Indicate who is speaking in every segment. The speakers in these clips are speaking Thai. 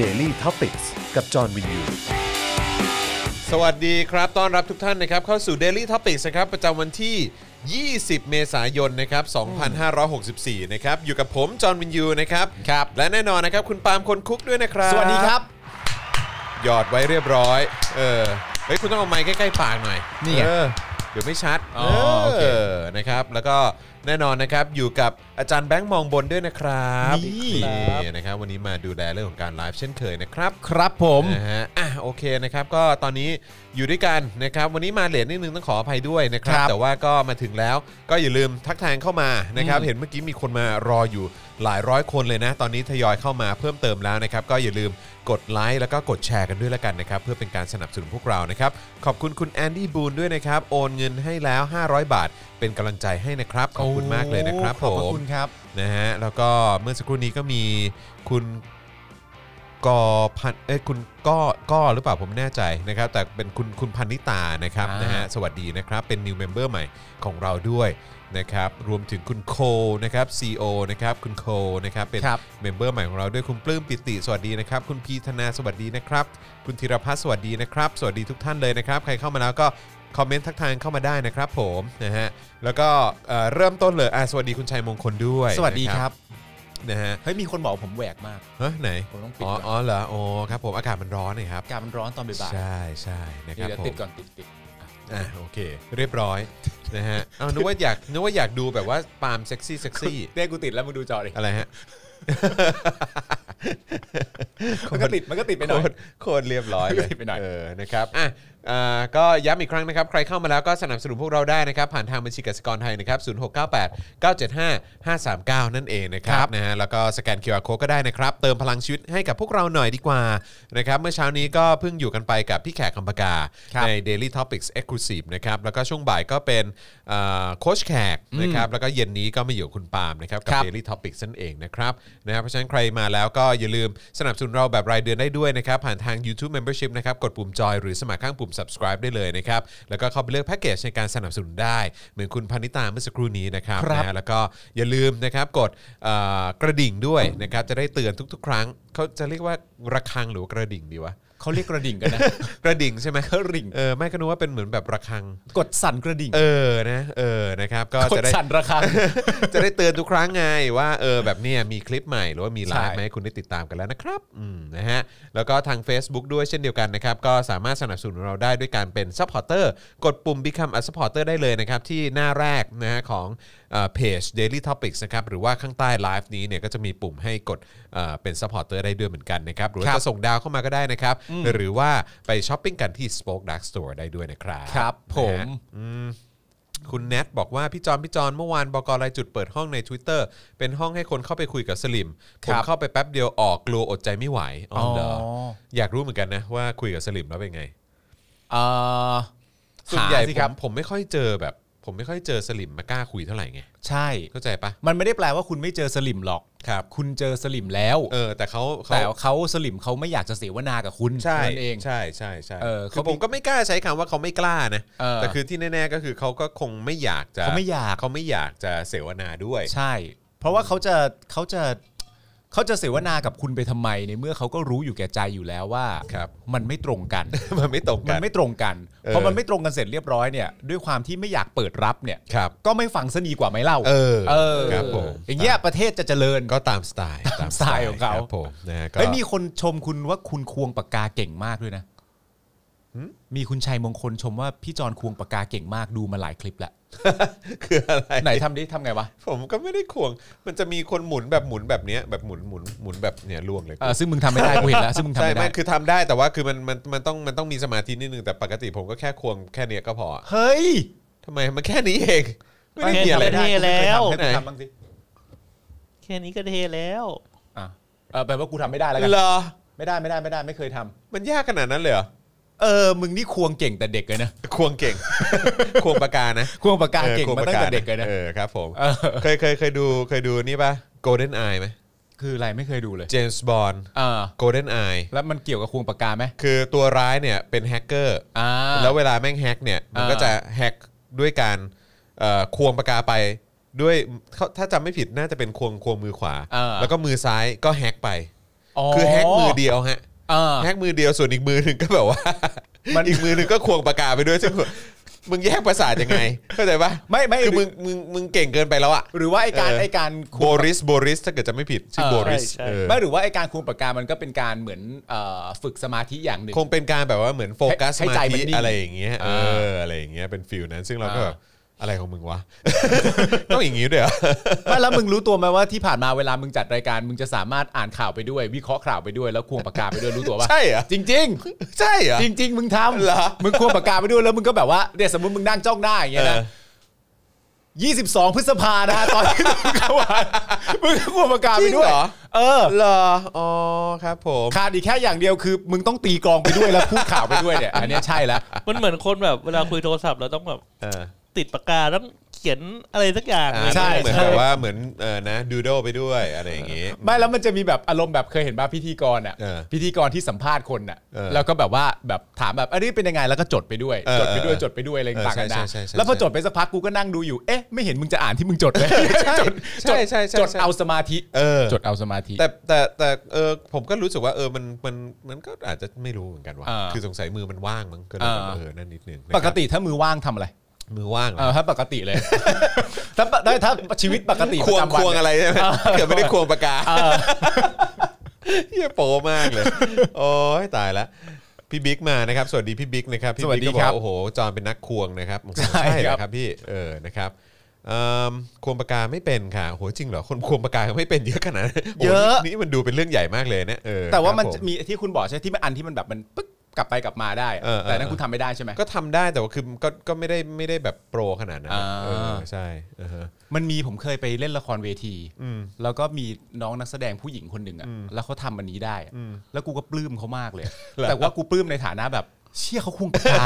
Speaker 1: Daily t o p i c กกับจอห์นวินยู
Speaker 2: สวัสดีครับ ต้อนรับทุกท่านนะครับ เข้าสู่ Daily Topics นะครับ ประจำวันที่ 20 เมษายน นะครับ 2564 นะครับ อยู่กับผม จอห์นวินยู นะครับ ครับ และแน่นอนนะครับ คุณปาล์มคนคุกด้วยนะครับ หยอดไว้เรียบร้อย เออ เฮ้ย คุณต้องเอาไมค์ใกล้ ๆ ปากหน่อย
Speaker 3: นี่ไง
Speaker 2: เออเดี๋ยวไม่ชัด
Speaker 3: อ๋อโอเค
Speaker 2: นะครับ แล้วก็แน่นอนนะครับ อยู่กับอาจารย์แบงค์มองบนด้วยนะครับ
Speaker 3: นี่
Speaker 2: นี่นะครับ วันนี้มาดูแลเรื่องของการไลฟ์เช่นเคยนะครับ
Speaker 3: ครับผม
Speaker 2: นะฮะอ่ะโอเคนะครับก็ตอนนี้อยู่ด้วยกันนะครับวันนี้มาเลทนิดนึงต้องขออภัยด้วยนะครับ
Speaker 3: ครับ
Speaker 2: แต่ว่าก็มาถึงแล้วก็อย่าลืมทักทายเข้ามานะครับเห็นเมื่อกี้มีคนมารออยู่หลายร้อยคนเลยนะ ตอนนี้ทยอยเข้ามาเพิ่มเติมแล้วนะครับ ก็อย่าลืมกดไลค์แล้วก็กดแชร์กันด้วยละกันนะครับเพื่อเป็นการสนับสนุนพวกเรานะครับขอบคุณคุณแอนดี้บูนด้วยนะครับโอนเงินให้แล้ว 500 บาท เป็นกำลังใจให้นะครับขอบคุณมากเลยนะครับผ
Speaker 3: โอ้ขอ
Speaker 2: ม
Speaker 3: บพระคุณครับ
Speaker 2: นะฮะแล้วก็เมื่อสักครู่นี้ก็มีคุณกอพันเอ้ยคุณก็ก็หรือเปล่าผมไม่แน่ใจนะครับ แต่เป็นคุณคุณพันนิตานะครับ
Speaker 3: อ่าน
Speaker 2: นะฮะสวัสดีนะครับ เป็น new member ใหม่ของเราด้วยนะครับรวมถึงคุณโคนะครับ CO นะครับคุณโคนะครับเป็น
Speaker 3: ครับ
Speaker 2: เมมเบอร์ใหม่ของเราด้วยคุณปลื้มปิติสวัสดีนะครับ คุณพีธนาสวัสดีนะครับ คุณธีรพัฒน์สวัสดีนะครับ สวัสดีทุกท่านเลยนะครับ ใครเข้ามาแล้วก็คอมเมนต์ทักทายเข้ามาได้นะครับผมนะฮะแล้วก็เอ่อเริ่มต้นเลยอ่ะสวัสดีคุณชัยมงคลด้วย
Speaker 3: สวัสดีครับ
Speaker 2: นะฮะ
Speaker 3: เฮ้ย มีคนบอกผมแหวกมาก
Speaker 2: เฮ้ยไหน
Speaker 3: ผมต้องปิด
Speaker 2: อ๋อ
Speaker 3: ก่อน
Speaker 2: อ๋อเหรออ๋อครับผมอากาศมันร้อนนะครับ
Speaker 3: อากาศมันร้อนตอนบ่าย
Speaker 2: ใช่ใช่นะ
Speaker 3: ๆ
Speaker 2: ครับ
Speaker 3: เดี๋ยว
Speaker 2: ผม
Speaker 3: ติดก่อนติดติด
Speaker 2: อ่ะโอเค เรียบร้อย นะฮะเอานึกว่าอยากนึกว่าอยากดูแบบว่าปาล์มเซ็กซี่เซ็กซี่
Speaker 3: เต้กูติดแล้วมึงดูจอดิ
Speaker 2: อะไรฮะ
Speaker 3: มันก็ติดมันก็ติดไปหน่อย
Speaker 2: โคตรโคตรเรียบร้อยเลย
Speaker 3: ไปหน่อย
Speaker 2: เออนะครับอ่ะเอ่อก็ย้ำอีกครั้งนะครับ ใครเข้ามาแล้วก็สนับสนุนพวกเราได้นะครับ ผ่านทางบัญชีกสิกรไทยนะครับ0698 975 539 นั่นเองนะครั
Speaker 3: ครับ บ
Speaker 2: นะฮะแล้วก็สแกน QR Code ก็ได้นะครับ เติมพลังชีวิตให้กับพวกเราหน่อยดีกว่านะครับเมื่อเช้านี้ก็เพิ่งอยู่กันไปกับพี่แขกคำปากา
Speaker 3: ครับ
Speaker 2: ใน Daily Topics Exclusive นะครับแล้วก็ช่วงบ่ายก็เป็นเอ่อโค้ชแขกนะครับแล้วก็เย็นนี้ก็มาอยู่กับคุณปาล์มนะครับกับ
Speaker 3: ครับ
Speaker 2: Daily Topics นั่นเองนะครับนะครับเพราะฉะนั้นใครมาแล้วก็อย่าลืมสนับสนุนเราแบบรายเดือนได้ด้วยนะครับ ผ่านทาง YouTube Membership นะครับกดปุ่มจอยหรือสมัครข้างปุ่ม subscribe ได้เลยนะครับ แล้วก็เข้าไปเลือกแพ็กเกจในการสนับสนุนได้ เหมือนคุณพนิตาเมื่อสักครู่นี้นะครับ
Speaker 3: ครับ
Speaker 2: นะฮะแล้วก็อย่าลืมนะครับกดเอ่อกระดิ่งด้วยนะครับจะได้เตือนทุก ๆ ครั้งเขาจะเรียกว่าระฆังหรือว่ากระดิ่งดีวะ
Speaker 3: เขาเรียกกระดิ่งกันนะ
Speaker 2: กระดิ่งใช่ไหม
Speaker 3: กระดิ่ง
Speaker 2: เออไม่ก็นึกว่าเป็นเหมือนแบบระฆัง
Speaker 3: กดสั่นกระดิ่ง
Speaker 2: เออนะเออนะครับก็
Speaker 3: กด
Speaker 2: จะได้
Speaker 3: สั่นระฆัง
Speaker 2: จะได้เตือนทุกครั้งไงว่าเออแบบเนี้ยมีคลิปใหม่หรือว่ามีไล
Speaker 3: ใช่
Speaker 2: ฟ์มาให้คุณได้ติดตามกันแล้วนะครับอืมนะฮะแล้วก็ทาง Facebook ด้วยเช่นเดียวกันนะครับ ก็สามารถสนับสนุนเราได้ด้วยการเป็นซัพพอร์เตอร์กดปุ่ม Become a supporter ได้เลยนะครับ ที่หน้าแรกนะฮะของเพจ Daily Topics นะครับ หรือว่าข้างใต้ไลฟ์นี้เนี่ยก็จะมีปุ่มให้กดเอ่อเป็นซัพพอร์เตอร์ได้ด้วยเหมือนกันนะครับ หรือว่าจะส่งดาวเข้ามาก็ได้นะครับ หรือว่าไปช้อปปิ้งกันที่ Spoke Dark Store ได้ด้วยนะครับ
Speaker 3: ครับผม
Speaker 2: นะฮะ คุณแนทบอกว่า พี่จอนพี่จอนเมื่อวานบกรายจุดเปิดห้องใน Twitter เป็นห้องให้คนเข้าไปคุยกับสลิมผ
Speaker 3: ครั
Speaker 2: ม
Speaker 3: บ
Speaker 2: เข้าไปแป๊บเดียวออกกลัวอดใจไม่ไหวอ๋อเหรอ
Speaker 3: อ๋อ
Speaker 2: อยากรู้เหมือนกันนะว่าคุยกับสลิมแล้วเป็นไง
Speaker 3: เอ่อ
Speaker 2: ส่วนใหญ่
Speaker 3: าสิครับ
Speaker 2: ผมผมไม่ค่อยเจอแบบ ผมไม่ค่อยเจอสลิมมากล้าคุยเท่าไหร่ไง
Speaker 3: ใช่
Speaker 2: เข้าใจปะ
Speaker 3: มันไม่ได้แปลว่าคุณไม่เจอสลิมหรอก
Speaker 2: ครับ
Speaker 3: คุณเจอสลิมแล้ว
Speaker 2: เออแต่เขาเขา
Speaker 3: แต่เขาสลิมเขาไม่อยากจะเสวนากับคุณ
Speaker 2: ใช่
Speaker 3: นั่นเอง
Speaker 2: ใช่ใช่ใช่
Speaker 3: เออ
Speaker 2: คือ
Speaker 3: เขา
Speaker 2: ผมก็ไม่กล้าใช้คำว่าเขาไม่กล้านะ
Speaker 3: เออ
Speaker 2: แต่คือที่แน่ๆก็คือเขาก็คงไม่อยากจะ
Speaker 3: เขาไม่อยาก
Speaker 2: เขาไม่อยากจะเสวนาด้วย
Speaker 3: ใช่ เพราะว่าเขาจะเขาจะเขาจะเสวนากับคุณไปทำไมในเมื่อเขาก็รู้อยู่แก่ใจอยู่แล้วว่า
Speaker 2: ครับ
Speaker 3: มันไม่ตรงกัน
Speaker 2: มันไม่ตรง
Speaker 3: มั
Speaker 2: กัน น
Speaker 3: ไม่ตรงกัน
Speaker 2: เออ
Speaker 3: พอมันไม่ตรงกันเสร็จเรียบร้อยเนี่ยด้วยความที่ไม่อยากเปิดรับเนี่ย
Speaker 2: ครับ
Speaker 3: ก็ไม่ฟังซะดีกว่าไหมเล่า
Speaker 2: เออ
Speaker 3: เออ
Speaker 2: ครับผม
Speaker 3: อย่างเงี้ยประเทศจะเจริญ
Speaker 2: ก็ตามสไต ล์
Speaker 3: ตามสไตล์ของเขา
Speaker 2: ครับผมนะฮะก็
Speaker 3: เฮ้ยมี คนชมคุณว่าคุณควงปากกาเก่งมากด้วยนะมีคุณชัยมงคลชมว่าพี่จอนควงปากกาเก่งมากดูมาหลายคลิปแล้ว
Speaker 2: คืออะไร
Speaker 3: ไหนทำดิทำไงวะ
Speaker 2: ผมก็ไม่ได้ควง มันจะมีคนหมุนแบบหมุนแบบเนี้ยแบบหมุนหมุนหมุนแบบเนี้ยล่วงเลย
Speaker 3: เออซึ่งมึง ทำไม่ได้กูเห็นแล้วซึ่งมึงทำ
Speaker 2: ใช่
Speaker 3: ไม่
Speaker 2: มั
Speaker 3: ได้
Speaker 2: นคือทำได้แต่ว่าคือมันมันมันต้องมันต้องมีสมาธินิดนึงแต่ปกติผมก็แค่ควงแค่เนี้ยก็พอ
Speaker 3: เฮ้ย
Speaker 2: ทำไมมันแค่นี้เองไม่ได้มีอะไร
Speaker 4: เท่แล้ว
Speaker 3: ให้กูทำบ้างสิ
Speaker 4: แค่นี้ก็เทแล้ว
Speaker 3: อ่ะเออแปลว่ากูทำไม่ได้แล้วกัน
Speaker 2: เหรอ
Speaker 3: ไม่ได้ไม่ได้ไม่ได้ไม่เคยทำ
Speaker 2: มันยากขนาดนั้นเลยเหรอ
Speaker 3: เออมึงนี่ควงเก่งแต่เด็กเลยนะ
Speaker 2: ควงเก่ง ควงปากกานะ
Speaker 3: ควงปากกา
Speaker 2: ออ
Speaker 3: เก่ง
Speaker 2: คว
Speaker 3: มาตั้ง
Speaker 2: ปา
Speaker 3: แต่เด็กเลยนะ
Speaker 2: เออครับผม
Speaker 3: เออ
Speaker 2: เคยเคยเคยดูเคยดูนี่ป่ะ Golden Eye ไหม
Speaker 3: คืออะไรไม่เคยดูเลย
Speaker 2: เจมส์บอนด์
Speaker 3: เออ
Speaker 2: Golden Eye
Speaker 3: แล้วมันเกี่ยวกับควงปากกาไหม
Speaker 2: คือตัวร้ายเนี่ยเป็นแฮกเกอร์
Speaker 3: อ่า
Speaker 2: แล้วเวลาแม่งแฮกเนี่ยมันก็จะแฮกด้วยการเอ่อควงปากกาไปด้วยเขาถ้าจำไม่ผิดน่าจะเป็นควงควงมือขวา
Speaker 3: เออ
Speaker 2: แล้วก็มือซ้ายก็แฮกไป คือแฮกมือเดียวฮะ
Speaker 3: เออ
Speaker 2: แฮกมือเดียวส่วนอีกมือหนึ่งก็แบบว่า มัน อีกมือหนึ่งก็ควงปากกาไปด้วยซึ่งมึงแยกประสาทยังไงเข้าใจปะ
Speaker 3: ไม่ไม่
Speaker 2: คือมึงมึงมึงเก่งเกินไปแล้วอะ
Speaker 3: หรือว่าไอการ
Speaker 2: เออ
Speaker 3: ไอการ
Speaker 2: โบ
Speaker 3: ควง
Speaker 2: ริสโบริสถ้าเกิดจะไม่ผิดชื่อ
Speaker 3: เออ
Speaker 2: โบริส
Speaker 4: ใช่ใช่
Speaker 2: เออ
Speaker 3: ไม่หรือว่าไอการควงปากกามันก็เป็นการเหมือนเอ่อฝึกสมาธิอย่างหนึ่ง
Speaker 2: คงเป็นการแบบว่าเหมือนโฟกัส
Speaker 3: ให้
Speaker 2: มา
Speaker 3: ใจมัน
Speaker 2: ที่
Speaker 3: นิ่ง
Speaker 2: อะไรอย่างเงี้ยเอ
Speaker 3: เอ
Speaker 2: ออะไรอย่างเงี้ยเป็นฟิลนั้นซึ่งเราก็
Speaker 3: อ่า
Speaker 2: แบบอะไรของมึงวะ ต้องอย่างงี้ด้วยเหรอ
Speaker 3: ไม่แล้วมึงรู้ตัวไหมว่าที่ผ่านมาเวลามึงจัดรายการมึงจะสามารถอ่านข่าวไปด้วย วิเคราะห์ข่าวไปด้วยแล้วควงปากกาไปด้วยรู้ตัวปะ
Speaker 2: ใช่เหรอ
Speaker 3: จริงจริง
Speaker 2: ใช่เหรอ
Speaker 3: ๆ จริง ๆ มึงทำ
Speaker 2: เหรอ
Speaker 3: มึงควงปากกาไปด้วยแล้วมึงก็แบบว่าเนี่ยสมมติมึงนั่งจ้องหน้าอย่างเงี้ยนะ 22 พฤษภานะฮะตอนที่มึงเข้ามา มึงก็ควงปากกาไปด้วย
Speaker 2: จริงเหรอ
Speaker 3: เออ
Speaker 2: เออเหรออ๋อครับผม
Speaker 3: ขาดอีกแค่อย่างเดียวคือ มึงต้องตีกลองไปด้วยแล้วพูดข่าวไปด้วยเนี่ย อันเนี้ยใช่ แล้ว
Speaker 4: มันเหมือนคนแบบเวลาคุยโทรศัพท์เราต้องแบบ
Speaker 2: เออ
Speaker 4: ติดปากกาต้องเขียนอะไรสักอย่าง
Speaker 2: อ่า
Speaker 4: เลย
Speaker 3: ใช่
Speaker 2: เหมือนแบบว่าเหมือนเออนะดูโดไปด้วยอะไรอย่างงี้
Speaker 3: ไม่แล้วมันจะมีแบบอารมณ์แบบเคยเห็นบ้าพิธีกรอ่ะ
Speaker 2: เออ
Speaker 3: พิธีกรที่สัมภาษณ์คนอ่ะ
Speaker 2: เออ
Speaker 3: แล้วก็แบบว่าแบบถามแบบอันนี้เป็นยังไงแล้วก็จดไปด้วย
Speaker 2: เออ
Speaker 3: จดไปด้
Speaker 2: เอ
Speaker 3: วย
Speaker 2: อ
Speaker 3: จดไปด้วยอะไรต่างๆ
Speaker 2: เอ
Speaker 3: กั
Speaker 2: อนใช่
Speaker 3: นะ
Speaker 2: ใช่ใช่
Speaker 3: แล้วพอจดไปสักพักกูก็นั่งดูอยู่เอ๊ะไม่เห็นมึงจะอ่านที่มึงจด เลยจด
Speaker 2: ใช่ใช่ใช่
Speaker 3: จด
Speaker 2: ใช่
Speaker 3: เอาสมาธิ
Speaker 2: เออ
Speaker 3: จดเอาสมาธิ
Speaker 2: แต่แต่แต่เออผมก็รู้สึกว่าเออมันมันมันก็อาจจะไม่รู้เหมือนกันว่า
Speaker 3: อ่า
Speaker 2: คือสงสัยมือมันว่างมั้งก็เลยแบบ
Speaker 3: อ่า
Speaker 2: เออนั่นนิดนึงนะครับ
Speaker 3: ปกติถ้ามือว่างทำอะไร
Speaker 2: มือว่างเหร
Speaker 3: เอ
Speaker 2: อ
Speaker 3: อถ้าปกติเลย ถ้าปะถ้าถ้าชีวิตปกติ
Speaker 2: ควง
Speaker 3: ปะจำน
Speaker 2: ควงอะไรใช่ไหมเกือบไม่ได้ควงปากกา
Speaker 3: เออ
Speaker 2: เฮียโปมากเลย โอ้ยตายละพี่บิ๊กมานะครับ สวัสดีพี่บิ๊กนะครับพี่บิ๊กก็บอกว่าโอ้โหจอนเป็นนักควงนะครับโอ้โหใช่เหรอครับพี่เออนะครับเอิ่มควงปากกาไม่เป็นค่ะโอ้โหจริงเหรอคนควงปากกาไม่เป็นเยอะขนาดนั้นโโห
Speaker 3: เยอะ
Speaker 2: นี่มันดูเป็นเรื่องใหญ่มากเลยนะเออ
Speaker 3: แต่ว่ามัน
Speaker 2: ครับผ
Speaker 3: จะมีที่คุณบอกใช่ไหมที่มันอันที่มันแบบมันปึ๊กกลับไปกลับมาได้อะ
Speaker 2: เออเออ
Speaker 3: แต่นั้นคุณทำไม่ได้ใช่ไหม
Speaker 2: ก็ทำได้แต่ว่าคือก็ก็ไม่ได้ไม่ได้แบบโปรขนาดนั้น
Speaker 3: อ่า
Speaker 2: เออใช่อ่าฮะ
Speaker 3: มันมีผมเคยไปเล่นละครเวทีแล้วก็มีน้องนักแสดงผู้หญิงคนหนึ่งอ่ะแล้วเขาทำอันนี้ได้อะแล้วกูก็ปลื้มเขามากเลย
Speaker 2: หรอ
Speaker 3: แต่ว่ากูปลื้มในฐานะแบบ เชี่ยเขาควงปากกา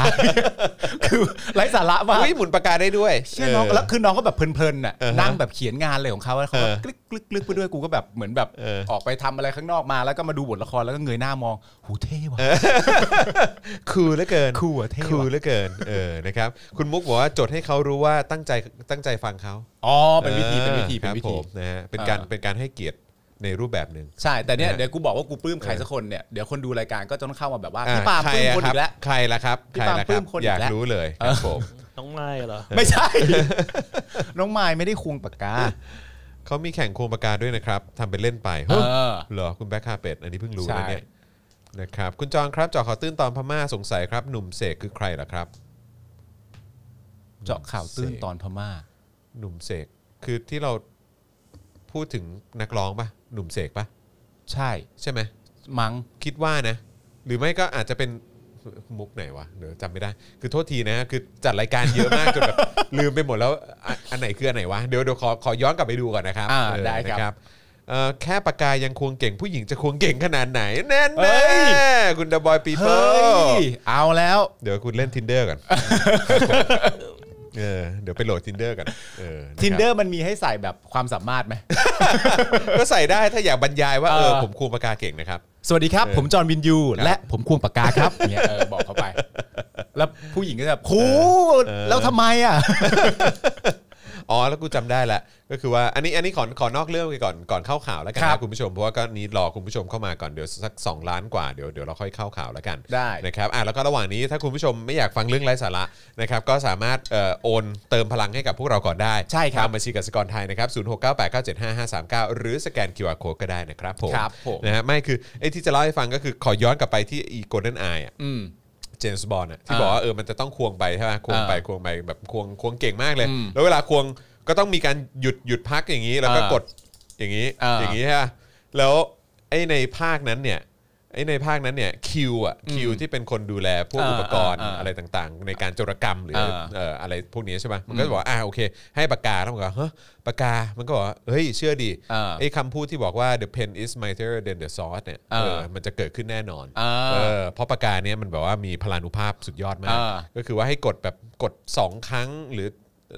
Speaker 3: คือไร้สาระมาก
Speaker 2: อุ้ยหมุนปากกาได้ด้วย
Speaker 3: เชี่ยน้อง
Speaker 2: เ
Speaker 3: แล้วคือน้องก็แบบเพลินๆน่ะ
Speaker 2: เออฮะ
Speaker 3: นั่งแบบเขียนงานเลยของเขาแล้วเขาก็
Speaker 2: เออก
Speaker 3: ลึกกลึกกลึกไปด้วยกูก็แบบเหมือนแบบ
Speaker 2: เออ
Speaker 3: ออกไปทำอะไรข้างนอกมาแล้วก็มาดูบทละครแล้วก็เงยหน้ามองหูเท่ว่ะ
Speaker 2: คูลเหลือเกิน
Speaker 3: คูลอะเท่
Speaker 2: คูล
Speaker 3: ว่ะ
Speaker 2: เหลือเกินเออนะครับคุณมุกบอกว่าจดให้เขารู้ว่าตั้งใจตั้งใจฟังเขา
Speaker 3: อ๋อเป็นวิธีเป็นวิธี
Speaker 2: ค
Speaker 3: เป็น
Speaker 2: รับ
Speaker 3: วิ
Speaker 2: ผ
Speaker 3: ธี
Speaker 2: มนะฮะเป็นการ
Speaker 3: เออ
Speaker 2: เป็นการให้เกียรติในรูปแบบหนึ่ง
Speaker 3: ใช่แต่เนี่ย
Speaker 2: นะฮะ
Speaker 3: เดี๋ยวกูบอกว่ากูปลื้มใครสักคนเนี่ยเดี๋ยวคนดูรายการก็จะต้องเข้ามาแบบว่าพี่
Speaker 2: อ่ะ
Speaker 3: ปาล์ม
Speaker 2: ใคร
Speaker 3: ปลื้ม
Speaker 2: อะ
Speaker 3: คน
Speaker 2: ครั
Speaker 3: อี
Speaker 2: บ
Speaker 3: กแล้ว
Speaker 2: ใครล่ะครับ
Speaker 3: พี่
Speaker 2: ใคร
Speaker 3: ปาล์ม
Speaker 2: ล่ะค
Speaker 3: ปลื้
Speaker 2: รับ
Speaker 3: มคนอีก
Speaker 2: อยาก
Speaker 3: แล้ว
Speaker 2: รู้เลยครับผม
Speaker 4: น้องไม้เหรอ
Speaker 3: ไม่ใช่ น้องไม้ไม่ได้ควงปากกา
Speaker 2: เขามีแข่งควงปากกาด้วยนะครับทำเป็นเล่นไป
Speaker 3: เอ
Speaker 2: เฮ้ย
Speaker 3: อ
Speaker 2: เหรอคุณแบ็คคาเป็ดอันนี้เพิ่งรู้
Speaker 3: ใช่
Speaker 2: นะเนี่ยนะครับคุณจองครับเจอข่าวตื้นตอนพม่าสงสัยครับ หนุ่มเสกคือใครล่ะครับ
Speaker 3: เจาะข่าวตื้นตอนพม่า
Speaker 2: หนุ่มเสกคือที่เราพูดถึงนักร้องปะหนุ่มเสกปะ
Speaker 3: ใช่
Speaker 2: ใช่ไหม
Speaker 3: มั้ง
Speaker 2: คิดว่านะ หรือไม่ก็อาจจะเป็นมุกไหนวะเดี๋ยวจำไม่ได้ คือโทษทีนะคือจัดรายการเยอะมาก จนแบบ ลืมไปหมดแล้วอ่ะอันไหนคืออันไหนวะเดี๋ยวเดี๋ยวขอขอย้อนกลับไปดูก่อนนะครับ
Speaker 3: อ่า
Speaker 2: เออ
Speaker 3: ได้ครับ
Speaker 2: นะเอ่อแค่ปากกายังควงเก่งผู้หญิงจะควงเก่งขนาดไหนแน่
Speaker 3: เฮ้
Speaker 2: แน่
Speaker 3: ย
Speaker 2: คุณดบอยปีเปิ
Speaker 3: เฮ้ย
Speaker 2: ล
Speaker 3: เอาแล้ว
Speaker 2: เดี๋ยวคุณเล่น tinder ก่อน เออ เดี๋ยวไปโหลด tinder ก่อนเออนะคบ
Speaker 3: ทินเดอร์มันมีให้ใส่แบบความสามารถไหม
Speaker 2: ก็ใส่ได้ถ้าอยากบรรยายว่าเออ
Speaker 3: เออ
Speaker 2: ผมครูปากกาเก่งนะครับ
Speaker 3: สวัสดีครับ
Speaker 2: เออ
Speaker 3: ผมจอห์นวินยู และผมควงปากกาครับเนี่ยเออบอกเขาไป แล้วผู้หญิงก็จะแบบครู
Speaker 2: เออ
Speaker 3: แล้วทำไมอ่ะ
Speaker 2: อ๋อ แล้วกูจำได้ละ ก็คือว่าอันนี้อันนี้ขอขอนอกเรื่องไปก่อนก่อนเข้าข่าวแล้วกัน
Speaker 3: ครั
Speaker 2: นะ
Speaker 3: บ
Speaker 2: คุณผู้ชมเพราะว่าก็นี้รอคุณผู้ชมเข้ามาก่อนเดี๋ยวสัก 2 ล้านกว่าเดี๋ยวเดี๋ยวเราค่อยเข้าข่าวแล้วกัน
Speaker 3: ได้
Speaker 2: นะครับอ่ะแล้วก็ระหว่างนี้ถ้าคุณผู้ชมไม่อยากฟังเรื่องไร้สาระนะครับก็สามารถเอ่อโอนเติมพลังให้กับพวกเราก่อนได้
Speaker 3: ใช่ครับ
Speaker 2: ทางบัญชีกสิกรไทยนะครับ0698975539 หรือสแกน QR Code ก็ได้นะครับผม
Speaker 3: ครับผม
Speaker 2: นะฮะไม่คือไอ้ที่จะเล่าให้ฟังก็คือขอย้อนกลับไปที่อีโกลเด้นไออะ
Speaker 3: อืม
Speaker 2: เจมส์บอลน่ะที่
Speaker 3: อ่า
Speaker 2: บอกว่าเออมันจะต้องควงไปใช่ไหมควงไปควงไปแบบควงควงเก่งมากเลย
Speaker 3: อืม
Speaker 2: แล้วเวลาควงก็ต้องมีการหยุดหยุดพักอย่างนี้แล้วก็
Speaker 3: อ่าก ก
Speaker 2: ดอย่างนี้
Speaker 3: อ่า
Speaker 2: อย่างนี้ฮะแล้วไอ้ในภาคนั้นเนี่ยไอ้ในภาคนั้นเนี่ยคิวอ่ะคิวที่เป็นคนดูแลพวก
Speaker 3: อ่า
Speaker 2: อุปกรณ์
Speaker 3: อ่าอ่า
Speaker 2: อะไรต่างๆ ในการโจรกรรมหรืออา เอ่ออะไรพวกนี้ใช่ไหมมันก็จะบอกว่าอ่าโอเค ให้ปากกาแล้วมันก็เฮ้ยปากกามันก็บอกว่าเฮ้ยเชื่อดิ
Speaker 3: อ่า
Speaker 2: ไอ้คำพูดที่บอกว่า the pen is mightier than the sword เนี่ย
Speaker 3: อ่า
Speaker 2: เออมันจะเกิดขึ้นแน่นอน
Speaker 3: อ่า
Speaker 2: เออเพราะปากกาเนี่ยมันแบบว่ามีพลานุภาพสุดยอดมาก
Speaker 3: อ่า
Speaker 2: ก็คือว่าให้กดแบบกด 2 ครั้งหรือ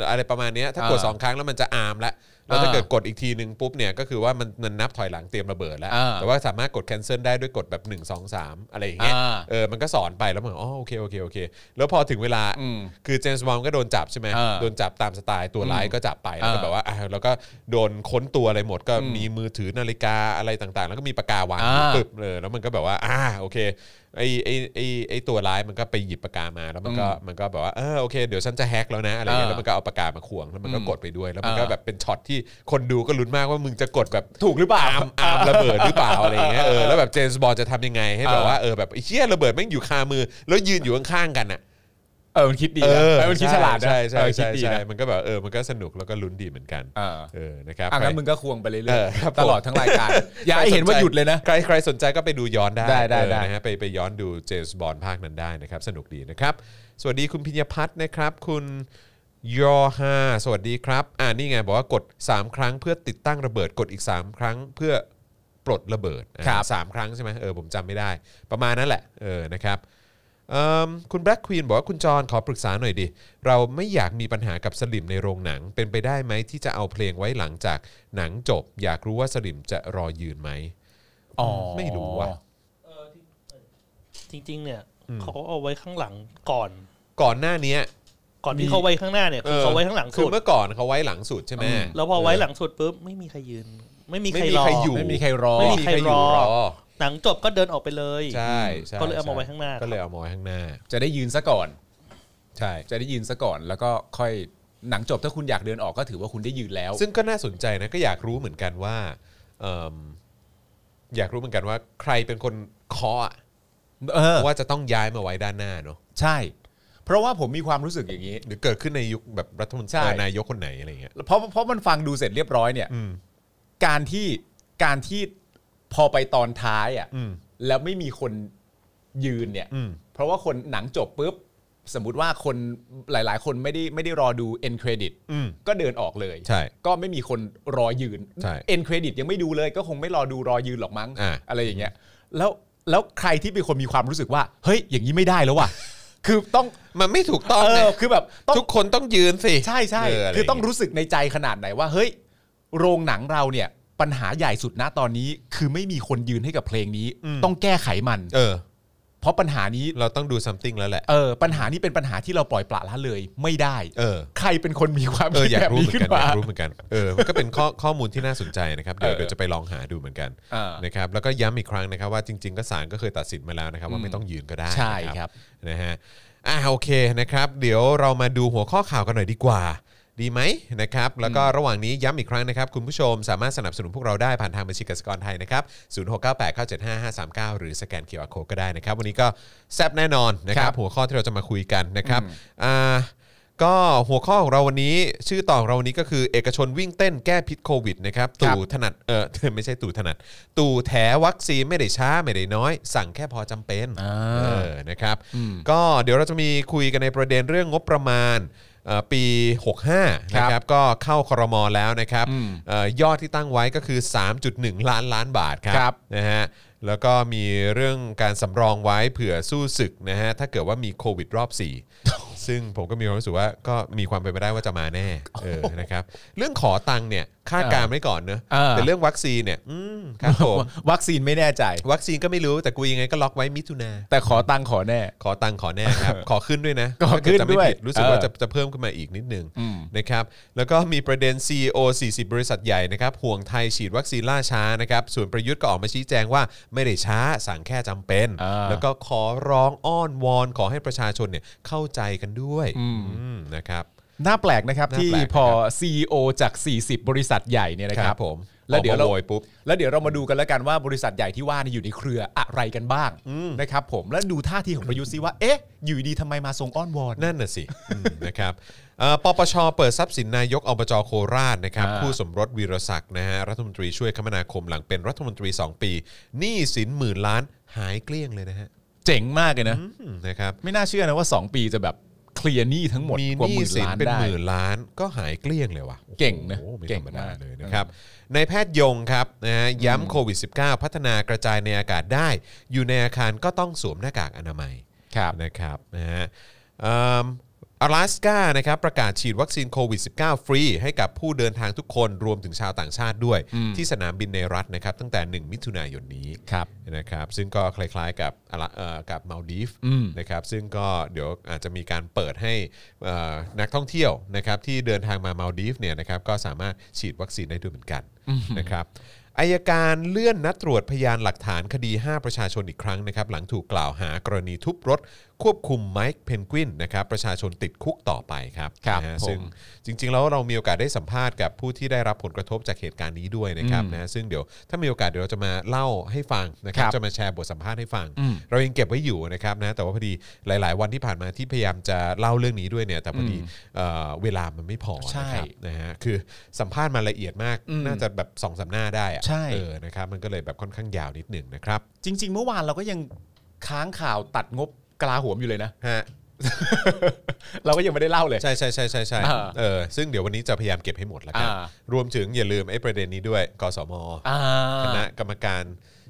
Speaker 2: อะไรประมาณเนี้ยถ้ากด
Speaker 3: อ่า
Speaker 2: 2 ครั้งแล้วมันจะอาร์มละ แล้วถ้า
Speaker 3: อ่า
Speaker 2: เกิดกดอีกทีหนึ่งปุ๊บเนี่ยก็คือว่ามันมันนับถอยหลังเตรียมระเบิดแล้ว
Speaker 3: อ่า
Speaker 2: แต่ว่าสามารถกด cancel ได้ด้วยกดแบบ 1 2 3 อะไรอย่างเงี้ย
Speaker 3: อ่า
Speaker 2: เออมันก็สอนไปแล้วมันก็อ๋อโอเคโอเคโอเค แล้วพอถึงเวลา
Speaker 3: อืม
Speaker 2: คือเจมส์บอลก็โดนจับใช่ไหม
Speaker 3: อ่า
Speaker 2: โดนจับตามสไตล์ตัวร้ายก็จับไปแล้วก็แบ
Speaker 3: อ่า
Speaker 2: บว่าอ่ะแล้วก็โดนค้นตัวอะไรหมด ก็มีมือถือนาฬิกาอะไรต่างๆ แล้วก็มีปากกาวางอยู่
Speaker 3: อ่า
Speaker 2: ปึ๊บ เออแล้วมันก็แบบว่าอ่าโอเคไอไอไอไอตัวร้ายมันก็ไปหยิบปากกามาแล้วมันก็มันก็แบบว่าเออโอเคเดี๋ยวฉันจะแฮกแล้วนะอะไรเงี้ย
Speaker 3: อ่า
Speaker 2: แล้วมันก็เอาปากกามาขวงแล้วมันก็
Speaker 3: อืม
Speaker 2: กดไปด้วย แล้วมันก็
Speaker 3: อ่า
Speaker 2: แบบเป็นช็อตที่คนดูก็ลุ้นมากว่ามึงจะกดแบบ
Speaker 3: ถูกหรือเปล่า
Speaker 2: อามอาร์มระเบิดหรือเปล่าอะไรเงี้ยเออแล้วแบบเจนส์บอลจะทำยังไงให้แบบ
Speaker 3: อ่า
Speaker 2: ว่าเออแบบไอ้เชี่ยระเบิดแม่งอยู่คามือ แล้วยืนอยู่ข้างๆกันอ่ะ
Speaker 3: เออมันคิดดี
Speaker 2: เอ
Speaker 3: นะ
Speaker 2: อ
Speaker 3: เออมันคิดฉลาดนะ
Speaker 2: ใช่ใช่
Speaker 3: เออคิด
Speaker 2: ใช่
Speaker 3: ดี
Speaker 2: ใช่
Speaker 3: นะ
Speaker 2: มันก็แบบเออมันก็สนุกแล้วก็ลุ้นดีเหมือนกัน
Speaker 3: เอ่า
Speaker 2: เออนะครับ
Speaker 3: อ่ะงั้นมึงก็ควงไปเรื่
Speaker 2: เอ
Speaker 3: อย
Speaker 2: อครับผม
Speaker 3: ๆตลอดทั้งราย การ อย่าให้เห็นว่าหยุดเลยนะ
Speaker 2: ใครใครสนใจก็ไปดูย้อนได้
Speaker 3: ได้ได้
Speaker 2: เออ
Speaker 3: ได้
Speaker 2: นะฮะไปไปย้อนดูเจมส์บอลภาคนั้นได้นะครับ สนุกดีนะครับ สวัสดีคุณพิญญพัฒน์นะครับ คุณยอฮาสวัสดีครับ อ่านี่ไง บอกว่ากด 3 ครั้งเพื่อติดตั้งระเบิดกดอีก 3 ครั้งเพื่อปลดระเบิดอ่ะ
Speaker 3: ครับ
Speaker 2: สามครั้งใช่ไหมเออผมจำไม่ได้ ประมาณนั้นแหละเออนะครับ เอิ่มคุณแบล็กควีนบอกว่าคุณจรขอปรึกษาหน่อยดิ เราไม่อยากมีปัญหากับสลิมในโรงหนัง เป็นไปได้ไหมที่จะเอาเพลงไว้หลังจากหนังจบ อยากรู้ว่าสลิมจะรอยืนไหม
Speaker 3: อ๋อ
Speaker 2: ไม่รู้ว่ะ
Speaker 4: จริง ๆ เนี่ยเขาเอาไว้ข้างหลังก่อน
Speaker 2: ก่อนหน้าเนี้ย
Speaker 4: ก่อน
Speaker 2: มี
Speaker 4: ที่เขาไว้ข้างหน้าเนี่ยคือเขาไว้ข้างหลัง
Speaker 2: คื
Speaker 4: สุ
Speaker 2: อ
Speaker 4: ด
Speaker 2: เมื่อก่อนเขาไว้หลังสุดใช่ไหม
Speaker 4: แล้วพอไว้หลังสุดปุ๊บไม่มีใครยืน ไม่มีใคร
Speaker 2: ไม่มี
Speaker 4: รอ
Speaker 2: ใครอยู่
Speaker 3: ไม่มีใครรอ
Speaker 2: ไม่
Speaker 4: ไม่มี
Speaker 2: มีใค
Speaker 4: ใค
Speaker 2: ร
Speaker 4: ร
Speaker 2: อยู่
Speaker 4: รอ
Speaker 2: รอ
Speaker 4: หนังจบก็เดินออกไปเลย
Speaker 2: ใช่ใช่
Speaker 4: ก็เลยเอามาไว้ข้างหน้า
Speaker 2: ก็เลยเอามาไว้ข้างหน้า
Speaker 3: จะได้ยืนซะก่อน
Speaker 2: ใช่
Speaker 3: จะได้ยืนซะก่อน แล้วก็ค่อยหนังจบถ้าคุณอยากเดินออกก็ถือว่าคุณได้ยืนแล้ว
Speaker 2: ซึ่งก็น่าสนใจนะก็อยากรู้เหมือนกันว่าเอิ่มอยากรู้เหมือนกันว่าใครเป็นคนเคาะอะ
Speaker 3: เออ
Speaker 2: ว่าจะต้องย้ายมาไว้ด้านหน้าเนาะ
Speaker 3: ใช่ เพราะว่าผมมีความรู้สึกอย่างนี้
Speaker 2: หรือเกิดขึ้นในยุคแบบรัฐมนต
Speaker 3: ใช่
Speaker 2: รีนายกคนไหนอะไรเงี้ย
Speaker 3: เพราะเพราะมันฟังดูเสร็จเรียบร้อยเนี่ย
Speaker 2: อืม
Speaker 3: การที่การที่พอไปตอนท้ายอ่ะ
Speaker 2: อืม
Speaker 3: แล้วไม่มีคนยืนเนี่ย
Speaker 2: อืม
Speaker 3: เพราะว่าคนหนังจบปุ๊บ สมมติว่าคนหลาย ๆ คนไม่ได้ไม่ได้รอดู end credit
Speaker 2: อืม
Speaker 3: ก็เดินออกเลย
Speaker 2: ใช่
Speaker 3: ก็ไม่มีคนรอยืน
Speaker 2: ใช่
Speaker 3: end credit ยังไม่ดูเลย ก็คงไม่รอดูรอยืนหรอกมั้ง
Speaker 2: อ่า
Speaker 3: ไรอย่างเงี้ยแล้วแล้วใครที่เป็นคนมีความรู้สึกว่า เฮ้ย อย่างนี้ไม่ได้ แล้วว่ะ คือต้อง
Speaker 2: มันไม่ถูกต้อง
Speaker 3: เอ
Speaker 2: นะ
Speaker 3: อคือแบบต้อง
Speaker 2: ทุกคนต้องยืนสิ
Speaker 3: ใช่ใช่
Speaker 2: เอออะไร
Speaker 3: คือต้องรู้สึกในใจขนาดไหนว่า เฮ้ย โรงหนังเราเนี่ย ปัญหาใหญ่สุดนะตอนนี้ คือไม่มีคนยืนให้กับเพลงนี้ ต้องแก้ไขมัน
Speaker 2: เออ
Speaker 3: เพราะปัญหานี้
Speaker 2: เราต้องดู something แล้วแหละ
Speaker 3: เออปัญหานี้เป็นปัญหาที่เราปล่อยปละละเลย ไม่ได้
Speaker 2: เออ
Speaker 3: ใครเป็นคนมีความ
Speaker 2: เออ
Speaker 3: คิด
Speaker 2: อยา
Speaker 3: แบ
Speaker 2: ก
Speaker 3: บ
Speaker 2: รู้เหมือน
Speaker 3: นี้ขึ้
Speaker 2: กันอ
Speaker 3: นมา
Speaker 2: ยากรู้เหมือนกันเออมันก็เป็นข้อข้อมูลที่น่าสนใจนะครับเดี๋ยว
Speaker 3: เออ
Speaker 2: เดี๋ยวจะไปลองหาดูเหมือนกัน
Speaker 3: เออ
Speaker 2: นะครับแล้วก็ย้ำอีกครั้งนะครับว่าจริง ๆ ก็ศาลก็เคยตัดสินมาแล้วนะครับว่าไม่ต้องยืนก็ได้
Speaker 3: ใช่
Speaker 2: นะครับ นะฮะอ่าโอเคนะครับ เดี๋ยวเรามาดูหัวข้อข่าวกันหน่อยดีกว่า ดีไหมนะครับแล้วก็ระหว่างนี้ย้ำอีกครั้งนะครับ คุณผู้ชมสามารถสนับสนุนพวกเราได้ผ่านทางบัญชีกสิกรไทยนะครับ0698975539 หรือสแกนเคอร์โคก็ได้นะครับ วันนี้ก็แซบแน่นอนนะครับหัวข้อที่เราจะมาคุยกันนะครับอ่า ก็หัวข้อของเราวันนี้ชื่อต่อของเราวันนี้ก็คือเอกชนวิ่งเต้นแก้พิษโควิดนะครับตู่ถนัดเออ ไม่ใช่ตู่ถนัด ตู่แถวัคซีนไม่ได้ช้าไม่ได้น้อย สั่งแค่พอจำเป็น
Speaker 3: อ่า
Speaker 2: เออนะครับก็เดี๋ยวเราจะมีคุยกันในประเด็นเรื่องงบประมาณเอ่อปี 65นะครับก็เข้าครมแล้วนะครับเอ่อยอดที่ตั้งไว้ก็คือ 3.1 ล้านล้านบาทครั
Speaker 3: ครับ
Speaker 2: นะฮะแล้วก็มีเรื่องการสำรองไว้เผื่อสู้ศึกนะฮะถ้าเกิดว่ามีโควิดรอบ 4 ซึ่งผมก็มีความรู้สึกว่าก็มีความเป็นไปได้ว่าจะมาแน่เออนะครับเรื่องขอตังค์เนี่ยคาดการณ์ไว้ก่อนเนอะ
Speaker 3: เออ
Speaker 2: แต่เรื่องวัคซีนเนี่ยอืมครับผม
Speaker 3: วัคซีนไม่แน่ใจ
Speaker 2: วัคซีนก็ไม่รู้แต่กูยังไงก็ล็อกไว้มิถุนา
Speaker 3: แต่ขอตังค์ขอแน่
Speaker 2: ขอตังค์ขอแน่ครับ ขอขึ้นด้วยนะ
Speaker 3: ขอขึ้น
Speaker 2: ถ้าเกิจะไม่
Speaker 3: ด้วย
Speaker 2: ผิรู้สึกว่า
Speaker 3: เออ
Speaker 2: จะจะเพิ่มขึ้นมาอีกนิดนึงนะครับแล้วก็มีประเด็น CEO 40 บริษัทใหญ่นะครับห่วงไทยฉีดวัคซีนล่าช้านะครับส่วนประยุทธ์ก็ออกมาชี้แจงว่าไม่ได้ช้าสั่งแค่จำเป็น
Speaker 3: อ่า
Speaker 2: แล้วก็ขอร้องอ้อนวอน ขอให้ประชาชนเนี่ยเข้าใจกันด้วยอืมนะครับ
Speaker 3: น่าแปลกนะครับ
Speaker 2: น่า
Speaker 3: ที่
Speaker 2: แปลกนะครับ
Speaker 3: พอ CEO จาก 40 บริษัทใหญ่เนี่ยนะครับ
Speaker 2: ผม
Speaker 3: แล้วเดี๋ยวเรา
Speaker 2: ออกมโวยปุ๊บ
Speaker 3: แล้วเดี๋ยวเรามาดูกันแล้วกันว่าบริษัทใหญ่ที่ว่าเนี่ยอยู่ในเครืออะไรกันบ้างนะครับผมแล้วดูท่าทีของประยุทธ์ซิว่าเอ๊ะ อยู่ดีทำไมมาทรงอ้อนวอน
Speaker 2: นั่นน่ะสิอืมนะครับเอ่อปปช เปิดทรัพย์สินนายกอบจโคราชนะครับ
Speaker 3: อ่า
Speaker 2: ผู้สมรสวีรศักดิ์นะฮะรัฐมนตรีช่วยคมนาคมหลังเป็นรัฐมนตรี 2 ปีหนี้สินหมื่นล้านหายเกลี้ยงเลยนะฮะ
Speaker 3: เจ๋งมากเลยนะ
Speaker 2: อืมนะครับ
Speaker 3: ไม่น่าเชื่อนะว่า 2 ปีจะแบบเคลียร์หนี้ทั้งหมด
Speaker 2: มี
Speaker 3: ก
Speaker 2: ห
Speaker 3: ว่าห
Speaker 2: นี้
Speaker 3: มื่น
Speaker 2: สิน
Speaker 3: ล้าน
Speaker 2: เป็น
Speaker 3: ได้
Speaker 2: หมื่นล้านก็หายเกลี้ยงเลยว่ะ
Speaker 3: เก่งนะ
Speaker 2: โอ้โหไม่
Speaker 3: เก่
Speaker 2: ธรง รมดาม
Speaker 3: าก
Speaker 2: เลยนะครับในแพทย์ยงครับนะฮะย้ำโควิด -19 พัฒนากระจายในอากาศได้ อยู่ในอาคารก็ต้องสวมหน้ากากอนามัย
Speaker 3: ครับ
Speaker 2: นะครับนะฮะเอิ่ม 阿l a สกานะครับประกาศฉีดวัคซีนโควิด -19 ฟรี ให้กับผู้เดินทางทุกคนรวมถึงชาวต่างชาติด้วย ที่สนามบินในรัฐนะครับตั้งแต่ 1 มิถุนายนนี้
Speaker 5: ครับ
Speaker 2: นะครับซึ่งก็คล้ายๆกับอะละเอ่อกับมาดีฟ
Speaker 5: อืม
Speaker 2: นะครับซึ่งก็เดี๋ยวอาจจะมีการเปิดให้เอ่อนักท่องเที่ยวนะครับที่เดินทางมามาดีฟเนี่ยนะครับก็สามารถฉีดวัคซีนได้ด้วยเหมือนกันนะครับอายการเลื่อนนัดตรวจพยานหลักฐานคดี 5 ประชาชนอีกครั้งนะครับหลังถูกกล่าวหากรณีทุบรถ ควบคุมไมค์เพนกวินนะครับประชาชนติดคุกต่อไปครับ
Speaker 5: ครับ
Speaker 2: นะฮะ
Speaker 5: ผม
Speaker 2: ซึ่งจริง ๆ แล้วเรามีโอกาสได้สัมภาษณ์กับผู้ที่ได้รับผลกระทบจากเหตุการณ์นี้ด้วยนะครับนะซึ่งเดี๋ยวถ้ามีโอกาสเดี๋ยวเราจะมาเล่าให้ฟังนะครับ
Speaker 5: ครับ
Speaker 2: จะมาแชร์บทสัมภาษณ์ให้ฟัง เรายังเก็บไว้อยู่นะครับนะแต่ว่าพอดีหลาย ๆ วันที่ผ่านมาที่พยายามจะเล่าเรื่องนี้ด้วยเนี่ยแต่พอดีเอ่อเวลามันไม่พอ
Speaker 5: ใช่
Speaker 2: นะครับนะฮะคือสัมภาษณ์มาละเอียดมากน่าจะแบบสองสามหน้าได้อะ
Speaker 5: ใช่
Speaker 2: เออนะครับมันก็เลยแบบค่อนข้างยาวนิดหนึ่งนะครับ
Speaker 5: จริง ๆ เมื่อวานเราก็ยังค้างข่าวตัดงบกลาโหัวมอยู่เลยนะ
Speaker 2: ฮะ
Speaker 5: เราก็ยังไม่ได้เล่าเลย
Speaker 2: ใช่ใช่ใช่ใช่ใช่
Speaker 5: อ่า
Speaker 2: เออซึ่งเดี๋ยววันนี้จะพยายามเก็บให้หมดแล้วกัน
Speaker 5: อ่า
Speaker 2: รวมถึงอย่าลืมไอ้ประเด็นนี้ด้วยกสม
Speaker 5: อ่า
Speaker 2: คณะกรรมการ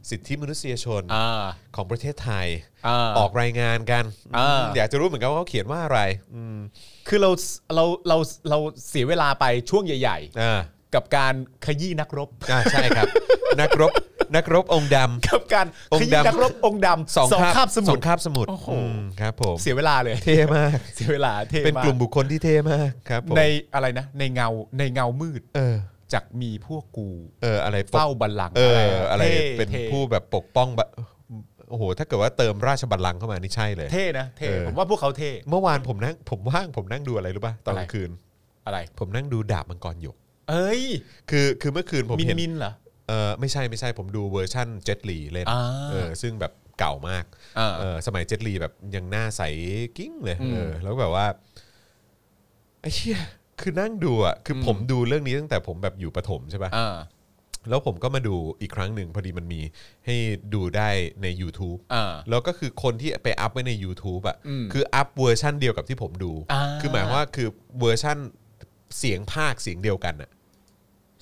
Speaker 2: สิทธิมนุษยชน
Speaker 5: อ่า
Speaker 2: ของประเทศไทย
Speaker 5: อ่า
Speaker 2: ออกรายงานกัน
Speaker 5: อ่า
Speaker 2: อยากจะรู้เหมือนกันว่าเขาเขียนว่าอะไรอืม
Speaker 5: คือเราเราเราเราเสียเวลาไปช่วงใหญ่
Speaker 2: อ่า
Speaker 5: ๆ กับการขยี้นักรบ
Speaker 2: อ่าใช่ครับ นักรบนักรบองค์ดำ
Speaker 5: กับการ
Speaker 2: อง
Speaker 5: ข
Speaker 2: ค์ดำ
Speaker 5: ยี้นักรบองค์ดำ
Speaker 2: สอง
Speaker 5: คาบสมุ
Speaker 2: ส
Speaker 5: ท
Speaker 2: อง
Speaker 5: ร
Speaker 2: คาบสมุทร
Speaker 5: โอ้โห
Speaker 2: อืมครับผม
Speaker 5: เสียเวลาเลย
Speaker 2: เท่มาก
Speaker 5: เสียเวลาเท่
Speaker 2: เป็น
Speaker 5: มาก
Speaker 2: ลุ่มบุคคลที่เท่มากครับผม
Speaker 5: ในอะไรนะ ในเงาในเงามืด
Speaker 2: เออ
Speaker 5: จากมีพวกกู
Speaker 2: เอออะไรปก
Speaker 5: เฝ้าบัลลังก์
Speaker 2: เอออะไร
Speaker 5: ท่
Speaker 2: เป็น
Speaker 5: ท่
Speaker 2: ผู้แบบปกป้องแบบโอ้โห ถ้าเกิดว่าเติมราชบัลลังก์เข้ามานี่ใช่เลย
Speaker 5: เท่นะเท่
Speaker 2: เออ
Speaker 5: ผมว่าพวกเขาเท่
Speaker 2: เมื่อวานผมนั่งผมว่างผมนั่งดูอะไรรู้ป่ะตอนกลา
Speaker 5: อะไร
Speaker 2: งคืน
Speaker 5: อะไร
Speaker 2: ผมนั่งดูดาบมังกรหยก
Speaker 5: เอ้ย
Speaker 2: คือคือเมื่อคืนผม
Speaker 5: มิน
Speaker 2: เห็น
Speaker 5: มินเหรอ
Speaker 2: เออไม่ใช่ไม่ใช่ผมดูเวอร์ชั่นเจ็ตลีเล่น
Speaker 5: อ่า
Speaker 2: เออซึ่งแบบเก่ามาก
Speaker 5: อ่า
Speaker 2: เออสมัยเจ็ตลีแบบยังหน้าใสกิ้งเลย
Speaker 5: อืม
Speaker 2: เออแล้วแบบว่าไอ้เหี้ยคือนั่งดูอ่ะคืออผมดูเรื่องนี้ตั้งแต่ผมแบบอยู่ประถมใช่ป่ะ
Speaker 5: อ่า
Speaker 2: แล้วผมก็มาดูอีกครั้งหนึ่งพอดีมันมีให้ดูได้ใน YouTube
Speaker 5: อ่า
Speaker 2: แล้วก็คือคนที่ไปอัพไว้ใน YouTube อ่ะ
Speaker 5: อืม
Speaker 2: คืออัพเวอร์ชั่นเดียวกับที่ผมดู
Speaker 5: อ่า
Speaker 2: คือหมายความว่าคือเวอร์ชั่นเสียงภาคเสียงเดียวกันอ่ะ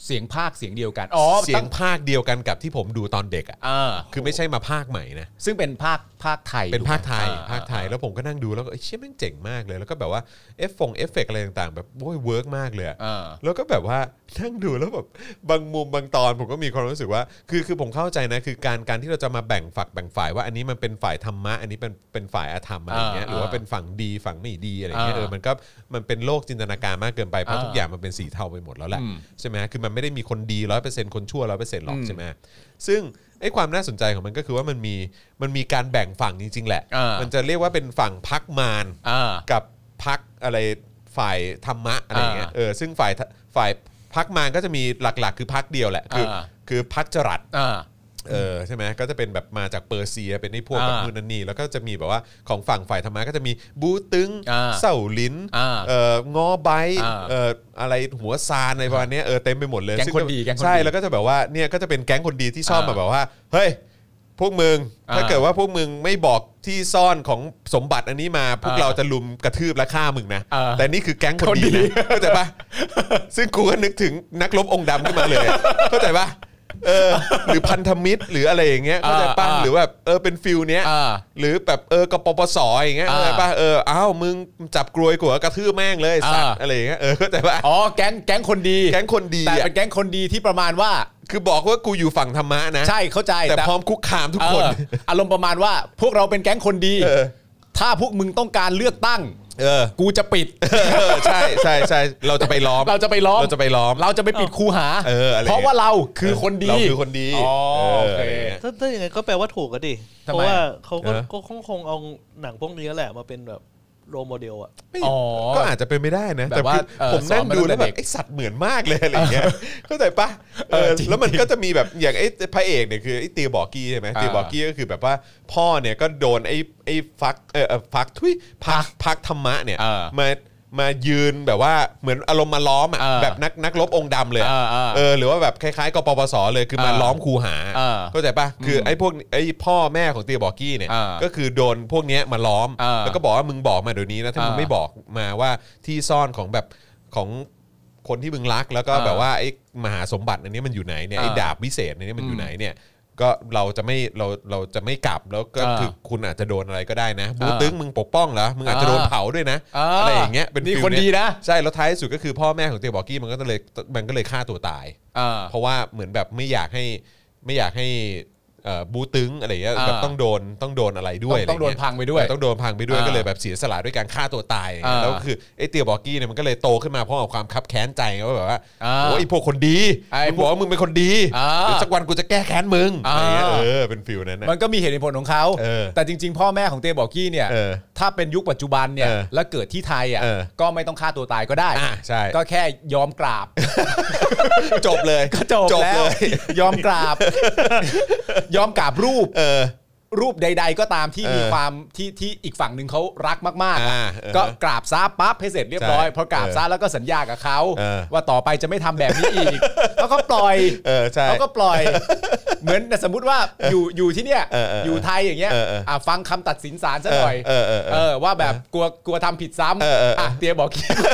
Speaker 5: เสียงภาคเสียงเดียวกัน อ๋อ
Speaker 2: เสียงภาคเดียวกันกับที่ผมดูตอนเด็กอ่ะ
Speaker 5: อ่า
Speaker 2: คือไม่ใช่มาภาคใหม่นะ
Speaker 5: ซึ่งเป็นภาคภาคไทย
Speaker 2: เป็นภาคไทย
Speaker 5: อ่
Speaker 2: ภาคไทยแล้วผมก็นั่งดูแล้วก็เอ้ยเชี่ยแม่งเจ๋งมากเลย แล้วก็แบบว่าเอฟฟงเอฟเฟกอะไรต่างๆ แบบโอ้ยเวิร์กมากเลยอะ
Speaker 5: อ่า
Speaker 2: แล้วก็แบบว่านั่งดูแล้วแบบบางมุมบางตอนผมก็มีความรู้สึกว่า คือคือผมเข้าใจนะคือการการที่เราจะมาแบ่งฝักแบ่งฝ่ายว่าอันนี้มันเป็นฝ่ายธรรมะ อันนี้เป็นเป็นฝ่ายอาธรรมอะไรอย่างเงี้ย
Speaker 5: อ่า
Speaker 2: หรือว่าเป็นฝั่งดีฝั่งไม่ดีอะไรอย่างเงี้ย
Speaker 5: อ่า
Speaker 2: เออมันก็มันเป็นโลกจินตนาการมากเกินไปเพราะ
Speaker 5: อ่า
Speaker 2: ทุกอย่างมันเป็นสีเทาไปหมดแล้วแหละ
Speaker 5: อืม
Speaker 2: ใช่ไหมคือมันไม่ได้มีคนดีร้อยเปอร์เซ็นต์คนชั่วร้อยเปอร์เซ็นต์หรอก
Speaker 5: อืม
Speaker 2: ใช่ไหมซึ่งไอ้ความน่าสนใจของมันก็คือว่ามันมีมันมีการแบ่งฝั่งจริง ๆ แหละ
Speaker 5: อ่ามั
Speaker 2: มันจะเรียกว่าเป็นฝั่งพักมาร
Speaker 5: อ่า
Speaker 2: กับพักอะไรฝ่ายธรรมะอะไรอย่างเงี้ย
Speaker 5: อ่า
Speaker 2: เออซึ่งฝ่ายทฝ่ายพักมารก็จะมีหลักๆ คือพักเดียวแหละ คืออา คือพักจรัส
Speaker 5: อ่า
Speaker 2: เออใช่ไหมก็จะเป็นแบบมาจากเปอร์เซียเป็นไอ้พวกแบบ
Speaker 5: อ่านู่
Speaker 2: นู่นนั่นนี่แล้วก็จะมีแบบว่าของฝั่งฝ่ายธรรมะก็จะมีบูตึง
Speaker 5: อ่า
Speaker 2: เสาลิ้น
Speaker 5: อ่า
Speaker 2: เอองอไบต์
Speaker 5: อ่า
Speaker 2: เอออะไรหัวซานอะไรประมาณเนี้ยเออเต็มไปหมดเลย
Speaker 5: แก๊ง
Speaker 2: ซึ่
Speaker 5: คนดีแก๊งคนดี
Speaker 2: ใช่แล้วก็จะแบบว่าเนี่ยก็จะเป็นแก๊งคนดีที่ชอบ
Speaker 5: อ่า
Speaker 2: มาแบบว่าเฮ้ยพวกมึงถ้า
Speaker 5: อ่า
Speaker 2: เกิดว่าพวกมึงไม่บอกที่ซ่อนของสมบัติอันนี้มาพวก
Speaker 5: อ่า
Speaker 2: เราจะลุมกระทืบและฆ่ามึงนะ
Speaker 5: เออ
Speaker 2: แต่นี่คือแก๊งคนดี
Speaker 5: คนดี
Speaker 2: นะเข้าใจปะซึ่งกูก็นึกถึงนักรบองค์ดำขึ้นมาเลยอะเข้าใจปะเออ หรือพันธมิตรหรืออะไรอย่างเงี้ยเข้าใจปะหรือแบบเออเป็นฟิลเนี้ย
Speaker 5: อ่า
Speaker 2: หรือแบบเออกปปสอย่างเงี้ยเข้าใจปะเอออ้าวมึงจับกรวยกูเหรอกระทืบแม่งเลยสัตว์
Speaker 5: อ่า
Speaker 2: อะไรอย่างเงี้ยเออเข้าใจปะ
Speaker 5: อ๋อแก๊งแก๊งคนดี
Speaker 2: แก๊งคนดี
Speaker 5: แต่
Speaker 2: อะ
Speaker 5: เป็นแก๊งคนดีที่ประมาณว่า
Speaker 2: คือบอกว่ากูอยู่ฝั่งธรรมะนะ
Speaker 5: ใช่เข้าใจ
Speaker 2: แต่พร้อมคุกคามทุกคน
Speaker 5: เอออารมณ์ประมาณว่าพวกเราเป็นแก๊งคนดี
Speaker 2: เออ
Speaker 5: ถ้าพวกมึงต้องการเลือกตั้ง
Speaker 2: เออ
Speaker 5: กูจะปิด
Speaker 2: เออใช่ใช่ใช่เราจะไปล้อม
Speaker 5: เราจะไปล้อม
Speaker 2: เราจะไปล้อม
Speaker 5: เราจะไปปิดคูหา
Speaker 2: เอออะไร
Speaker 5: เพราะว่าเราคือคนดี
Speaker 2: เราคือคนดี
Speaker 5: อ๋อโอเค
Speaker 2: ะไรย่างงี้ย
Speaker 4: ถ้าถ้าอย่างไงนก็แปลว่าถูกอะดิ
Speaker 5: ทำไมอะ
Speaker 4: เพราะว่าเขาก็
Speaker 2: เออ
Speaker 4: ก็คงคงเอาหนังพวกนี้แหละมาเป็นแบบโรลโมเดลอะ
Speaker 2: ไม่
Speaker 5: อ๋อ
Speaker 2: ก็อาจจะเป็นไม่ได้นะ
Speaker 5: แบบ
Speaker 2: แต่
Speaker 5: ว่า
Speaker 2: คือ
Speaker 5: เอ่อ
Speaker 2: ผมนั่ง
Speaker 5: สอนมา
Speaker 2: ดูแล้วแบ
Speaker 5: ตั้งแต่เด็ก
Speaker 2: บไอสัตว์เหมือนมากเลยอะไรอย่างเงี้ยเข้าใจปะเออ
Speaker 5: เออจริง
Speaker 2: แล้วมันก็จะมีแบบอย่างไอ้พระเอกเนี่ยคือไอ้เตียบอกกี้ใช่ไหม
Speaker 5: อ่า
Speaker 2: เตียบอกกี้ก็คือแบบว่าพ่อเนี่ยก็โดนไอ้ไอ้ฟักเออเอ่อฟักทุยพักพักธรรมะเนี่ย
Speaker 5: เออ
Speaker 2: มามายืนแบบว่าเหมือนอารมณ์มาล้อมอ่ะ
Speaker 5: เออ
Speaker 2: แบบนักนักรบองค์ดำเลยอะ
Speaker 5: เออเออ
Speaker 2: เออหรือว่าแบบคล้ายๆกปปสเลยคือมา
Speaker 5: เออ
Speaker 2: ล้อมคูหา
Speaker 5: เออ
Speaker 2: เข้าใจปะคือไอ้พวกไอ้พ่อแม่ของเตียบอกกี้เนี่ย
Speaker 5: เออ
Speaker 2: ก็คือโดนพวกเนี้ยมาล้อม
Speaker 5: เออ
Speaker 2: แล้วก็ บอกว่ามึงบอกมาเดี๋ยวนี้นะถ้ามึง
Speaker 5: อ่า
Speaker 2: ไม่บอกมาว่าที่ซ่อนของแบบของคนที่มึงรักแล้วก็
Speaker 5: อ่า
Speaker 2: แบบว่าไอ้มหาสมบัติอันนี้มันอยู่ไหนเนี่ยไอ้
Speaker 5: อ่า
Speaker 2: ดาบวิเศษอันนี้มันอยู่ไหนเนี่ย ก็เราจะไม่เราเราจะไม่กลับแล้วก็
Speaker 3: อ่า
Speaker 2: คือคุณอาจจะโดนอะไรก็ได้นะบู
Speaker 3: อ่า
Speaker 2: ตึ้งมึงปกป้องเหรอมึงอาจจะโดน
Speaker 3: อ่า
Speaker 2: เผาด้วยนะ
Speaker 3: อ่า
Speaker 2: อะไรอย่างเงี้ยเป็น
Speaker 3: นี่
Speaker 2: ฟิล
Speaker 3: คน
Speaker 2: เย
Speaker 3: ดีนะ
Speaker 2: ใช่แล้วท้ายสุดก็คือพ่อแม่ของเตียบอกกี้มันก็เลยมันก็เลยฆ่าตัวตาย
Speaker 3: อ่า
Speaker 2: เพราะว่าเหมือนแบบไม่อยากให้ไม่อยากให้เอ่อบูตึ้งอะไรอย่างเงี้ย
Speaker 3: อ่า
Speaker 2: แบบต้องโดนต้องโดนอะไรด้วย
Speaker 3: ต้องต้องโดน
Speaker 2: ะรเย
Speaker 3: พังไปด้วย
Speaker 2: เออต้องโดนพังไปด้วย
Speaker 3: อ่า
Speaker 2: ก็เลยแบบเสียสละด้วยการฆ่าตัวตายอย่างเงี้ย
Speaker 3: อ่า
Speaker 2: แล้วก็คือไอ้เตียบอกกี้เนี่ยมันก็เลยโตขึ้นมาเพราะกับความคับแค้นใจไงว่าแบบว่า
Speaker 3: อ่า
Speaker 2: โอ้ยไอ้พวกคนดี
Speaker 3: ไอ้
Speaker 2: มึงบอกว่ามึงเป็นคนดี
Speaker 3: อ่า
Speaker 2: เดี๋ยวสักวันกูจะแก้แค้นมึง
Speaker 3: อ่า
Speaker 2: อะไรเงี้ยเออเป็นฟิลนั้นนะ
Speaker 3: มันก็มีเหตุผลของเขา
Speaker 2: เออ
Speaker 3: แต่จริง ๆ พ่อแม่ของเตบอกกี้เนี่ย
Speaker 2: เออ
Speaker 3: ถ้าเป็นยุคปัจจุบันเนี่ย
Speaker 2: เออ
Speaker 3: แล้วเกิดที่ไทยอ่ะ
Speaker 2: เออ
Speaker 3: ก็ไม่ต้องฆ่าตัวตายก็ได้
Speaker 2: อ่ะใช่
Speaker 3: ก็แค่ยอมกราบ
Speaker 2: จบเลย
Speaker 3: ก็จบ
Speaker 2: จบ
Speaker 3: แล้ว
Speaker 2: เลย
Speaker 3: ยอมก ราบ ยอมกราบรูป
Speaker 2: เออ
Speaker 3: รูปใด ๆ ก็ตามที่
Speaker 2: เออ
Speaker 3: มีความที่ที่อีกฝั่งหนึ่งเขารักมากๆ
Speaker 2: อ่า
Speaker 3: อะ
Speaker 2: เออ
Speaker 3: ก็กราบซะปั๊บให้เสร็จเรียบร้อย
Speaker 2: ใช่
Speaker 3: พอกราบซะแล้วก็สัญญากับเขา
Speaker 2: เออ
Speaker 3: ว่าต่อไปจะไม่ทำแบบนี้อีก แล้วก็ปล่อย
Speaker 2: เออใช่
Speaker 3: เขาก็ปล่อย เหมือนสมมุติว่าอยู่อยู่ที่เนี่ย
Speaker 2: เออเออเอออยู่
Speaker 3: ไทยอย่างเงี้ย
Speaker 2: เออเอออ่
Speaker 3: ะฟังคำตัดสินศาลซะหน่อย
Speaker 2: เออเออเออเออ
Speaker 3: ว่าแบบกลัวกลัวทำผิดซ้
Speaker 2: เออเออเออ
Speaker 3: ำ
Speaker 2: อ่
Speaker 3: อ่ะเตียบอกคิดว่า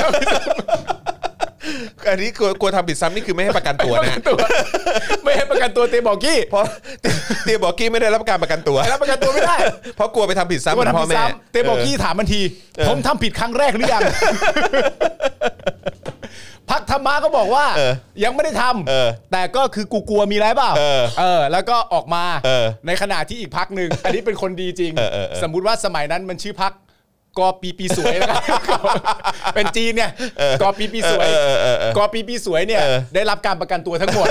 Speaker 2: อันนี้กลัวกลัวทำผิดซ้ำนี่คือไม่ให้ประกันตัว
Speaker 3: ประ
Speaker 2: นะ
Speaker 3: กันตัว ไม่ให้ประกันตัวเตียบอกกี้
Speaker 2: เพราะ เตียบอกกี้ไม่ได้รับการประกันตัว
Speaker 3: แล้วประกันตัวไม่ได้
Speaker 2: เพราะกลัวไปทำผิดซ้ำ
Speaker 3: กลั
Speaker 2: เห
Speaker 3: ว
Speaker 2: มือน
Speaker 3: ทำ
Speaker 2: พ่อ
Speaker 3: ผิด
Speaker 2: แม่
Speaker 3: ซ้ำเตียบอกกี้ถามมันที ผมทำผิดครั้งแรกหรือยังพักธรรมะก็บอกว่า
Speaker 2: เออ
Speaker 3: ยังไม่ได้ทำ
Speaker 2: เออ
Speaker 3: แต่ก็คือกูกลัวมีอะไรเปล่า
Speaker 2: เออ
Speaker 3: เออ แล้วก็ออกมา
Speaker 2: เออ
Speaker 3: ในขณะที่อีกพักหนึ่ง อันนี้เป็นคนดีจริง
Speaker 2: เออเออเออ
Speaker 3: สมมุติว่าสมัยนั้นมันชื่อพักกอปีปีสวยแล้วกัน เป็นจีนเนี่ยกอปีปีสวย
Speaker 2: เออเออเออ
Speaker 3: กอปีปีสวยเนี่ย
Speaker 2: เออ
Speaker 3: ได้รับการประกันตัว ทั้งหมด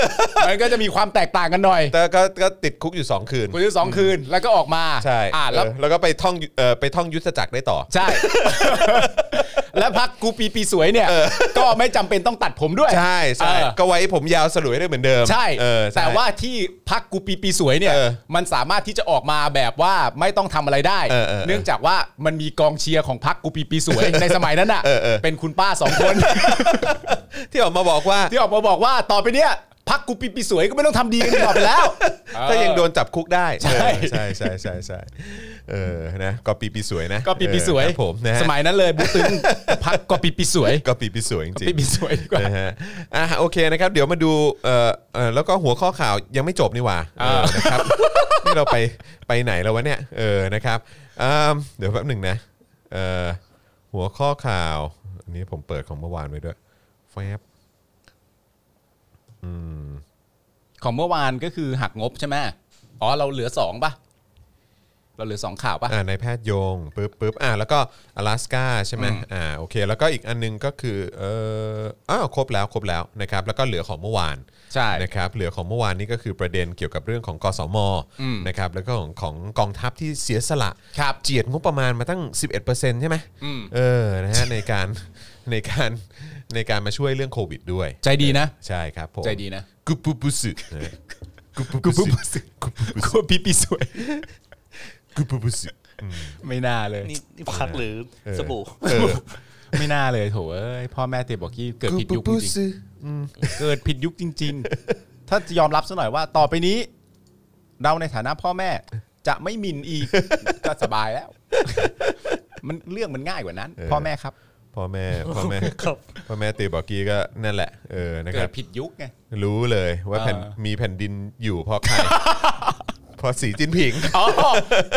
Speaker 3: มันก็จะมีความแตกต่างกันหน่อย
Speaker 2: แต่ก็ก็ติดคุกอยู่ 2 คืน
Speaker 3: คนที่สองคืนแล้วก็ออกมา
Speaker 2: ใช่
Speaker 3: อ่าแล้ว
Speaker 2: เออแล้วก็ไปท่องเอ่อไปท่องยุทธจักรได้ต่อ
Speaker 3: ใช่ และพักกูปีปีสวยเนี่ย ก็ไม่จำเป็นต้องตัดผมด้วย
Speaker 2: ใช่ใช่
Speaker 3: เออ
Speaker 2: ก็ไว้ผมยาวสลวยได้เหมือนเดิม
Speaker 3: ใช่
Speaker 2: เออใช่
Speaker 3: แต่ว่าที่พักกูปีปีสวยเนี่ย
Speaker 2: เออ
Speaker 3: มันสามารถที่จะออกมาแบบว่าไม่ต้องทำอะไรได้
Speaker 2: เออเออเออ
Speaker 3: เนื่องจากว่ามันมีกองเชียร์ของพักกูปีปีสวย ในสมัยนั้นอ่ะ
Speaker 2: เออเออ
Speaker 3: เป็นคุณป้าสองคน
Speaker 2: ที่ออกมาบอกว่า
Speaker 3: ที่ออกมาบอกว่าต่อไปเนี่ยพักกูปีปีสวยก็ไม่ต้องทำดีกันอีกต่อไปแล้ว
Speaker 2: ถ้ายังโดนจับคุกได้
Speaker 3: ใช่
Speaker 2: เออใช่ใช่ใช่ใช่เออนะก็ปีปีสวยนะ
Speaker 3: ก็ปีปีสวย
Speaker 2: เออครับผมนะฮะ
Speaker 3: สมัยนั้นเลยบุตึงพักก็ปีปีสวย
Speaker 2: ก็ปีปีสวยจริง
Speaker 3: ปีปีสวยดีกว่า
Speaker 2: นะฮะอ่ะโอเคนะครับ เดี๋ยวมาดูเอ่อเอ่อแล้วก็หัวข้อข่าวยังไม่จบนี่หว่าเออนะครับ นี่เราไปไปไหนแล้ววะเนี่ยเออนะครับอืมเดี๋ยวแป๊บหนึ่งนะเอ่อหัวข้อข่าวอันนี้ผมเปิดของเมื่อวานไว้ด้วยแฟบ
Speaker 3: ของเมื่อวานก็คือหักงบใช่ไหมอ๋อเราเหลือสองปะเราเหลือสองข่าวปะ
Speaker 2: อ่านายแพทย์โยงปึ๊บปึ๊บอ่าแล้วก็阿拉斯กาใช่ไหมอ่าโอเค แล้วก็อีกอันนึงก็คือเอออ้าวครบแล้วครบแล้วนะครับแล้วก็เหลือของเมื่อวาน
Speaker 3: ใช่
Speaker 2: นะครับเหลือของเมื่อวานนี่ก็คือประเด็นเกี่ยวกับเรื่องของกสมนะครับแล้วก็ของของกองทัพที่เสียสละ
Speaker 3: ครับ
Speaker 2: เจียดงบประมาณมาตั้ง 11%ใช่ไหม
Speaker 3: อืม
Speaker 2: เออนะฮะในการ ในการในการมาช่วยเรื่องโควิดด้วย
Speaker 3: ใจดีนะ
Speaker 2: ใช่ครับผม
Speaker 3: ใจดีนะ
Speaker 2: กุปุปุสึ กุปุ
Speaker 3: กู
Speaker 2: ปุ
Speaker 3: ปุ๊บ
Speaker 2: สึ
Speaker 3: กูปีปีสวย
Speaker 2: กุปุปุสึ
Speaker 3: ไม่น่าเลย
Speaker 4: นี่นี่พักหรือสบู่
Speaker 3: ไม่น่าเลยโถเอ้ยพ่อแม่เตบอกกี้เกิดผิดยุคจริงๆเกิดผิดยุคจริง ๆ ถ้าจะยอมรับซะหน่อยว่า ต่อไปนี้ เราในฐานะพ่อแม่จะไม่หมินอีก ก็สบายแล้ว มันเรื่องมันง่ายกว่านั้น พ่อแม่ครับ
Speaker 2: พ่อแม่พ่อแม่
Speaker 4: ครับ
Speaker 2: พ่อแม่ตีบอกกี้ก็นั่นแหละเออนะค
Speaker 3: เกิ
Speaker 2: รั
Speaker 3: ด
Speaker 2: บ
Speaker 3: ผิดยุคไง
Speaker 2: รู้เลยว่าแผ่น
Speaker 3: เออ
Speaker 2: มีแผ่นดินอยู่เพราะใคร เพราะสีจิ้นผิง
Speaker 3: อ๋อ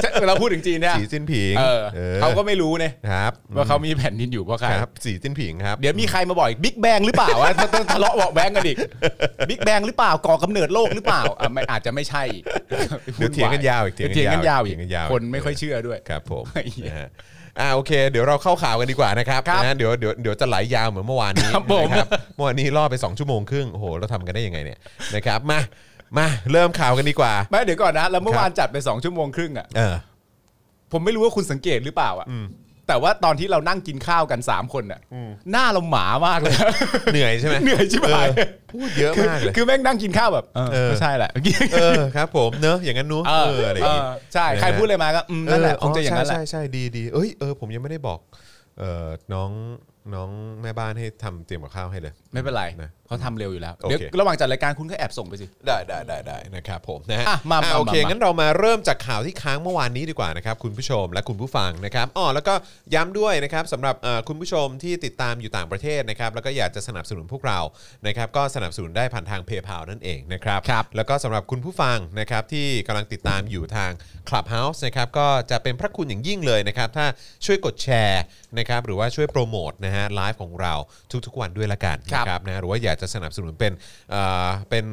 Speaker 3: ใช่ เราพูดถึงจีนเนี่ย
Speaker 2: สีจิ้นผิง
Speaker 3: เออเขาก็ไม่รู้เนี่ย
Speaker 2: ครับ
Speaker 3: ว่าเขามีแผ่นดินอยู่เพราะใคร
Speaker 2: ครับ สีจิ้นผิงครับ
Speaker 3: เดี๋ยวมีใครมาบอกอีกบิ๊กแบงหรือเปล่าวะ ถ้าต้องทะเลาะเบาะแว้งกันอีกบิ๊กแบงหรือเปล่าก่อกำเนิดโลกหรือเปล่าอ่ะไม่อาจจะไม่ใช่อีก
Speaker 2: เดี๋ยวเถียงกันยาวอีก
Speaker 3: เดี๋ยวเถียงกันยาวอีก
Speaker 2: เถีงกันยาว
Speaker 3: คนไม่ค่อยเชื่อด้วย
Speaker 2: ครับผม
Speaker 3: ไอ้เหี้ย
Speaker 2: นะฮะอ่าโอเค เดี๋ยวเราเข้าข่าวกันดีกว่านะครับ
Speaker 3: ครับ
Speaker 2: นะฮะเดี๋ยวเดี๋ยวเดี๋ยวจะไหลยาวเหมือนเมื่อวานนี้
Speaker 3: ครับผม
Speaker 2: นะครับเมื่อวานนี้ล่อไปสองชั่วโมงครึ่งโอ้โหเราทำกันได้ยังไงเนี่ยนะครับมามาเริ่มข่าวกันดีกว่า
Speaker 3: ไม่เดี๋ยวก่อนนะแล้วเมื่อ
Speaker 2: ครับ
Speaker 3: วานจัดไปสองชั่วโมงครึ่งอ่ะ
Speaker 2: เออ
Speaker 3: ผมไม่รู้ว่าคุณสังเกตหรือเปล่าอ่ะแต่ว่าตอนที่เรานั่งกินข้าวกันสามคนอ่ะหน้าเราหมามากเลย
Speaker 2: เหนื่อยใช่ไหม
Speaker 3: เหนื่อยชิบหาย
Speaker 2: เออพูดเยอะมากเลย
Speaker 3: คือแม่งนั่งกินข้าวแบบเออ
Speaker 2: เออ
Speaker 3: ไม่ใช่แหละ
Speaker 2: เออครับผมเนอะอย่างนั้นนู้
Speaker 3: เอ
Speaker 2: เอ
Speaker 3: อ
Speaker 2: ออะไรอย่างงี้
Speaker 3: เออใช่ใครพูดอะไรมาก็อืมนั่นแหละ
Speaker 2: เ
Speaker 3: คงจะอย่างนั้นแหละ
Speaker 2: ใช่ใช่ใช่ดีดีเอ้ยเออผมยังไม่ได้บอกเออน้อง น้องแม่บ้านให้ทำเตรียมกับข้าวให้เลย
Speaker 3: ไม่เป็นไร
Speaker 2: นะ
Speaker 3: เขาทำเร็วอยู่แล้ว
Speaker 2: โอเค
Speaker 3: เดี๋ยวระหว่างจัดรายการคุณก็แอบส่งไปสิ
Speaker 2: ได้ได้ได้ได้นะครับผมนะฮะ
Speaker 3: อ่ะมา
Speaker 2: อ่ะ
Speaker 3: มา
Speaker 2: โอเค
Speaker 3: มางั้
Speaker 2: งั้นเรามาเริ่มจากข่าวที่ค้างเมื่อวานนี้ดีกว่านะครับคุณผู้ชมและคุณผู้ฟังนะครับอ๋อแล้วก็ย้ำด้วยนะครับสำหรับเอ่อคุณผู้ชมที่ติดตามอยู่ต่างประเทศนะครับแล้วก็อยากจะสนับสนุนพวกเรานะครับก็สนับสนุนได้ผ่านทางเพย์พานั่นเองนะครับ
Speaker 3: ครับ
Speaker 2: แล้วก็สำหรับคุณผู้ฟังนะครับที่กำลังติดตามอยู่ทาง Clubhouse นะครับก็จะเป็นพระคุณอย่างยิ่งเลยนะครับถ้าช่วยกดแชร์นะครับหรือว่าช่วยโปรโมทนะฮะไลฟ์ของเราทุกๆวันด้วยละกันนะครับ ครับนะหรือว่าอยากจะสนับสนุนเป็นเอ่อเป็น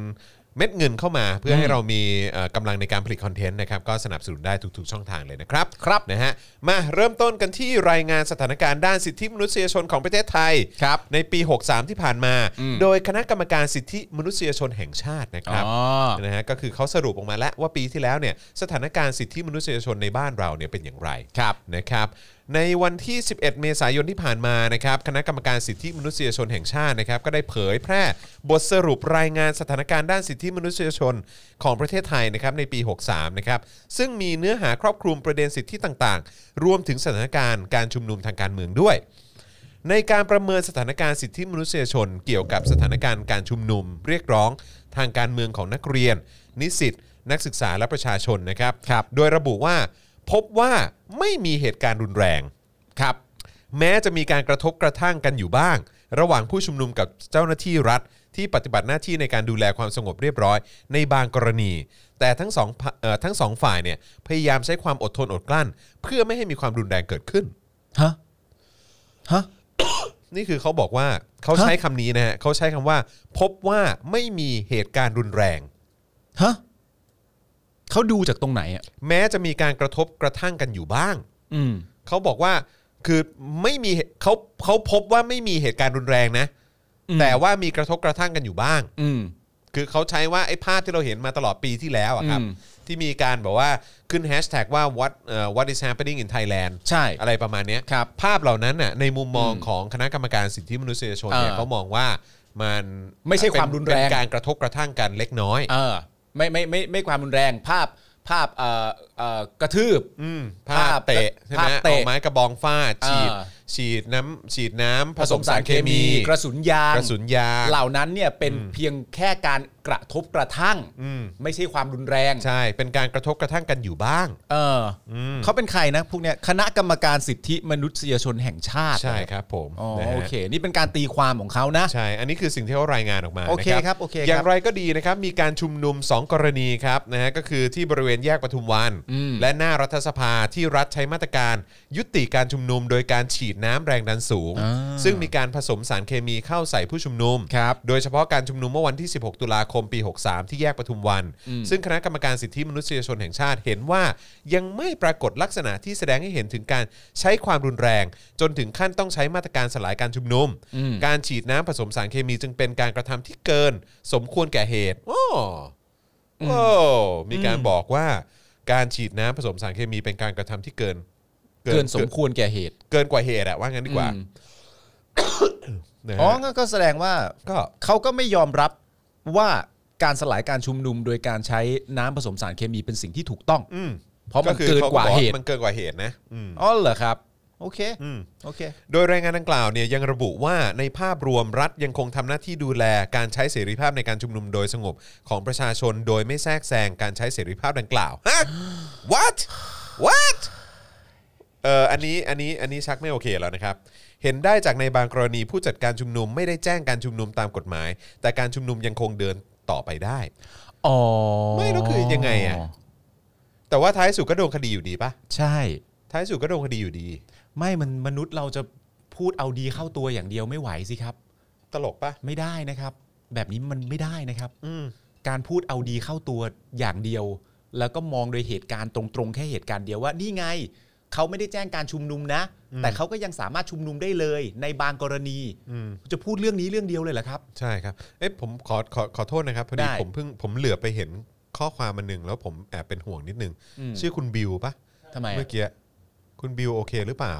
Speaker 2: เม็ดเงินเข้ามาเพื่อให้เรามีเอ่อกำลังในการผลิตคอนเทนต์นะครับก็สนับสนุนได้ทุกๆช่องทางเลยนะครับครับนะฮะมาเริ่มต้นกันที่รายงานสถานการณ์ด้านสิทธิมนุษยชนของประเทศไทย
Speaker 3: ครับ
Speaker 2: ในปี 63 ที่ผ่านมา โดยคณะกรรมการสิทธิมนุษยชนแห่งชาตินะครับ
Speaker 3: อ๋อ
Speaker 2: นะฮะก็คือเขาสรุปออกมาแล้วว่าปีที่แล้วเนี่ยสถานการณ์สิทธิมนุษยชนในบ้านเราเนี่ยเป็นอย่างไร
Speaker 3: ครับ
Speaker 2: นะครับในวันที่ 11 เมษายนที่ผ่านมานะครับคณะกรรมการสิทธิมนุษยชนแห่งชาตินะครับก็ได้เผยแพร่บทสรุปรายงานสถานการณ์ด้านสิทธิมนุษยชนของประเทศไทยนะครับในปี 63 นะครับซึ่งมีเนื้อหาครอบคลุมประเด็นสิทธิต่างๆ รวมถึงสถานการณ์การชุมนุมทางการเมืองด้วย ในการประเมินสถานการณ์สิทธิมนุษยชน เกี่ยวกับสถานการณ์การชุมนุม เรียกร้องทางการเมืองของนักเรียน นิสิตนักศึกษาและประชาชนนะครับ
Speaker 3: ครับ
Speaker 2: โดยระบุว่า พบว่าไม่มีเหตุการณ์รุนแรงครับ แม้จะมีการกระทบกระทั่งกันอยู่บ้าง ระหว่างผู้ชุมนุมกับเจ้าหน้าที่รัฐ ที่ปฏิบัติหน้าที่ในการดูแลความสงบเรียบร้อย ในบางกรณี แต่ทั้งสองพะเอ่อทั้งสองฝ่ายเนี่ยพยายามใช้ความอดทนอดกลั้น เพื่อไม่ให้มีความรุนแรงเกิดขึ้น
Speaker 3: ฮะฮะ
Speaker 2: นี่คือเขาบอกว่าเขาใช้คำนี้นะฮะเขาใช้คำว่า พบว่าไม่มีเหตุการณ์รุนแรง
Speaker 3: ฮะเขาดูจากตรงไหนอ่ะ
Speaker 2: แม้จะมีการกระทบกระทั่งกันอยู่บ้าง
Speaker 3: อืม
Speaker 2: เขาบอกว่าคือไม่มีเขาเขาพบว่าไม่มีเหตุการณ์รุนแรงนะ
Speaker 3: อืม
Speaker 2: แต่ว่ามีกระทบกระทั่งกันอยู่บ้าง
Speaker 3: อืม
Speaker 2: คือเขาใช้ว่าไอ้ภาพที่เราเห็นมาตลอดปีที่แล้วอะครับ
Speaker 3: อืม
Speaker 2: ที่มีการแบบว่าขึ้นแฮชแท็กว่า what เอ่อ what is happening in Thailand
Speaker 3: ใช่
Speaker 2: อะไรประมาณเนี้ย
Speaker 3: ครับ
Speaker 2: ภาพเหล่านั้นน่ะในมุมมองของคณะกรรมการสิทธิมนุษยชนเนี่ย
Speaker 3: อ่า
Speaker 2: เขามองว่ามัน
Speaker 3: ไม่ใช่ความรุนแรง
Speaker 2: เป็นการกระทบกระทั่งกันเล็กน้อย
Speaker 3: เออ ไม่ไม่ไม่ไม่ความรุนแรงภาพภาพเอ่อเอ่อกระทืบ
Speaker 2: อืม
Speaker 3: ภา
Speaker 2: ภา
Speaker 3: พ
Speaker 2: พเตะใช่ไหม
Speaker 3: ภาพเตะ
Speaker 2: เอาไม้กระบองฟาด
Speaker 3: อ่า
Speaker 2: ฉีดฉีดน้ำฉีดน้ำผสมสารเคมี
Speaker 3: กระสุนยาง
Speaker 2: กระสุนยาง
Speaker 3: เหล่านั้นเนี่ยเป็นเพียงแค่การกระทบกระทั่ง
Speaker 2: อืม
Speaker 3: ไม่ใช่ความรุนแรง
Speaker 2: ใช่เป็นการกระทบกระทั่งกันอยู่บ้าง
Speaker 3: เอออ
Speaker 2: ม
Speaker 3: เขาเป็นใครนะพวกเนี้ยคณะกรรมการสิทธิมนุษยชนแห่งชาติ
Speaker 2: ใช่ครับผม
Speaker 3: อ๋อ
Speaker 2: นะฮะ
Speaker 3: โอเค นี่เป็นการตีความของเขานะ
Speaker 2: ใช่ อันนี้คือสิ่งที่เขารายงานออกมา
Speaker 3: โอเค
Speaker 2: นะครับ
Speaker 3: โอเคครับ
Speaker 2: อย่างไรก็ดีนะครับ มีการชุมนุม 2 กรณีครับนะฮะ ก็คือที่บริเวณแยกปทุมวัน
Speaker 3: อืม
Speaker 2: และหน้ารัฐสภาที่รัฐใช้มาตรการยุติการชุมนุมโดยการฉีดน้ำแรงดันสูง
Speaker 3: อ่า
Speaker 2: ซึ่งมีการผสมสารเคมีเข้าใส่ผู้ชุมนุม
Speaker 3: ครับ
Speaker 2: โดยเฉพาะการชุมนุมเมื่อวันที่ 16 ตุลาคมปี 63 ที่แยกปทุมวัน ซึ่งคณะกรรมการสิทธิมนุษยชนแห่งชาติเห็นว่ายังไม่ปรากฏลักษณะที่แสดงให้เห็นถึงการใช้ความรุนแรง จนถึงขั้นต้องใช้มาตรการสลายการชุมนุม การฉีดน้ำผสมสารเคมีจึงเป็นการกระทำที่เกิน สมควรแก่เหตุโอ้โอ้มีการบอกว่าการฉีดน้ำผสมสารเคมีเป็นการกระทำที่เกิน
Speaker 3: เกินสมควรแก่เหตุ
Speaker 2: เกินกว่าเหตุอะว่างั้นดีกว่า
Speaker 3: อืม
Speaker 2: นะ
Speaker 3: อ๋อ
Speaker 2: ฮะ
Speaker 3: งั้นก็แสดงว่า
Speaker 2: ก็
Speaker 3: เขาก็ไม่ยอมรับว่าการสลายการชุมนุมโดยการใช้น้ำผสมสารเคมีเป็นสิ่งที่ถูกต้อง
Speaker 2: อืม
Speaker 3: เพราะมัน
Speaker 2: คือ
Speaker 3: เกินกว่า
Speaker 2: ขบอ
Speaker 3: เหตุ
Speaker 2: มันเกินกว่าเหตุนะอืม
Speaker 3: อ๋อเหรอครับ โอเค
Speaker 2: อืม
Speaker 3: โอเค
Speaker 2: โดยรายงานดังกล่าวเนี่ยยังระบุว่าในภาพรวมรัฐยังคงทำหน้าที่ดูแลการใช้เสรีภาพในการชุมนุมโดยสงบของประชาชนโดยไม่แทรกแซงการใช้เสรีภาพดังกล่าวฮะ what what เอ่ออันนี้อันนี้อันนี้ชักไม่โอเคแล้วนะครับ เห็นได้จากในบางกรณีผู้จัดการชุมนุมไม่ได้แจ้งการชุมนุมตามกฎหมาย แต่การชุมนุมยังคงเดินต่อไปได้
Speaker 3: อ๋อ
Speaker 2: ไม่แล้วคือยังไงอะ แต่ว่าท้ายสุดก็โดนคดีอยู่ดีปะ
Speaker 3: ใช่
Speaker 2: ท้ายสุดก็โดนคดีอยู่ดี
Speaker 3: ไม่มันมนุษย์เราจะพูดเอาดีเข้าตัวอย่างเดียวไม่ไหวสิครับ
Speaker 2: ตลกปะ
Speaker 3: ไม่ได้นะครับ แบบนี้มันไม่ได้นะครับ
Speaker 2: อืม
Speaker 3: การพูดเอาดีเข้าตัวอย่างเดียว แล้วก็มองโดยเหตุการณ์ตรงๆ แค่เหตุการณ์เดียวว่านี่ไง เขาไม่ได้แจ้งการชุมนุมนะ แต่เขาก็ยังสามารถชุมนุมได้เลย ในบางกรณี
Speaker 2: อืม
Speaker 3: จะพูดเรื่องนี้เรื่องเดียวเลยเหรอครับ
Speaker 2: ใช่ครับ เอ๊ะผมขอขอขอโทษนะครับ พอดี
Speaker 3: ได้
Speaker 2: ผมเพิ่งผมเหลือไปเห็นข้อความมาหนึ่งแล้วผมแอบเป็นห่วงนิดนึง
Speaker 3: อืม
Speaker 2: ชื่อคุณบิวปะ
Speaker 3: ทำไม
Speaker 2: เมื่อกี้คุณบิวโอเคหรือเปล่า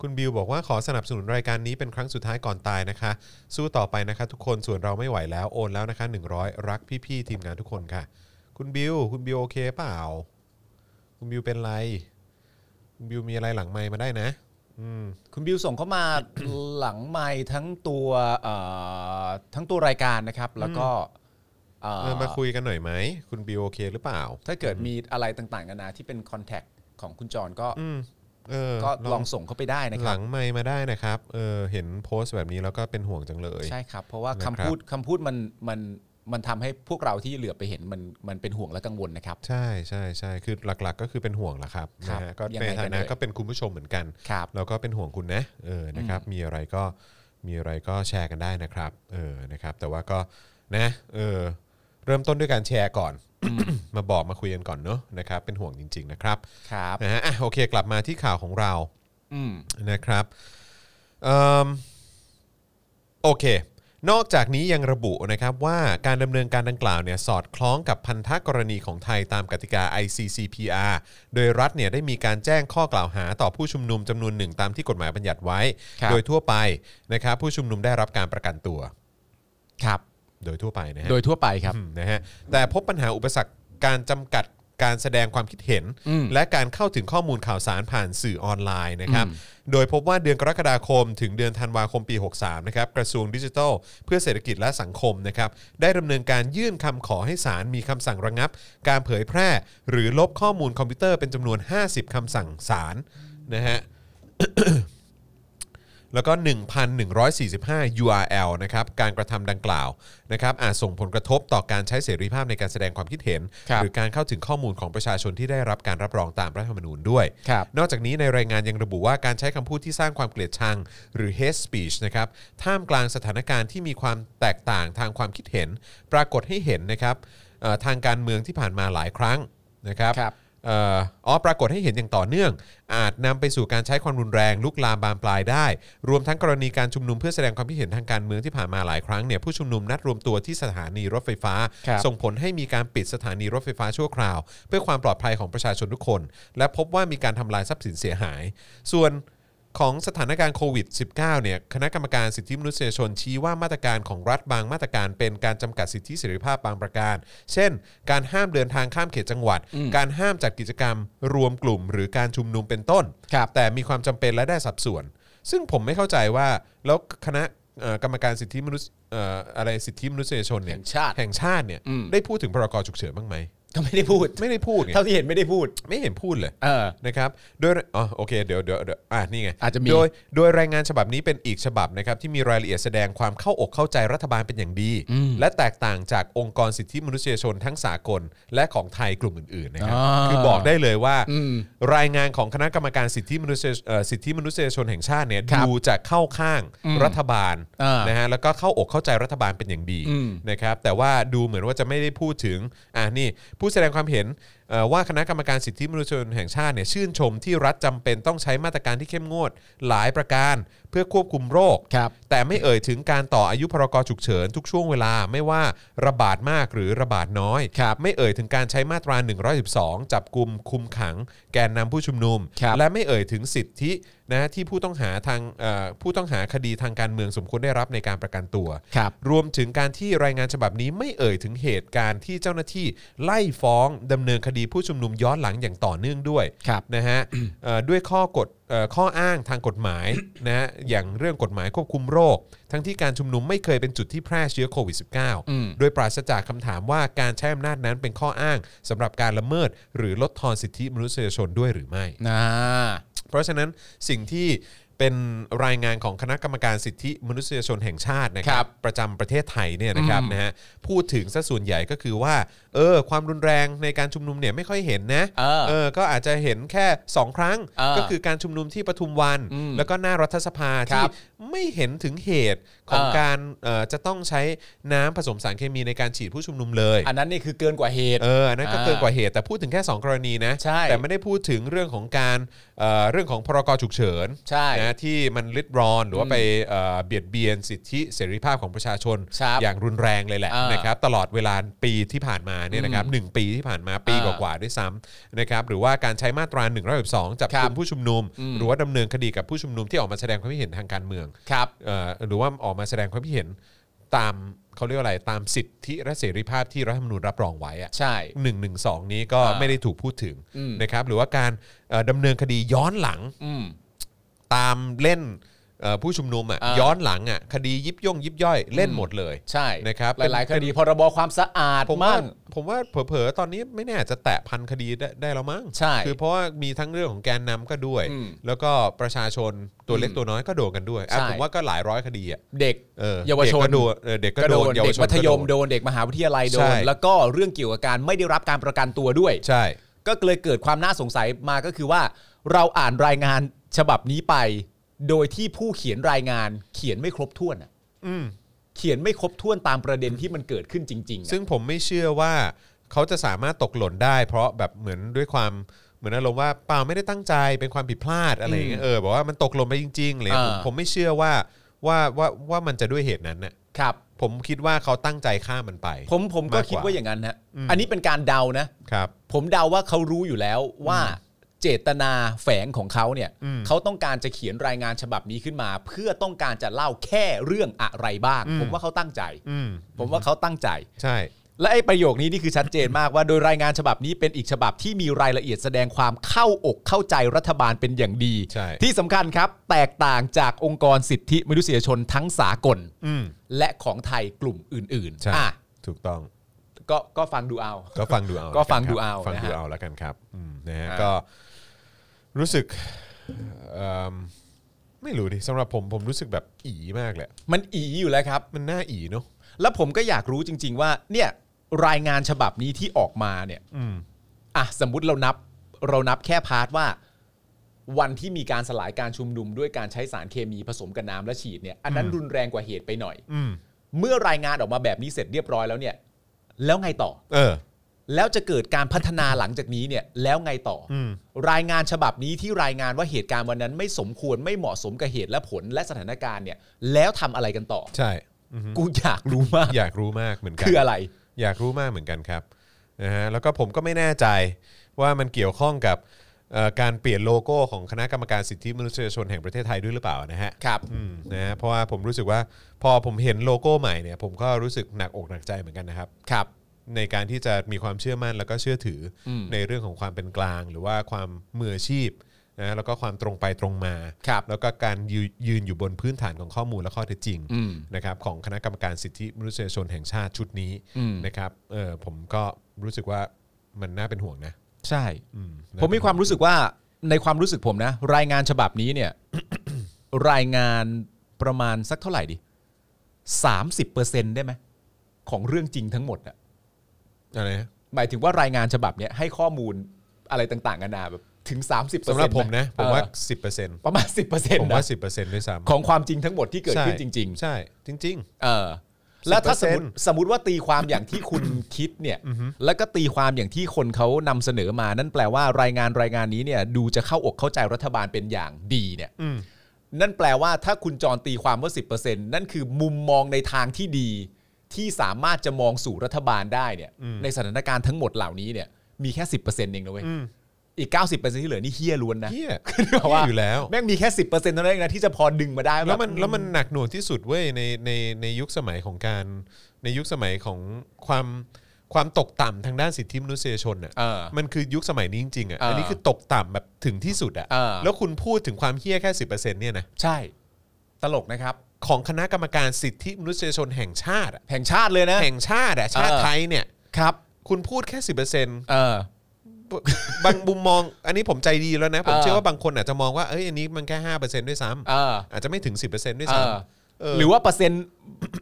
Speaker 2: คุณบิวบอกว่าขอสนับสนุนรายการนี้เป็นครั้งสุดท้ายก่อนตายนะคะ สู้ต่อไปนะคะ ทุกคนส่วนเราไม่ไหวแล้วโอนแล้วนะคะ 100 รักพี่ๆทีมงานทุกคนค่ะ คุณบิวคุณบิวโอเคเปล่า คุณบิวเป็นไร คุณบิวมีอะไรหลังไมค์มาได้นะ
Speaker 5: คุณบิวส่งเข้า มา หลังไม้ทั้งตัวเอ่อทั้งตัวรายการนะครับ แล้วก็เอ่อ
Speaker 2: เออมาคุยกันหน่อยไหม คุณบิวโอเคหรือเปล่า
Speaker 5: ถ้าเกิดมีอะไรต่างๆกันานาที่เป็นคอนแทคของคุณจรก็
Speaker 2: อืมเออ
Speaker 5: ก็ลองส่งเข้าไปได้นะค
Speaker 2: ห
Speaker 5: รั
Speaker 2: ลั
Speaker 5: บ
Speaker 2: งไมค์มาได้นะครับเออเห็นโพสต์แบบนี้แล้วก็เป็นห่วงจังเลย
Speaker 5: ใช่ครับ เพราะว่า
Speaker 2: นะครั
Speaker 5: คำ
Speaker 2: บ
Speaker 5: พูดคำพูดมันมันมันทำให้พวกเราที่เหลือไปเห็นมันมันเป็นห่วงและกังวลนะครับ
Speaker 2: ใช่ใช่ใช่คือหลัก ๆ ก็คือเป็นห่วงแหละครับ
Speaker 5: ครั
Speaker 2: นะ
Speaker 5: บ
Speaker 2: ฮะก็
Speaker 5: ยัง
Speaker 2: ใน
Speaker 5: ไงกัน
Speaker 2: ฐานะ
Speaker 5: เอ่ย
Speaker 2: ก็เป็นคุณผู้ชมเหมือนกัน
Speaker 5: ครับ
Speaker 2: เราก็เป็นห่วงคุณนะเออนะครับ มีอะไรก็มีอะไรก็แชร์กันได้นะครับเออนะครับ แต่ว่าก็นะเออเริ่มต้นด้วยการแชร์ก่อน มาบอกมาคุยกันก่อนเนอะนะครับ เป็นห่วงจริง ๆ นะครับ
Speaker 5: ครับ
Speaker 2: นะฮะอ่ะโอเคกลับมาที่ข่าวของเรา
Speaker 5: อืม
Speaker 2: นะครับเอิ่มโอเค นอกจากนี้ยังระบุนะครับว่าการดำเนินการดังกล่าวเนี่ยสอดคล้องกับพันธกรณีของไทยตามกติกา ICCPR โดยรัฐเนี่ยได้มีการแจ้งข้อกล่าวหาต่อผู้ชุมนุมจำนวนหนึ่งตามที่กฎหมายบัญญัติไว้
Speaker 5: ครับ
Speaker 2: โดยทั่วไปนะครับผู้ชุมนุมได้รับการประกันตัว
Speaker 5: ครับ
Speaker 2: โดยทั่วไปนะฮะ
Speaker 5: โดยทั่วไปครับ
Speaker 2: อืมนะฮะแต่พบปัญหาอุปสรรคการจำกัดการแสดงความคิดเห็น
Speaker 5: อืม
Speaker 2: และการเข้าถึงข้อมูลข่าวสารผ่านสื่อออนไลน์นะครับ
Speaker 5: อืม
Speaker 2: โดยพบว่าเดือนกรกฎาคม ถึงเดือนธันวาคมปี 63นะครับกระทรวงดิจิทัล เพื่อเศรษฐกิจและสังคมนะครับได้ดำเนินการยื่นคำขอให้ศาลมีคำสั่งระงับ การเผยแพร่ หรือลบข้อมูลคอมพิวเตอร์เป็นจำนวน 50คำสั่งศาลนะฮะ แล้วก็ 1,145 URL นะครับ การกระทำดังกล่าวนะครับ อาจส่งผลกระทบต่อการใช้เสรีภาพในการแสดงความคิดเห็น
Speaker 5: ครับ
Speaker 2: หรือการเข้าถึงข้อมูลของประชาชนที่ได้รับการรับรองตามรัฐธรรมนูญด้วย
Speaker 5: ครับ
Speaker 2: นอกจากนี้ในรายงานยังระบุว่าการใช้คำพูดที่สร้างความเกลียดชัง หรือ hate speech นะครับ ท่ามกลางสถานการณ์ที่มีความแตกต่างทางความคิดเห็น ปรากฏให้เห็นนะครับเอ่อทางการเมืองที่ผ่านมาหลายครั้งนะครับ
Speaker 5: ครับ
Speaker 2: เอ่ออ๋อปรากฏให้เห็นอย่างต่อเนื่อง อาจนำไปสู่การใช้ความรุนแรงลุกลามบานปลายได้ รวมทั้งกรณีการชุมนุมเพื่อแสดงความคิดเห็นทางการเมืองที่ผ่านมาหลายครั้งเนี่ยผู้ชุมนุมนัดรวมตัวที่สถานีรถไฟฟ้า
Speaker 5: ครับ
Speaker 2: ส่งผลให้มีการปิดสถานีรถไฟฟ้าชั่วคราว เพื่อความปลอดภัยของประชาชนทุกคน และพบว่ามีการทำลายทรัพย์สินเสียหาย ส่วนของสถานการณ์โควิด -19 เนี่ยคณะกรรมการสิทธิมนุษยชนชี้ว่ามาตรการของรัฐบางมาตรการเป็นการจำกัดสิทธิเสรีภาพบางประการ เช่น การห้ามเดินทางข้ามเขตจังหวัด การห้ามจัดกิจกรรมรวมกลุ่ม หรือการชุมนุมเป็นต้น
Speaker 5: ครับ
Speaker 2: แต่มีความจำเป็นและได้สัดส่วน ซึ่งผมไม่เข้าใจว่าแล้วคณะเอ่อกรรมการสิทธิมนุษยเอ่ออะไรสิทธิมนุษยชนเนี่ย
Speaker 5: แห่งชาติ
Speaker 2: แห่งชาติเนี่ย
Speaker 5: อืม
Speaker 2: ได้พูดถึงพรกฉุกเฉินบ้างไหม
Speaker 5: ก็ไม่ได้พูด
Speaker 2: ไม่ได้พูดไง
Speaker 5: เท่าที่เห็นไม่ได้พูด
Speaker 2: ไม่เห็นพูดเลย
Speaker 5: เออ
Speaker 2: นะครับ โดย อ๋อ โอเค เดี๋ยวเดี๋ยวเดี๋ยวอ่ะนี่ไง
Speaker 5: อาจจะมี
Speaker 2: โดย โดยรายงานฉบับนี้เป็นอีกฉบับนะครับที่มีรายละเอียดแสดงความเข้าอกเข้าใจรัฐบาลเป็นอย่างดี
Speaker 5: อืม
Speaker 2: และแตกต่างจากองค์กรสิทธิมนุษยชนทั้งสากล และของไทยกลุ่มอื่นๆ นะครับ
Speaker 5: อ่า
Speaker 2: คือบอกได้เลยว่า
Speaker 5: อืม
Speaker 2: รายงานของคณะกรรมการสิทธิมนุษยเอ่อสิทธิมนุษยชนแห่งชาติเนี่ย
Speaker 5: ครับ
Speaker 2: ดูจะเข้าข้าง
Speaker 5: อืม
Speaker 2: รัฐบาล
Speaker 5: อ่าน
Speaker 2: นะฮะ แล้วก็เข้าอกเข้าใจรัฐบาลเป็นอย่างดี
Speaker 5: อืม
Speaker 2: นะครับแต่ว่าดูเหมือนว่าจะไม่ได้พูดถึงอ่านี่ผู้แสดงความเห็นเอ่อว่าคณะกรรมการสิทธิมนุษยชนแห่งชาติเนี่ยชื่นชมที่รัฐจำเป็นต้องใช้มาตรการที่เข้มงวดหลายประการ เพื่อควบคุมโรค
Speaker 5: ครับ
Speaker 2: แต่ไม่เอ่ยถึงการต่ออายุพรกฉุกเฉินทุกช่วงเวลาไม่ว่าระบาดมากหรือระบาดน้อย
Speaker 5: ครับ
Speaker 2: ไม่เอ่ยถึงการใช้มาตรา 112 จับกลุ่มคุมขัง แกนนำผู้ชุมนุม
Speaker 5: ครับ
Speaker 2: และไม่เอ่ยถึงสิทธินะที่ผู้ต้องหาทางเอ่อผู้ต้องหาคดีทางการเมืองสมควรได้รับในการประกันตัว
Speaker 5: ครับ
Speaker 2: รวมถึงการที่รายงานฉบับนี้ไม่เอ่ยถึงเหตุการณ์ที่เจ้าหน้าที่ไล่ฟ้องดำเนินคดีผู้ชุมนุมย้อนหลังอย่างต่อเนื่องด้วย
Speaker 5: ครับ
Speaker 2: นะฮะ เอ่อด้วยข้อกฎเอ่อข้ออ้างทางกฎหมาย นะฮะอย่างเรื่องกฎหมายควบคุมโรค ทั้งที่การชุมนุมไม่เคยเป็นจุดที่แพร่เชื้อโควิด
Speaker 5: อืม
Speaker 2: -19 โดยปราศจากคำถามว่าการใช้อำนาจนั้นเป็นข้ออ้างสำหรับการละเมิด หรือลดทอนสิทธิมนุษยชนด้วยหรือไม่
Speaker 5: นะ
Speaker 2: เพราะฉะนั้นสิ่งที่เป็นรายงานของคณะกรรมการสิทธิมนุษยชนแห่งชาตินะค
Speaker 5: ค
Speaker 2: รั
Speaker 5: รั
Speaker 2: บบ ประจำประเทศไทยเนี่ยนะครับนะฮะพูดถึงซะส่วนใหญ่ก็คือว่าเออความรุนแรงในการชุมนุมเนี่ยไม่ค่อยเห็นนะ
Speaker 5: เออ
Speaker 2: ก็อาจจะเห็นแค่ 2 ครั้ง
Speaker 5: เออ
Speaker 2: ก็คือการชุมนุมที่ปทุมวัน
Speaker 5: อืม
Speaker 2: แล้วก็หน้ารัฐสภา
Speaker 5: ครั
Speaker 2: ที่
Speaker 5: บ
Speaker 2: ไม่เห็นถึงเหตุของ
Speaker 5: เออ
Speaker 2: การเอ่อจะต้องใช้น้ำผสมสารเคมีในการฉีดผู้ชุมนุมเลย
Speaker 5: อันนั้นนี่คือเกินกว่าเหตุ
Speaker 2: เอออันนั้นก็
Speaker 5: อ่า
Speaker 2: เกินกว่าเหตุแต่พูดถึงแค่ 2 กรณีนะ
Speaker 5: ใช่
Speaker 2: แต่ไม่ได้พูดถึงเรื่องของการเอ่อเรื่องของพรกฉุกเฉิน
Speaker 5: ใช่
Speaker 2: นะที่มันริดรอนหรือว่าไปเอ่อเบียดเบียนสิทธิเสรีภาพของประชาชน
Speaker 5: ครับ
Speaker 2: อย่างรุนแรงเลยแหละ
Speaker 5: อ่าน
Speaker 2: นะครับตลอดเวลาปีที่ผ่านมาเนี่ยนะครับหนึ่งปีที่ผ่านมาปีก
Speaker 5: อ่า
Speaker 2: ว่าๆด้วยซ้ำนะครับหรือว่าการใช้มาตรา1นึจับกลุ่ม
Speaker 5: ครับ
Speaker 2: ผู้ชุมนุม
Speaker 5: อืม
Speaker 2: หรือว่าดำเนินคดีกับผู้ชุมนุมที่ออกมาแสดงความคิดเห็นทางการเมือง
Speaker 5: ครับ
Speaker 2: เอ่อหรือว่าออกมาแสดงความคิดเห็นตามเขาเรียกว่าอะไรตามสิทธิและเสรีภาพที่รัฐธรรมนูญรับรองไว้อะ
Speaker 5: ใช่
Speaker 2: 1นึนี้ก็
Speaker 5: อ่า
Speaker 2: ไม่ได้ถูกพูดถึง
Speaker 5: อืม
Speaker 2: นะครับหรือว่าการเอ่อดำเนินคดีย้อนหลัง
Speaker 5: อืม
Speaker 2: ตามเล่นเอ่อผู้ชุมนุมอ่ะ
Speaker 3: อ่า
Speaker 2: ย้อนหลังอ่ะคดียิบย่งยิบย่อยเล่นหมดเลย
Speaker 3: ใช่
Speaker 2: นะครับ
Speaker 3: หลายๆ
Speaker 2: เป็
Speaker 3: คน ดีพรบความสะอาด
Speaker 2: ผมว่า
Speaker 3: มั่ง
Speaker 2: ผมว่าเผลอๆตอนนี้ไม่แน่จะแตะพันคดีได้ได้แล้วมั้ง
Speaker 3: ใช่
Speaker 2: คือเพราะว่ามีทั้งเรื่องของแกนนำก็ด้วย
Speaker 3: อืม
Speaker 2: แล้วก็ประชาชนตัวเล็กตัวน้อยก็โดนกันด้วยอ่ะ
Speaker 3: ใช่
Speaker 2: ผมว่าก็หลายร้อยคดีอ่ะ
Speaker 3: เด็ก
Speaker 2: เออ
Speaker 3: เยาวชน
Speaker 2: ด็กก็โดนเออเด็กก็โดน
Speaker 3: เด็ก
Speaker 2: ชน
Speaker 3: มัธยม
Speaker 2: ก็
Speaker 3: โดนเด็กมหาวิทยาลัยโด
Speaker 2: ใช่
Speaker 3: น แล้วก็เรื่องเกี่ยวกับการไม่ได้รับการประกันตัวด้วย
Speaker 2: ใช่
Speaker 3: ก็เลยเกิดความน่าสงสัยมาก็คือว่า เราอ่านรายงานฉบับนี้ไป โดยที่ผู้เขียนรายงานเขียนไม่ครบถ้วนอะ
Speaker 2: อืม
Speaker 3: เขียนไม่ครบถ้วนตามประเด็นที่มันเกิดขึ้นจริงๆอะ
Speaker 2: ซึ่งผมไม่เชื่อว่าเขาจะสามารถตกหล่นได้ เพราะแบบเหมือนด้วยความเหมือนอารมณ์ว่าเปล่าไม่ได้ตั้งใจเป็นความผิดพลาดอะไรอย่างเงี้ย
Speaker 3: อืม
Speaker 2: เออบอกว่ามันตกหล่นไปจริงๆอะไรอย่างเลยผม
Speaker 3: อ่า
Speaker 2: ผมไม่เชื่อว่าว่าว่าว่ามันจะด้วยเหตุนั้นน่ะ
Speaker 3: ครับ
Speaker 2: ผมคิดว่าเขาตั้งใจฆ่ามันไป
Speaker 3: ผมผมก็
Speaker 2: มากกว่า
Speaker 3: คิดว่าอย่างนั้นฮะ
Speaker 2: อืม
Speaker 3: อันนี้เป็นการเดานะ
Speaker 2: ครับ
Speaker 3: ผมเดาว่าเขารู้อยู่แล้วว่าเจตนาแฝงของเขาเนี่ย
Speaker 2: อืม
Speaker 3: เขาต้องการจะเขียนรายงานฉบับนี้ขึ้นมา เพื่อต้องการจะเล่าแค่เรื่องอะไรบ้าง
Speaker 2: อืม
Speaker 3: ผมว่าเขาตั้งใจ
Speaker 2: อืม
Speaker 3: ผมว่าเขาตั้งใจ
Speaker 2: ใช่
Speaker 3: และไอ้ประโยคนี้นี่คือชัดเจนมากว่าโดยรายงานฉบับนี้เป็นอีกฉบับที่มีรายละเอียดแสดงความเข้าอกเข้าใจรัฐบาลเป็นอย่างดี
Speaker 2: ใช่
Speaker 3: ที่สำคัญครับ แตกต่างจากองค์กรสิทธิมนุษยชนทั้งสากล
Speaker 2: อืม
Speaker 3: และของไทยกลุ่มอื่น
Speaker 2: ใช่
Speaker 3: ๆอ่ะ
Speaker 2: ถูกต้อง
Speaker 3: ก็ก็ฟังดูเอา
Speaker 2: ก็ฟังดูเอา
Speaker 3: ก็ฟังดู
Speaker 2: แล้วนครับ
Speaker 3: เอา
Speaker 2: ฟังดู
Speaker 3: นะฮะ
Speaker 2: เอาแล้วกันครับอืมนะฮะ
Speaker 3: อ่า
Speaker 2: ก็รู้สึกเอิ่มไม่รู้ดิสำหรับผมผมรู้สึกแบบอีมากเลย
Speaker 3: มันอีอยู่แล้วครับ
Speaker 2: มันน่าอีเนาะ
Speaker 3: แล้วผมก็อยากรู้จริง ๆ ว่าเนี่ยรายงานฉบับนี้ที่ออกมาเนี่ย
Speaker 2: อืม
Speaker 3: อ่ะสมมติเรานับเรานับแค่พาร์ทว่า วันที่มีการสลายการชุมนุมด้วยการใช้สารเคมีผสมกับน้ำและฉีดเนี่ยอันนั้น
Speaker 2: อืม
Speaker 3: รุนแรงกว่าเหตุไปหน่อย
Speaker 2: อืม
Speaker 3: เมื่อรายงานออกมาแบบนี้เสร็จเรียบร้อยแล้วเนี่ย แล้วไงต่อ
Speaker 2: เออ
Speaker 3: แล้วจะเกิดการพัฒนาหลังจากนี้เนี่ยแล้วไงต่ออ
Speaker 2: ม
Speaker 3: รายงานฉบับนี้ที่รายงานว่าเหตุการณ์วันนั้นไม่สมควรไม่เหมาะสมกับเหตุและผลและสถานการณ์เนี่ย แล้วทำอะไรกันต่อ
Speaker 2: ใช่อือฮึ
Speaker 3: กูอยากรู้มาก
Speaker 2: อยากรู้มากเหมือนกัน
Speaker 3: คืออะไร
Speaker 2: อยากรู้มากเหมือนกันครับนะฮะแล้วก็ผมก็ไม่แน่ใจว่ามันเกี่ยวข้องกับเอ่อการเปลี่ยนโลโก้ของคณะกรรมการสิทธิมนุษยชนแห่งประเทศไทยด้วยหรือเปล่านะฮะ
Speaker 3: ครับ
Speaker 2: อืมนะฮะเพราะว่าผมรู้สึกว่าพอผมเห็นโลโก้ใหม่เนี่ยผมก็รู้สึกหนักอกหนักใจเหมือนกันนะครับ
Speaker 3: ครับ
Speaker 2: ในการที่จะมีความเชื่อมั่นแล้วก็เชื่อถืออ
Speaker 3: ม
Speaker 2: ในเรื่องของความเป็นกลาง หรือว่าความมืออาชีพนะแล้วก็ความตรงไปตรงมา
Speaker 3: ครับ
Speaker 2: แล้วก็การยืยืนอยู่บนพื้นฐานของข้อมูลและข้อเท็จจริง
Speaker 3: อืม
Speaker 2: นะครับของคณะกรรมการสิทธิมนุษยชนแห่งชาติชุดนี้
Speaker 3: อืม
Speaker 2: นะครับเออผมก็รู้สึกว่ามันน่าเป็นห่วงนะ
Speaker 3: ใช่
Speaker 2: อืมน่
Speaker 3: ผมมีความรู้สึกว่าในความรู้สึกผมนะ รายงานฉบับนี้เนี่ย รายงานประมาณสักเท่าไหร่ดิสามสิบเปอร์เซ็นได้ไหมของเรื่องจริงทั้งหมดอะ
Speaker 2: อะไรนะ
Speaker 3: หมายถึงว่ารายงานฉบับเนี้ยให้ข้อมูลอะไรต่างๆกันานาแบบถึง 30%
Speaker 2: สำหรับผมนะผมว่า
Speaker 3: เออ
Speaker 2: 10%
Speaker 3: ประมาณ 10%
Speaker 2: ผมว่า
Speaker 3: นะ
Speaker 2: 10%ด้วยซ้ำ
Speaker 3: ของความจริงทั้งหมดที่เกิดขึ้น
Speaker 2: ใช่
Speaker 3: จริง
Speaker 2: ใช่จริง ๆ
Speaker 3: ๆ เออ แล้วถ้าสมมติ
Speaker 2: 10%
Speaker 3: สมมติว่าตีความอย่างที่คุณ คิดเนี่ย แล้วก็ตีความอย่างที่คนเขานำเสนอมานั่นแปลว่ารายงานรายงานนี้เนี่ย ดูจะเข้าอกเข้าใจรัฐบาลเป็นอย่างดีเนี่ย
Speaker 2: อืม
Speaker 3: นั่นแปลว่าถ้าคุณจรตีความว่า 10%นั่นคือมุมมองในทางที่ดี ที่สามารถจะมองสู่รัฐบาลได้เนี่ย
Speaker 2: อืม
Speaker 3: ในสถานการณ์ทั้งหมดเหล่านี้เนี่ย มีแค่ 10%เองนะเว้ย
Speaker 2: อืม
Speaker 3: อีก 90%ที่เหลือนี่เฮี้ยล้วนนะ
Speaker 2: เฮีย
Speaker 3: นึกออกปะ
Speaker 2: เหี้ยอยู่แล้ว
Speaker 3: แม่งมีแค่ 10%เท่านั้นเองนะที่จะพอดึงมาได้า
Speaker 2: แล้วมันแล้วมันหนักหน่วงที่สุดเว้ยในในในยุคสมัยของการในยุคสมัยของความความตกต่ำทางด้านสิทธิมนุษยชนอ่ะ
Speaker 3: เออ
Speaker 2: มันคือยุคสมัยนี้จริงๆอ่ะ
Speaker 3: เอออั
Speaker 2: อันนี้คือตกต่ำแบบถึงที่สุดอ่ะ
Speaker 3: เออ
Speaker 2: แล้วคุณพูดถึงความเฮี้ยแค่สิเนี่ยนะ
Speaker 3: ใช่ ตลกนะครับ
Speaker 2: ของคณะกรรมการสิทธิมนุษยชนแห่งชาติอะ
Speaker 3: แห่งชาติเลยนะ
Speaker 2: แห่งชาติอ่ะชาติ
Speaker 3: เออ
Speaker 2: ไทยเนี่ย
Speaker 3: ครับ
Speaker 2: คุณพูดแค่สิบเปอร์เซ็นต์
Speaker 3: เออ
Speaker 2: บางมุมมอง อันนี้ผมใจดีแล้วนะ ผม
Speaker 3: เออ
Speaker 2: เชื่อว่าบางคนอาจจะมองว่าเอ้ยอันนี้มันแค่ห้าเปอร์เซ็นต์ด้วยซ้ำ
Speaker 3: เออ
Speaker 2: อาจจะไม่ถึงสิบเปอร์เซ็นต์ด้วยซ้
Speaker 3: เออ
Speaker 2: ำเออ
Speaker 3: หรือว่าเปอร์เซ็นต์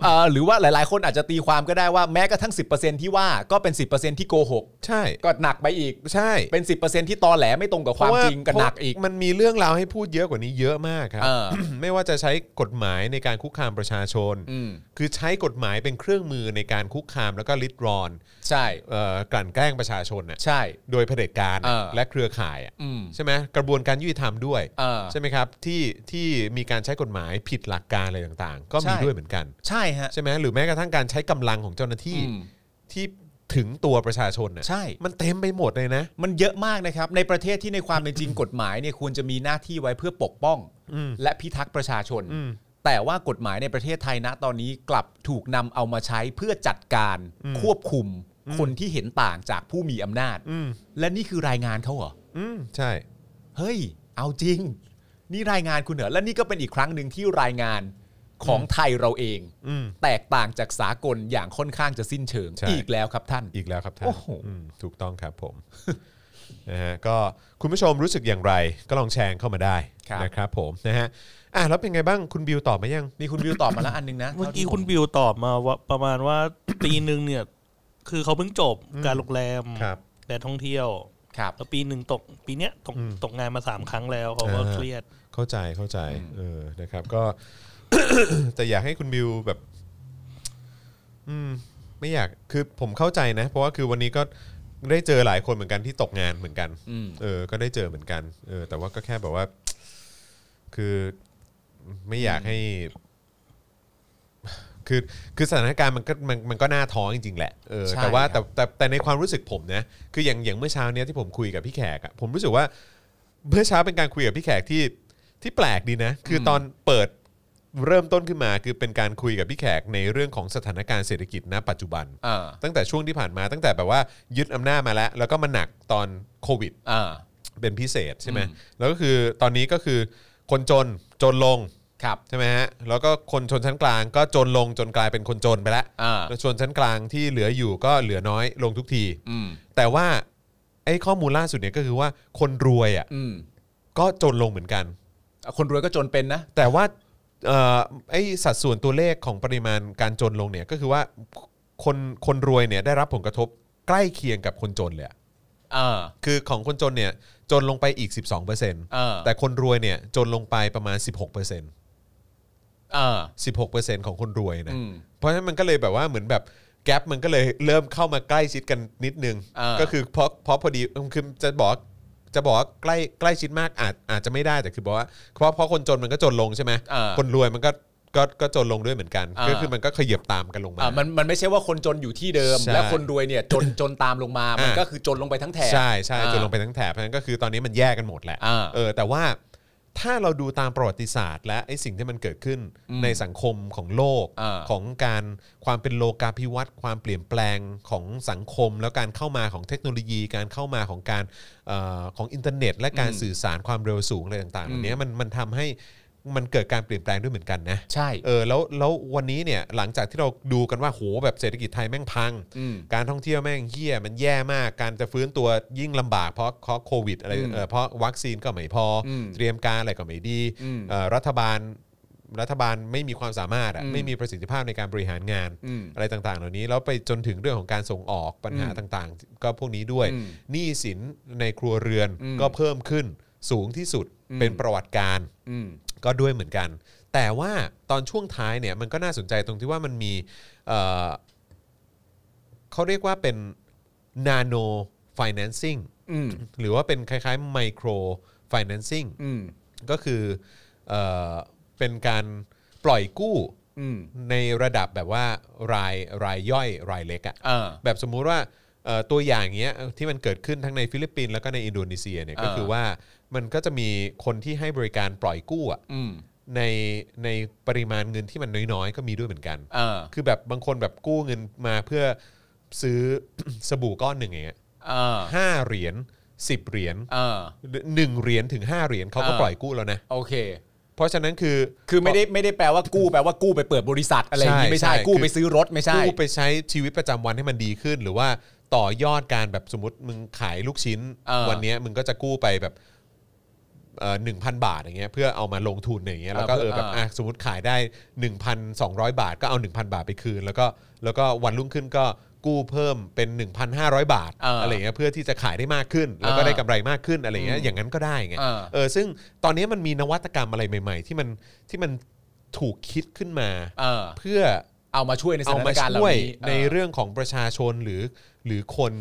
Speaker 3: เอ่อหรือว่าหลายๆ คนอาจจะตีความก็ได้ว่าแม้กระทั่ง 10%ที่ว่าก็เป็น 10%ที่โกหก
Speaker 2: ใช่
Speaker 3: ก็หนักไปอีก
Speaker 2: ใช่
Speaker 3: เป็น 10%ที่ตอแหลไม่ตรงกับความจริงก็หนักอีก
Speaker 2: เพราะว่ามันมีเรื่องราวให้พูดเยอะกว่านี้เยอะมากครั
Speaker 3: เออ
Speaker 2: ไม่ว่าจะใช้กฎหมายในการคุกคามประชาชน
Speaker 3: อืม
Speaker 2: คือใช้กฎหมายเป็นเครื่องมือในการคุกคามแล้วก็ลิดรอน
Speaker 3: ใช่
Speaker 2: เอ่อกลั่นแกล้งประชาชนน่ะ
Speaker 3: ใช่
Speaker 2: โดยเผด็จการน่ะ
Speaker 3: เออ
Speaker 2: และเครือข่ายอ่ะ
Speaker 3: อืม
Speaker 2: ใช่ไหมกระบวนการยุติธรรมด้วย
Speaker 3: เออ
Speaker 2: ใช่ไหมครับที่ที่มีการใช้กฎหมายผิดหลักการอะไรต่างๆ ก็
Speaker 3: ใช่
Speaker 2: มีด้วยเหมือนกัน
Speaker 3: ใช่ฮะ
Speaker 2: ใช่ไหมหรือแม้กระทั่งการใช้กำลังของเจ้าหน้าที่
Speaker 3: อืม
Speaker 2: ที่ถึงตัวประชาชนน่ะ
Speaker 3: ใช่
Speaker 2: มันเต็มไปหมดเลยนะ
Speaker 3: มันเยอะมากนะครับ ในประเทศที่ในความเป็นจริงกฎหมายเนี่ยควรจะมีหน้าที่ไว้เพื่อปกป้อง
Speaker 2: อืม
Speaker 3: และพิทักษ์ประชาชน
Speaker 2: อืม
Speaker 3: แต่ว่ากฎหมายในประเทศไทยณตอนนี้กลับถูกนำเอามาใช้เพื่อจัดการ
Speaker 2: อืม
Speaker 3: ควบคุมคนที่เห็นต่างจากผู้มีอำนาจ
Speaker 2: อืม
Speaker 3: และนี่คือรายงานเขาเหรอ
Speaker 2: อืมใช่
Speaker 3: เฮ้ย เอาจริง นี่รายงานคุณเหรอและนี่ก็เป็นอีกครั้งหนึ่งที่รายงานของไทยเราเอง
Speaker 2: อืม
Speaker 3: แตกต่างจากสากลอย่างค่อนข้างจะสิ้นเชิง
Speaker 2: ใช่
Speaker 3: อีกแล้วครับท่าน
Speaker 2: อีกแล้วครับท่าน
Speaker 3: โอ้โห
Speaker 2: อืมถูกต้องครับผม นะฮะก็คุณผู้ชมรู้สึกอย่างไร ก็ลองแชร์เข้ามาได้นะครับผมนะฮะอ่ะแล้วเป็นไงบ้างคุณบิวตอบมายัง
Speaker 3: มีคุณวิวตอบมาแล้วอันหนึงนะ
Speaker 4: เมื่อกี้คุณบิวตอบมาว่าประมาณ ว่า ปีหนึ่งเนี่ย คือเขาเพิ่งจบการโรงแรม
Speaker 2: ครับ
Speaker 4: แต่ท่องเที่ยว
Speaker 3: ครับ
Speaker 4: แล้วปีหนึ่งตก ปีเนี้ยตก
Speaker 2: อืม
Speaker 4: ตกงานมาสามครั้งแล้วเขาก็
Speaker 2: อ่า
Speaker 4: เครียด
Speaker 2: เข้าใจเข้าใจเออนะครับก็ แต่อยากให้คุณบิวแบบ อืม ไม่อยากคือผมเข้าใจนะ เพราะว่าคือวันนี้ก็ได้เจอหลายคนเหมือนกันที่ตกงานเหมือนกัน
Speaker 3: อืม
Speaker 2: เออ ก็ได้เจอเหมือนกัน เออ แต่ว่าก็แค่แบบว่า คือไม่อยากให้ คือ คือสถานการณ์มันก็มันมันก็น่าท้อจริงๆแหละ เออ
Speaker 3: ใช่
Speaker 2: แต่ว่า
Speaker 3: ครั
Speaker 2: แต่
Speaker 3: บ
Speaker 2: แต่แต่ในความรู้สึกผมนะ คืออย่างอย่างเมื่อเช้าเนี้ยที่ผมคุยกับพี่แขกอะผมรู้สึกว่า เมื่อเช้าเป็นการคุยกับพี่แขกที่ที่แปลกดีนะ คือตอนเปิดเริ่มต้นขึ้นมาคือเป็นการคุยกับพี่แขกในเรื่องของสถานการณ์เศรษฐกิจณปัจจุบัน
Speaker 3: อ่า
Speaker 2: ตั้งแต่ช่วงที่ผ่านมาตั้งแต่แบบว่ายึดอำนาจมาแล้ว แล้วก็มาหนักตอนโควิด
Speaker 3: อ่า
Speaker 2: เป็นพิเศษใช่ไหม
Speaker 3: อืม
Speaker 2: แล้วก็คือตอนนี้ก็คือคนจนจนลง
Speaker 3: ครับ
Speaker 2: ใช่ไหมฮะแล้วก็คนชนชั้นกลางก็จนลงจนกลายเป็นคนจนไปแล้ว
Speaker 3: อ่า
Speaker 2: แล้วชนชั้นกลางที่เหลืออยู่ก็เหลือน้อยลงทุกที
Speaker 3: อืม
Speaker 2: แต่ว่าไอ้ข้อมูลล่าสุดเนี่ยก็คือว่าคนรวยอ่ะ
Speaker 3: อืม
Speaker 2: ก็จนลงเหมือนกัน
Speaker 3: คนรวยก็จนเป็นนะ
Speaker 2: แต่ว่าเอ่อไอ้สัดส่วนตัวเลขของปริมาณการจนลงเนี่ยก็คือว่าคนคนรวยเนี่ยได้รับผลกระทบใกล้เคียงกับคนจนเลยอะ
Speaker 3: เออ
Speaker 2: คือของคนจนเนี่ยจนลงไปอีก 12%เ
Speaker 3: เออ
Speaker 2: แต่คนรวยเนี่ยจนลงไปประมาณ 16%
Speaker 3: เออ
Speaker 2: 16%ของคนรวยนะ
Speaker 3: อืม
Speaker 2: เพราะฉะนั้นมันก็เลยแบบว่าเหมือนแบบแกลบมันก็เลยเริ่มเข้ามาใกล้ชิดกันนิดนึง
Speaker 3: อ่า
Speaker 2: ก็คือเพราะเพราะพอดีคือจะบอกจะบอกว่าใกล้ใกล้ชิดมากอาจอาจจะไม่ได้แต่คือบอกว่าเพราะเพราะคนจนมันก็จนลงใช่ไหม
Speaker 3: อ่า
Speaker 2: คนรวยมันก็ก็ก็จนลงด้วยเหมือนกัน
Speaker 3: อ่า
Speaker 2: ก็คือมันก็ขยับตามกันลงมา
Speaker 3: อ่ามันมันไม่ใช่ว่าคนจนอยู่ที่เดิม
Speaker 2: ใช่
Speaker 3: แล้วคนรวยเนี่ยจนจนตามลงมา มัน
Speaker 2: อ่า
Speaker 3: ก็คือจนลงไปทั้งแถบ
Speaker 2: ใช่ใช่
Speaker 3: อ่า
Speaker 2: จนลงไปทั้งแถบเพราะฉะนั้นก็คือตอนนี้มันแย่กันหมดแหละ
Speaker 3: อ่า
Speaker 2: เออแต่ว่าถ้าเราดูตามประวัติศาสตร์ และไอ้สิ่งที่มันเกิดขึ้น
Speaker 3: อืม
Speaker 2: ในสังคมของโลก
Speaker 3: อ่า
Speaker 2: ของการความเป็นโลกาภิวัตน์ความเปลี่ยนแปลงของสังคม แล้วการเข้ามาของเทคโนโลยี การเข้ามาของการเออของอินเทอร์เน็ต และการ
Speaker 3: อืม
Speaker 2: สื่อสารความเร็วสูงอะไรต่างๆเห
Speaker 3: อืม
Speaker 2: ล่านี้มันมันทำให้มันเกิดการเปลี่ยนแปลงด้วยเหมือนกันนะ
Speaker 3: ใช่
Speaker 2: เออแล้วแล้ววันนี้เนี่ยหลังจากที่เราดูกันว่าโหแบบเศรษฐกิจไทยแม่งพัง
Speaker 3: อืม
Speaker 2: การท่องเที่ยวแม่งเหี้ยมันแย่มาก การจะฟื้นตัวยิ่งลำบากเพราะเพราะโควิดอะไร
Speaker 3: อืม
Speaker 2: เออเพราะวัคซีนก็ไม่พออ
Speaker 3: ม
Speaker 2: เตรียมการอะไรก็ไม่ดี
Speaker 3: อืม
Speaker 2: เอ่อรัฐบาลรัฐบาลไม่มีความสามารถอะ
Speaker 3: อืม
Speaker 2: ไม่มีประสิทธิภาพในการบริหารงาน
Speaker 3: อืม
Speaker 2: อะไรต่างๆ เหล่านี้แล้วไปจนถึงเรื่องของการส่งออกปัญหา
Speaker 3: อืม
Speaker 2: ต่างๆ ก็พวกนี้ด้วย
Speaker 3: อืม
Speaker 2: หนี้สินในครัวเรือน
Speaker 3: อืม
Speaker 2: ก็เพิ่มขึ้นสูงที่สุด
Speaker 3: อืม
Speaker 2: เป็นประวัติการ
Speaker 3: อืม
Speaker 2: ก็ด้วยเหมือนกัน แต่ว่าตอนช่วงท้ายเนี่ยมันก็น่าสนใจตรงที่ว่ามันมีเอ่อเขาเรียกว่าเป็น nano financing
Speaker 3: อืม
Speaker 2: หรือว่าเป็นคล้ายๆ micro financing
Speaker 3: อืม
Speaker 2: ก็คือเอ่อเป็นการปล่อยกู้
Speaker 3: อืม
Speaker 2: ในระดับแบบว่ารายรายย่อยรายเล็กอะ
Speaker 3: อ่า
Speaker 2: แบบสมมุติว่าเอ่อตัวอย่างเงี้ยที่มันเกิดขึ้นทั้งในฟิลิปปินส์แล้วก็ในอินโดนีเซียเนี่ย
Speaker 3: อ่า
Speaker 2: ก็คือว่ามันก็จะมีคนที่ให้บริการปล่อยกู้อะ
Speaker 3: อืม
Speaker 2: ในในปริมาณเงินที่มันน้อยๆ ก็มีด้วยเหมือนกัน
Speaker 3: อ่า
Speaker 2: คือแบบบางคนแบบกู้เงินมาเพื่อซื้อ สบู่ก้อนหนึ่งอย่างเงี้ย
Speaker 3: อ่า
Speaker 2: ห้าเหรียญสิบเหรียญ
Speaker 3: อ่า
Speaker 2: หนึ่งเหรียญถึงห้าเหรียญเขาก็
Speaker 3: อ่า
Speaker 2: ปล่อยกู้แล้วนะ
Speaker 3: โอเค
Speaker 2: เพราะฉะนั้นคือ
Speaker 3: คือไม่ได้ไม่ได้แปลว่ากู้แปลว่ากู้ไปเปิดบริษัทอะไรอย่างนี้
Speaker 2: ใช่
Speaker 3: ไม่ใช่
Speaker 2: ใช่
Speaker 3: กู้ไปซื้อรถไม่ใช่
Speaker 2: กู้ไปใช้ชีวิตประจำวันให้มันดีขึ้น หรือว่าต่อยอดการแบบสมมติมึงขายลูกชิ้น
Speaker 3: เออ
Speaker 2: วันเนี้ยมึงก็จะกู้ไปแบบหนึ่งพันบาทอย่างเงี้ยเพื่อเอามาลงทุนอย่างเงี้ย
Speaker 3: เออ
Speaker 2: แล้วก็เออแบบ
Speaker 3: เอออ่
Speaker 2: อ่ะสมมติขายได้ 1,200 บาทก็เอา 1,000 บาทไปคืน แล้วก็แล้วก็วันรุ่งขึ้นก็กู้เพิ่มเป็น 1,500 บาท
Speaker 3: เอออ
Speaker 2: ไรเงี้ยเพื่อที่จะขายได้มากขึ้น แล้วก็
Speaker 3: เออ
Speaker 2: ได้กำไรมากขึ้นอะไรเงี้ย
Speaker 3: อืม
Speaker 2: อย่างนั้นก็ได้ไง
Speaker 3: เออ
Speaker 2: เออซึ่งตอนนี้มันมีนวัตกรรมอะไรใหม่ ๆ ที่มันที่มันถูกคิดขึ้นมา
Speaker 3: เออ
Speaker 2: เพื่อ
Speaker 3: เอามาช่วยในส
Speaker 2: เอา
Speaker 3: ถาน
Speaker 2: มา
Speaker 3: การณ์เหล่า
Speaker 2: ช่วย
Speaker 3: นี้
Speaker 2: ใน
Speaker 3: เออ
Speaker 2: เรื่องของประชาชนหรือหรือคน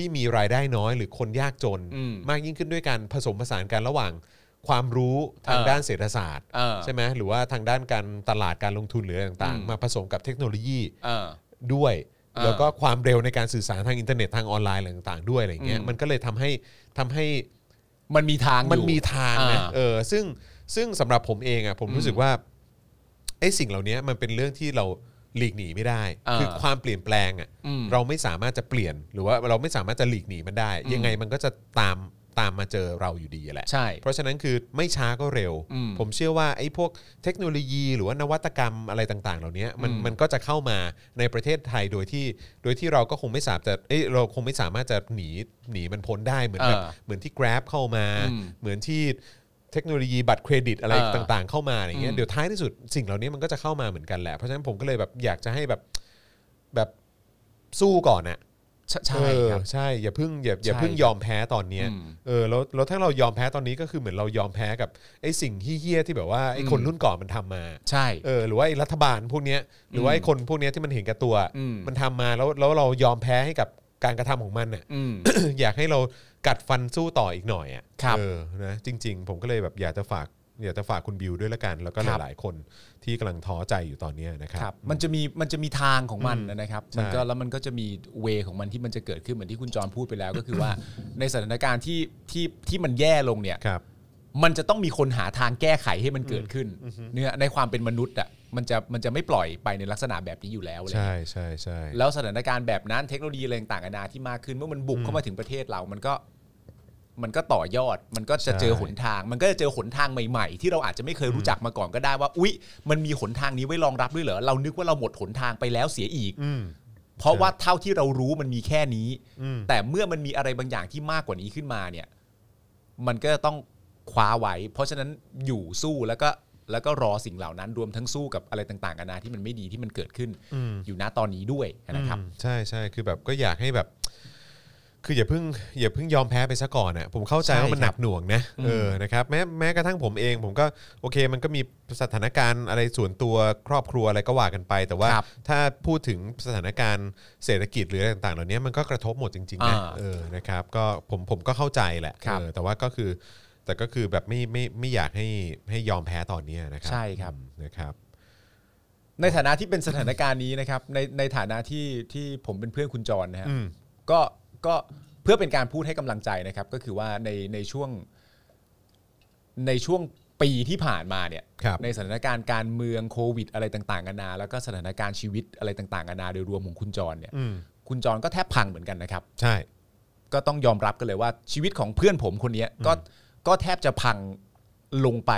Speaker 2: ที่มีรายได้น้อย หรือคนยากจน
Speaker 3: อืม
Speaker 2: มากยิ่งขึ้นด้วยการผสมผสานกันระหว่างความรู้ทาง
Speaker 3: เออ
Speaker 2: ด้านเศรษฐศาสตร์
Speaker 3: เออ
Speaker 2: ใช่ไหมหรือว่าทางด้านการตลาดการลงทุนหรืออะไรต่าง
Speaker 3: อืม
Speaker 2: ๆ มาผสมกับเทคโนโลยี
Speaker 3: เออ
Speaker 2: ด้วย
Speaker 3: เออ
Speaker 2: แล้วก็ความเร็วในการสื่อสารทางอินเทอร์เน็ตทางออนไลน์อะไรต่างๆด้วยอะไรอย่างเงี้ย
Speaker 3: อืม
Speaker 2: มันก็เลยทำให้ทำให้
Speaker 3: มันมีทางอยู่
Speaker 2: มันมีทางนะ
Speaker 3: อ่า
Speaker 2: เออซึ่งซึ่งสำหรับผมเองอ่ะผม
Speaker 3: อืม
Speaker 2: รู้สึกว่าไอ้สิ่งเหล่านี้มันเป็นเรื่องที่เราหลีกหนีไม่ได้
Speaker 3: อ่า
Speaker 2: คือความเปลี่ยนแปลงอ่ะ
Speaker 3: อืม
Speaker 2: เราไม่สามารถจะเปลี่ยนหรือว่าเราไม่สามารถจะหลีกหนีมันได้
Speaker 3: อืม
Speaker 2: ยังไงมันก็จะตาม ตามมาเจอเราอยู่ดีแหละ
Speaker 3: ใช่
Speaker 2: เพราะฉะนั้นคือไม่ช้าก็เร็ว
Speaker 3: อืม
Speaker 2: ผมเชื่อว่าไอ้พวกเทคโนโลยีหรือว่านวัตกรรมอะไรต่างๆ เหล่านี้มัน
Speaker 3: อืม
Speaker 2: มันก็จะเข้ามาในประเทศไทยโดยที่โดยที่เราก็คงไม่สามารถจะเอ้ยเราคงไม่สามารถจะหนีหนีมันพ้นได้เหมือนแบบ
Speaker 3: เออ
Speaker 2: เหมือนที่ Grab เข้ามา
Speaker 3: อืม
Speaker 2: เหมือนที่เทคโนโลยีบัตรเครดิตอะไร
Speaker 3: เออ
Speaker 2: ต่างๆ เข้ามาอย่างเงี้ย
Speaker 3: อืม
Speaker 2: เดี๋ยวท้ายที่สุดสิ่งเหล่านี้มันก็จะเข้ามาเหมือนกันแหละเพราะฉะนั้นผมก็เลยแบบอยากจะให้แบบแบบสู้ก่อนอะ
Speaker 3: ใช่ใช่
Speaker 2: เออ
Speaker 3: ครับ
Speaker 2: ใช่อย่าเพิ่งอย่าอย่าเพิ่ง
Speaker 3: ใช่ครับ
Speaker 2: ยอมแพ้ตอนเนี้ย
Speaker 3: อืม
Speaker 2: เออแล้วแล้วถ้าเรายอมแพ้ตอนนี้ก็คือเหมือนเรายอมแพ้กับไอ้สิ่งที่เฮี้ยที่แบบว่าไอ้คน
Speaker 3: อืม
Speaker 2: รุ่นก่อนมันทำมา
Speaker 3: ใช่
Speaker 2: เออหรือว่าไอ้รัฐบาลพวกเนี้ยหรือว่าไอ้คนพวกเนี้ยที่มันเห็นแก่ตัว
Speaker 3: อืม
Speaker 2: นทำมาแล้วแล้วเรายอมแพ้ให้กับการกระทำของมันน่ะ
Speaker 3: อืม
Speaker 2: อยากให้เรากัดฟันสู้ต่ออีกหน่อยอ่ะ
Speaker 3: ครับ
Speaker 2: เออนะจริง ๆ ผมก็เลยแบบอยากจะฝากอยากจะฝากคุณบิวด้วยละกัน แล้วก็
Speaker 3: ครับ
Speaker 2: หลายๆคนที่กำลังท้อใจอยู่ตอนเนี้ยนะครับ
Speaker 3: ครับมันจะมีมันจะมีทางของมันนะครับ
Speaker 2: ใช่
Speaker 3: มันก็แล้วมันก็จะมีเวของมันที่มันจะเกิดขึ้นเหมือนที่คุณจรพูดไปแล้ว ก็คือว่าในสถานการณ์ที่ที่ที่มันแย่ลงเนี่ย
Speaker 2: ครับ
Speaker 3: มันจะต้องมีคนหาทางแก้ไขให้มันเกิดขึ้นเนื้อในความเป็นมนุษย์อ่ะมันจะมันจะไม่ปล่อยไปในลักษณะแบบนี้อยู่แล้วอะไร
Speaker 2: ใช่
Speaker 3: เงี้ย
Speaker 2: ใช่ใช่
Speaker 3: แล้วสถานการณ์แบบนั้นเทคโนโลยีอะไรต่างๆนานาที่มากขึ้นเมื่อมันบุกเข้ามาถึงประเทศเรา มันก็มันก็ต่อยอด มันก็จะ
Speaker 2: ใช่
Speaker 3: เจอหนทาง มันก็จะเจอหนทางใหม่ ๆ ที่เราอาจจะไม่เคยรู้จักมาก่อนก็ได้ว่า อุ๊ย มันมีหนทางนี้ไว้รองรับด้วยเหรอเรานึกว่าเราหมดหนทางไปแล้วเสียอีก
Speaker 2: อืม
Speaker 3: เพราะว่าเท่าที่เรารู้มันมีแค่นี้
Speaker 2: อืม
Speaker 3: แต่เมื่อมันมีอะไรบางอย่างที่มากกว่านี้ขึ้นมาเนี่ย มันก็จะต้องคว้าไว้ เพราะฉะนั้นอยู่สู้แล้วก็แล้วก็รอสิ่งเหล่านั้นรวมทั้งสู้กับอะไรต่างๆกันานาที่มันไม่ดีที่มันเกิดขึ้นอยู่ณตอนนี้ด้วยนะครับ
Speaker 2: อืมใช่ใช่คือแบบก็อยากให้แบบ คืออย่าเพิ่งอย่าเพิ่งยอมแพ้ไปซะก่อนอ่ะผมเข้าใจว่ามันหนักหน่วงนะเออนะครับแม้แม้กระทั่งผมเอง ผมก็โอเค มันก็มีสถานการณ์อะไรส่วนตัวครอบครัวอะไรก็ว่ากันไป แต่ว่า
Speaker 3: ครับ
Speaker 2: ถ้าพูดถึงสถานการณ์เศรษฐกิจหรืออะไรต่างๆเหล่านี้มันก็กระทบหมดจริงๆนะ
Speaker 3: อ่า
Speaker 2: เออนะครับ ก็ผมผมก็เข้าใจแหละ
Speaker 3: ครับ
Speaker 2: เออแต่ว่าก็คือ แต่ก็คือแบบไม่ไม่ไม่อยากให้ให้ยอมแพ้ตอนเนี้ยนะครั
Speaker 3: ใช่ครับ
Speaker 2: อืมนะครับ
Speaker 3: ในฐานะที่เป็นสถานการณ์นี้นะครับ ในในฐานะที่ที่ผมเป็นเพื่อนคุณจรนะฮะ
Speaker 2: อืม
Speaker 3: ก็ก็เพื่อเป็นการพูดให้กำลังใจนะครับ ก็คือว่าในในช่วง ในช่วงปีที่ผ่านมาเนี่ย
Speaker 2: ครับ
Speaker 3: ในสถานการณ์การเมืองโควิด อะไรต่างๆนานา แล้วก็สถานการณ์ชีวิตอะไรต่างๆนานาโดยรวมของคุณจรเนี่ย
Speaker 2: อืม
Speaker 3: คุณจรก็แทบพังเหมือนกันนะครับ
Speaker 2: ใช่
Speaker 3: ก็ต้องยอมรับกันเลยว่าชีวิตของเพื่อนผมคนเนี้ยก็ก็แทบจะพังลงไป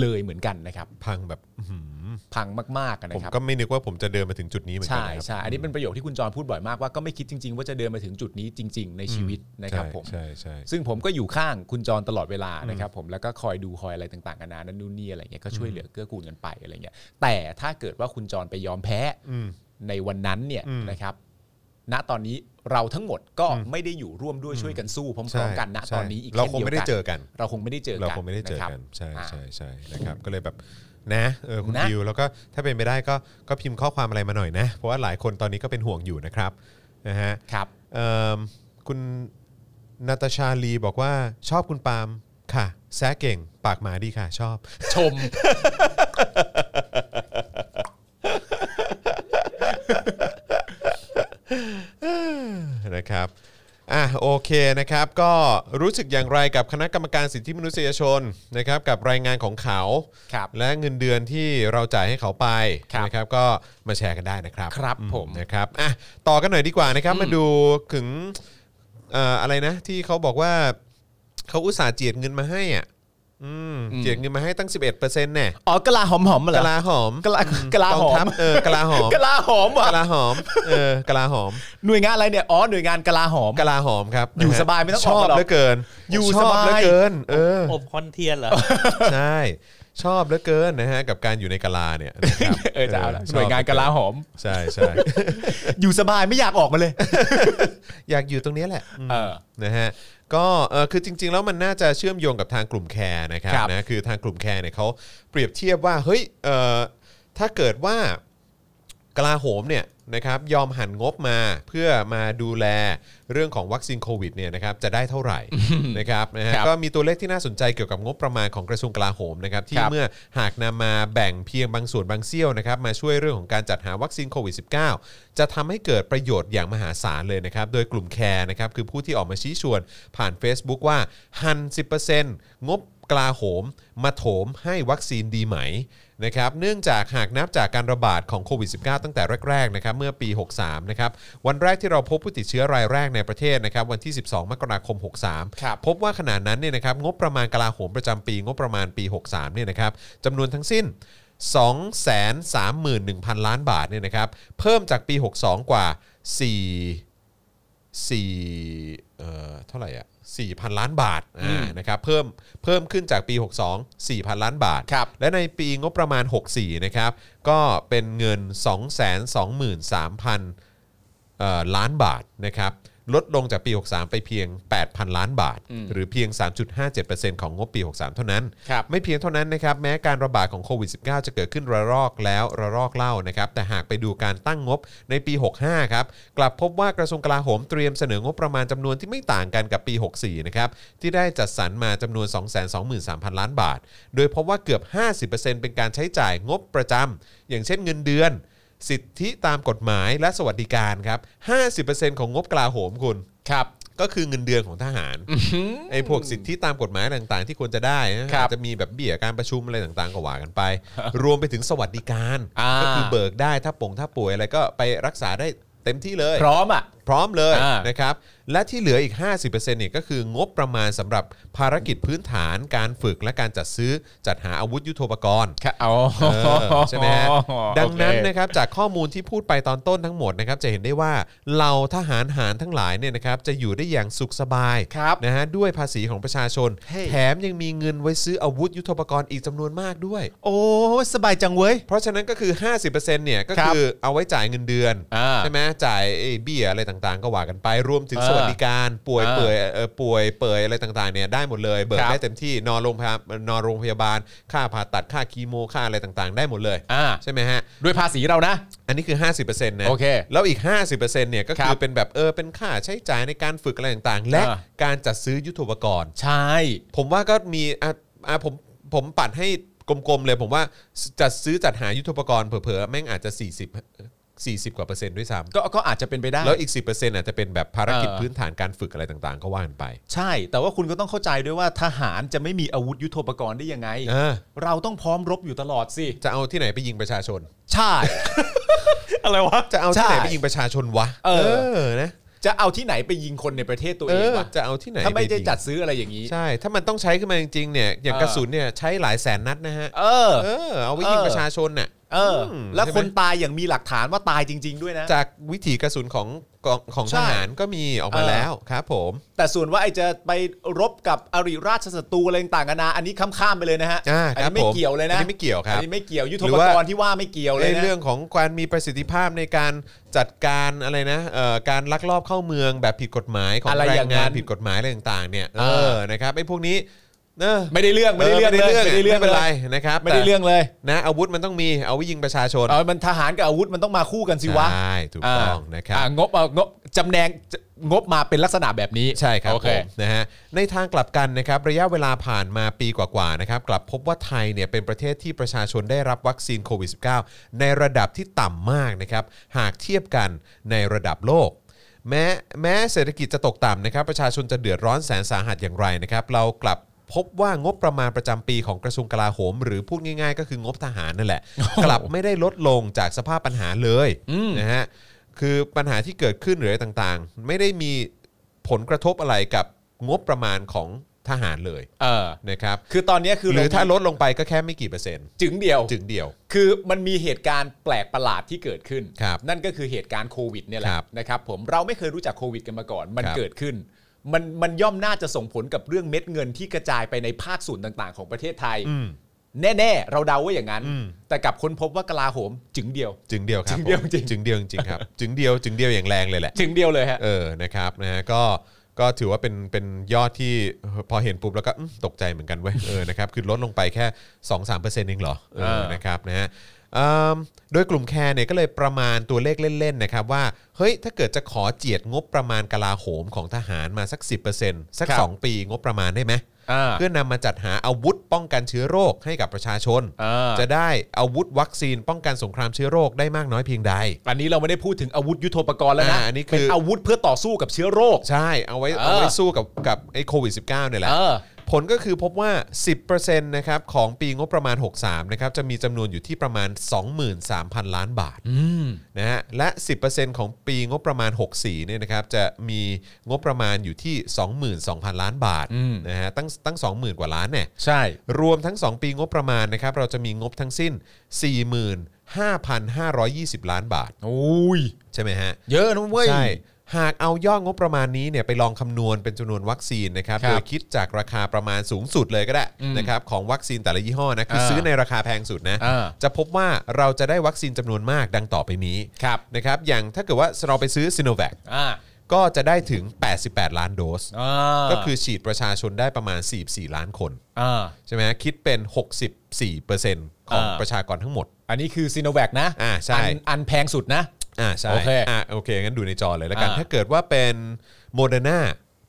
Speaker 3: เลยเหมือนกันนะครับ
Speaker 2: พังแบบอื้อหือ
Speaker 3: พังมากๆอะ
Speaker 2: ผม
Speaker 3: นะครับ
Speaker 2: ก็ไม่นึกว่าผมจะเดินมาถึงจุดนี้เหมือนกัน
Speaker 3: ใช่
Speaker 2: นะครับ
Speaker 3: ใช่อันนี้เป็นประโยคที่คุณจรพูดบ่อยมากว่าก็ไม่คิดจริง ๆ ว่าจะเดินมาถึงจุดนี้จริง ๆ ในชีวิตนะครับผม
Speaker 2: ใช่ใช่ใช่
Speaker 3: ซึ่งผมก็อยู่ข้างคุณจรตลอดเวลานะครับผมแล้วก็คอยดูคอยอะไรต่างๆกันานานั่นนู่นนี่อะไรเงี้ยก็ช่วยเหลือเกื้อกูลกันไปอะไรเงี้ยแต่ถ้าเกิดว่าคุณจรไปยอมแพ้
Speaker 2: อืม
Speaker 3: ในวันนั้นเนี่ย
Speaker 2: อืม
Speaker 3: นะครับ ณตอนนี้เราทั้งหมดก็ไม่ได้อยู่ร่วมด้วยช่วยกันสู้พร้อมๆกันณ
Speaker 2: ใช่
Speaker 3: ตอนนี้อีก
Speaker 2: เรา
Speaker 3: ช่น
Speaker 2: คงไม่ได้เจอกัน
Speaker 3: เราคงไม่ได้เจอกัน
Speaker 2: เราคงไม่ได้เจอะ
Speaker 3: รับ
Speaker 2: กันใช่
Speaker 3: อ่า
Speaker 2: ใช่ใช่นะครับก็เลยแบบนะเออคุณ
Speaker 3: นะ
Speaker 2: บิวแล้วก็ถ้าเป็นไปได้ก็ก็พิมพ์ข้อความอะไรมาหน่อยนะเพราะว่าหลายคนตอนนี้ก็เป็นห่วงอยู่นะครับนะฮะ
Speaker 3: ครับ
Speaker 2: เอิ่มคุณนาตาชาลีบอกว่าชอบคุณปาล์มค่ะแซะเก่งปากหมาดีค่ะ ชอบ
Speaker 3: ชม
Speaker 2: นะครับ อ่ะโอเคนะครับ ก็รู้สึกอย่างไรกับคณะกรรมการสิทธิมนุษยชนนะครับกับรายงานของเขา
Speaker 3: ครับ
Speaker 2: และเงินเดือนที่เราจ่ายให้เขาไป
Speaker 3: ครับ
Speaker 2: นะครับก็มาแชร์กันได้นะครับ
Speaker 3: ครับ
Speaker 2: อื
Speaker 3: ผม
Speaker 2: นะครับอ่ะต่อกันหน่อยดีกว่านะครับ มาดูถึงเอ่ออะไรนะ ที่เขาบอกว่าเขาอุตส่าห์เจียดเงินมาให้อ่ะอืมเจียดเงินมาให้ตั้ง 11%เนี่ย
Speaker 3: อ๋อกะลาหอมๆมาเหร
Speaker 2: ก
Speaker 3: อก
Speaker 2: ลาหอม
Speaker 3: กะลากะลาหอก
Speaker 2: งทั
Speaker 3: ม
Speaker 2: พเออกลาหอม
Speaker 3: กะลาหอมว่ะ
Speaker 2: กลาหอมเออกลาหอม
Speaker 3: หน่วยงานอะไรเนี่ยอ๋อหน่วยงานกะลาหอม
Speaker 2: กะลาหอมครับ
Speaker 3: อยู่
Speaker 2: นะฮะ
Speaker 3: สบายไม่ต้อง
Speaker 2: ชอ
Speaker 3: ออบ กหรอก
Speaker 2: เหลือเกิน
Speaker 3: อยู่
Speaker 2: ชอบ
Speaker 3: สบาย
Speaker 2: เหลือเกิน เออ
Speaker 4: อบคอนเทียนเหรอ
Speaker 2: ใช่ชอบเหลือเกินนะฮะกับการอยู่ในกะลาเนี่ยนะครับ
Speaker 3: เออจะเอาละ
Speaker 2: ชบ
Speaker 3: หน่วยงานกะลาหอม
Speaker 2: ใช่ใช่
Speaker 3: อยู่สบายไม่อยากออกมาเลย
Speaker 2: อยากอยู่ตรงเนี้ยแหละ
Speaker 3: เออ
Speaker 2: นะฮะก็เออคือจริง ๆ แล้วมันน่าจะเชื่อมโยงกับทางกลุ่มแคร์นะครับ
Speaker 3: ครับ
Speaker 2: นะคือทางกลุ่มแคร์เนี่ยเขาเปรียบเทียบว่าเฮ้ยเออถ้าเกิดว่ากลาโหมเนี่ยนะครับยอมหันงบมาเพื่อมาดูแลเรื่องของวัคซีนโควิดเนี่ยนะครับจะได้เท่าไหร่ นะครับนะฮะ
Speaker 3: ครับ
Speaker 2: ก็มีตัวเลขที่น่าสนใจเกี่ยวกับงบประมาณของกระทรวงกลาโหมนะครับที่
Speaker 3: ครับ
Speaker 2: เมื่อหากนำมาแบ่งเพียงบางส่วนบางเสี้ยวนะครับมาช่วยเรื่องของการจัดหาวัคซีนโควิด -19 จะทำให้เกิดประโยชน์อย่างมหาศาลเลยนะครับ โดยกลุ่มแคร์นะครับคือผู้ที่ออกมาชี้ชวนผ่าน Facebook ว่าหัน 10%งบ กลาโหมมาโถมให้วัคซีนดีไหมนะครับเนื่องจากหากนับจากการระบาดของโควิด -19 ตั้งแต่แรกๆนะครับเมื่อปี 63นะครับวันแรกที่เราพบผู้ติดเชื้อรายแรกในประเทศนะครับวันที่ 12 มกราคม 63 พบว่าขณะนั้นเนี่ยนะครับงบประมาณกลาโหมประจำปีงบประมาณปี 63เนี่ยนะครับจำนวนทั้งสิ้น 231,000 ล้านบาทเนี่ยนะครับเพิ่มจากปี 62 กว่า 4 สี่เอ่อเท่าไหร่อ่ะสี่พันล้านบาทอ่านะครับเพิ่มเพิ่มขึ้นจากปี 62 4,000 ล้านบาท และในปีงบประมาณ 64 นะครับ ก็เป็นเงิน 2 2 3 0 0 0 เอ่อล้านบาทนะครับลดลงจากปี 63 ไปเพียง 8,000 ล้านบาท หรือเพียง 3.57%ของงบปี 63 เท่านั้น
Speaker 3: ครับ
Speaker 2: ไม่เพียงเท่านั้นนะครับแม้การระบาดของโควิด -19 จะเกิดขึ้นระลอกแล้วระลอกเล่านะครับแต่หากไปดูการตั้งงบในปี 65 ครับ กลับพบว่ากระทรวงกลาโหมเตรียมเสนองบประมาณจำนวนที่ไม่ต่างกันกับปี 64 นะครับที่ได้จัดสรรมาจำนวน 223,000 ล้านบาท โดยพบว่าเกือบ 50%เป็นการใช้จ่ายงบประจำอย่างเช่นเงินเดือน สิทธิตามกฎหมายและสวัสดิการครับ 50%ของงบกลาโหมคุณ
Speaker 3: ครับ
Speaker 2: ก็คือเงินเดือนของทหาร ไอ้พวกสิทธิตามกฎหมายต่างๆ ที่ควรจะได้นะครับ อาจจะมีแบบเบี้ยการประชุมอะไรต่างๆก็ว่ากันไป รวมไปถึงสวัสดิการ
Speaker 3: อ่า
Speaker 2: ก็คือเบิกได้ถ้าป่งถ้าป่วยอะไรก็ไปรักษาได้เต็มที่เลย
Speaker 3: พร้อมอ่ะ
Speaker 2: พร้อมเลย
Speaker 3: อ่า
Speaker 2: นะครับ และที่เหลืออีก 50%เนี่ยก็คืองบประมาณสำหรับภารกิจพื้นฐานการฝึกและการจัดซื้อจัดหาอาวุธยุทโธปกรณ์
Speaker 3: อ๋อ
Speaker 2: เออใช่ไหมฮะดังนั้น
Speaker 3: โอเค
Speaker 2: นะครับจากข้อมูลที่พูดไปตอนต้นทั้งหมดนะครับจะเห็นได้ว่าเหล่าทหารหารทั้งหลายเนี่ยนะครับจะอยู่ได้อย่างสุขสบาย
Speaker 3: ครับ
Speaker 2: นะฮะด้วยภาษีของประชาชน แถมยังมีเงินไว้ซื้ออาวุธยุทโธปกรณ์อีกจำนวนมากด้วย
Speaker 3: โอ้สบายจังเว้ย
Speaker 2: เพราะฉะนั้นก็คือ 50%เนี่ยก็
Speaker 3: ครับ
Speaker 2: คือเอาไว้จ่ายเงินเดือน
Speaker 3: อ่า
Speaker 2: ใช่ไหมจ่ายไอ้เบี้ยอะไรต่างๆ ก็ว่ากันไปรวมถึง
Speaker 3: เออ
Speaker 2: สวัสดิการป่วย
Speaker 3: อ่า
Speaker 2: เปื่อยเอ่อป่วยเปื่อยอะไรต่างๆเนี่ยได้หมดเลย เบิก
Speaker 3: ครับ
Speaker 2: ได้เต็มที่นอนโรงพยาบาลนอนโรงพยาบาล ค่าผ่าตัดค่าคีโมค่าอะไรต่างๆ ได้หมดเลย
Speaker 3: อ่า
Speaker 2: ใช่ไหมฮะ
Speaker 3: ด้วยภาษีเรานะ
Speaker 2: อันนี้คือ 50%นะ
Speaker 3: โอเค
Speaker 2: แล้วอีก 50%เนี่ยก็
Speaker 3: ครั
Speaker 2: คือบ เป็นแบบเออเป็นค่าใช้จ่ายในการฝึกอะไรต่างๆ และ
Speaker 3: อ่า
Speaker 2: การจัดซื้อยุทโธปกรณ์
Speaker 3: ใช่
Speaker 2: ผมว่าก็มีอ่ะอ่ะผมผมปัดให้กลมๆเลย ผมว่าจัดซื้อจัดหายุทโธปกรณ์เผลอๆ แม่งอาจจะ 40 40 กว่าเปอร์เซ็นต์ด้วยซ้ำ
Speaker 3: ก็ก็อาจจะเป็นไปได้
Speaker 2: แล้วอีก 10%อาจจะเป็นแบบภารกิจ
Speaker 3: เออ
Speaker 2: พื้นฐานการฝึกอะไรต่างๆ ก็ว่ากันไป
Speaker 3: ใช่ แต่ว่าคุณก็ต้องเข้าใจด้วยว่าทหารจะไม่มีอาวุธยุโทโธปกรณ์ได้ยังไง
Speaker 2: เออ
Speaker 3: เราต้องพร้อมรบอยู่ตลอดสิ
Speaker 2: จะเอาที่ไหนไปยิงประชาชน
Speaker 3: ใช่
Speaker 4: อะไรวะ
Speaker 2: จะเอาที่ไหน
Speaker 3: ใช่
Speaker 2: ไปยิงประชาชนวะ
Speaker 3: เออ
Speaker 2: นะ
Speaker 3: จะเอาที่ไหนไปยิงคนในประเทศตัว
Speaker 2: เอ
Speaker 3: เอง
Speaker 2: อ
Speaker 3: วะ
Speaker 2: จะเอาที่ไหน
Speaker 3: ถ้าไม่ได้
Speaker 2: ปยิง
Speaker 3: จัดซื้ออะไรอย่างนี้
Speaker 2: ใช่ ถ้ามันต้องใช้ขึ้นมาจริงๆ เนี่ย อย่าง
Speaker 3: เออ
Speaker 2: กระสุนเนี่ยใช้หลายแสนนัดนะฮะ
Speaker 3: เออ
Speaker 2: เออ เอาไว้ยิง
Speaker 3: เออ
Speaker 2: ประชาชนน่ะ
Speaker 3: เอออ
Speaker 2: ม
Speaker 3: แล้ว
Speaker 2: ใช่ไหม
Speaker 3: คนตายอย่างมีหลักฐานว่าตายจริง ๆ ด้วยนะ
Speaker 2: จากวิถีกระสุนของกองของท
Speaker 3: ใช่
Speaker 2: หารก็มีออกมา
Speaker 3: เออ
Speaker 2: แล้วครับผม
Speaker 3: แต่ส่วนว่าไอจะไปรบกับอริราชศัตรูอะไรต่างกันานาอันนี้ข้ามๆไปเลยนะฮะ
Speaker 2: อ่า
Speaker 3: นี้
Speaker 2: ครับ
Speaker 3: ไม่
Speaker 2: ผม
Speaker 3: เกี่ยวเลยนะ
Speaker 2: อันนี้ไม่เกี่ยวครับ
Speaker 3: อันนี้ไม่เกี่ยวยุทโธ
Speaker 2: หรือ
Speaker 3: ป
Speaker 2: ว่า
Speaker 3: กรณ์ที่ว่าไม่เกี่ยวเลย
Speaker 2: ใน
Speaker 3: นะ
Speaker 2: เรื่องของการมีประสิทธิภาพในการจัดการอะไรนะเอ่อการลักลอบเข้าเมืองแบบผิดกฎหมายของ
Speaker 3: อะไร
Speaker 2: แร
Speaker 3: อง ย่างนั้
Speaker 2: งาน
Speaker 3: น
Speaker 2: ผิดกฎหมายอะไรต่างๆ เนี่ย เอ
Speaker 3: เออ
Speaker 2: อ นะครับไอ้พวกนี้เนอะ
Speaker 3: ไม่ได้เรื่องไม่ได้เรื่อง
Speaker 2: ไม่ได้เรื่อง
Speaker 3: ไม่ได้เรื่อง
Speaker 2: ไม่เป็น
Speaker 3: เล
Speaker 2: ไร
Speaker 3: ย
Speaker 2: นะครับ
Speaker 3: ไม่ได้เรื่องเลย
Speaker 2: แต่นะอาวุธมันต้องมี เอาไว้ยิงประชาชน
Speaker 3: เออมันทหารกับอาวุธมันต้องมาคู่กันสิวะ
Speaker 2: ใช่ถูกต้องนะครับ
Speaker 3: างบเอางบจำแนงจงบมาเป็นลักษณะแบบนี้
Speaker 2: ใช่ครับ
Speaker 3: โอ
Speaker 2: ผ
Speaker 3: เค
Speaker 2: มนะฮะในทางกลับกันนะครับระยะเวลาผ่านมาปีกว่าๆนะครับกลับพบว่าไทยเนี่ยเป็นประเทศที่ประชาชนได้รับวัคซีนโควิด -19 ในระดับที่ต่ำมากนะครับหากเทียบกันในระดับโลก แม้แม้เศรษฐกิจจะตกต่ำนะครับประชาชนจะเดือดร้อนแสนสาหัสอย่างไรนะครับเรากลับพบว่างบประมาณประจำปีของกระทรวงกลาโหม หรือพูดง่าย ๆ ก็คืองบทหารนั่นแหละ กลับไม่ได้ลดลงจากสภาพปัญหาเลยนะฮะคือปัญหาที่เกิดขึ้นหรืออะไรต่างๆ ไม่ได้มี ผลกระทบอะไรกับงบประมาณของทหารเลย
Speaker 3: เออ
Speaker 2: นะครับ
Speaker 3: คือตอนเนี้ยคือ
Speaker 2: หรือ
Speaker 3: เ
Speaker 2: ถ้าลดลงไปก็แค่ไม่กี่เปอร์เซ็นต์
Speaker 3: จึงเดียว
Speaker 2: จึงเดียว
Speaker 3: คือมันมีเหตุการณ์แปลกประหลาดที่เกิดขึ้น
Speaker 2: ครับ
Speaker 3: นั่นก็คือเหตุการณ์โควิดเนี่ยแหละ
Speaker 2: ครับ
Speaker 3: นะครับผมเราไม่เคยรู้จักโควิดกันมาก่อน มัน
Speaker 2: ครับ
Speaker 3: เกิดขึ้น มันมันย่อมน่าจะส่งผลกับเรื่องเม็ดเงินที่กระจายไปในภาคส่วนต่างๆ ของประเทศไทย แน่ๆ เราเดาว่าอย่างนั้น
Speaker 2: อืม
Speaker 3: แต่กลับค้นพบว่ากลาโหม จึงเดียว
Speaker 2: จึงเดียวครับ
Speaker 3: จึงเดียว
Speaker 2: ผม
Speaker 3: จริง
Speaker 2: จึงเดียวจริงๆครับ จึงเดียวจึงเดียวอย่างแรงเลยแหละ
Speaker 3: จึงเดียวเลยฮะ
Speaker 2: เออนะครับนะฮะก็ก็ถือว่าเป็นเป็นยอดที่พอเห็นปุ๊บแล้วก็อื้อตกใจเหมือนกันเว้ยเออนะครับคือลดลงไปแค่ 2-3%เองเหรอเอ
Speaker 3: เอ
Speaker 2: อ
Speaker 3: อ
Speaker 2: นะครับนะฮะเอิ่มโดยกลุ่มแคร์เนี่ยก็เลยประมาณตัวเลขเล่นๆนะครับว่าเฮ้ยถ้าเกิดจะขอเจียดงบประมาณกลาโหมของทหารมาสัก 10%สัก 2 ปีงบประมาณได้ไหม
Speaker 3: อ่า
Speaker 2: เพื่อนำมาจัดหาอาวุธป้องกันเชื้อโรคให้กับประชาชน
Speaker 3: อ่า
Speaker 2: จะได้อาวุธวัคซีนป้องกันสงครามเชื้อโรคได้มากน้อยเพียงใด
Speaker 3: อันนี้เราไม่ได้พูดถึงอาวุธยุทโธปกรณ์แล้วนะ
Speaker 2: อ่าอันนี้คือ
Speaker 3: เป็นอาวุธเพื่อต่อสู้กับเชื้อโรค
Speaker 2: ใช่เอาไว้
Speaker 3: เออ
Speaker 2: เอาไว้สู้กับกับไอ้โควิด -19 เนี่ยแหละ
Speaker 3: เออ
Speaker 2: ผลก็คือพบว่า 10%นะครับของปีงบประมาณ 63นะครับจะมีจำนวนอยู่ที่ประมาณ 23,000 ล้านบาท
Speaker 3: อืม
Speaker 2: นะฮะและ 10%ของปีงบประมาณ 64เนี่ยนะครับจะมีงบประมาณอยู่ที่ 22,000 ล้านบาท
Speaker 3: อืม
Speaker 2: นะฮะตั้งตั้ง 20,000 กว่าล้านเนี่ย
Speaker 3: ใช่
Speaker 2: รวมทั้ง 2 ปีงบประมาณนะครับเราจะมีงบทั้งสิ้น 45,520 ล้านบาท
Speaker 3: โอ้ย
Speaker 2: ใช่ไหมฮะ
Speaker 3: เยอะนะเว้ย
Speaker 2: ใช่ หากเอาย่องบประมาณนี้เนี่ยไปลองคำนวณเป็นจำนวนวัคซีนนะครับ
Speaker 3: ครับ
Speaker 2: โดยคิดจากราคาประมาณสูงสุดเลยก็ได้
Speaker 3: อืม
Speaker 2: นะครับของวัคซีนแต่ละยี่ห้อนะคือ
Speaker 3: เออ
Speaker 2: ซื้อในราคาแพงสุดนะ
Speaker 3: เออ
Speaker 2: จะพบว่าเราจะได้วัคซีนจำนวนมากดังต่อไปนี้
Speaker 3: ครับ
Speaker 2: นะครับอย่างถ้าเกิดว่าเราไปซื้อซิโนแวค
Speaker 3: อ่า
Speaker 2: ก็จะได้ถึง 88 ล้านโดส
Speaker 3: อ่า
Speaker 2: ก็คือฉีดประชาชนได้ประมาณ 44 ล้านคน
Speaker 3: อ่า
Speaker 2: ใช่ไหมฮะคิดเป็น 64%ของ
Speaker 3: อ่า
Speaker 2: ประชากรทั้งหมด
Speaker 3: อันนี้คือซีโนแวคนะ
Speaker 2: อ่าใช่
Speaker 3: นอันแพงสุดนะ
Speaker 2: อ่าใช่
Speaker 3: โอเค
Speaker 2: อ่าโอเค งั้นดูในจอเลยแล้วกัน
Speaker 3: อ่า
Speaker 2: ถ้าเกิดว่าเป็นโมเดอร์นา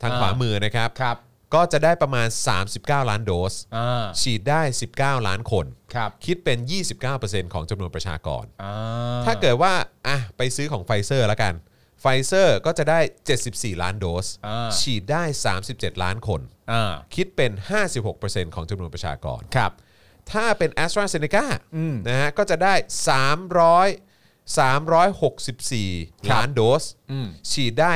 Speaker 2: ทาง
Speaker 3: อ่า
Speaker 2: ขวามือนะครับ
Speaker 3: ครับ
Speaker 2: ก็จะได้ประมาณ 39 ล้านโดส
Speaker 3: อ่า
Speaker 2: ฉีดได้ 19 ล้านคน
Speaker 3: ครับ
Speaker 2: คิดเป็น 29%ของจำนวนประชากร
Speaker 3: อ่า
Speaker 2: ถ้าเกิดว่าอ่ะไปซื้อของไฟเซอร์แล้วกัน ไฟเซอร์ก็จะได้ 74 ล้านโดส
Speaker 3: อ่า
Speaker 2: ฉีดได้ 37 ล้านคน
Speaker 3: อ่า
Speaker 2: คิดเป็น 56%ของจำนวนประชากร
Speaker 3: ครับ
Speaker 2: ถ้าเป็น a s t r a z e ซ e c a
Speaker 3: อืม
Speaker 2: นะฮะก็จะได้ 300 364
Speaker 3: ครับ
Speaker 2: ล้านโดส
Speaker 3: อืม
Speaker 2: ฉีดได้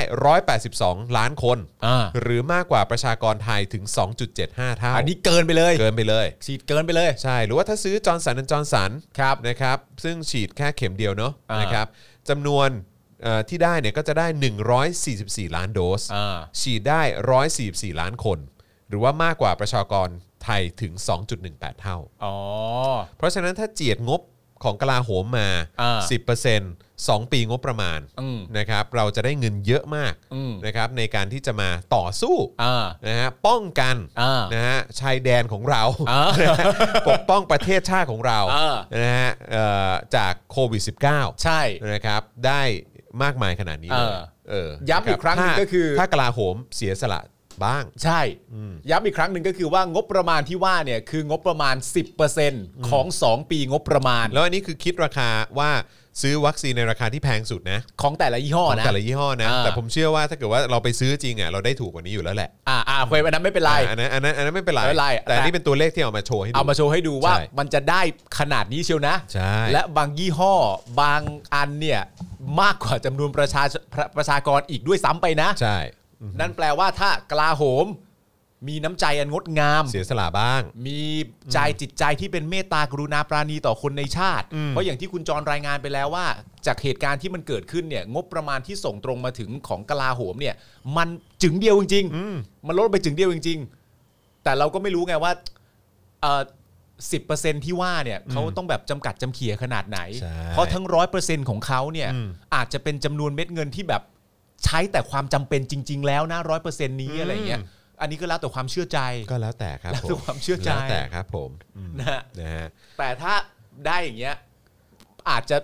Speaker 2: 182 ล้านคน
Speaker 3: อ่า
Speaker 2: หรือมากกว่าประชากรไทยถึง 2.75 เท่า
Speaker 3: อันนี้เกินไปเลย
Speaker 2: เกินไปเลย
Speaker 3: ฉีดเกินไปเลย
Speaker 2: ใช่ หรือว่าถ้าซื้อจอร์นสันจอร์นสัน
Speaker 3: ครับ
Speaker 2: นะครับ ซึ่งฉีดแค่เข็มเดียวเนาะ
Speaker 3: อ่าน
Speaker 2: นะครับจำนวนเอ่อที่ได้เนี่ยก็จะได้ 144 ล้านโดส
Speaker 3: อ่า
Speaker 2: ฉีดได้ 144 ล้านคน หรือว่ามากกว่าประชากรไทยถึง 2.18 เท่า
Speaker 3: อ๋อ
Speaker 2: เพราะฉะนั้นถ้าเจียดงบของกลาโหมมา
Speaker 3: อ่า
Speaker 2: 10% 2 ปีงบประมาณ
Speaker 3: อืม
Speaker 2: นะครับเราจะได้เงินเยอะมาก
Speaker 3: อืม
Speaker 2: นะครับในการที่จะมาต่อสู้
Speaker 3: อ่า
Speaker 2: นะฮะป้องกัน
Speaker 3: อ่า
Speaker 2: นะฮะชายแดนของเรา
Speaker 3: อ่า
Speaker 2: นะฮะปกป้องประเทศชาติของเรา
Speaker 3: อ่า
Speaker 2: นะฮะเอ่อจากโควิด -19
Speaker 3: ใช่
Speaker 2: นะครับได้มากมายขนาดนี้เลย
Speaker 3: เออ
Speaker 2: เออ
Speaker 3: ย้ำอีกครั้งหนึ่ง
Speaker 2: ถ้า
Speaker 3: ก็คือ
Speaker 2: ถ้ากลาโหมเสียสละบ้าง
Speaker 3: ใช่ ย้ำอีกครั้งหนึ่งก็คือว่างบประมาณที่ว่าเนี่ยคืองบประมาณ 10%ของ 2 ปีงบประมาณ
Speaker 2: แล้วอันนี้คือคิดราคาว่าซื้อวัคซีนในราคาที่แพงสุดนะ
Speaker 3: ของแต่ละยี่ห้อ
Speaker 2: ของ
Speaker 3: นะ
Speaker 2: แต่ละยี่ห้อนะ
Speaker 3: อ่า
Speaker 2: แต่ผมเชื่อว่าถ้าเกิดว่าเราไปซื้อจริงอ่ะเราได้ถูกกว่านี้อยู่แล้วแหละ
Speaker 3: อ่าอ่าเว้ยอันนั้นไม่เป็นไร
Speaker 2: อ่าอันนั้นอันนั้นอันนั้นไม่เป็นไร
Speaker 3: ไม่เป็นไร
Speaker 2: แต่อันนี้
Speaker 3: แต่
Speaker 2: เป็นตัวเลขที่เอามาโชว์ให้ดู
Speaker 3: เอามาโชว์ให้ดูว่า
Speaker 2: ใช่
Speaker 3: มันจะได้ขนาดนี้เชียวนะ
Speaker 2: ใช่
Speaker 3: และบางยี่ห้อบางอันเนี่ยมากกว่าจำนวนประชาประประชากรอีกด้วยซ้ำไปนะ
Speaker 2: ใช่
Speaker 3: นั่นแปลว่าถ้ากลาโหม มีน้ำใจอันงดงาม
Speaker 2: เสียสละบ้าง
Speaker 3: มีใจจิตใจที่เป็นเมตตากรุณาปราณีต่อคนในชาติ เพราะอย่างที่คุณจรรายงานไปแล้วว่า จากเหตุการณ์ที่มันเกิดขึ้นเนี่ยงบประมาณที่ส่งตรงมาถึงของกลาโหมเนี่ย มันจึงเดียวจริง ๆ มันลดไปจึงเดียวจริง ๆ แต่เราก็ไม่รู้ไงว่าสิบเปอร์เซ็นที่ว่าเนี่ยเขาต้องแบบจำกัดจำเขี่ยขนาดไหน
Speaker 2: ใช่
Speaker 3: เพราะทั้งร้อยเปอร์เซ็นของเขาเนี่ย
Speaker 2: อืม
Speaker 3: อาจจะเป็นจำนวนเม็ดเงินที่แบบใช้แต่ความจำเป็นจริง ๆ แล้วนะร้อยเปอร์เซ็นนี้อะไรอย่างเงี้ยอันนี้ก็แล้วแต่ความเชื่อใจ
Speaker 2: ก็แล้วแต่ครับ
Speaker 3: แล้ว
Speaker 2: ผ
Speaker 3: แต่
Speaker 2: ม
Speaker 3: ความเชื่อใจ
Speaker 2: แล้วแต่ครับผมอืม
Speaker 3: นะฮะ
Speaker 2: นะฮะ
Speaker 3: แต่ถ้าได้อย่างเงี้ยอาจจะ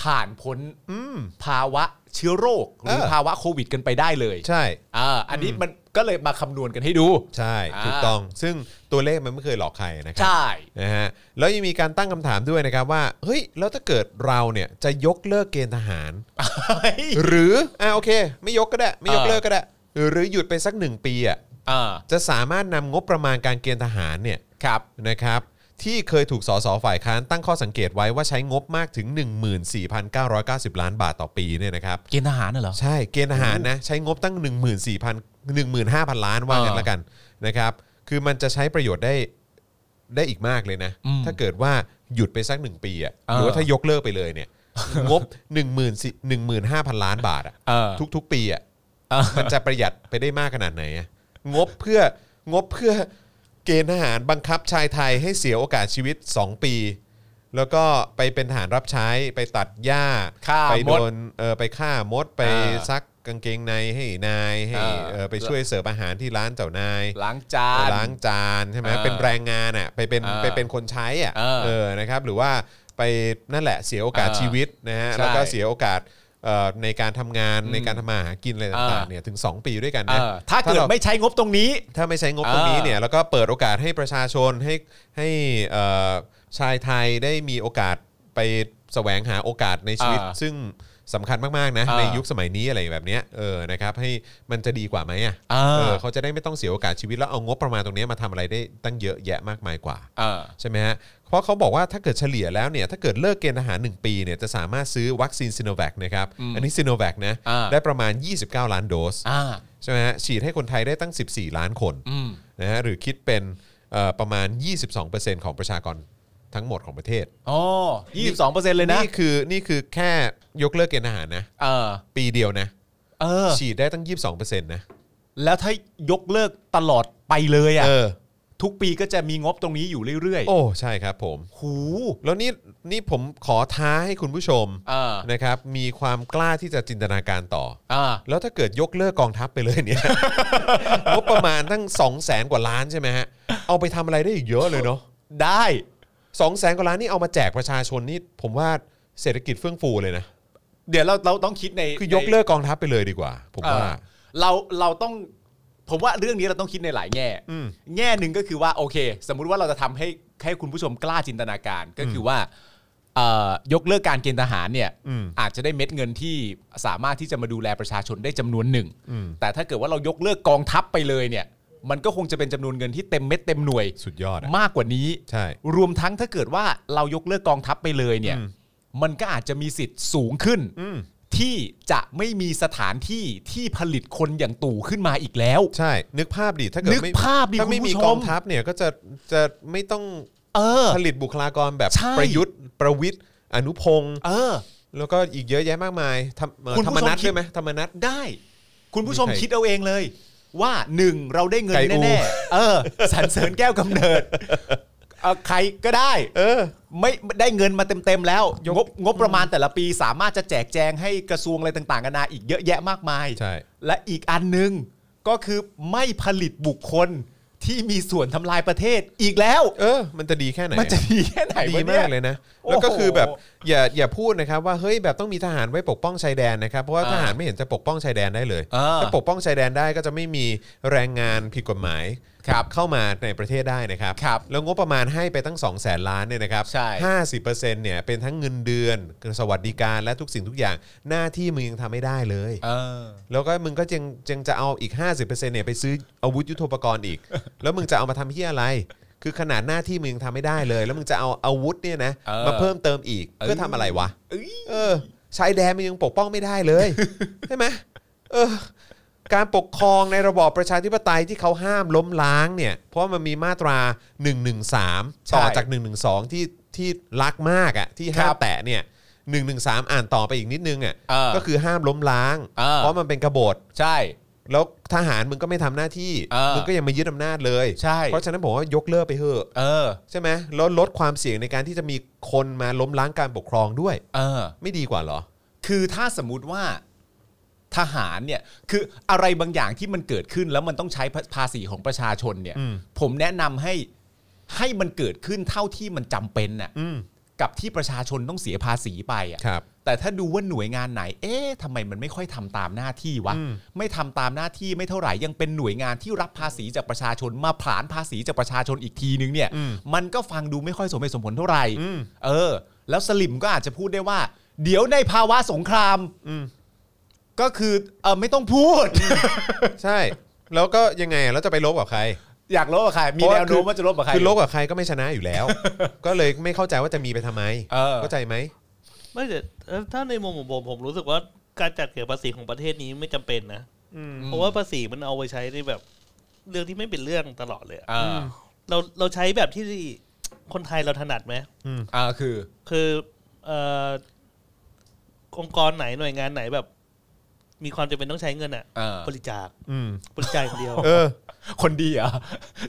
Speaker 3: ผ่านพ้น
Speaker 2: อืม
Speaker 3: ภาวะเชื้อโรค หรือ
Speaker 2: เออ
Speaker 3: ภาวะโควิดกันไปได้เลย
Speaker 2: ใช่
Speaker 3: อ่าอันนี้มันก็เลยมาคำนวณกันให้ดู
Speaker 2: ใช่
Speaker 3: อ่า
Speaker 2: ถูกต้องซึ่งตัวเลขมันไม่เคยหลอกใครนะครั
Speaker 3: ใช่
Speaker 2: นะฮะแล้วยังมีการตั้งคำถามด้วยนะครับว่าเฮ้ยแล้วถ้าเกิดเราเนี่ยจะยกเลิกเกณฑ์ทหาร หรืออ่าโอเค ไม่ยกก็ได้ ไม่ยก
Speaker 3: เออ
Speaker 2: เลิกก็ได้ หรือหยุดไปสักหนึ่งปีอ่ะ
Speaker 3: อ่า
Speaker 2: จะสามารถนำงบประมาณการเกณฑ์ทหารเนี่ย
Speaker 3: ครับ
Speaker 2: นะครับที่เคยถูกสสฝ่ายค้านตั้งข้อสังเกตไว้ว่าใช้งบมากถึง 14,990 ล้านบาทต่อปีเนี่ยนะครับ
Speaker 3: เกณฑ์ทหารน่ะเหรอ
Speaker 2: ใช่เกณฑ์ทหารนะใช้งบตั้ง 14,000 15,000 ล้านว่างั้น
Speaker 3: อ่า
Speaker 2: ละกันนะครับคือมันจะใช้ประโยชน์ได้ได้อีกมากเลยนะ
Speaker 3: อืม
Speaker 2: ถ้าเกิดว่าหยุดไปสักหนึ่งปีอ่ะห
Speaker 3: อ่า
Speaker 2: รือว่าถ้ายกเลิกไปเลย เนี่ยงบ 1 4 1 5 0 0 0 ล้านบาทอ่ะ
Speaker 3: เออ
Speaker 2: ทุกๆ ปีอ่ะ
Speaker 3: เออ
Speaker 2: มันจะประหยัดไปได้มากขนาดไหนอะงบเพื่องบเพื่อเกณฑ์ทหารบังคับชายไทยให้เสียโอกาสชีวิต 2 ปี แล้วก็ไปเป็นทหารรับใช้ไปตัดหญ้า
Speaker 3: ฆ่า
Speaker 2: ไปโด
Speaker 3: มด
Speaker 2: นเออไปฆ่ามดไป
Speaker 3: อ่า
Speaker 2: ซักกางเกงในให้นายให้
Speaker 3: อ่า
Speaker 2: เออไปช่วยเสิร์ฟอาหารที่ร้านเจ้านาย
Speaker 3: ล้างจาน
Speaker 2: ล้างจานใช่ไหม
Speaker 3: เออ
Speaker 2: เป็นแรงงานอ่ะไปเป็น
Speaker 3: เออ
Speaker 2: ไปเป็นคนใช้อ่ะ
Speaker 3: เออ
Speaker 2: นะครับหรือว่าไปนั่นแหละเสียโอกาส
Speaker 3: เออ
Speaker 2: ชีวิตนะฮะ
Speaker 3: ใช่
Speaker 2: แล้วก็เสียโอกาสเอ่อในการทำงาน
Speaker 3: อืม
Speaker 2: ในการทำมาหากินอะไร
Speaker 3: เอ
Speaker 2: ต่างๆ
Speaker 3: อ
Speaker 2: เนี่ยถึง 2 ปีด้วยกัน
Speaker 3: เอ
Speaker 2: นะ
Speaker 3: อถ้าเกิด
Speaker 2: ร
Speaker 3: ไม่ใช้งบตรงนี้
Speaker 2: ถ้าไม่ใช้งบตรงนี้
Speaker 3: เออ
Speaker 2: เนี่ยแล้วก็เปิดโอกาสให้ประชาชนให้ให้เอ่อชายไทยได้มีโอกาสไปแสวงหาโอกาสในชีวิต
Speaker 3: เออ
Speaker 2: ซึ่ง สำคัญมากๆนะ
Speaker 3: อ่า
Speaker 2: ในยุคสมัยนี้อะไรแบบเนี้ยเออนะครับให้มันจะดีกว่าไหมอ่ะ
Speaker 3: เอ
Speaker 2: เอ
Speaker 3: อ
Speaker 2: อเขาจะได้ไม่ต้องเสียโอกาสชีวิตแล้วเอางบประมาณตรงเนี้ยมาทำอะไรได้ตั้งเยอะแยะมากมายกว่า
Speaker 3: เออ
Speaker 2: ใช่ไหมฮะ เพราะเขาบอกว่าถ้าเกิดเฉลี่ยแล้วเนี่ย ถ้าเกิดเลิกเกณฑ์ทหาร 1 ปีเนี่ย จะสามารถซื้อวัคซีนซิโนแวคนะครับ อันนี้ซิโนแวคนะ
Speaker 3: อ่า
Speaker 2: ได้ประมาณ 29 ล้านโดส
Speaker 3: อ่า
Speaker 2: ใช่ไหมฮะ ฉีดให้คนไทยได้ตั้ง 14 ล้านคน
Speaker 3: อืม
Speaker 2: นะฮะ หรือคิดเป็นเอ่อประมาณ 22%ของประชากรทั้งหมดของประเทศ
Speaker 3: อ๋อยี่สิบสองเปอร์เซ็นต์เลยนะ
Speaker 2: นี่คือนี่คือแค่ยกเลิกเกณฑ์ทหารนะ
Speaker 3: เออ
Speaker 2: ปีเดียวนะ
Speaker 3: เออ
Speaker 2: ฉีดได้ตั้ง 22%นะ
Speaker 3: แล้วถ้ายกเลิกตลอดไปเลยอ่ะ
Speaker 2: เออ
Speaker 3: ทุกปีก็จะมีงบตรงนี้อยู่เรื่อย
Speaker 2: โอ้ ใช่ครับผม
Speaker 3: ๆหู
Speaker 2: แล้วนี่นี่ผมขอท้าให้คุณผู้ชม
Speaker 3: เออ
Speaker 2: นะครับ มีความกล้าที่จะจินตนาการต่อ
Speaker 3: เออ
Speaker 2: แล้วถ้าเกิดยกเลิกกองทัพไปเลย เนี่ย งบประมาณตั้ง2 0 0แสนกว่าล้านใช่ไหมฮะ เอาไปทำอะไรได้อีกเยอะเลยเนาะ
Speaker 3: ได้
Speaker 2: สองแสนกว่าล้านนี่เอามาแจกประชาชนนี่ผมว่าเศรษฐกิจเฟื่องฟูเลยนะ
Speaker 3: เดี๋ยวเราเราต้องคิดใน
Speaker 2: คือยกเลิกกองทัพไปเลยดีกว่า ผม
Speaker 3: เออ
Speaker 2: ว่า
Speaker 3: เราเราต้อง ผมว่าเรื่องนี้เราต้องคิดในหลายแง่
Speaker 2: อืม
Speaker 3: แง่หนึ่งก็คือว่าโอเค สมมุติว่าเราจะทำให้ให้คุณผู้ชมกล้าจินตนาการก็คือว่าเอ่อยกเลิกการเกณฑ์ทหารเนี่ย
Speaker 2: อืม
Speaker 3: อาจจะได้เม็ดเงินที่สามารถที่จะมาดูแลประชาชนได้จำนวนหนึ่ง
Speaker 2: อืม
Speaker 3: แต่ถ้าเกิดว่าเรายกเลิกกองทัพไปเลยเนี่ย มันก็คงจะเป็นจำนวนเงินที่เต็มเม็ดเต็มหน่วย
Speaker 2: สุดยอดอะ
Speaker 3: มากกว่านี้
Speaker 2: ใช่
Speaker 3: รวมทั้งถ้าเกิดว่าเรายกเลิกกองทัพไปเลยเนี่ย มันก็อาจจะมีสิทธิ์สูงขึ้น
Speaker 2: อืม
Speaker 3: ที่จะไม่มีสถานที่ที่ผลิตคนอย่างตู่ขึ้นมาอีกแล้ว
Speaker 2: ใช่ นึกภาพดิถ้าเกิด
Speaker 3: นึก
Speaker 2: ไม่
Speaker 3: ภาพดิ
Speaker 2: ถ้าไม่
Speaker 3: คุณผู้
Speaker 2: มี
Speaker 3: ชม
Speaker 2: กองทัพเนี่ยก็จะจะไม่ต้อง
Speaker 3: เออ
Speaker 2: ผลิตบุคลากรแบบ
Speaker 3: ใช่
Speaker 2: ประยุทธ์ประวิทย์อนุพงศ์
Speaker 3: เออ
Speaker 2: แล้วก็อีกเยอะแยะมากมายทำเอ่อ
Speaker 3: คุณ
Speaker 2: ธร
Speaker 3: ผู้
Speaker 2: รม
Speaker 3: ชม
Speaker 2: นัต
Speaker 3: คิด
Speaker 2: ด้วยไหมธรรมนัต
Speaker 3: ได้ คุณผู้ชม
Speaker 2: มีใคร
Speaker 3: คิดเอาเองเลย ว่าหนึ่งเราได้เงิน
Speaker 2: ไก่อู
Speaker 3: แน่ๆเออสรรเสริญแก้วกำเนิ ดเอ่อใครก็ได้
Speaker 2: เออ
Speaker 3: ไม่ได้เงินมาเต็มๆแล้ว
Speaker 2: ยก
Speaker 3: งบงบประมาณแต่ละปีสามารถจะแจกแจงให้กระทรวงอะไรต่างๆกันานาอีกเยอะแยะมากมาย
Speaker 2: ใช่
Speaker 3: และอีกอันหนึ่งก็คือไม่ผลิตบุคคลที่มีส่วนทำลายประเทศอีกแล้ว
Speaker 2: เออ มันจะดีแค่ไหน
Speaker 3: มันจะดีแค่ไหน
Speaker 2: ดี
Speaker 3: วะเนี่
Speaker 2: มาก
Speaker 3: ย
Speaker 2: เลยนะ
Speaker 3: โอ้โห
Speaker 2: แล้วก็คือแบบอย่าอย่าพูดนะครับว่าเฮ้ยแบบต้องมีทหารไว้ปกป้องชายแดนนะครับ เพราะว่า
Speaker 3: อ่า
Speaker 2: ทหารไม่เห็นจะปกป้องชายแดนได้เลย
Speaker 3: อ่า
Speaker 2: ถ้าปกป้องชายแดนได้ก็จะไม่มีแรงงานผิดกฎหมาย
Speaker 3: ครับ
Speaker 2: เข้ามาในประเทศได้นะครับ
Speaker 3: ครับ
Speaker 2: แล้วงบประมาณให้ไปตั้ง 2 0 0แสนล้านเนี่ยนะครับ
Speaker 3: ใช่
Speaker 2: ห้าสิบเปอร์เซ็นต์เนี่ยเป็นทั้งเงินเดือนสวัสดิการและทุกสิ่งทุกอย่างหน้าที่มึงยังทำไม่ได้เลย
Speaker 3: เออ
Speaker 2: แล้วก็มึงก็ยังยังจะเอาอีก 50%เนี่ยไปซื้ออาวุธยุทโธปกร ณ์อีก แล้วมึงจะเอามาทำที่อะไร คือขนาดหน้าที่มึงยังทำไม่ได้เลย แล้วมึงจะเอาอาวุธเนี่ยนะ
Speaker 3: เออ
Speaker 2: มาเพิ่มเติมอีก
Speaker 3: เอ้ย
Speaker 2: เพื่อทำอะไรวะ
Speaker 3: เอ้ย
Speaker 2: เออชายแดนมึงยังปกป้องไม่ได้เลย ใช่ไหมเออการปกครองในระบอบประชาธิปไตยที่เขาห้ามล้มล้างเนี่ย เพราะว่ามันมีมาตรา 113
Speaker 3: ใช่
Speaker 2: ต่อจาก 112 ที่ที่รักมากอะ่ะที่ห้าม
Speaker 3: ครับ
Speaker 2: แตะเนี่ย113 อ่านต่อไปอีกนิดนึงอะ
Speaker 3: เออ
Speaker 2: ก็คือห้ามล้มล้าง
Speaker 3: เออ
Speaker 2: เพราะมันเป็นกบฏ
Speaker 3: ใช่
Speaker 2: แล้วทหารมึงก็ไม่ทำหน้าที่
Speaker 3: เออ
Speaker 2: มึงก็ยังมายึดอำนาจเลย
Speaker 3: ใช่
Speaker 2: เพราะฉะนั้นผมว่ายกเลิกไปเถอะ
Speaker 3: เออ
Speaker 2: ใช่ไหมแล้วลดความเสี่ยงในการที่จะมีคนมาล้มล้างการปกครองด้วย
Speaker 3: เออ
Speaker 2: ไม่ดีกว่าเหรอ
Speaker 3: คือถ้าสมมุติว่าทหารเนี่ยคืออะไรบางอย่างที่มันเกิดขึ้นแล้วมันต้องใช้ภาภาษีของประชาชนเนี่ย
Speaker 2: อืม
Speaker 3: ผมแนะนำให้ให้มันเกิดขึ้นเท่าที่มันจำเป็นน่ะ
Speaker 2: อืม
Speaker 3: กับที่ประชาชนต้องเสียภาษีไปอ่ะ
Speaker 2: ครับ
Speaker 3: แต่ถ้าดูว่าหน่วยงานไหน เอ๊ะทำไมมันไม่ค่อยทำตามหน้าที่วะ
Speaker 2: อืม
Speaker 3: ไม่ทำตามหน้าที่ไม่เท่าไหร่ ยังเป็นหน่วยงานที่รับภาษีจากประชาชนมาผลานภาษีจากประชาชนอีกทีนึงเนี่ย มันก็ฟังดูไม่ค่อยสมเหตุสมผลเท่าไหร่ เออ แล้วสลิมก็อาจจะพูดได้ว่า เดี๋ยวในภาวะสงคราม ก็คือเออไม่ต้องพูด
Speaker 2: ใช่ แล้วก็ยังไงอะแล้วจะไปลบกับใคร
Speaker 3: อยากลบกับใคร มีแนวโน้มว่าจะลบกับใคร
Speaker 2: คือลบกับใครก็ไม่ชนะอยู่แล้ว ก็เลยไม่เข้าใจว่าจะมีไปทำไม
Speaker 3: เออ
Speaker 2: เข้าใจไหม
Speaker 4: ไม่แต่เอ่อถ้าในมุมของผมผมรู้สึกว่าการจัดเก็บภาษีของประเทศนี้ไม่จำเป็นนะเพราะว่าภาษีมันเอาไปใช้ในแบบเรื่องที่ไม่เป็นเรื่องตลอดเลยอะ
Speaker 3: เออ
Speaker 4: เราเราใช้แบบที่คนไทยเราถนัดไหม
Speaker 3: เออคือ
Speaker 4: คือเอ่อองค์กรไหนหน่วยงานไหนแบบ มีความจำเป็นต้องใช้เงินอ่ะ
Speaker 3: เออ
Speaker 4: บริจาค
Speaker 2: อืม
Speaker 4: บริจาคคนเดียว
Speaker 2: เออ
Speaker 3: คนดีเหรอ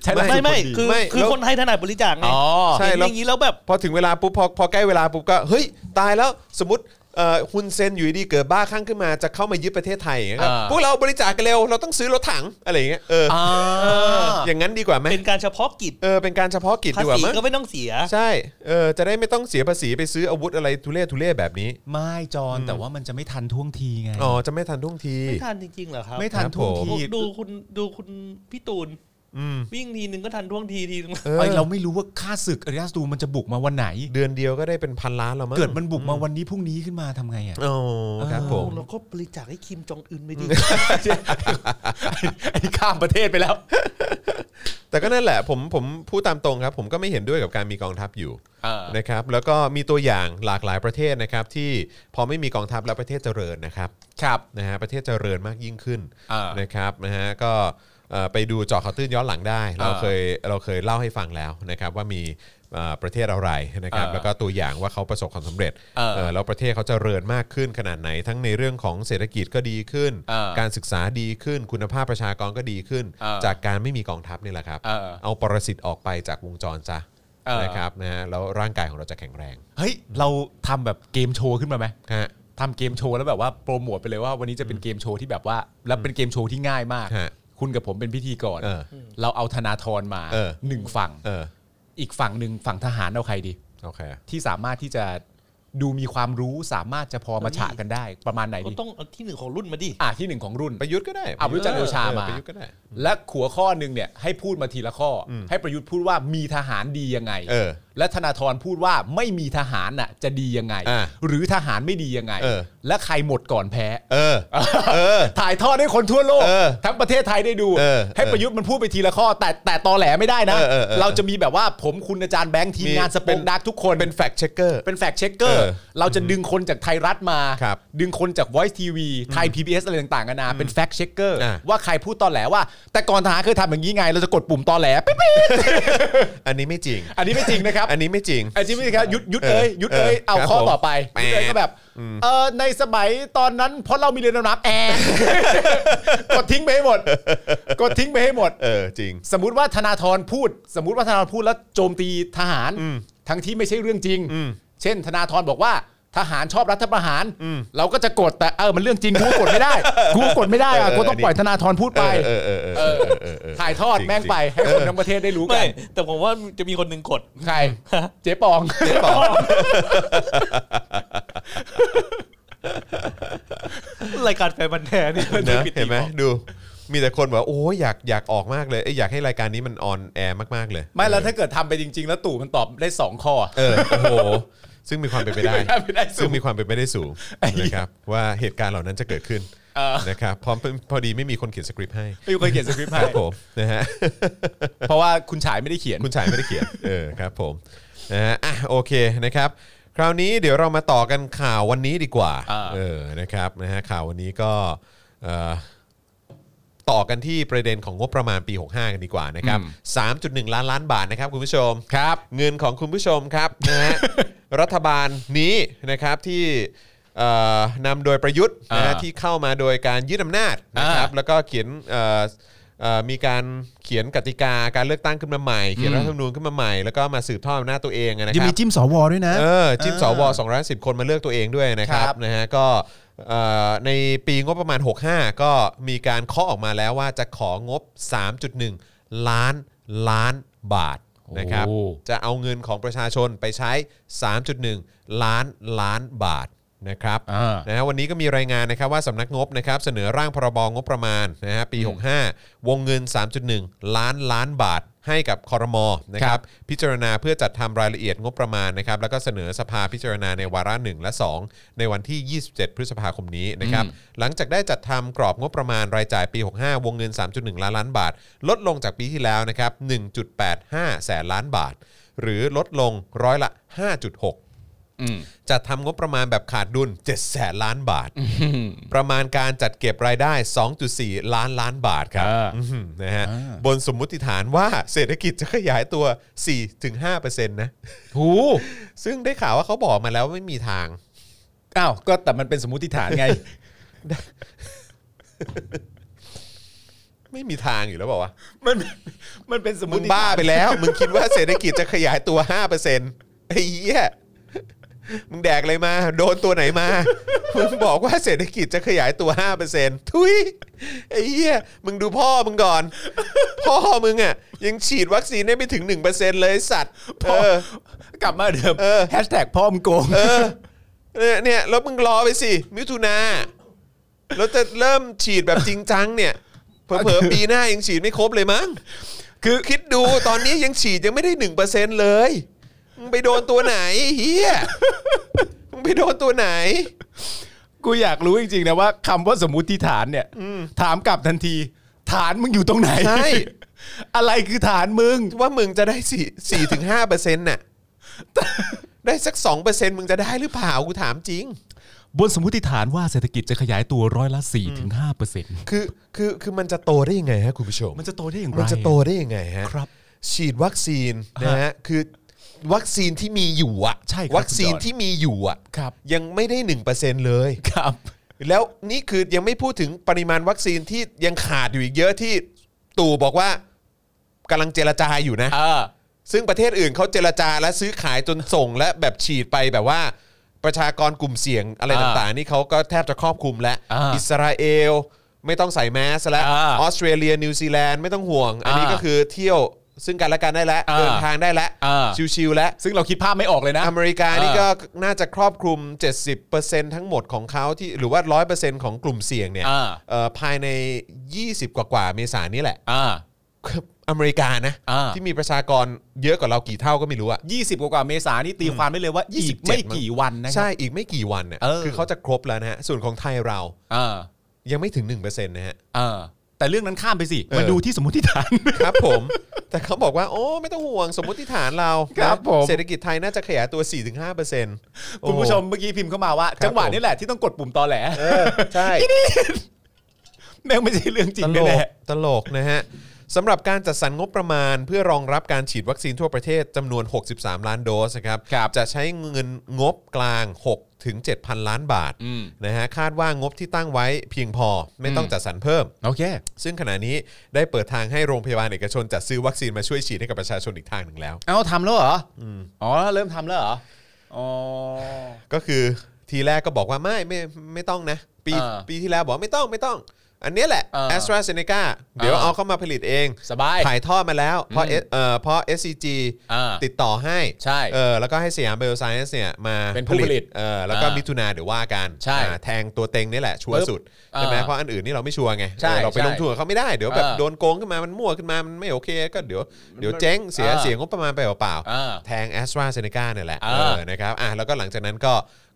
Speaker 3: ใช่ไหม
Speaker 4: ไม่ไม่คือ
Speaker 2: ไม่
Speaker 4: คือ
Speaker 2: แล้ว
Speaker 4: คนไทยถนัดบริจาคไง
Speaker 3: อ๋อ
Speaker 2: ใช่
Speaker 4: เห็น
Speaker 2: แล้ว
Speaker 4: อย่างนี้แล้วแบบ
Speaker 2: พอถึงเวลาปุ๊บพอพอใกล้เวลาปุ๊บก็เฮ้ยตายแล้วสมมติเอ่อฮุนเซนอยู่ดีๆเกิดบ้าคลั่งขึ้นมาจะเข้ามายึดประเทศไทยอย่างเงี้ยครับ
Speaker 3: อ่า
Speaker 2: พวกเราบริจาคกันเร็วเราต้องซื้อรถถังอะไรอย่างเงี้ยเออ
Speaker 3: อ่า
Speaker 2: อย่างนั้นดีกว่าไหม
Speaker 4: เป็นการเฉพาะกิจ
Speaker 2: เออเป็นการเฉพาะกิจ
Speaker 4: ภา
Speaker 2: ดีกว่า
Speaker 4: ษี
Speaker 2: มั้ย
Speaker 4: ก็ไม่ต้องเสีย
Speaker 2: ใช่เออจะได้ไม่ต้องเสียภาษีไปซื้ออาวุธอะไรทุเรศทุเรศแบบนี้
Speaker 3: ไม่จอนแต่ว่ามันจะไม่ทันท่วงทีไง
Speaker 2: อ๋อจะไม่ทันท่วงที
Speaker 4: ไม่ทันจริงๆเหรอครับ
Speaker 3: ไม่ทัน
Speaker 2: ครับ
Speaker 3: ท่วง
Speaker 2: ผม
Speaker 3: ที
Speaker 4: ดูคุณดูคุณพี่ตูน
Speaker 2: อืม
Speaker 4: วิ่งทีนึงก็ทันท่วงทีทีนึง
Speaker 2: เออ
Speaker 3: ไปเราไม่รู้ว่าค่าศึกอริยาสตูมันจะบุกมาวันไหน
Speaker 2: เดือนเดียวก็ได้เป็นพันล้านแล้วมั้ง
Speaker 3: เกิดมันบุกมาวันนี้พรุ่งนี้ขึ้นมาทำไงอ่ะ
Speaker 2: อ๋อครับผม
Speaker 4: เราก็บริจาคให้คิมจองอึน ไม่ดี
Speaker 3: ไอ้ข้ามประเทศไปแล้ว
Speaker 2: แต่ก็นั่นแหละผมผมพูดตามตรงครับ ผมก็ไม่เห็นด้วยกับการมีกองทัพอยู่นะครับแล้วก็มีตัวอย่างหลากหลายประเทศนะครับ ที่พอไม่มีกองทัพแล้วประเทศเจริญนะครับ
Speaker 3: ครับ
Speaker 2: นะฮะประเทศเจริญมากยิ่งขึ้น
Speaker 3: อ่าน
Speaker 2: นะครับนะฮะก็เอ่อไปดูเจาะข่าวตื้นย้อนหลังได้ เรา
Speaker 3: อ่า
Speaker 2: เคยเราเคยเล่าให้ฟังแล้วนะครับว่ามีเอ่อประเทศอะไรนะครับ
Speaker 3: อ่า
Speaker 2: แล้วก็ตัวอย่างว่าเขาประสบความสำเร็จ
Speaker 3: เออ
Speaker 2: เอ่อแล้วประเทศเขาเจริญมากขึ้นขนาดไหน ทั้งในเรื่องของเศรษฐกิจก็ดีขึ้น
Speaker 3: เออ
Speaker 2: การศึกษาดีขึ้น คุณภาพประชากรก็ดีขึ้น
Speaker 3: เออ
Speaker 2: จากการไม่มีกองทัพนี่แหละครับ
Speaker 3: เออ
Speaker 2: เอาปรสิตออกไปจากวงจรซะ
Speaker 3: เออ
Speaker 2: นะครับนะฮะแล้วร่างกายของเราจะแข็งแรง
Speaker 3: เฮ้ย เราทำแบบเกมโชว์ขึ้นมาไหม
Speaker 2: ฮะ
Speaker 3: ทำเกมโชว์แล้วแบบว่าโปรโมทไปเลยว่าวันนี้จะเป็นเกมโชว์ที่แบบว่า แล้วเป็นเกมโชว์ที่ง่ายมาก
Speaker 2: ฮะ
Speaker 3: คุณกับผมเป็นพิธีกร
Speaker 2: เออ
Speaker 3: เราเอาธนาธรมา
Speaker 2: เออ
Speaker 3: หนึ่งฝั่ง
Speaker 2: เออ
Speaker 3: อีกฝั่งหนึ่งฝั่งทหารเอาใครดี
Speaker 2: โอเค
Speaker 3: ที่สามารถที่จะดูมีความรู้สามารถจะพอมาฉะกันได้ประมาณไหน
Speaker 4: ก็
Speaker 3: ดี
Speaker 4: ต้องเอาที่หนึ่งของรุ่นมาดิ
Speaker 3: อ่ะที่หนึ่งของรุ่น
Speaker 2: ประยุทธ์ก็ได้
Speaker 3: อ่ะประยุทธ์จันทร์โอชามา
Speaker 2: ประยุทธ์ก็ได้
Speaker 3: และขัวข้อหนึ่งเนี่ยให้พูดมาทีละข้ออให้ประยุทธ์พูดว่ามีทหารดียังไง
Speaker 2: เออ
Speaker 3: และธนาธรพูดว่าไม่มีทหารน่ะจะดียังไง
Speaker 2: อ่ะ
Speaker 3: หรือทหารไม่ดียังไง
Speaker 2: เออ
Speaker 3: และใครหมดก่อนแพ้
Speaker 2: เออ เออ
Speaker 3: ถ่ายทอดให้คนทั่วโลก
Speaker 2: เออ
Speaker 3: ทั้งประเทศไทยได้ดู
Speaker 2: เออ
Speaker 3: ให้ประยุทธ์มันพูดไปทีละข้อ แต่แต่ตอแหลไม่ได้นะ
Speaker 2: เออเออเออ
Speaker 3: เราจะมีแบบว่าผมคุณอาจารย์แบงค์ทีม
Speaker 2: มี
Speaker 3: งานสป
Speaker 2: เป็
Speaker 3: ง
Speaker 2: น
Speaker 3: ดักทุกคน
Speaker 2: เป็นแฟกเช็คเกอร์
Speaker 3: เป็นแฟกเช็คเกอร์
Speaker 2: เออ
Speaker 3: เราจะดึงคนจากไทยรัฐมา
Speaker 2: ครับ
Speaker 3: ดึงคนจาก Voice TV ไทย PBS อะไรต่างๆกันานาเป็นแฟกเช็คเกอร์
Speaker 2: อ่ะ
Speaker 3: ว่าใครพูดตอนแหลว่า แต่ก่อนทหารเคยทำอย่างนี้ไง เราจะกดปุ่มตอนแหลปิ๊บปิ๊บ
Speaker 2: อันนี้ไม่จริง
Speaker 3: อันนี้ไม่จริงนะครับ
Speaker 2: อันนี้ไม่จริง
Speaker 3: อันนี้ไม่จริงครับยุดยุด
Speaker 2: เออ
Speaker 3: เอ้ยยุดเอ้ย
Speaker 2: เออ
Speaker 3: เอา
Speaker 2: ครับ
Speaker 3: ข้อ
Speaker 2: ผม
Speaker 3: ต่อไป
Speaker 2: แปะ
Speaker 3: ยุดเอ้ยก็แบบเออในสมัยตอนนั้นเพราะเรามีเรือนดำน้ำแอร์ กดทิ้งไปให้หมด กดทิ้งไปให้หมด
Speaker 2: เออจริง
Speaker 3: สมมติว่าธนาธรพูด สมมติว่าธนาธรพูดแล้วโจมตีทหาร ทั้งที่ไม่ใช่เรื่องจริง เช่น ธนาธรบอกว่าทหารชอบรัฐประหาร เราก็จะกดแต่เออมันเรื่องจริงกูก็กดไม่ได้ กูก็กดไม่ได้
Speaker 2: เอ
Speaker 3: อะ
Speaker 2: อเออ
Speaker 3: กูต้องปล่อยธนาธรพูดไป
Speaker 2: เออเออเออเออเออเออ
Speaker 3: ถ่ายทอด
Speaker 2: จริ
Speaker 3: แม่งไป
Speaker 2: จริ
Speaker 3: ให้คนทั้งประเทศได้รู้กั
Speaker 4: ไม่
Speaker 3: น
Speaker 4: แต่ผมว่าจะมีคนหนึ่งกด
Speaker 3: ใคร เจ๊ปอง
Speaker 2: เจ๊ปอง
Speaker 4: รายการแฟนบันธุ์แท้นี่มันจะ
Speaker 2: นะ
Speaker 4: ปิด
Speaker 2: เห็นไหมดู มีแต่คนบอกว่าโอ้ยอยากอยากออกมากเลยเอ้ยอยากให้รายการนี้มันออนแอร์มากๆเลย
Speaker 3: ไม่แล้วถ้าเกิดทำไปจริง ๆ แล้วตู่มันตอบได้ 2 ข้อ
Speaker 2: เออโอ้โห ซึ่งมีความเป็นไปได้
Speaker 3: ไม่ได้
Speaker 2: ซึ่
Speaker 3: สู
Speaker 2: ง
Speaker 3: ง
Speaker 2: มีความเป็นไปได้สูงนะครับว่าเหตุการณ์เหล่านั้นจะเกิดขึ้น
Speaker 3: เออ
Speaker 2: นะครับพอพอดีไม่มีคนเขียนสคริปต์ให้
Speaker 3: ไม่เคยเขียนสคริป
Speaker 2: ค
Speaker 3: ต์ให้
Speaker 2: รับผมนะฮะ
Speaker 3: เพราะว่าคุณฉายไม่ได้เขียน
Speaker 2: คุณชายไม่ได้เขียน เออครับผมนะฮะอ่ะโอเคนะครับ คราวนี้เดี๋ยวเรามาต่อกันข่าววันนี้ดีกว่า
Speaker 3: อ่า
Speaker 2: เออนะครับนะฮะข่าววันนี้ก็เอ่อต่อกันที่ประเด็นของงบประมาณปี 65 กันดีกว่านะครับ 3.1 ล้านล้านบาทนะครับคุณผู้ชม
Speaker 3: ครับ
Speaker 2: เงินของคุณผู้ชมครับนะฮะ รัฐบาลนี้นะครับที่เอ่อนำโดยประยุทธ์นะฮะ
Speaker 3: อ่า
Speaker 2: ที่เข้ามาโดยการยึดอำนาจนะครับ
Speaker 3: อ่า
Speaker 2: แล้วก็เขียนเอ่อเอ่อมีการเขียนกติกาการเลือกตั้งขึ้นมาใหม่ เขียน
Speaker 3: อืม
Speaker 2: รัฐธรรมนูญขึ้นมาใหม่ แล้วก็มาสืบทอดอำนาจตัวเองนะ
Speaker 3: ยัง
Speaker 2: ครั
Speaker 3: มี
Speaker 2: บ
Speaker 3: จิ้มสวด้วยนะ
Speaker 2: เออจิ้มสว210 คนมาเลือกตัวเองด้วยนะครับ
Speaker 3: ครับ
Speaker 2: นะฮะก็เอ่อในปีงบประมาณ 65 ก็มีการเคาะออกมาแล้วว่าจะของบ 3.1 ล้านล้านบาทนะครับ
Speaker 3: โอ้
Speaker 2: จะเอาเงินของประชาชนไปใช้ 3.1 ล้านล้านบาทนะครับ
Speaker 3: อ่าน
Speaker 2: นะฮะวันนี้ก็มีรายงานนะครับว่าสำนักงบนะครับเสนอร่างพรบงบประมาณนะฮะปี 65 วงเงิน 3.1 ล้านล้านบาท ให้กับคอรมอนะครับพิจารณาเพื่อจัดทำรายละเอียดงบประมาณนะครับแล้วก็เสนอสภาพิจารณาในวาระ 1 และ 2 ในวันที่ 27 พฤษภาคมนี้นะครับหลังจากได้จัดทำกรอบงบประมาณรายจ่ายปี 65 วงเงิน 3.1 ล้านล้านบาท ลดลงจากปีที่แล้วนะครับ1.85 แสนล้านบาท หรือลดลงร้อยละ 5.6 จัดทำงบประมาณแบบขาดดุล7แสนล้านบาท ประมาณการจัดเก็บรายได้ 2.4 ล้านล้านบาทครับ
Speaker 3: อ่า
Speaker 2: อื้อหือนะฮะบนสมมุติฐานว่าเศรษฐกิจจะขยายตัว 4-5%นะ
Speaker 3: หู
Speaker 2: ซึ่งได้ข่าวว่าเขาบอกมาแล้วไม่มีทาง
Speaker 3: อ้าวก็แต่มันเป็นสมมติฐานไง
Speaker 2: ไม่มีทางอยู่แล้วบอกว่าว
Speaker 3: มันมันเป็นสม
Speaker 2: ะ
Speaker 3: ม
Speaker 2: มึง
Speaker 3: ติ
Speaker 2: บ้าไปแล้ว มึงคิดว่าเศรษฐกิจจะขยายตัว 5%ไอ้เหี้ยมึงแดกอะไรมา โดนตัวไหนมา มึงบอกว่าเศรษฐกิจจะขยายตัว 5%ทุยไอ้เหี้ยมึงดูพ่อมึงก่อน พ่อมึงอ่ะ ยังฉีดวัคซีนได้ไม่ถึง 1%เลยไอ้สัตว์เออ
Speaker 3: กลับมาเดิม
Speaker 2: เออ
Speaker 3: แฮชแท็กพ่อมงโกง
Speaker 2: เออเนี่ยเนี่ยแล้วมึงรอไปสิ มิถุนาแล้วจะเริ่มฉีดแบบจริงจังเนี่ย เผลอๆปีหน้ายังฉีดไม่ครบเลยมั้ง คือคิดดูตอนนี้ยังฉีดยังไม่ได้หนึ่งเปอร์เซ็นเลยมึงไปโดนตัวไหนเฮียมึงไปโดนตัวไหน
Speaker 3: กูอยากรู้จริงๆนะว่าคำว่าสมมติฐานเนี่ยถามกลับทันที ฐานมึงอยู่ตรงไหน
Speaker 2: ใช่
Speaker 3: อะไรคือฐานมึง
Speaker 2: ว่ามึงจะได้สี่สี่ถึงห้าเปอร์เซ็นต์น่ะได้สักสองเปอร์เซ็นต์มึงจะได้หรือเปล่ากูถามจริง
Speaker 3: บนสมมติฐานว่าเศรษฐกิจจะขยายตัวร้อยละ4ถึง5เปอร์เซ็นต์
Speaker 2: คือคือคือมันจะโตได้ยังไงฮะคุณผู้ชม
Speaker 3: มันจะโตได้อย่างไร
Speaker 2: มันจะโตได้ยังไงฮะ
Speaker 3: ครับ
Speaker 2: ฉีดวัคซีนนะฮะคือวัคซีนที่มีอยู่อะ
Speaker 3: ใช่ครับ
Speaker 2: วัคซีน
Speaker 3: คุณจอน
Speaker 2: ที่มีอยู่อะ
Speaker 3: ครับ
Speaker 2: ยังไม่ได้หนึ่งเปอร์เซ็นเลย
Speaker 3: ครับ
Speaker 2: แล้วนี่คือยังไม่พูดถึงปริมาณวัคซีนที่ยังขาดอยู่อีกเยอะที่ตู่บอกว่ากำลังเจรจาอยู่นะ
Speaker 3: เออ
Speaker 2: ซึ่งประเทศอื่นเขาเจรจาและซื้อขายจนส่ง และแบบฉีดไปแบบว่าประชากรกลุ่มเสี่ยงอะไร
Speaker 3: อ่า
Speaker 2: ต่างๆ นี่เขาก็แทบจะครอบคลุมแล้ว
Speaker 3: อ่า
Speaker 2: อิสราเอล ไม่ต้องใส่แมสแล้ว
Speaker 3: อ่า
Speaker 2: ออสเตรเลียนิวซีแลนด์ไม่ต้องห่วง อันนี้
Speaker 3: อ่า
Speaker 2: ก็คือเที่ยวซึ่งกันและกันได้แล้ว
Speaker 3: อ่า
Speaker 2: เดินทางได้แล้ว
Speaker 3: อ่า
Speaker 2: ชิวๆแล้ว
Speaker 3: ซึ่งเราคิดภาพไม่ออกเลยนะ
Speaker 2: อเมริกานี่ก็น่าจะครอบคลุม 70%ทั้งหมดของเขาที่หรือว่า 100%ของกลุ่มเสี่ยงเนี่ย
Speaker 3: อ่า
Speaker 2: เอ่อภายใน 20 กว่ากว่าๆเมษายนนี่แหละ
Speaker 3: อ่า
Speaker 2: อเมริกานะ
Speaker 3: อ่า
Speaker 2: ที่มีประชากรเยอะกว่าเรากี่เท่าก็ไม่รู้อะ
Speaker 3: 20 กว่ากว่าเมษานี่ตีความได้เลยว่าอีก
Speaker 2: 27
Speaker 3: ไม่
Speaker 2: มั้ง
Speaker 3: กี่วันนะครั
Speaker 2: ใช่
Speaker 3: บ
Speaker 2: อีกไม่กี่วันน่ะ
Speaker 3: เออ
Speaker 2: คือเขาจะครบแล้วนะฮะ ส่วนของไทยเรา
Speaker 3: เออ
Speaker 2: ยังไม่ถึง 1%นะฮะ
Speaker 3: เออแต่เรื่องนั้นข้ามไปสิ
Speaker 2: เออ
Speaker 3: มาดูที่สมมติฐาน
Speaker 2: ครับผม แต่เขาบอกว่า โอ้ไม่ต้องห่วงสมมติฐานเรา
Speaker 3: ครับ
Speaker 2: นะ
Speaker 3: ผม
Speaker 2: เศรษฐกิจไทยน่าจะขยายตัว 4-5%
Speaker 3: คุณผู้ชมเมื่อกี้พิมพ์เข้ามาว่า จังหวะนี้แหละที่ต้องกดปุ่มตอแหล
Speaker 2: ใช่
Speaker 3: แม่งไม่ใช่เรื่องจริง
Speaker 2: ตล
Speaker 3: แน่
Speaker 2: กตลกนะฮะสำหรับการจัดสรรงบประมาณเพื่อรองรับการฉีดวัคซีนทั่วประเทศจำนวน 63 ล้านโดสนะครับจะใช้เงินงบกลาง 6 ถึง 7,000 ล้านบาทนะฮะคาดว่างบที่ตั้งไว้เพียงพอไม่ต้องจัดสรรเพิ่ม
Speaker 3: ๆโอเค
Speaker 2: ซึ่งขณะนี้ได้เปิดทางให้โรงพยาบาลเอกชนจัดซื้อวัคซีนมาช่วยฉีดให้กับประชาชนอีกทางหนึ่งแล้ว
Speaker 3: เอ้าทำแล้วเหรออ๋อ เริ่มทำแล้วเหรอ อ๋อ
Speaker 2: ก็คือทีแรกก็บอกว่าไม่ไม่ไม่ต้องนะ ปี
Speaker 3: เออ
Speaker 2: ปีที่แล้วบอกไม่ต้องไม่ต้อง อันเนี้ยแหละ
Speaker 3: เออ
Speaker 2: แอสตราเซเนกาเดี๋ยว
Speaker 3: เออ
Speaker 2: เอาเข้ามาผลิตเอง
Speaker 3: สบาย
Speaker 2: ถ่ายทอดมาแล้ว เพราะเอสเอ่อเพราะ SCG
Speaker 3: อ่า
Speaker 2: ติดต่อให้
Speaker 3: ใช่
Speaker 2: เออแล้วก็ให้สยามเบลไซน์เนี่ยมา
Speaker 3: เป็นผู้ผลิต
Speaker 2: เออแล้วก็
Speaker 3: อ่ามิ
Speaker 2: มิถุนาเดี๋ยวว่ากัน
Speaker 3: ใช่
Speaker 2: อ่าแทงตัวเต็งนี่แหละชัว
Speaker 3: ปึ๊
Speaker 2: ร์
Speaker 3: บ
Speaker 2: สุดใช่ไหม
Speaker 3: อ่า
Speaker 2: เพราะอันอื่นนี่เราไม่ชัวร์ไง
Speaker 3: ใช่
Speaker 2: เออเราไป
Speaker 3: ใช่
Speaker 2: ลงทุนกับเขาไม่ได้ เดี๋ยวแบบ
Speaker 3: อ่า
Speaker 2: โดนโกงขึ้นมามันมั่วขึ้นมา มันไม่โอเค ก็เดี๋ยวเดี๋ยวเจ๊งเสีย
Speaker 3: อ่า
Speaker 2: เสียงบประมาณไปเปล่าๆ
Speaker 3: อ่า
Speaker 2: แทงแอสตราเซเนกาเนี่ยแหละ
Speaker 3: อ่า
Speaker 2: เออนะครับอ่ะแล้วก็หลังจากนั้นก็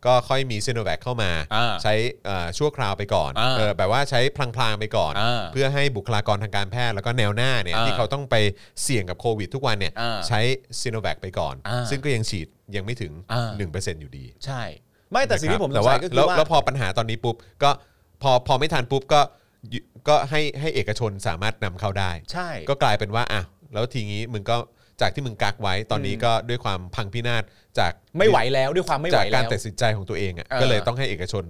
Speaker 2: ก็ค่อยมีซ i โนแวคเข้ามา
Speaker 3: อ่า
Speaker 2: ใช้เอ่อชั่วคราวไปก่อน
Speaker 3: อ่า
Speaker 2: เออแบบว่าใช้พลางๆไปก่อน
Speaker 3: อ่า
Speaker 2: เพื่อให้บุคลากรทางการแพทย์แล้วก็แนวหน้าเนี่ย
Speaker 3: อ่า
Speaker 2: ที่เขาต้องไปเสี่ยงกับโควิดทุกวันเนี่ย
Speaker 3: อ่า
Speaker 2: ใช้ซ i โนแวคไปก่อน
Speaker 3: อ่า
Speaker 2: ซึ่งก็ยังฉีดยังไม่ถึง
Speaker 3: อ่า
Speaker 2: 1%อยู่ดี
Speaker 3: ใช่ ไม่แต่สิ่งที่ผมส
Speaker 2: แต่
Speaker 3: ง
Speaker 2: ว่า
Speaker 3: สัยก็คื
Speaker 2: แล้
Speaker 3: อ
Speaker 2: ว
Speaker 3: ว่า
Speaker 2: แล้วพอปัญหาตอนนี้ปุ๊บก็พอพอไม่ทันปุ๊บก็ยุก็ให้ให้เอกชนสามารถนำเข้าได้
Speaker 3: ใช่
Speaker 2: ก็กลายเป็นว่าอ่ะแล้วทีนี้มึงก็จากที่มึงกักไว้ตอนนี้ก็ด้วยความพังพินาศจาก
Speaker 3: ไม่ไหวแล้วด้วยความไม่ไหว
Speaker 2: จากกา
Speaker 3: แล้
Speaker 2: ร
Speaker 3: ว
Speaker 2: ตัดสินใจของตัวเองอ่ะ
Speaker 3: เออ
Speaker 2: ก็เลยต้องให้เอกชน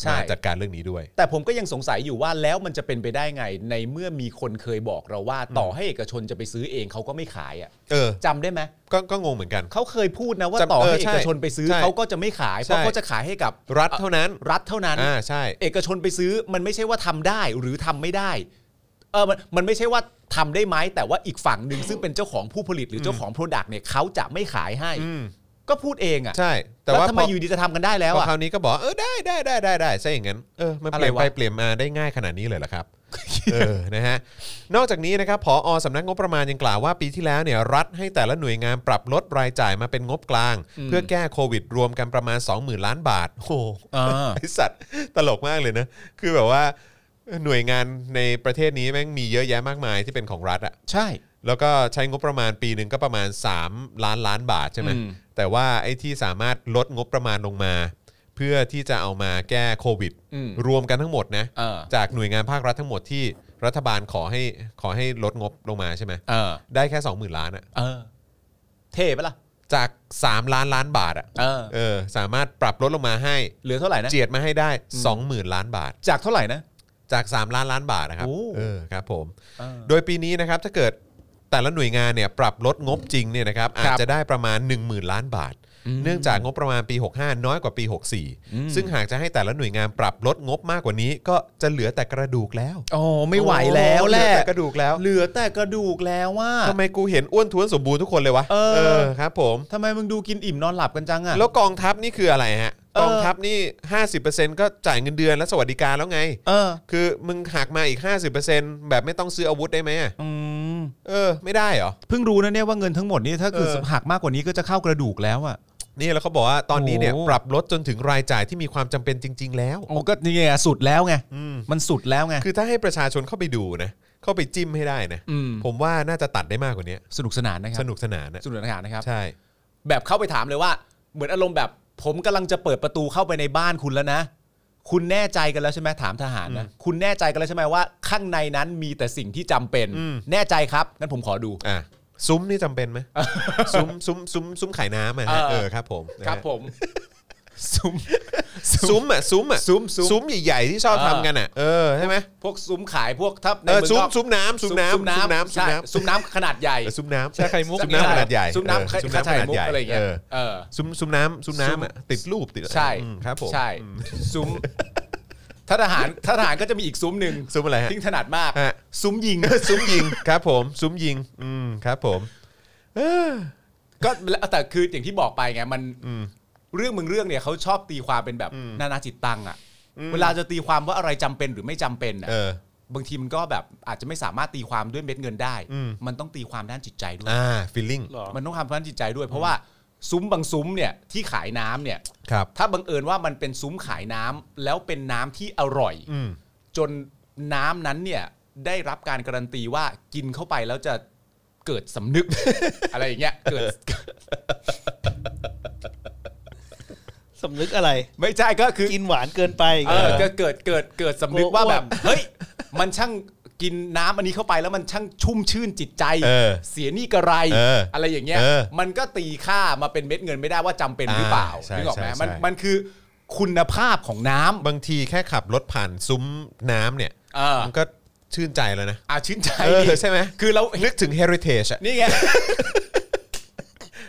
Speaker 3: ใช่
Speaker 2: มาจัดการเรื่องนี้ด้วย
Speaker 3: แต่ผมก็ยังสงสัยอยู่ว่าแล้วมันจะเป็นไปได้ไง ในเมื่อมีคนเคยบอกเราว่า ต่อให้เอกชนจะไปซื้อเองเขาก็ไม่ขายอ่ะ
Speaker 2: เออ
Speaker 3: จำได้ไหม
Speaker 2: ก็ก็งงเหมือนกัน
Speaker 3: เขาเคยพูดนะว่า
Speaker 2: จำ
Speaker 3: ต่อให้
Speaker 2: เออ
Speaker 3: เอ
Speaker 2: ใช่
Speaker 3: กชนไปซื้อ
Speaker 2: ใช่
Speaker 3: เขาก็จะไม่ขาย เพราะ
Speaker 2: ใช่
Speaker 3: เขาจะขายให้กับ
Speaker 2: รัฐเท่านั้น
Speaker 3: รัฐเท่านั้น
Speaker 2: อ่าใช่
Speaker 3: เอกชนไปซื้อมันไม่ใช่ว่าทำได้หรือทำไม่ได้เออมันมันไม่ใช่ว่าทำได้ไหมแต่ว่าอีกฝั่งหนึ่งซึ่งเป็นเจ้าของผู้ผลิตหรือเจ้าของโปรดักต์เนี่ยเขาจะไม่ขายให้
Speaker 2: อืม
Speaker 3: ก็พูดเองอ่ะ
Speaker 2: ใช่ แต่
Speaker 3: แล้ว
Speaker 2: ว่า
Speaker 3: ทำ
Speaker 2: พ
Speaker 3: ไม
Speaker 2: อ
Speaker 3: อยู่ดีจะทำกันได้แล้ว
Speaker 2: พอ
Speaker 3: อ่ะ
Speaker 2: คราวนี้ก็บอกเออได้ได้ได้ได้ได้ใช่อย่างนั้นเออมันเปลี่ยน
Speaker 3: อะไรวะ
Speaker 2: ไปเปลี่ยนมาได้ง่ายขนาดนี้เลยเหรอครับ เออนะฮะนอกจากนี้นะครับผออสำนักงบประมาณยังกล่าวว่าปีที่แล้วเนี่ยรัฐให้แต่ละหน่วยงานปรับลดรายจ่ายมาเป็นงบกลาง เพื่อแก้โควิดรวมกันประมาณ 20,000 ล้านบาทโอ้โห
Speaker 3: อ่า
Speaker 2: ไอสัตว์ตลกมากเลยนะ คือแบบว่าหน่วยงานในประเทศนี้แม่งมีเยอะแยะมากมายที่เป็นของรัฐอะ
Speaker 3: ใช่
Speaker 2: แล้วก็ใช้งบประมาณปีหนึ่งก็ประมาณ 3 ล้านล้านบาทใช่ไหม
Speaker 3: อืม
Speaker 2: แต่ว่าไอ้ที่สามารถลดงบประมาณลงมา เพื่อที่จะเอามาแก้โควิด
Speaker 3: อืม
Speaker 2: รวมกันทั้งหมดนะ
Speaker 3: เออ
Speaker 2: จากหน่วยงานภาครัฐทั้งหมดที่รัฐบาลขอให้ขอให้ลดงบลงมาใช่ไหม
Speaker 3: เออ
Speaker 2: ได้แค่ 20,000 ล้านอะ
Speaker 3: เออ เท่ปะล่ะ
Speaker 2: จาก 3 ล้านล้านบาทอะ
Speaker 3: เออ
Speaker 2: เออสามารถปรับลดลงมาให้
Speaker 3: เหลือเท่าไหร่นะ
Speaker 2: เจียดมาให้ได้ 20,000 ล้านบาท
Speaker 3: จากเท่าไหร่นะ
Speaker 2: จาก 3 ล้านล้านบาทนะครับ
Speaker 3: โอ้
Speaker 2: เออครับผม
Speaker 3: เออ
Speaker 2: โดยปีนี้นะครับถ้าเกิดแต่ละหน่วยงานเนี่ยปรับลดงบจริงเนี่ยนะครับอาจจะได้ประมาณ 10,000 ล้านบาท เนื่องจากงบประมาณปี 65 น้อยกว่าปี 64 ซึ่งหากจะให้แต่ละหน่วยงานปรับลดงบมากกว่านี้ ก็จะเหลือแต่กระดูกแล้ว
Speaker 3: โอ้ไม่ไหวแล้วแหละ
Speaker 2: เหอต่กระดูกแล้ว
Speaker 3: เหลือแต่กระดูกแล้วว่า
Speaker 2: ทำไมกูเห็นอ้วนท้วนสมบูรณ์ทุกคนเลยวะ
Speaker 3: เออ
Speaker 2: ครับผม
Speaker 3: ทำไมมึงดูกินอิ่มนอนหลับกันจังอ่ะ
Speaker 2: แล้วกองทัพนี่คืออะไรฮะ
Speaker 3: เออ
Speaker 2: กองทัพนี่ 50%ก็จ่ายเงินเดือนและสวัสดิการแล้วไง
Speaker 3: เออ
Speaker 2: คือมึงหักมาอีก 50%แบบไม่ต้องซื้ออาวุธได้ไหมอะ
Speaker 3: อืม
Speaker 2: เออ ไม่ได้เหรอ
Speaker 5: เพิ่งรู้นะเนี่ยว่าเงินทั้งหมดนี่ถ้าเกิด
Speaker 2: เออ
Speaker 5: หักมากกว่านี้ก็จะเข้ากระดูกแล้วอ่ะ
Speaker 2: นี่แล้วเขาบอกว่าตอนนี้เนี่ย
Speaker 5: โอ้
Speaker 2: ปรับลดจนถึงรายจ่ายที่มีความจำเป็นจริง ๆ แล้ว
Speaker 5: โอ้ก็นี่ไงสุดแล้วไง
Speaker 2: อืม
Speaker 5: มันสุดแล้วไง
Speaker 2: คือถ้าให้ประชาชนเข้าไปดูนะ เข้าไปจิ้มให้ได้นะ
Speaker 3: อืม
Speaker 2: ผมว่าน่าจะตัดได้มากกว่านี้
Speaker 5: สนุกสนานนะครั
Speaker 2: ส
Speaker 5: บ
Speaker 2: นุกสนานนะ
Speaker 3: สุดนะครับนะครับ
Speaker 2: ใช่
Speaker 3: แบบเข้าไปถามเลยว่า เหมือนอารมณ์แบบ ผมกำลังจะเปิดประตูเข้าไปในบ้านคุณแล้วนะ คุณแน่ใจกันแล้วใช่ไหมถามทหารนะ คุณแน่ใจกันแล้วใช่ไหมว่า ข้างในนั้นมีแต่สิ่งที่จำเป็น
Speaker 2: อืม
Speaker 3: แน่ใจครับงั้นผมขอดู
Speaker 2: อ่ะซุ้มนี่จำ เป็นไหม ซุ้มซุ้มซุ้มซุ้มขายน้ำอ่ะฮะ
Speaker 3: เออ
Speaker 2: เออครับผมนะฮะ
Speaker 3: ครับผม
Speaker 2: ซุ้มซุ้มอ่ะซุ้มอ่ะ
Speaker 3: ซุ้มซุ้ม
Speaker 2: ซุ้มใหญ่ๆที่ชอบ
Speaker 3: เออ
Speaker 2: ทำกันอ่ะเออใช่ไหม
Speaker 3: พวกซุ้มขายพวกถ้าใน
Speaker 2: เออ
Speaker 3: เมือง
Speaker 2: ซุ้ม
Speaker 3: นอก
Speaker 2: ซุ้มน้ำซุ้มน้ำ
Speaker 3: ซุ้มน้ำ
Speaker 2: ซุ้ม
Speaker 3: ใช่
Speaker 2: น้ำ
Speaker 3: ซุ้มน้ำขนาดใหญ่
Speaker 2: เออซุ้มน้ำ
Speaker 4: ใช่ไข่มุก
Speaker 2: ซุ้มน้ำขนาดใหญ่
Speaker 3: ซุ้ม
Speaker 2: เออ
Speaker 3: น้ำ
Speaker 2: ซุ้ม
Speaker 3: ขนา
Speaker 2: น้ำขนาด
Speaker 3: มุก
Speaker 2: ใหญ่
Speaker 3: อะไรอย่างเงี้ย
Speaker 2: เออ
Speaker 3: เออ
Speaker 2: ซุ้มซุ้มน้ำซุ้มน้ำอ่ะติดรูปติดอะไร
Speaker 3: ใช่
Speaker 2: อืมครับผม
Speaker 3: ใช่ซุ้มถ้าทหารถ้าทหารก็จะมีอีกซุ้มหนึ่ง
Speaker 2: ซุ้มอะไรฮะ
Speaker 3: ทิ้งถนัดมาก
Speaker 2: ฮะ
Speaker 3: ซุ้มยิง
Speaker 2: ซุ้มยิงครับผมซุ้มยิงอืมครับผม
Speaker 3: ก็แล้วแต่คืออย่างที่บอกไปไงมันเรื่องมึงเรื่องเนี่ยเขาชอบตีความเป็นแบบนานาจิตตังอะเวลาจะตีความว่าอะไรจำเป็นหรือไม่จำเป็นอะ
Speaker 2: เออ
Speaker 3: บางทีมันก็แบบอาจจะไม่สามารถตีความด้วยเม็ดเงินได้
Speaker 2: อืม
Speaker 3: มันต้องตีความด้านจิตใจด้วย
Speaker 2: อ่าฟีลลิ่ง
Speaker 4: หรอ
Speaker 3: มันต้องทำด้านจิตใจด้วย เพราะว่าซุ้มบางซุ้มเนี่ยที่ขายน้ำเนี่ย
Speaker 2: ครับ
Speaker 3: ถ้าบังเอิญว่ามันเป็นซุ้มขายน้ำแล้วเป็นน้ำที่อร่อย
Speaker 2: อืม
Speaker 3: จนน้ำนั้นเนี่ยได้รับการการันตีว่ากินเข้าไปแล้วจะเกิดสำนึก อะไรอย่างเงี้ยเกิด
Speaker 4: สำนึกอะไร
Speaker 3: ไม่ใช่ก็คือ
Speaker 4: กินหวานเกินไป
Speaker 3: เออก็เกิดเกิดเกิดสำนึกว่า
Speaker 4: โอ้อ้วน
Speaker 3: แบบ เฮ้ย มันช่างกินน้ำอันนี้เข้าไปแล้วมันช่างชุ่มชื่นจิตใจ
Speaker 2: เออ
Speaker 3: เยหนี่กระไร
Speaker 2: เอออ
Speaker 3: อะไรอย่างเงี้ย
Speaker 2: เออ
Speaker 3: มันก็ตีค่ามาเป็นเม็ดเงินไม่ได้ว่าจำเป็นหรือเปล่า
Speaker 2: อ่าใช่
Speaker 3: นึกออกไหม
Speaker 2: ใช่
Speaker 3: มัน
Speaker 2: ใช่
Speaker 3: มันคือคุณภาพของน้ำ
Speaker 2: บางทีแค่ขับรถผ่านซุ้มน้ำเนี่ย
Speaker 3: เออ
Speaker 2: มันก็ชื่นใจแล้วนะ
Speaker 3: อ่าชื่นใจ
Speaker 2: เออ
Speaker 3: ดี
Speaker 2: ใช่ไหม
Speaker 3: คือเรา
Speaker 2: นึกถึง heritage อะ
Speaker 3: นี่ไง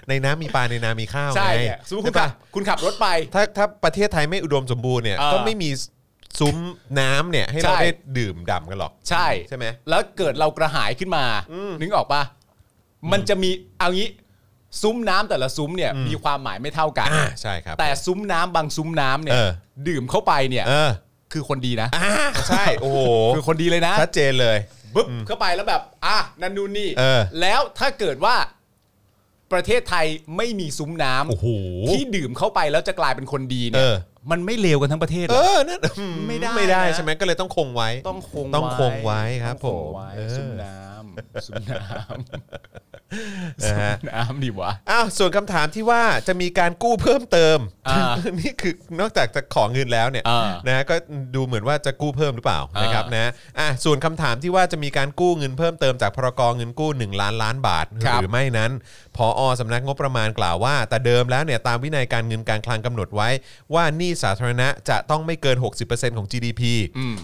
Speaker 2: ในน้ำมีปลาในนามีข้าว
Speaker 3: ใช่
Speaker 2: ไง
Speaker 3: เนี่ยสมมติคุณ
Speaker 2: ใช่
Speaker 3: ขั
Speaker 2: ปะ
Speaker 3: บคุณขับรถไป
Speaker 2: ถ้าถ้าประเทศไทยไม่อุดมสมบูรณ์เนี่ย
Speaker 3: เออ
Speaker 2: ก็ไม่มีซุ้มน้ำเนี่ย ให้เรา
Speaker 3: ใช่
Speaker 2: ได้ดื่มด่ำกันหรอก
Speaker 3: ใช่
Speaker 2: ใช่ไหม
Speaker 3: แล้วเกิดเรากระหายขึ้นมา นึกออกปะมันจะมีเอางี้ซุ้มน้ำแต่ละซุ้มเนี่ยมีความหมายไม่เท่ากัน
Speaker 2: อ่าใช่ครับ
Speaker 3: แต่ซุ้มน้ำบางซุ้มน้ำเนี่ย
Speaker 2: เออ
Speaker 3: ดื่มเข้าไปเนี่ย
Speaker 2: เออ
Speaker 3: คือคนดีนะ
Speaker 2: อ่าใช่ โอ้โห
Speaker 3: คือคนดีเลยนะ
Speaker 2: ชัดเจนเลย
Speaker 3: ปึ๊บเข้าไปแล้วแบบ อ่ะนันนูนนี่
Speaker 2: เออ
Speaker 3: แล้วถ้าเกิดว่าประเทศไทยไม่มีซุ้มน้ำ
Speaker 2: โอ้โห
Speaker 3: ที่ดื่มเข้าไปแล้วจะกลายเป็นคนดี
Speaker 2: เอ
Speaker 3: เนี่ย
Speaker 2: อ
Speaker 3: มันไม่เลวกันทั้งประเทศหร
Speaker 2: เอ
Speaker 3: อก
Speaker 2: อนั่นอืม
Speaker 3: ไม่ได้
Speaker 2: ไม่ได้
Speaker 3: นะ
Speaker 2: ใช่ไหมก็เลยต้องคงไว้
Speaker 3: ต้องคง
Speaker 2: ต้องคงไว้ครับ
Speaker 3: ต้องง
Speaker 2: ผม
Speaker 3: ไว้
Speaker 2: เออ
Speaker 3: ซุ้มน้ำ ซุ้มน้
Speaker 2: นะฮะ
Speaker 3: ำน้ำดีวะ
Speaker 2: อ้าวส่วนคำถามที่ว่าจะมีการกู้เพิ่มเติม
Speaker 3: อ่า
Speaker 2: นี่คือนอกจากจะขอเงินแล้วเนี่ย
Speaker 3: เออ
Speaker 2: นะฮะก็ดูเหมือนว่าจะกู้เพิ่มหรือเปล่า
Speaker 3: อ่าน
Speaker 2: นะครับนะอ่ะส่วนคำถามที่ว่าจะมีการกู้เงินเพิ่มเติมจากพรกเงินกู้ 1 ล้านล้านบาท
Speaker 3: ครับ
Speaker 2: หรือไม่นั้นพออสำนักงบประมาณกล่าวว่า แต่เดิมแล้วเนี่ยตามวินัยการเงินการคลังกำหนดไว้ ว่าหนี้สาธารณะจะต้องไม่เกิน 60%ของ GDP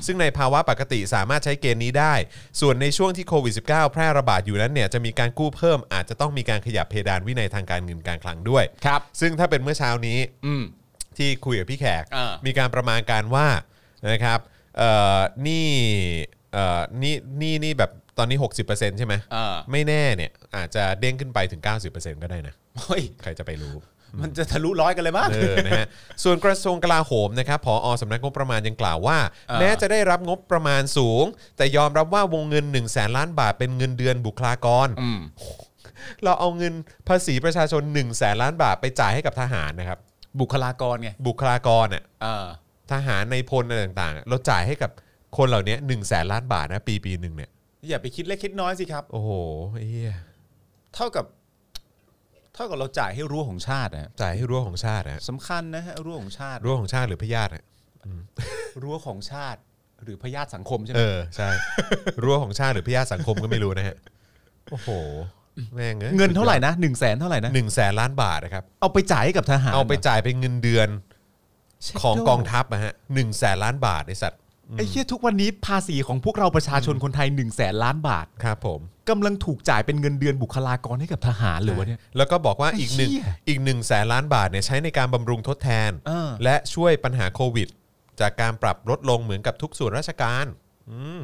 Speaker 2: ซึ่งในภาวะปกติสามารถใช้เกณฑ์นี้ได้ ส่วนในช่วงที่โควิด -19 แพร่ระบาดอยู่นั้นเนี่ยจะมีการกู้เพิ่มอาจจะต้องมีการขยับเพดานวินัยทางการเงินการคลังด้วย
Speaker 3: ครับ
Speaker 2: ซึ่งถ้าเป็นเมื่อเช้านี้
Speaker 3: อืม
Speaker 2: ที่คุยกับพี่แขก
Speaker 3: อ่ามี
Speaker 2: มีการประมาณการว่านะครับเอ่อนี่เอ่อนี่นี่นี่แบบตอนนี้ 60%ใช่ไหม
Speaker 3: อ่า
Speaker 2: ไม่แน่เนี่ยอาจจะเด้งขึ้นไปถึง 90%ก็ได้นะ
Speaker 3: เฮ้ย
Speaker 2: ใครจะไปรู้
Speaker 3: มันจะทะลุร้อยกันเลยมั้ง
Speaker 2: เออนะฮะส่วนกระทรวงกลาโหมนะครับผอสำนักงบประมาณยังกล่าวว่า
Speaker 3: อ่า
Speaker 2: แม้จะได้รับงบประมาณสูง แต่ยอมรับว่าวงเงิน1นึ่งแสนล้านบาทเป็นเงินเดือนบุคลากร
Speaker 3: อืม
Speaker 2: เราเอาเงินภาษีประชาชน1นึ่งแสนล้านบาทไปจ่ายให้กับทหารนะครับ
Speaker 3: บุคลากรไง
Speaker 2: บุคลากรเนี่ย
Speaker 3: เออ
Speaker 2: ทหารในพลอะไรต่างๆ เราจ่ายให้กับคนเหล่านี้หนึ่งแสนล้านบาทนะปีปีหนึ่งเนี่ย
Speaker 3: อย่าไปคิดเล็กคิดน้อยสิครับ
Speaker 2: โอ้โหเฮีย
Speaker 3: เท่ากับ เท่ากับเราจ่ายให้รั้วของชาตินะ
Speaker 2: จ่ายให้รั้วของชาตินะ
Speaker 3: สำคัญนะฮะรั้วของชาติ
Speaker 2: รั้วของชาติหรือพญาติอะ
Speaker 3: รั้วของชาติ หรือพยาธิสังคมใช่ไหม
Speaker 2: เออใช่ รั้วของชาติหรือพญาติสังคมก็ไม่รู้นะฮะโอ้โหแม่งอ้ย
Speaker 3: เงินเท่าไหร่นะหนึ่งแสนเท่าไหร่นะ
Speaker 2: หนึ่งแสนล้านบาทนะครับ
Speaker 3: เอาไปจ่ายให้กับทหาร
Speaker 2: เอาไป
Speaker 3: หร
Speaker 2: จ่ายเป็นเงินเดือน
Speaker 3: เช็ค
Speaker 2: ของ
Speaker 3: ดู
Speaker 2: กองทัพนะฮะหนึ่งแสนล้านบาทไอสัตว์
Speaker 3: ไอ้เหี้ยทุกวันนี้ภาษีของพวกเราประชาชนคนไทยหนึ่งแสนล้านบาท
Speaker 2: ครับผม
Speaker 3: กำลังถูกจ่ายเป็นเงินเดือนบุคลากรให้กับทหารเหรือวะเนี่ย
Speaker 2: แล้วก็บอกว่าอีกหนึ่ง
Speaker 3: ไอ้เหี้ย
Speaker 2: อีกหนึ่งแสนล้านบาทเนี่ยใช้ในการบำรุงทดแทน
Speaker 3: เออ
Speaker 2: และช่วยปัญหาโควิด จากการปรับลดลงเหมือนกับทุกส่วนราชการอืม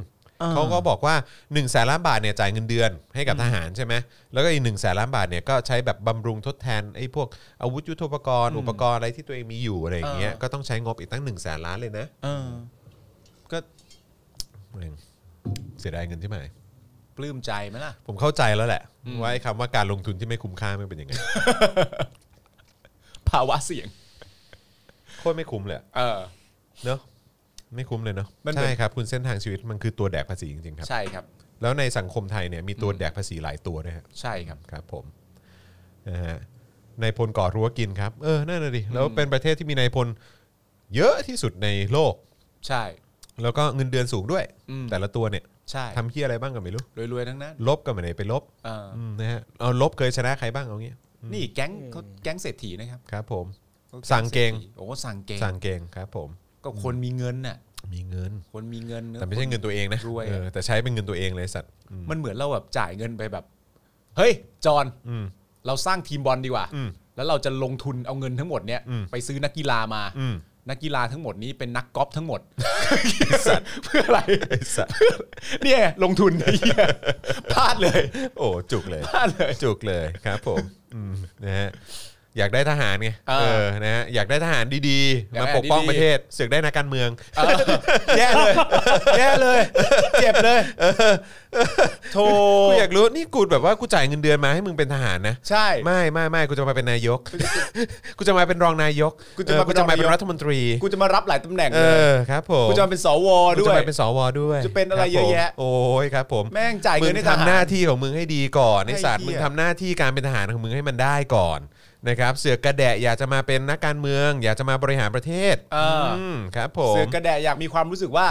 Speaker 2: เขาก็บอกว่า1นึ่งแสนล้านบาทเนี่ยจ่ายเงินเดือนให้กับทหารใช่ไหมแล้วก็อีกหนึ่งแสนล้านบาทเนี่ยก็ใช้แบบบำรุงทดแทนไอ้พวกอาวุธยุทโธปกรณ์อุปกรณ์อะไรที่ตัวเองมีอยู่อะไรอย่างเงี้ยก็ต้องใช้งบอีกตั้ง1นึ่งแสนล้านเลยนะ
Speaker 3: เออ ก็
Speaker 2: แม่งเสียดายเงินใช่ไหม
Speaker 3: ปลื้มใจไหมล่ะ
Speaker 2: ผมเข้าใจแล้วแหละ ว่าไอ้คำว่าการลงทุนที่ไม่คุ้มค่ามันเป็นยังไง
Speaker 3: ภาวะเสี่ยง
Speaker 2: โคตรไม่คุ้มเลยอะ
Speaker 3: เออ
Speaker 2: เนอะไม่คุ้มเลยเนอะ
Speaker 3: มันเหมือน
Speaker 2: ใช่ครับ คุณเส้นทางชีวิตมันคือตัวแดกภาษีจริงๆครับ
Speaker 3: ใช่ครับ
Speaker 2: แล้วในสังคมไทยเนี่ยมีตัวแดกภาษีหลายตัวด้วยฮะ
Speaker 3: ใช่ครับ
Speaker 2: ครับผมนะฮะนายพลก่อรั้วกินครับ เออนั่นน่ะดิแล้วเป็นประเทศที่มีนายพลเยอะที่สุดในโลก
Speaker 3: ใช่
Speaker 2: แล้วก็เงินเดือนสูงด้วย
Speaker 3: อืม
Speaker 2: แต่ละตัวเนี่ย
Speaker 3: ใช่
Speaker 2: ทำเฮียอะไรบ้างก็ไม่รู้
Speaker 3: รวยๆทั้งนั้น
Speaker 2: ลบก็ไม่ได้ไปลบ
Speaker 3: เอออ
Speaker 2: อืมนะฮะเอาลบเคยชนะใครบ้างเอางี้
Speaker 3: นี่แก๊งเขาแก๊งเศรษฐีนะครับ
Speaker 2: ครับ ผม
Speaker 3: ขา
Speaker 2: สั่งเกง
Speaker 3: ศรษฐีโอ้สั่งเกง
Speaker 2: สั่งเกงครับ ผม
Speaker 3: ก็คนมีเงินน่ะ
Speaker 2: มีเงิน
Speaker 3: คนมีเงินอะ
Speaker 2: แต่ไม่ใช่เงินตัวเองนะ
Speaker 3: รวยอะ
Speaker 2: เออแต่ใช้เป็นเงินตัวเองเลยสัตว์อืม
Speaker 3: มันเหมือนเราแบบจ่ายเงินไปแบบ เฮ้ย จอห์น
Speaker 2: อืม
Speaker 3: เราสร้างทีมบอลดีกว่า
Speaker 2: อืม
Speaker 3: แล้วเราจะลงทุนเอาเงินทั้งหมดเนี่ย
Speaker 2: อืม
Speaker 3: ไปซื้อนักกีฬามา
Speaker 2: อืม
Speaker 3: นักกีฬาทั้งหมดนี้เป็นนักกอล์ฟทั้งหมด เพื่ออะไร
Speaker 2: ไอ้สัตว์
Speaker 3: เนี่ยลงทุนไอ้เหี้ยพลาดเลย
Speaker 2: โอ้จุกเลย
Speaker 3: พลาดเลย
Speaker 2: จุกเลยครับผมอืมนะฮะอยากได้ทหารไง
Speaker 3: เออ
Speaker 2: เออนะฮะอยากได้ทหารดี
Speaker 3: อ
Speaker 2: ๆ
Speaker 3: ยา
Speaker 2: มา
Speaker 3: กได้
Speaker 2: ปกป้อง
Speaker 3: ดีๆ
Speaker 2: ประเทศเสือกได้นักการเมือง
Speaker 3: เออแย่เลยแย่เลย เจ็บเลยโธ่
Speaker 2: กูอยากรู้นี่กูแบบว่ากูจ่ายเงินเดือนมาให้มึงเป็นทหารนะ
Speaker 3: ใช่
Speaker 2: ไม่ไม่ไม่กูจะมาเป็นนายก กูจะมาเป็นรองนายก
Speaker 3: กูจะมา
Speaker 2: เออกูจะมา
Speaker 3: เป็
Speaker 2: เป็น
Speaker 3: รอ
Speaker 2: น
Speaker 3: งนายก
Speaker 2: รัฐมนตรี
Speaker 3: กูจะมารับหลายตำแหน่ง
Speaker 2: เอ
Speaker 3: เลย
Speaker 2: อครับผม
Speaker 3: กูจะมาเป็นสว
Speaker 2: กู
Speaker 3: ด้ว
Speaker 2: จะ
Speaker 3: ย
Speaker 2: มาเป็นสวด้วย
Speaker 3: จะเป็นอะไร
Speaker 2: คบ
Speaker 3: เยอะแยะ
Speaker 2: ผมโอ้ยครับผม
Speaker 3: แม่งจ่าย
Speaker 2: มึ
Speaker 3: เงิน
Speaker 2: ง
Speaker 3: ให้ทหาร
Speaker 2: ทำหน้าที่ของมึงให้ดีก่อนไอ
Speaker 3: ไอ้
Speaker 2: สัตว์
Speaker 3: เหี้ย
Speaker 2: มึงทำหน้าที่การเป็นทหารของมึงให้มันได้ก่อนนะครับเสือกกระแดะอยากจะมาเป็นนักการเมือง อยากจะมาบริหารประเทศ
Speaker 3: เออ
Speaker 2: อืมครับผม
Speaker 3: เสือกระแดะอยากมีความรู้สึกว่า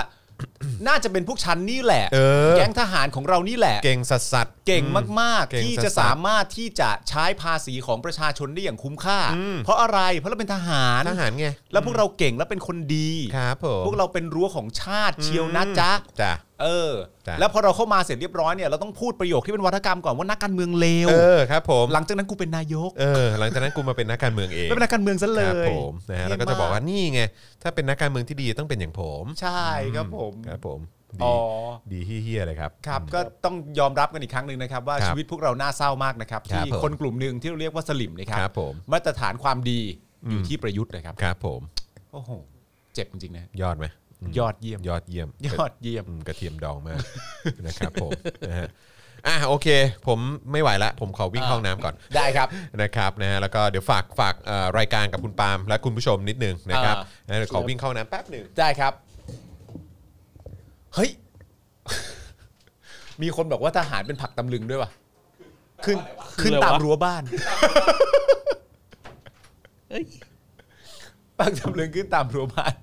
Speaker 3: น่าจะเป็นพวกชั้นนี่แหละ
Speaker 2: เออ
Speaker 3: แก๊งทหารของเรานี่แหละ
Speaker 2: เก่งสัสสัส
Speaker 3: เก่งมาก
Speaker 2: เก่ง
Speaker 3: ๆ ที่
Speaker 2: สัสๆ
Speaker 3: จะสามารถที่จะใช้ภาษีของประชาชนได้อย่างคุ้มค่า
Speaker 2: อืม
Speaker 3: เพราะอะไรเพราะเราเป็นทหาร
Speaker 2: ทหารไง
Speaker 3: แล้วพวกเราเก่งและเป็นคนดี
Speaker 2: ครับผม
Speaker 3: พวกเราเป็นรั้วของชาติเชียวนะจ๊ะ
Speaker 2: จ้ะ
Speaker 3: เออ
Speaker 2: จ้ะ
Speaker 3: แล้วพอเราเข้ามาเสร็จเรียบร้อยเนี่ยเราต้องพูดประโยคที่เป็นวัฒกรรมก่อนว่านักการเมืองเลว
Speaker 2: เออครับผม
Speaker 3: หลังจากนั้นกูเป็นนายก
Speaker 2: เออหลังจากนั้นกูมาเป็นนักการเมืองเอง
Speaker 3: ไม่เป็นนักการเมืองซะเล
Speaker 2: ครับ
Speaker 3: ย
Speaker 2: ผมนะฮะ
Speaker 3: เยี่ยม
Speaker 2: แล้วก็จะบอกว่านี่ไงถ้าเป็นนักการเมืองที่ดีต้องเป็นอย่างผม
Speaker 3: ใช่ครับผม
Speaker 2: ครับผม
Speaker 3: อ๋
Speaker 2: ดี
Speaker 3: อ
Speaker 2: ดีเฮี้ยๆเลยครับ
Speaker 3: ครับก็ต้องยอมรับกันอีกครั้งหนึ่งนะครับ ว่า
Speaker 2: ครับ
Speaker 3: ชีวิตพวกเราน่าเศร้ามากนะครับ
Speaker 2: ครับ
Speaker 3: ที่
Speaker 2: ผม
Speaker 3: คนกลุ่มหนึ่งที่เราเรียกว่าสลิมนะครั
Speaker 2: ครับผม
Speaker 3: มาตรฐานความดีอยู่ที่ประยุทธ์นะครับ
Speaker 2: ครับผม
Speaker 3: โอ้โห เจ็บจริงๆนะ
Speaker 2: ยอดไหมม
Speaker 3: ยอดเยี่ยม
Speaker 2: ยอดเยี่ยม
Speaker 3: ยอดเยี่ยม
Speaker 2: อืมกระเทียมดองมาก นะครับผมนะฮะอ่ะโอเค ผมไม่ไหวละ ผมขอวิ่งเข้าห้องน้ำก่อน
Speaker 3: ได้ครับ
Speaker 2: นะครับนะฮะแล้วก็เดี๋ยวฝากฝากเอ่อรายการกับคุณปาล์มและคุณผู้ชมนิดนึงนะครับ
Speaker 3: อ่า
Speaker 2: นะเดี๋ยวขอวิ่งเข้าน้ำแป๊บหนึ่ง
Speaker 3: ได้ครับ เฮ้ย มีคนบอกว่าทหารเป็นผักตำลึงด้วยวะขึ้นขึ้น
Speaker 4: คืออะไรวะ
Speaker 3: ตามรั้วบ้าน
Speaker 4: เอ้ย
Speaker 3: ผักตำลึงขึ้นตามรั้วบ้าน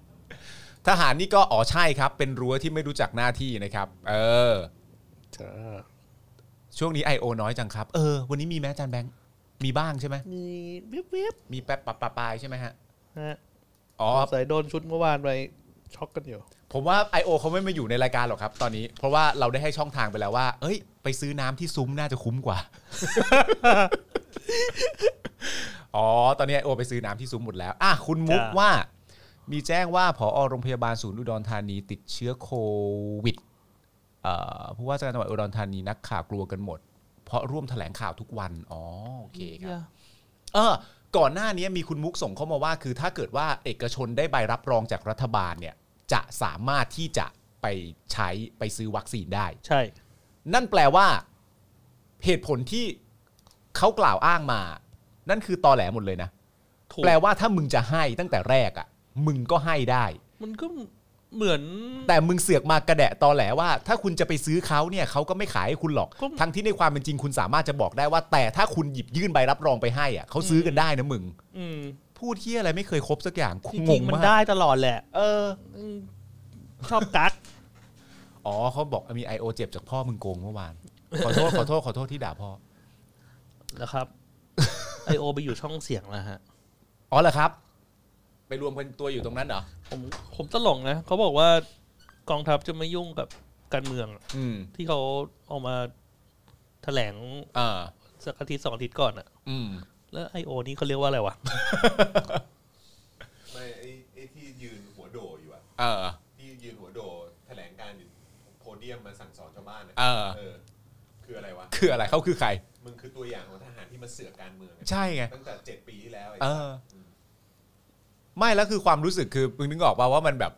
Speaker 3: ทหารนี่ก็อ๋อใช่ครับ เป็นรั้วที่ไม่รู้จักหน้าที่นะครับ เออ
Speaker 4: จ้า
Speaker 3: ช่วงนี้ I.O. น้อยจังครับ เออ วันนี้มีแมอาจานแบงค์มีบ้างใช่ไหม
Speaker 4: มีเว็บเว็บ
Speaker 3: มีแป๊บปะปะปายใช่ไหมฮะ
Speaker 4: ๆฮะ
Speaker 3: อ๋อ
Speaker 4: ใส่โดนชุดเมื่อวานไปช็อกกันอยู่
Speaker 3: ผมว่า I.O. เขาไม่มาอยู่ในรายการหรอกครับตอนนี้ เพราะว่าเราได้ให้ช่องทางไปแล้วว่า เอ้ย ไปซื้อน้ำที่ซุ้มน่าจะคุ้มกว่า อ๋อ ตอนนี้ I.O. ไปซื้อน้ำที่ซุ้มหมดแล้ว อ่ะ คุณมุก
Speaker 4: จ้ะ
Speaker 3: ว่า มีแจ้งว่าผอโรงพยาบาลศูนย์อุดรธานีติดเชื้อโควิดเอ่อผู้ว่าราชการจังหวัดอุดรธานีนักข่าวกลัวกันหมด เพราะร่วมแถลงข่าวทุกวัน อ๋อ โอเคครับ เออก่อนหน้านี้มีคุณมุกส่งเข้ามาว่า คือถ้าเกิดว่าเอกชนได้ใบรับรองจากรัฐบาลเนี่ยจะสามารถที่จะไปใช้ไปซื้อวัคซีนได้
Speaker 4: ใช่
Speaker 3: นั่นแปลว่า เหตุผลที่เขากล่าวอ้างมา นั่นคือตอแหลหมดเลยนะ
Speaker 4: ถูก
Speaker 3: แปลว่าถ้ามึงจะให้ตั้งแต่แรกอะ่ะ มึงก็ให้ได้
Speaker 4: มันก็เหมือน
Speaker 3: แต่มึงเสือกมากระแดะตอแหลว่า ถ้าคุณจะไปซื้อเขาเนี่ยเขาก็ไม่ขายให้คุณหรอก
Speaker 4: ก็
Speaker 3: ทั้งที่ในความเป็นจริงคุณสามารถจะบอกได้ว่า แต่ถ้าคุณหยิบยื่นใบรับรองไปให้อะ่ะเขาซื้อกันได้นะมึง
Speaker 4: อืม
Speaker 3: พูดเที่ยอะไรไม่เคยครบสักอย่าง
Speaker 4: จริง
Speaker 3: ง
Speaker 4: ๆ
Speaker 3: ง
Speaker 4: มัน
Speaker 3: มา
Speaker 4: ได้
Speaker 3: ก
Speaker 4: ตลอดแหละ
Speaker 3: เออ
Speaker 4: อืมชอบกัก
Speaker 3: อ๋อเขาบอกมี I.O. เจ็บจากพ่อมึงโกงเมื่อวาน ขอโทษ ขอโทษ ขอโทษที่ด่าพ่อ
Speaker 4: นะครับ ไอโอไปอยู่ช่องเสียงแล้วฮะ
Speaker 3: อ๋อเหรอครับ ไปรวมกันตัวอยู่ตรงนั้นเหรอ
Speaker 4: ผมผมตลกนะเขาบอกว่ากองทัพจะไม่ยุ่งกับการเมือง
Speaker 3: อืม
Speaker 4: ที่เขาออกมาแถลง
Speaker 3: อ่า
Speaker 4: สักอาทิตย์สองอาทิตย์ก่อนอะ
Speaker 3: อืม
Speaker 4: แล้วไอโอนี่เขาเรียกว่าอะไรวะ
Speaker 2: ไม่ไอ้ที่ยืนหัวโดอยู่อะ
Speaker 3: เออ
Speaker 2: ที่ยืนหัวโดแถลงการอยู่โพเดียมมาสั่งสอนชาวบ้าน
Speaker 3: เออ
Speaker 2: คืออะไรวะ
Speaker 3: คืออะไรเขาคือใคร
Speaker 2: มึงคือตัวอย่างของทหารที่มาเสือกการเมือง
Speaker 3: ใช่ไง
Speaker 2: ตั้งแต่7ปีที่แล้ว
Speaker 3: เออ ไม่แล้วคือความรู้สึกคือมึงนึกออกป่าว่ามันแบบ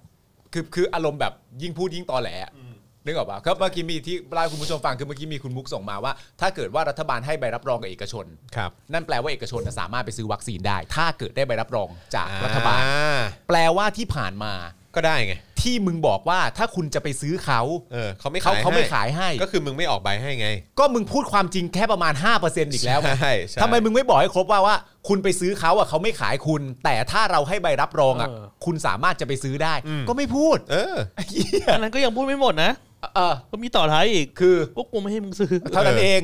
Speaker 3: คือคืออารมณ์แบบยิ่งพูดยิ่งตอแหลอะ
Speaker 2: อืม
Speaker 3: นึกออกปะครับเมื่อกี้มีที่เล่าให้คุณผู้ชมฟังคือเมื่อกี้มีคุณมุกส่งมาว่า ถ้าเกิดว่ารัฐบาลให้ใบรับรองกับเอกชน
Speaker 2: ครับ
Speaker 3: นั่นแปลว่าเอกชนน่ะสามารถไปซื้อวัคซีนได้ ถ้าเกิดได้ใบรับรองจากรัฐบาล
Speaker 2: อ่
Speaker 3: แปลว่าที่ผ่านมา
Speaker 2: ก็ได้ไง
Speaker 3: ที่มึงบอกว่าถ้าคุณจะไปซื้อเขา
Speaker 2: เออเขาไม่
Speaker 3: เขา
Speaker 2: ย
Speaker 3: เขาไม่
Speaker 2: ให้
Speaker 3: ขายให้
Speaker 2: ก็คือมึงไม่ออกใบให้ไง
Speaker 3: ก็มึงพูดความจริงแค่ประมาณ 5%อีกแล้วไง
Speaker 2: ใช่ใช่
Speaker 3: ทำไมมึงไม่บอกให้ครบว่าว่า คุณไปซื้อเขาอ่ะเขาไม่ขายคุณ แต่ถ้าเราให้ใบรับรองอ่ะ
Speaker 4: เออ
Speaker 3: คุณสามารถจะไปซื้อได้
Speaker 2: อืม
Speaker 3: ก็ไม่พูด
Speaker 2: เออ
Speaker 3: เหี้ย
Speaker 4: อันนั้นก็ยังพูดไม่หมดนะ
Speaker 3: เออ
Speaker 4: ก็มีต่อท้ายอีก
Speaker 3: คือ
Speaker 4: ก็กูไม่ให้มึงซื้อ
Speaker 3: เท่านั้น
Speaker 2: เออ
Speaker 3: เอง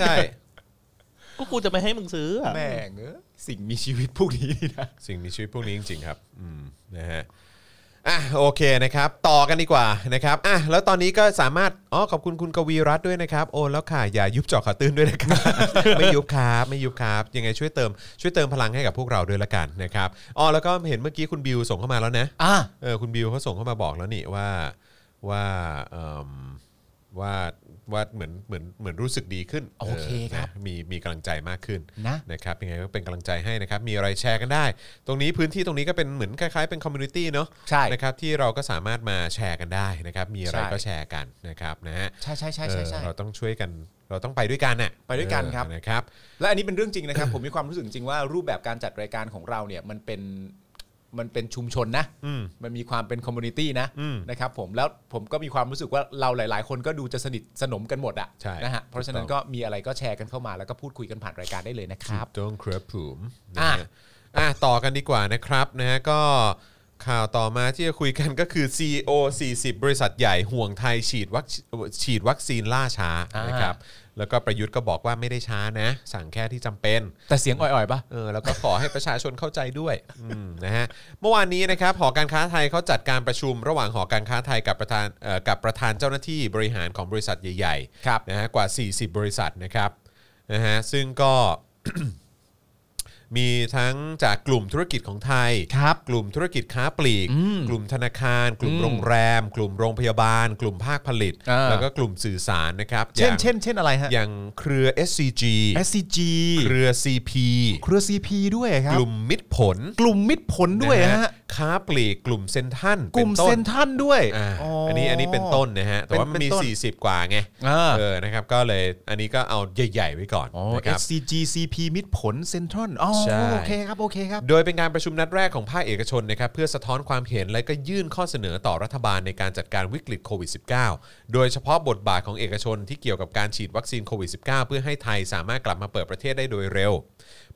Speaker 2: ใช่
Speaker 4: ก็กูจะไม่ให้มึงซื้ออะ
Speaker 3: แม่งเอ้ยสิ่งมีชีวิตพวกนี้นี่นะ
Speaker 2: สิ่งมีชีวิตพวกนี้จริง ๆ ครับอืมนะฮะอ่ะโอเคนะครับ ต่อกันดีกว่านะครับอ่ะแล้วตอนนี้ก็สามารถอ๋อขอบคุณคุณกวีรัตน์ด้วยนะครับ โอนแล้วค่ะอย่ายุบจอขาตื้นด้วยนะครับ ไม่ยุบครับไม่ยุบครับ ยังไงช่วยเติมช่วยเติมพลังให้กับพวกเราด้วยละกันนะครับอ๋อแล้วก็เห็นเมื่อกี้คุณบิวส่งเข้ามาแล้วนะ
Speaker 3: อ่ะ
Speaker 2: เออคุณบิวเขาส่งเข้ามาบอกแล้วนี่ว่าว่าเอิ่มว่าว่าเหมือนเหมือนเหมือนรู้สึกดีขึ้น
Speaker 3: โอเคครับ
Speaker 2: นะมีมีกำลังใจมากขึ้น
Speaker 3: นะ
Speaker 2: นะครับยังไงก็เป็นกำลังใจให้นะครับมีอะไรแชร์กันได้ ตรงนี้พื้นที่ตรงนี้ก็เป็นเหมือนคล้ายๆเป็นคอมมูนิตี้เนาะ
Speaker 3: ใช่
Speaker 2: นะครับที่เราก็สามารถมาแชร์กันได้นะครับมีอะไร
Speaker 3: ใช่
Speaker 2: ก็แชร์กันนะครับนะฮะ
Speaker 3: ใช่ใช่ใช่ใช่ใช่
Speaker 2: เออเราต้องช่วยกันเราต้องไปด้วยกันน่ะ
Speaker 3: ไปด้วยกันครับ
Speaker 2: เออนะครับ
Speaker 3: และอันนี้เป็นเรื่องจริงนะครับ ผมมีความรู้สึกจริงว่ารูปแบบการจัดรายการของเราเนี่ยมันเป็นมันเป็นชุมชนนะ
Speaker 2: อืม
Speaker 3: มันมีความเป็นคอมมูนิตี้นะ
Speaker 2: อืม
Speaker 3: นะครับผมแล้วผมก็มีความรู้สึกว่าเราหลาย ๆ คนก็ดูจะสนิทสนมกันหมดอะ
Speaker 2: ใช่
Speaker 3: นะฮะเพราะฉะนั้นก็มีอะไรก็แชร์กันเข้ามาแล้วก็พูดคุยกันผ่านรายการได้เลยนะครับ
Speaker 2: ถูกต้องครับผม
Speaker 3: อ่ะ
Speaker 2: นะฮะอ่ะต่อกันดีกว่านะครับนะฮะก็ข่าวต่อมาที่จะคุยกันก็คือ CEO 40 บริษัทใหญ่ห่วงไทยฉีดวัคฉีดวัคซีนล่าช้านะครับแล้วก็ประยุทธ์ก็บอกว่าไม่ได้ช้านะ สั่งแค่ที่จำเป็น
Speaker 3: แต่เสียงอ่อย ๆปะ
Speaker 2: เออแล้วก็ขอให้ประชาชนเข้าใจด้วยอืมนะฮะเมื่อวานนี้นะครับหอการค้าไทยเขาจัดการประชุม ระหว่างหอการค้าไทยกับประธานเอ่อกับประธานเจ้าหน้าที่บริหารของบริษัทใหญ่
Speaker 3: ครับ
Speaker 2: นะฮะกว่า 40 บริษัทนะครับนะฮะซึ่งก็ มีทั้งจากกลุ่มธุรกิจของไทย
Speaker 3: ครับ
Speaker 2: กลุ่มธุรกิจค้าปลีก กลุ่มธนาคาร กลุ่มโรงแรม กลุ่มโรงพยาบาล กลุ่มภาคผลิต
Speaker 3: อ่า
Speaker 2: แล้วก็กลุ่มสื่อสารนะครับอ
Speaker 3: เช่น
Speaker 2: ย่าง
Speaker 3: เช่นเช่นอะไรฮะ
Speaker 2: อย่างเครือ SCG
Speaker 3: SCG
Speaker 2: เครือ CP
Speaker 3: เครือ CP ด้วยครั
Speaker 2: ก
Speaker 3: บ
Speaker 2: ลุ่มมิตรผล
Speaker 3: กลุ่มมิตรผลด้วย
Speaker 2: น
Speaker 3: ฮะ
Speaker 2: ค้าปลีกกลุ่มเซนทรัน
Speaker 3: กลุ่ม
Speaker 2: ป็ต้
Speaker 3: เซนทรันด้วย
Speaker 2: อ่าอันนี้อันนี้เป็นต้นนะฮะ แต่ว่ามันมี 40 กว่าไง
Speaker 3: อ่า
Speaker 2: เออนะครับก็เลยอันนี้ก็เอาใหญ่ ๆ ไว้ก่อน
Speaker 3: อ๋อ
Speaker 2: นะครับ
Speaker 3: SCG CP มิตรผลเซนทรันอ๋อ
Speaker 2: ใช่
Speaker 3: โอเคครับโอเคครับ
Speaker 2: โดยเป็นการประชุมนัดแรกของภาคเอกชนนะครับเพื่อสะท้อนความเห็นและก็ยื่นข้อเสนอต่อรัฐบาลในการจัดการวิกฤตโควิด -19 โดยเฉพาะบทบาทของเอกชนที่เกี่ยวกับการฉีดวัคซีนโควิด -19 เพื่อให้ไทยสามารถกลับมาเปิดประเทศได้โดยเร็ว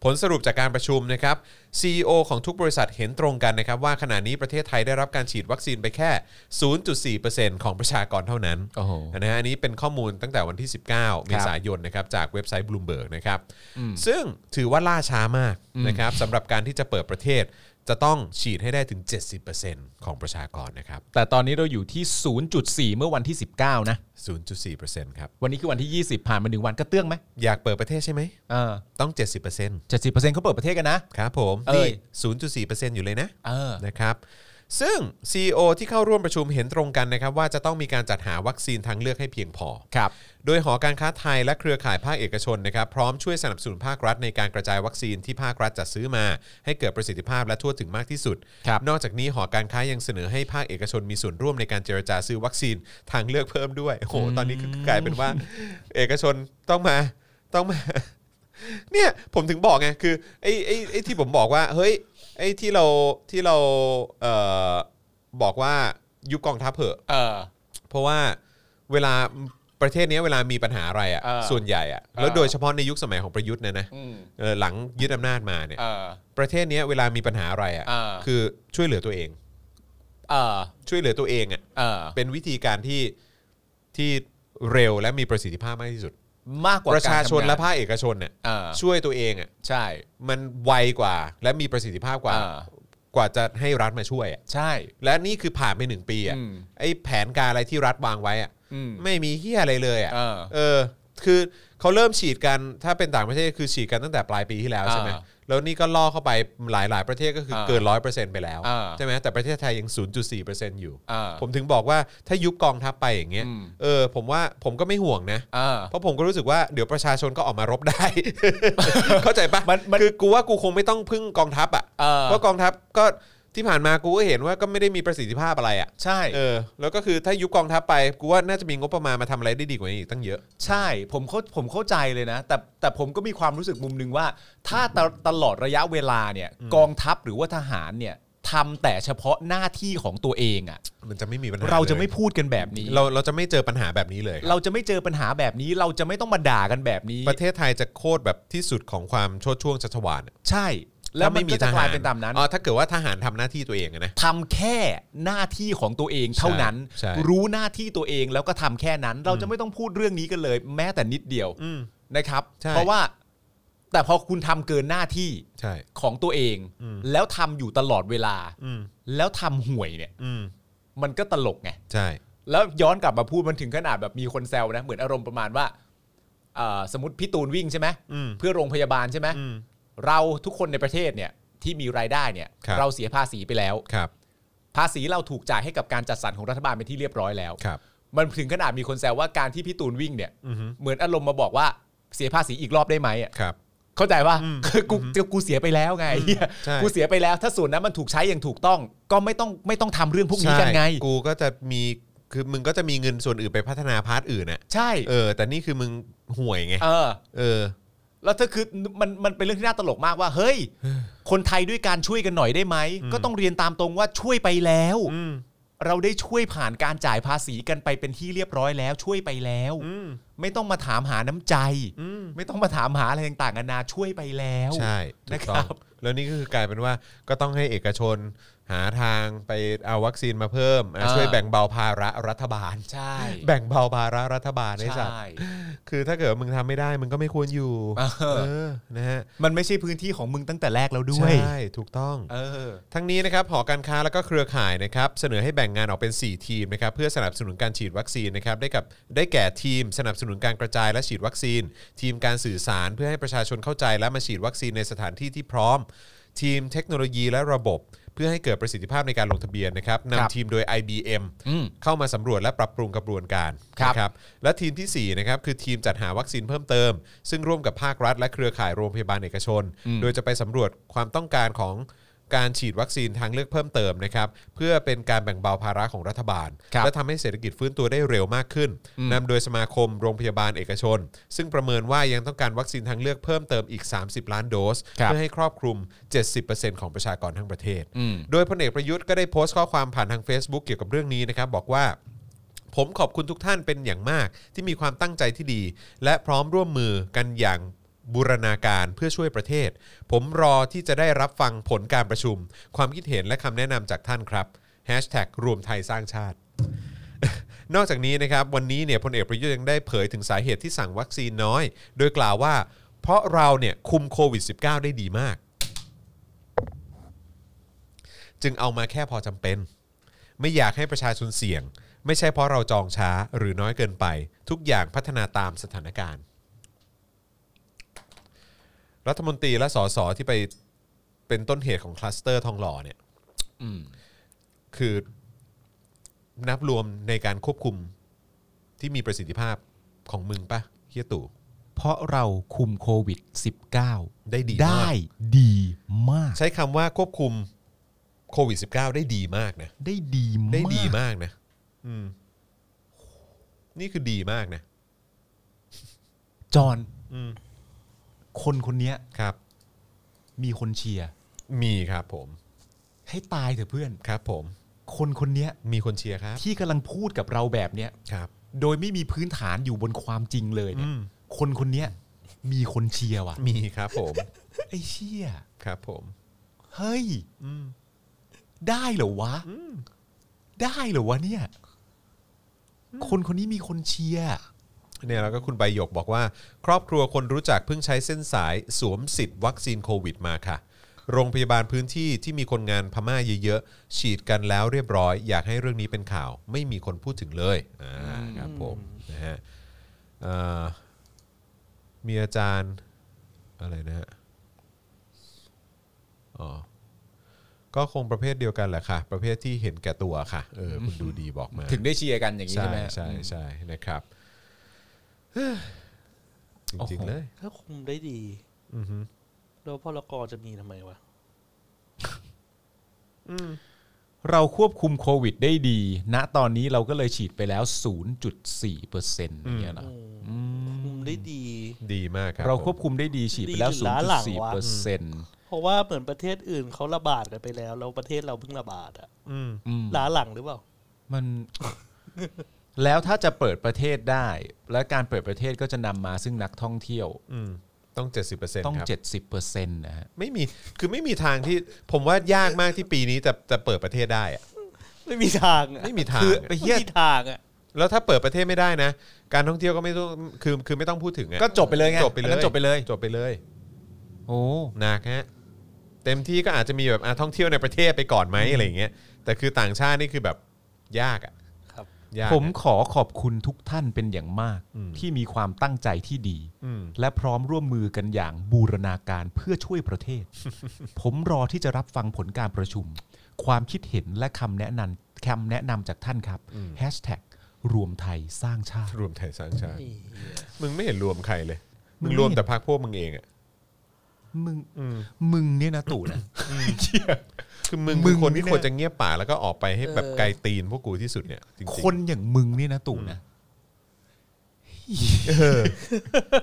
Speaker 2: ผลสรุปจากการประชุมนะครับ CEO ของทุกบริษัทเห็นตรงกันนะครับ ว่าขณะนี้ประเทศไทยได้รับการฉีดวัคซีนไปแค่ 0.4%ของประชากรเท่านั้น
Speaker 3: โอ้โห
Speaker 2: นะฮะอันนี้เป็นข้อมูลตั้งแต่วันที่ 19 เมษายนนะครับจากเว็บไซต์ Bloomberg นะครับซึ่งถือว่าล่าช้ามากนะครับสำหรับการที่จะเปิดประเทศ จะต้องฉีดให้ได้ถึง 70%ของประชากรนะครับ
Speaker 3: แต่ตอนนี้เราอยู่ที่ 0.4 เมื่อวันที่ 19 นะ
Speaker 2: 0.4%ครับ
Speaker 3: วันนี้คือวันที่ 20 ผ่านมาหนึ่งวันก็เตื้องไหม
Speaker 2: อยากเปิดประเทศใช่ไหม
Speaker 3: เออ
Speaker 2: ต้อง
Speaker 3: 70%เขาเปิดประเทศกันนะ
Speaker 2: 70%ครับผม
Speaker 3: เอ้ย
Speaker 2: นี่0.4%อยู่เลยนะ
Speaker 3: เออ
Speaker 2: นะครับซึ่ง CEO ที่เข้าร่วมประชุมเห็นตรงกันนะครับว่าจะต้องมีการจัดหาวัคซีนทางเลือกให้เพียงพอ
Speaker 3: ครับ
Speaker 2: โดยหอการค้าไทยและเครือข่ายภาคเอกชนนะครับพร้อมช่วยสนับสนุนภาครัฐในการกระจายวัคซีนที่ภาครัฐจัดซื้อมา ให้เกิดประสิทธิภาพและทั่วถึงมากที่สุด
Speaker 3: ครับ
Speaker 2: นอกจากนี้หอการค้ายังเสนอให้ภาคเอกชนมีส่วนร่วมในการเจรจาซื้อวัคซีนทางเลือกเพิ่มด้วยโอ้โหตอนนี้คือกลายเป็นว่า เอกชนต้องมาต้องมา เนี่ยผมถึงบอกไงคือไอ้ไอ้ไอ้ที่ผมบอกว่า เฮ้ยไอ้ที่เราที่เราเอ่อบอกว่ายุบกองทัพเหอะ
Speaker 3: เออ
Speaker 2: เพราะว่าเวลาประเทศเนี้ยเวลามีปัญหาอะไรอ่ะ
Speaker 3: เออ
Speaker 2: ส่วนใหญ่อ่ะแล้ว
Speaker 3: เออ
Speaker 2: โดยเฉพาะในยุคสมัยของประยุทธ์เนี่ยนะ
Speaker 3: อืม
Speaker 2: เออหลังยึดอำนาจมาเนี่ย
Speaker 3: เออ
Speaker 2: ประเทศเนี้ยเวลามีปัญหาอะไรอ่ะ
Speaker 3: เออ
Speaker 2: คือช่วยเหลือตัวเอง
Speaker 3: เออ
Speaker 2: ช่วยเหลือตัวเองอ่ะ
Speaker 3: เออ
Speaker 2: เป็นวิธีการที่ที่เร็วและมีประสิทธิภาพมากที่สุด
Speaker 3: มากกว่า
Speaker 2: ประชาชน
Speaker 3: กทำง
Speaker 2: และภาคเอกชนเนี่ย
Speaker 3: เออ
Speaker 2: ช่วยตัวเองอ่ะ
Speaker 3: ใช่
Speaker 2: มันไวกว่าและมีประสิทธิภาพกว่า
Speaker 3: เออ
Speaker 2: กว่าจะให้รัฐมาช่วยอ่ะ
Speaker 3: ใช่
Speaker 2: และนี่คือผ่านไปหนึ่งปีอ่ะ
Speaker 3: อืม
Speaker 2: ไอ้แผนการอะไรที่รัฐวางไว้อ่ะ
Speaker 3: อืม
Speaker 2: ไม่มีเฮียอะไรเลยอ่ะ
Speaker 3: เออ
Speaker 2: เออ คือเขาเริ่มฉีดกัน ถ้าเป็นต่างประเทศคือฉีดกันตั้งแต่ปลายปีที่แล้วใช่ไหม
Speaker 3: อ่า
Speaker 2: แล้วนี่ก็ล่อเข้าไปหลายหลายๆประเทศก็คืออา เกินร้อยเปอร์เซ็นต์ไปแล้ว
Speaker 3: อ่า
Speaker 2: ใช่ไหมแต่ประเทศไทยยัง 0.4%อยู่
Speaker 3: เออ
Speaker 2: ผมถึงบอกว่าถ้ายุบกองทัพไปอย่างเงี้ย
Speaker 3: อืม
Speaker 2: เออ ผมว่าผมก็ไม่ห่วงนะ
Speaker 3: เออ
Speaker 2: เพราะผมก็รู้สึกว่าเดี๋ยวประชาชนก็ออกมารบได้ เข้าใจปะ
Speaker 3: มันมัน
Speaker 2: คือกูว่ากูคงไม่ต้องพึ่งกองทัพอ่ะ
Speaker 3: เออ
Speaker 2: เพราะกองทัพก็ ที่ผ่านมากูก็เห็นว่าก็ไม่ได้มีประสิทธิภาพอะไรอ่ะ
Speaker 3: ใช่
Speaker 2: เออ แล้วก็คือถ้ายุบกองทัพไปกูว่าน่าจะมีงบประมาณมาทำอะไรได้ดีกว่านี้อีกตั้งเยอะ
Speaker 3: ใช่ผมเข้าผมเข้าใจเลยนะ แต่แต่ผมก็มีความรู้สึกมุมหนึ่งว่า ถ้าตะตลอดระยะเวลาเนี่ย กองทัพหรือว่าทหารเนี่ยทำแต่เฉพาะหน้าที่ของตัวเองอะ่ะ
Speaker 2: มันจะไม่มีปัญหา
Speaker 3: เราจะ
Speaker 2: ลย
Speaker 3: ไม่พูดกันแบบนี้
Speaker 2: เราเราจะไม่เจอปัญหาแบบนี้เลยครับ
Speaker 3: เราจะไม่เจอปัญหาแบบนี้ เราจะไม่ต้องมาด่ากันแบบนี้
Speaker 2: ประเทศไทยจะโคตรแบบที่สุดของความโชดช่วงชัชวาลอะ
Speaker 3: ใช่ แล้ว
Speaker 2: ถ้
Speaker 3: มันก็จะกลายเป็นตามนั้น
Speaker 2: อ๋อถ้าเกิดว่าทหารทำหน้าที่ตัวเองอะนะ
Speaker 3: ทำแค่หน้าที่ของตัวเองเท่านั้น
Speaker 2: ใช่
Speaker 3: รู้หน้าที่ตัวเองแล้วก็ทำแค่นั้น เราจะไม่ต้องพูดเรื่องนี้กันเลย แม้แต่นิดเดียว
Speaker 2: อืม
Speaker 3: นะครับ
Speaker 2: ใช่
Speaker 3: เพราะว่าแต่พอคุณทำเกินหน้าที่
Speaker 2: ใช่
Speaker 3: ของตัวเอง
Speaker 2: อืม
Speaker 3: แล้วทำอยู่ตลอดเวลา
Speaker 2: อืม
Speaker 3: แล้วทำห่วยเนี่ย
Speaker 2: อืม
Speaker 3: มันก็ตลกไง
Speaker 2: ใช่
Speaker 3: แล้วย้อนกลับมาพูดมันถึงขนาดแบบมีคนแซวนะ เหมือนอารมณ์ประมาณว่าเอ่อสมมติพี่ตูนวิ่งใช่ไหม
Speaker 2: อืม
Speaker 3: เพื่อโรงพยาบาลใช่ไหม
Speaker 2: อืม
Speaker 3: เราทุกคนในประเทศเนี่ยที่มีรายได้เนี่ย
Speaker 2: ครับ
Speaker 3: เราเสียภาษีไปแล้ว
Speaker 2: ครับ
Speaker 3: ภาษีเราถูกจ่ายให้กับการจัดสรรของรัฐบาลเป็นที่เรียบร้อยแล้ว
Speaker 2: ครับ
Speaker 3: มันถึงขนาดมีคนแซวว่าการที่พี่ตูนวิ่งเนี่ย
Speaker 2: อือฮึ
Speaker 3: เหมือนอารมณ์มาบอกว่าเสียภาษีอีกรอบได้ไหมอ่ะ
Speaker 2: ครับ
Speaker 3: เข้าใจป่ะ
Speaker 2: อืม
Speaker 3: คือกูกูเสียไปแล้วไงเหี้ย
Speaker 2: ใช่
Speaker 3: กูเสียไปแล้ว ถ้าส่วนนั้นมันถูกใช้อย่างถูกต้อง ก็ไม่ต้องไม่ต้องทำเรื่องพวกนี้กันไง
Speaker 2: ใช่กูก็จะมีคือมึงก็จะมีเงินส่วนอื่นไปพัฒนาพาร์ทอื่นน่ะ
Speaker 3: ใช่
Speaker 2: เออ แต่นี่คือมึงห่วยไง
Speaker 3: เออ
Speaker 2: เออ
Speaker 3: แล้วถ้าคือมันมันเป็นเรื่องที่น่าตลกมากว่า เฮ้ย คนไทยด้วยการช่วยกันหน่อยได้ไหม
Speaker 2: อืม
Speaker 3: ก็ต้องเรียนตามตรงว่าช่วยไปแล้ว
Speaker 2: อืม
Speaker 3: เราได้ช่วยผ่านการจ่ายภาษีกันไปเป็นที่เรียบร้อยแล้ว ช่วยไปแล้ว
Speaker 2: อืม
Speaker 3: ไม่ต้องมาถามหาน้ำใจ
Speaker 2: อืม
Speaker 3: ไม่ต้องมาถามหาอะไรต่างๆนานาช่วยไปแล้ว
Speaker 2: ใช่ถู
Speaker 3: นะ
Speaker 2: ก
Speaker 3: ค
Speaker 2: ต้
Speaker 3: รั
Speaker 2: อง
Speaker 3: บ
Speaker 2: แล้วนี่ก็คือกลายเป็นว่าก็ต้องให้เอกชนหาทางไปเอาวัคซีนมาเพิ่มอ่ะ
Speaker 3: เออ
Speaker 2: ช่วยแบ่งเบาภาระรัฐบาล
Speaker 3: ใช่
Speaker 2: แบ่งเบาภาระรัฐบาลไอ้สัตว์
Speaker 3: ใช่
Speaker 2: คือถ้าเกิดมึงทำไม่ได้มึงก็ไม่ควรอยู่
Speaker 3: เออ
Speaker 2: เออนะฮะ
Speaker 3: มันไม่ใช่พื้นที่ของมึงตั้งแต่แรกแล้วด้วย
Speaker 2: ใช่ถูกต้อง
Speaker 3: เออ
Speaker 2: ทั้งนี้นะครับหอการค้าและก็เครือข่ายนะครับเสนอให้แบ่งงานออกเป็น 4 ทีมนะครับเพื่อสนับสนุนการฉีดวัคซีนนะครับได้กับได้แก่ทีม สนับสนุนการกระจายและฉีดวัคซีน ทีมการสื่อสารเพื่อให้ประชาชนเข้าใจและมาฉีดวัคซีนในสถานที่ที่พร้อม ทีมเทคโนโลยีและระบบ เพื่อให้เกิดประสิทธิภาพในการลงทะเบียนนะครับ
Speaker 3: ครับ
Speaker 2: นำทีมโดย IBM
Speaker 3: อืม
Speaker 2: เข้ามาสำรวจและปรับปรุงกระบวนการ
Speaker 3: ครับ
Speaker 2: นะและทีมที่ 4 นะครับ คือทีมจัดหาวัคซีนเพิ่มเติม ซึ่งร่วมกับภาครัฐ และเครือข่ายโรงพยาบาลเอกชน โดยจะไปสำรวจความต้องการของการฉีดวัคซีนทางเลือกเพิ่มเติมนะครับ เพื่อเป็นการแบ่งเบาภาระของรัฐบาล
Speaker 3: ครับ
Speaker 2: และทำให้เศรษฐกิจฟื้นตัวได้เร็วมากขึ้นนำโดยสมาคมโรงพยาบาลเอกชน ซึ่งประเมินว่ายังต้องการวัคซีนทางเลือกเพิ่มเติมอีก 30 ล้านโดส
Speaker 3: ครับ
Speaker 2: เพื่อให้ครอบคลุม 70%ของประชากรทั้งประเทศ
Speaker 3: อืม
Speaker 2: โดยพลเอกประยุทธ์ก็ได้โพสต์ข้อความผ่านทาง Facebook เกี่ยวกับเรื่องนี้นะครับ บอกว่า ผมขอบคุณทุกท่านเป็นอย่างมาก ที่มีความตั้งใจที่ดี และพร้อมร่วมมือกันอย่างบูรณาการเพื่อช่วยประเทศ ผมรอที่จะได้รับฟังผลการประชุม ความคิดเห็นและคำแนะนำจากท่านครับ Hashtag รวมไทยสร้างชาติ นอกจากนี้นะครับวันนี้เนี่ยพลเอกประยุทธ์ยังได้เผยถึงสาเหตุที่สั่งวัคซีนน้อย โดยกล่าวว่า เพราะเราเนี่ยคุมโควิด -19 ได้ดีมาก จึงเอามาแค่พอจำเป็น ไม่อยากให้ประชาชนเสี่ยง ไม่ใช่เพราะเราจองช้าหรือน้อยเกินไป ทุกอย่างพัฒนาตามสถานการณ์ รัฐมนตรีและสสที่ไปเป็นต้นเหตุของคลัสเตอร์ทองหล่อเนี่ย
Speaker 3: อืม
Speaker 2: คือนับรวมในการควบคุมที่มีประสิทธิภาพของมึงปะเฮียตู่
Speaker 3: เพราะเราคุมโควิด -19
Speaker 2: ได้ดีมา
Speaker 3: ได้
Speaker 2: ก
Speaker 3: ดีมาก
Speaker 2: ใช้คำว่าควบคุมโควิด -19 ได้ดีมากนะ
Speaker 3: ได้ดีมาก
Speaker 2: ได้ดีมากนะ อืม นี่คือดีมากนะ
Speaker 3: จอห์น
Speaker 2: อืม
Speaker 3: คนคนเนี้ย
Speaker 2: ครับ
Speaker 3: มีคนเชียร์
Speaker 2: มีครับผม
Speaker 3: ให้ตายเถอะเพื่อน
Speaker 2: ครับผม
Speaker 3: คนคนเนี้ย
Speaker 2: มีคนเชียร์ครับ
Speaker 3: ที่กำลังพูดกับเราแบบเนี้ย
Speaker 2: ครับ
Speaker 3: โดยไม่มีพื้นฐานอยู่บนความจริงเลยเนี่ย
Speaker 2: อืม
Speaker 3: คนคนเนี้ยมีคนเชียร์ว่ะ
Speaker 2: มีครับผม
Speaker 3: ไอ้เชี่ย
Speaker 2: ครับผม
Speaker 3: เฮ้ย
Speaker 2: อืม
Speaker 3: ได้เหรอวะได้เหรอวะเนี่ย คนคนนี้มีคนเชียร์
Speaker 2: เนี่ยแล้วก็คุณใบหยกบอกว่า ครอบครัวคนรู้จักเพิ่งใช้เส้นสายสวมสิทธิ์วัคซีนโควิดมาค่ะ โรงพยาบาลพื้นที่ที่มีคนงานพม่าเยอะๆ ฉีดกันแล้วเรียบร้อย อยากให้เรื่องนี้เป็นข่าว ไม่มีคนพูดถึงเลยอ่าครับผมนะฮะเอ่อมีอาจารย์อะไรนะฮะอ๋อก็คงประเภทเดียวกันแหละค่ะ ประเภทที่เห็นแก่ตัวค่ะเออคุณดูดีบอกมา
Speaker 3: ถึงได้เชียร์กันอย่างนี้
Speaker 2: ใช่
Speaker 3: ใช่ไหม
Speaker 2: ใช่ใช่นะครับเฮ้ยจริงๆ
Speaker 3: โอ้โห
Speaker 2: เลย
Speaker 4: ถ้าคุมได้ดี
Speaker 2: อือฮึ
Speaker 4: แล้วพลกรจะมีทำไมวะ
Speaker 3: เราควบคุมโควิดได้ดี ณตอนนี้เราก็เลยฉีดไปแล้ว 0.4เปอร์เซ็นต์เนี่ยนะ
Speaker 4: คุมได้ดี
Speaker 2: ดีมากครับ
Speaker 3: เราควบคุมได้ดีฉีดไปแล้ว
Speaker 4: ดีอยู่ล้านหลัง
Speaker 3: 0.4
Speaker 4: วะ
Speaker 3: เปอร์เซ็นต์
Speaker 4: เพราะว่าเหมือนประเทศอื่นเขาระบาดกันไปแล้ว แล้วประเทศเราเพิ่งระบาดอะ
Speaker 2: อืม
Speaker 3: อืม
Speaker 4: ล้าหลังหรือเปล่า
Speaker 3: มัน แล้วถ้าจะเปิดประเทศได้ และการเปิดประเทศก็จะนำมาซึ่งนักท่องเที่ยว
Speaker 2: อืม ต้อง 70%
Speaker 3: ต้อง
Speaker 2: ครับ
Speaker 3: 70%นะฮะ
Speaker 2: ไม่มีคือไม่มีทางที่ผมว่ายากมากที่ปีนี้จะจะเปิดประเทศได้อะ
Speaker 4: ไม่มีทางอะ
Speaker 2: ไม่มีทาง
Speaker 3: คือ
Speaker 2: อะ
Speaker 3: ไป
Speaker 4: ไม่
Speaker 3: เฮีย
Speaker 4: มีทางอะ
Speaker 2: แล้วถ้าเปิดประเทศไม่ได้นะ การท่องเที่ยวก็ไม่ต้องคือคือไม่ต้องพูดถึงอะ
Speaker 3: ก็จบไปเลยไง
Speaker 2: จบไปเล
Speaker 3: อันนั้
Speaker 2: ย
Speaker 3: นจบไปเลย
Speaker 2: จบไปเลย
Speaker 3: โอ้
Speaker 2: หนักฮะเต็มที่ก็อาจจะมีแบบอ่ะท่องเที่ยวในประเทศไปก่อนไหมอะไรอย่างเงี้ยแต่คือต่างชาตินี่คือแบบยากอ่ะ
Speaker 4: ครับ
Speaker 2: ยาก
Speaker 3: ผม
Speaker 2: อะ
Speaker 3: ขอขอบคุณทุกท่านเป็นอย่างมาก
Speaker 2: อืม
Speaker 3: ที่มีความตั้งใจที่ดี
Speaker 2: อืม
Speaker 3: และพร้อมร่วมมือกันอย่างบูรณาการเพื่อช่วยประเท ศ ผมรอที่จะรับฟังผลการประชุม ความคิดเห็นและคำแนะนำคำแนะนำจากท่านครับ Hashtag รวมไทยสร้างชาติ
Speaker 2: รวมไทยสร้างชาติมึงไม่เห็นรวมใครเลย มึงรวม
Speaker 3: มึงไม่
Speaker 2: แต่พรรคพวกมึงเองอ่ะ
Speaker 3: มึงมึงเนี่ยนะตู่นะ
Speaker 2: คือมึงคื
Speaker 3: มึ
Speaker 2: อง คนที่
Speaker 3: นี่นะ
Speaker 2: ควรจะเงียบป่ากแล้วก็ออกไปให้แบบ
Speaker 4: เออ
Speaker 2: ไกลตีนพวกกูที่สุดเนี่ยจริงๆ
Speaker 3: คนอย่างมึงเนี่ยนะตู่นะ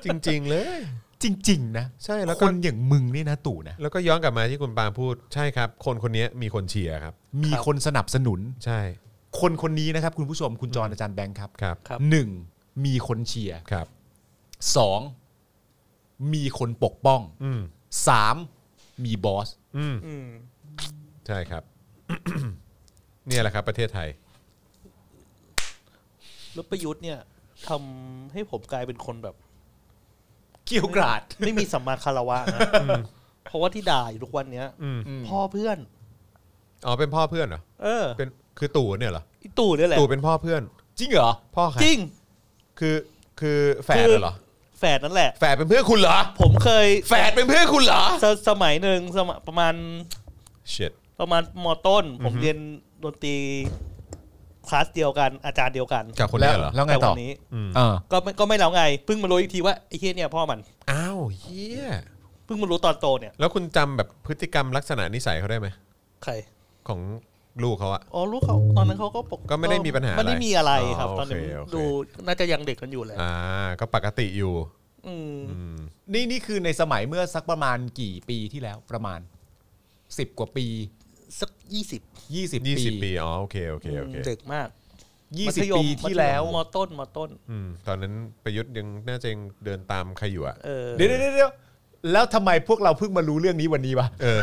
Speaker 2: จริง ๆ เลย
Speaker 3: จริง ๆ นะ
Speaker 2: ใช่แล้ว
Speaker 3: ค
Speaker 2: ก็
Speaker 3: นอย่างมึงเนี่ยนะตู่นะ
Speaker 2: แล้วก็ย้อนกลับมาที่คุณปาล์มพูดใช่ครับ คนคนนี้มีคนเชียร์ครับ
Speaker 3: มีคนสนับสนุน
Speaker 2: ใช่
Speaker 3: คนคนนี้นะครับ คุณผู้ชมคุณจรอาจารย์แบงค์ครับ
Speaker 2: ครับ
Speaker 4: ครับ
Speaker 3: หนึ่งมีคนเชียร์
Speaker 2: ครับ
Speaker 3: สองมีคนปกป้อง
Speaker 2: อืม
Speaker 3: สามมีบอส
Speaker 2: อืม
Speaker 4: อืม
Speaker 2: ใช่ครับ เนี่ยแหละครับ ประเทศไทย
Speaker 4: แล้วประยุทธ์เนี่ยทำให้ผมกลายเป็นคนแบบ
Speaker 3: เกี่ยวกราด
Speaker 4: ไม่มีสัมมาคารวะนะเพราะว่าที่ด่าอยู่ทุกวันเนี้ย
Speaker 2: อืม
Speaker 4: พ่อเพื่อน
Speaker 2: อ๋อเป็นพ่อเพื่อนเหรอ
Speaker 4: เออ
Speaker 2: เป็นคือตู่เนี่ยเหรอ
Speaker 4: ไอ้ตู่เนี่ยแหละ
Speaker 2: ตู่เป็นพ่อเพื่อน
Speaker 3: จริงเหรอ
Speaker 2: พ่อใคร
Speaker 4: จริง
Speaker 2: คือคือแฝ
Speaker 4: คื
Speaker 2: ด
Speaker 4: อ
Speaker 2: เหรอ
Speaker 4: แฝดนั่นแหละ
Speaker 2: แฝดเป็นเพื่อนคุณเหรอ
Speaker 4: ผมเคย
Speaker 2: แฝดเป็นเพื่อนคุณเหรอ
Speaker 4: สสมัยหนึ่งสมัยประมาณ
Speaker 2: shit
Speaker 4: ประมาณมต้น ผมเรียนดนตรีคลาสเดียวกัน อาจารย์เดียวกัน
Speaker 2: กับคนเนี้ยเหรอ
Speaker 3: แล้วไง
Speaker 4: แต่
Speaker 3: ต่อ
Speaker 4: วันนี้
Speaker 3: เออ
Speaker 4: ก็ไม่ก็ไม่แล้วไงเพิ่งมารู้อีกทีว่าไอ้เฮียเนี่ยพ่อมัน
Speaker 2: อ้าวเฮีย
Speaker 4: เพิ่งมารู้ตอนโตเนี่ย
Speaker 2: แล้วคุณจำแบบพฤติกรรมลักษณะนิสัยเขาได้ไหม
Speaker 4: ใคร
Speaker 2: ของลูกเขาอะ
Speaker 4: อ๋อรู้เขาตอนนั้นเขาก็ปก
Speaker 2: ก็ไม่ได้มีปัญหา
Speaker 4: ไม่ได้มีอะไร
Speaker 2: อะไร
Speaker 4: ครับ
Speaker 2: อ๋อ
Speaker 4: ตอนนั้น
Speaker 2: โอเคโอเค
Speaker 4: ดูน่าจะยังเด็กกันอยู่แหละ
Speaker 2: อ่า ก็ปกติอยู่
Speaker 4: อืม
Speaker 2: อืม
Speaker 3: นี่นี่คือในสมัยเมื่อสักประมาณกี่ปีที่แล้วประมาณสิบกว่าปี
Speaker 4: สักยี่สิบ
Speaker 3: ยี่สิบ
Speaker 2: ยี่
Speaker 3: ปี
Speaker 2: สิบปี อ๋อ โอเค โอเค โอเค
Speaker 4: เด็กมาก
Speaker 3: ยี่
Speaker 4: มั
Speaker 3: สิบ
Speaker 4: ธยม
Speaker 3: ปีที่แล้ว
Speaker 4: มต้นมต้น
Speaker 2: อืม ตอนนั้นประยุทธ์ยังน่าจะยังเดินตามใครอยู่อะ
Speaker 4: เออ
Speaker 3: เดี๋ยวเดี๋ยวเดี๋ยวแล้วทำไมพวกเราเพิ่งมารู้เรื่องนี้วันนี้วะ
Speaker 2: เออ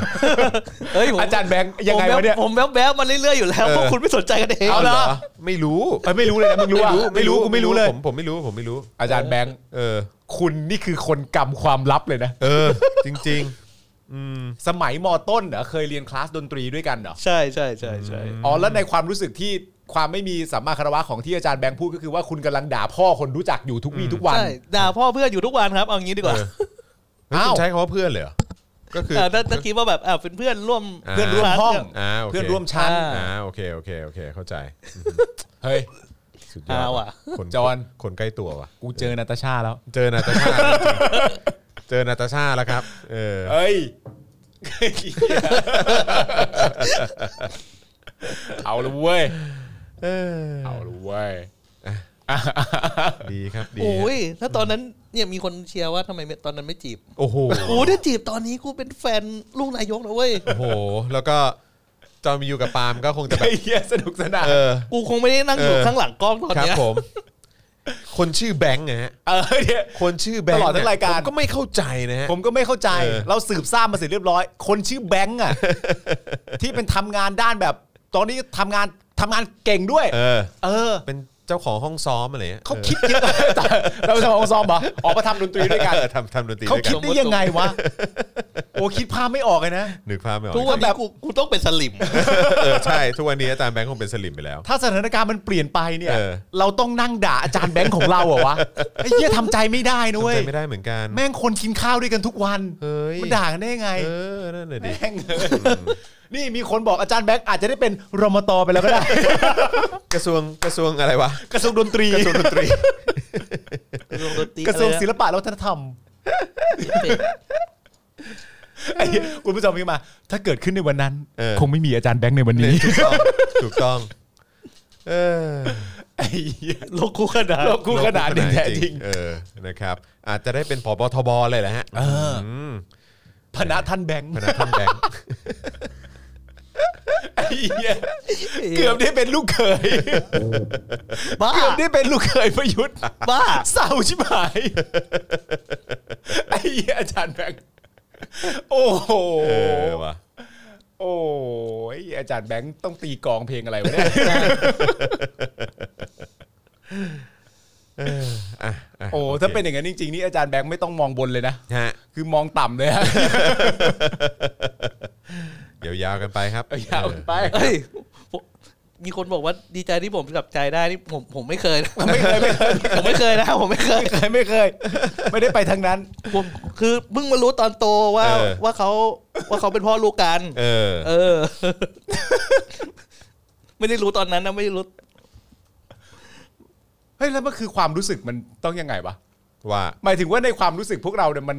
Speaker 4: เฮ้ยผม
Speaker 3: อาจารย์แบงค์ยังไง
Speaker 4: ผม
Speaker 3: วะเนี่ย
Speaker 4: แว๊บผมแวบแวบมาเรื่อยๆอยู่แล้ว
Speaker 2: เออ
Speaker 4: เพราะคุณไม่สนใจกันเอง
Speaker 3: เอาเหรอ
Speaker 2: ไม่รู้
Speaker 3: เอ้ยไม่รู้เลยนะมึงรู้อะไม่รู้กูไม่รู้เลย
Speaker 2: ผมผมไม่รู้ ผมไม่รู้
Speaker 3: อาจารย์แบงค์
Speaker 2: เออ
Speaker 3: คุณนี่คือคนกำความลับเลยนะ
Speaker 2: เออ จริง ๆ อืม
Speaker 3: สมัยมต้นเหรอเคยเรียนคลาสดนตรีด้วยกันเหรอ
Speaker 4: ใช่ใช่ใช่ใช่
Speaker 3: อ๋อแล้วในความรู้สึกที่ความไม่มีสัมมาคารวะของที่อาจารย์แบงค์พูดก็คือว่าคุณกำลังด่าพ่อคนรู้จักอยู่ทุกวี่ทุกวัน
Speaker 4: ใช่ด่าพ่อเพื่อนอยู่ทุกวันครับเอางี้ดีกว่า
Speaker 2: เออ แล้ว
Speaker 3: อ้าว
Speaker 2: คุณใช้คำว่าเพื่อนเลยเหรอ ก็คือ
Speaker 4: เออถ้าถ้าคิดว่าแบบอ่าเป็นเพื่อนร่วม
Speaker 2: อ่า
Speaker 3: เพื่อนร่วมห้อง
Speaker 4: คลาส
Speaker 2: อ่าโอเค
Speaker 3: เพื่อนร่วมชั้น
Speaker 4: อ่า
Speaker 2: อ่า โอเค โอเค โอเค เข้าใจ
Speaker 3: เฮ้ย
Speaker 2: สุดยอด
Speaker 4: อ่าว่ะ
Speaker 2: คน
Speaker 3: จอน
Speaker 2: คนใกล้ตัวว่ะ
Speaker 3: กูเจอนาตาชาแล้ว
Speaker 2: เจอนาตาชาเจอนาตาชาแล้วครับ เออ
Speaker 3: เอ้ย เอาละเว้ย
Speaker 2: เออ
Speaker 3: เอาละเว้ย
Speaker 2: ดีครับ ดี
Speaker 4: โอ้ย ถ้าตอนนั้นเนี่ยมีคนเชียร์ว่าทำไมตอนนั้นไม่จีบ
Speaker 2: โอ้โห
Speaker 4: โอ้ยถ้าจีบตอนนี้กูเป็นแฟนลูกนายกนะเว้ย
Speaker 2: โอ้โห แล้วก็จอมอยู่กับปาล์มก็คงจะแบบ
Speaker 3: ไอ้เหี้ยสนุกสนาน
Speaker 2: เออ
Speaker 4: กูคงไม่ได้นั่งอยู่
Speaker 2: เออ
Speaker 4: ข้างหลังกล้องตอน
Speaker 2: ครับ
Speaker 4: เนี้ย
Speaker 2: ผม คนชื่อแบงค์นะฮะ
Speaker 3: เออเนี่ย
Speaker 2: คนชื่อแบงค์
Speaker 3: ตลอดทั้งรายการ
Speaker 2: ผมก็ไม่เข้าใจนะฮะ
Speaker 3: ผมก็ไม่เข้าใจ
Speaker 2: เออ
Speaker 3: เราสืบทราบมาเสร็จเรียบร้อย คนชื่อแบงค์อ่ะ ที่เป็นทำงานด้านแบบ ตอนนี้ทำงานทำงานเก่งด้วย
Speaker 2: เออ
Speaker 3: เออ
Speaker 2: เป็นเจ้าของห้องซ้อมอะไรงี้ย
Speaker 3: เขาคิดเยอะ เราไปทำองค์ซ้อมเหรอออกมาทำดนตรีด้วยกัน
Speaker 2: เออทำทำดนตรี
Speaker 3: เขา
Speaker 2: ด้วยกั
Speaker 3: คิ
Speaker 2: น
Speaker 3: ดได้ยังไงวะ โอ้คิดภาพไม่ออกเลยนะ
Speaker 2: นึกภาพไม่ออก
Speaker 4: ทุกวันนี้กูกูต้องเป็นสลิม
Speaker 2: เออใช่ ทุกวันนี้อาจารย์แบงค์คงเป็นสลิมไปแล้ว
Speaker 3: ถ้าสถานการณ์มันเปลี่ยนไปเนี่ย
Speaker 2: เออ
Speaker 3: เราต้องนั่งด่าอาจารย์แบงค์ของเราเหร อวะไอ้เหี้ยทำใจไม่ได้นะ
Speaker 2: ทำ
Speaker 3: เว้
Speaker 2: ใจ
Speaker 3: ย
Speaker 2: ไม่ได้เหมือนกัน
Speaker 3: แม่งคนกินข้าวด้วยกันทุกวัน
Speaker 2: เฮ้ย
Speaker 3: มันด่ากันได้ยังไง
Speaker 2: เออ นั่นแหละดิ
Speaker 3: แม่งเออนี่มีคนบอกอาจารย์แบงค์อาจจะได้เป็นรมตไปแล้วก็ได้
Speaker 2: กระทรวงกระทรวงอะไรวะ
Speaker 3: กระทรวงดนตรี
Speaker 2: กระทรวงดน ตรี
Speaker 4: เรื่องดนตรี
Speaker 3: กระทรวงศิ
Speaker 4: อไน
Speaker 3: ลปะและวัฒนธรรม
Speaker 4: เป็น
Speaker 3: ไอ้เหี้ยคุณผู้ชมพิมพ์มา ถ้าเกิดขึ้นในวันนั้น
Speaker 2: เออ
Speaker 3: คงไม่มีอาจารย์แบงค์ในวัน
Speaker 2: เนี่
Speaker 3: นี้
Speaker 2: ยถูกต้องถูกต้องเออ
Speaker 3: ไอ้เหี้ย
Speaker 4: โลกคู่ขนาด
Speaker 3: โลกคู่ขนาดหนึ่งแท้จริง
Speaker 2: เออนะครับ อาจจะได้เป็นผบทบเลยแหละฮะ
Speaker 3: เออ
Speaker 2: ม
Speaker 3: พนะท่านแบงค์
Speaker 2: พนักท่านแบงค์
Speaker 3: ไอ้เหี้ยเกือบได้เป็นลูกเขย
Speaker 4: บ้า
Speaker 3: เกือบได้เป็นลูกเขยประยุทธ์
Speaker 4: บ้า
Speaker 3: เศร้าชิบหายไอ้เหี้ยอาจารย์แบงค์โอ้โห
Speaker 2: เออว่ะ
Speaker 3: โอ้ยอาจารย์แบงค์ต้องตีกลองเพลงอะไรวะเนี่ย
Speaker 2: อ่ะะ
Speaker 3: โอ้ถ้าเป็นอย่างนั้นจริงๆนี่อาจารย์แบงค์ไม่ต้องมองบนเลยนะ
Speaker 2: ฮะ
Speaker 3: คือมองต่ำเลยฮะ
Speaker 2: เดี๋ยวยาวกันไปครับ
Speaker 3: เอายาวไป
Speaker 4: เอ้ยผมมีคนบอกว่าดีใจที่ผมกลับใจได้นี่ผมผมไม่เคยนะ
Speaker 3: ไม่เคยไม่เคย
Speaker 4: ผมไม่เคยนะผมไม่เคย
Speaker 3: ไม่เคยไม่เคย ไม่ได้ไปทางนั้น
Speaker 4: ผมคือเพิ่งมารู้ตอนโตว่าว่าเขาว่าเขาเป็นพ่อลูกกัน
Speaker 2: เออ
Speaker 4: เออ ไม่ได้รู้ตอนนั้นนะไม่ได้รู้
Speaker 3: เฮ้ยแล้วมันคือความรู้สึกมันต้องยังไงวะ
Speaker 2: ว่า
Speaker 3: หมายถึงว่าในความรู้สึกพวกเราเนี่ยมัน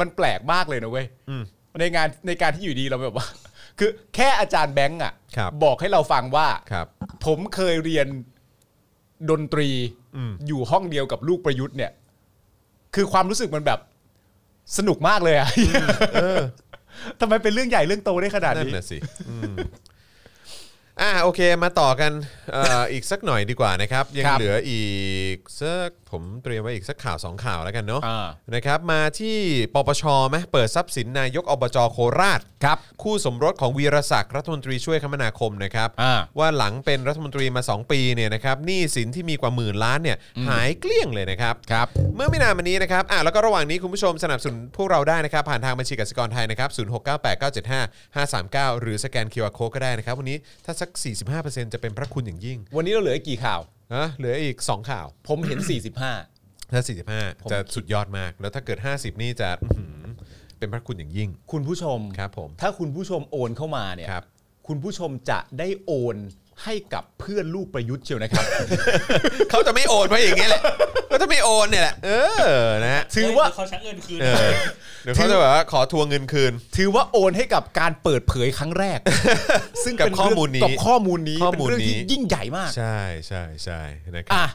Speaker 3: มันแปลกมากเลยนะเว้ย
Speaker 2: อืม
Speaker 3: ในงานในการที่อยู่ดีเราแบบว่า คือแค่อาจารย์แบงค์อ่ะ
Speaker 2: ครับ
Speaker 3: บอกให้เราฟังว่า
Speaker 2: ครับ
Speaker 3: ผมเคยเรียนดนตรี
Speaker 2: อืม
Speaker 3: อยู่ห้องเดียวกับลูกประยุทธ์เนี่ย คือความรู้สึกมันแบบสนุกมากเลยอะ ทำไมเป็นเรื่องใหญ่เรื่องโตได้ขนาด
Speaker 2: นั่น
Speaker 3: นี้
Speaker 2: น่ะสิอืมอ่ะโอเค มาต่อกันเอ่ออีกสักหน่อยดีกว่านะครับ ยังเหลืออีกสักผมเตรียมไว้อีกสักข่าวสองข่าวแล้วกันเนาะ
Speaker 3: อ่า
Speaker 2: นะครับมาที่ปปชไหมเปิดทรัพย์สินนายกอบจโคราช
Speaker 3: ครับ
Speaker 2: คู่สมรสของวีรศักดิ์รัฐมนตรีช่วยคมนาคมนะครับ
Speaker 3: อ่า
Speaker 2: ว่าหลังเป็นรัฐมนตรีมา 2 ปีเนี่ยนะครับหนี้สินที่มีกว่าหมื่นล้านเนี่ยหายเกลี้ยงเลยนะครับ
Speaker 3: ครับ
Speaker 2: เมื่อไม่นานมานี้นะครับอ่ะแล้วก็ระหว่างนี้คุณผู้ชมสนับสนุนพวกเราได้นะครับ ผ่านทางบัญชีกสิกรไทยนะครับ 0698975539 หรือสแกน QR Code ก็ได้นะครับ วันนี้ถ้าสัก 45%จะเป็นพระคุณอย่างยิ่ง
Speaker 3: วันนี้เราเหลืออีกกี่ข่าว
Speaker 2: นะเหลืออีก 2 ข่าว
Speaker 3: ผมเห็น 45
Speaker 2: ถ้า 45 จะสุดยอดมาก แล้วถ้าเกิด 50 นี่จะอื้อหือเป็นพระคุณอย่างยิ่ง
Speaker 3: คุณผู้ชม
Speaker 2: ครับผม
Speaker 3: ถ้าคุณผู้ชมโอนเข้ามาเนี่ย
Speaker 2: ครับ
Speaker 3: คุณผู้ชมจะได้โอนให้กับเพื่อนลูกประยุทธ์เชียวนะครับ
Speaker 2: เขาจะไม่โอนไว้อย่างเงี้ยแหละเขาจะไม่โอนเนี่ยแหละ เออ นะฮะ
Speaker 3: ถือว่า
Speaker 4: เขาชักเงินคืน
Speaker 2: เออเดี๋ยวเขาจะแบบว่าขอทวงเงินคืน
Speaker 3: ถือว่าโอนให้กับการเปิดเผยครั้งแรก ซึ่ง
Speaker 2: กับ
Speaker 3: เป็น
Speaker 2: ข้อ
Speaker 3: เรื่ง
Speaker 2: มูลนี้
Speaker 3: กับข้อมูลนี้
Speaker 2: ข้อ
Speaker 3: เป็น
Speaker 2: มูล
Speaker 3: เรื่องที่
Speaker 2: นี้
Speaker 3: ยิ่งใหญ่มาก
Speaker 2: ใช่ใช่ใช่นะครั
Speaker 3: อ่ะ
Speaker 2: บ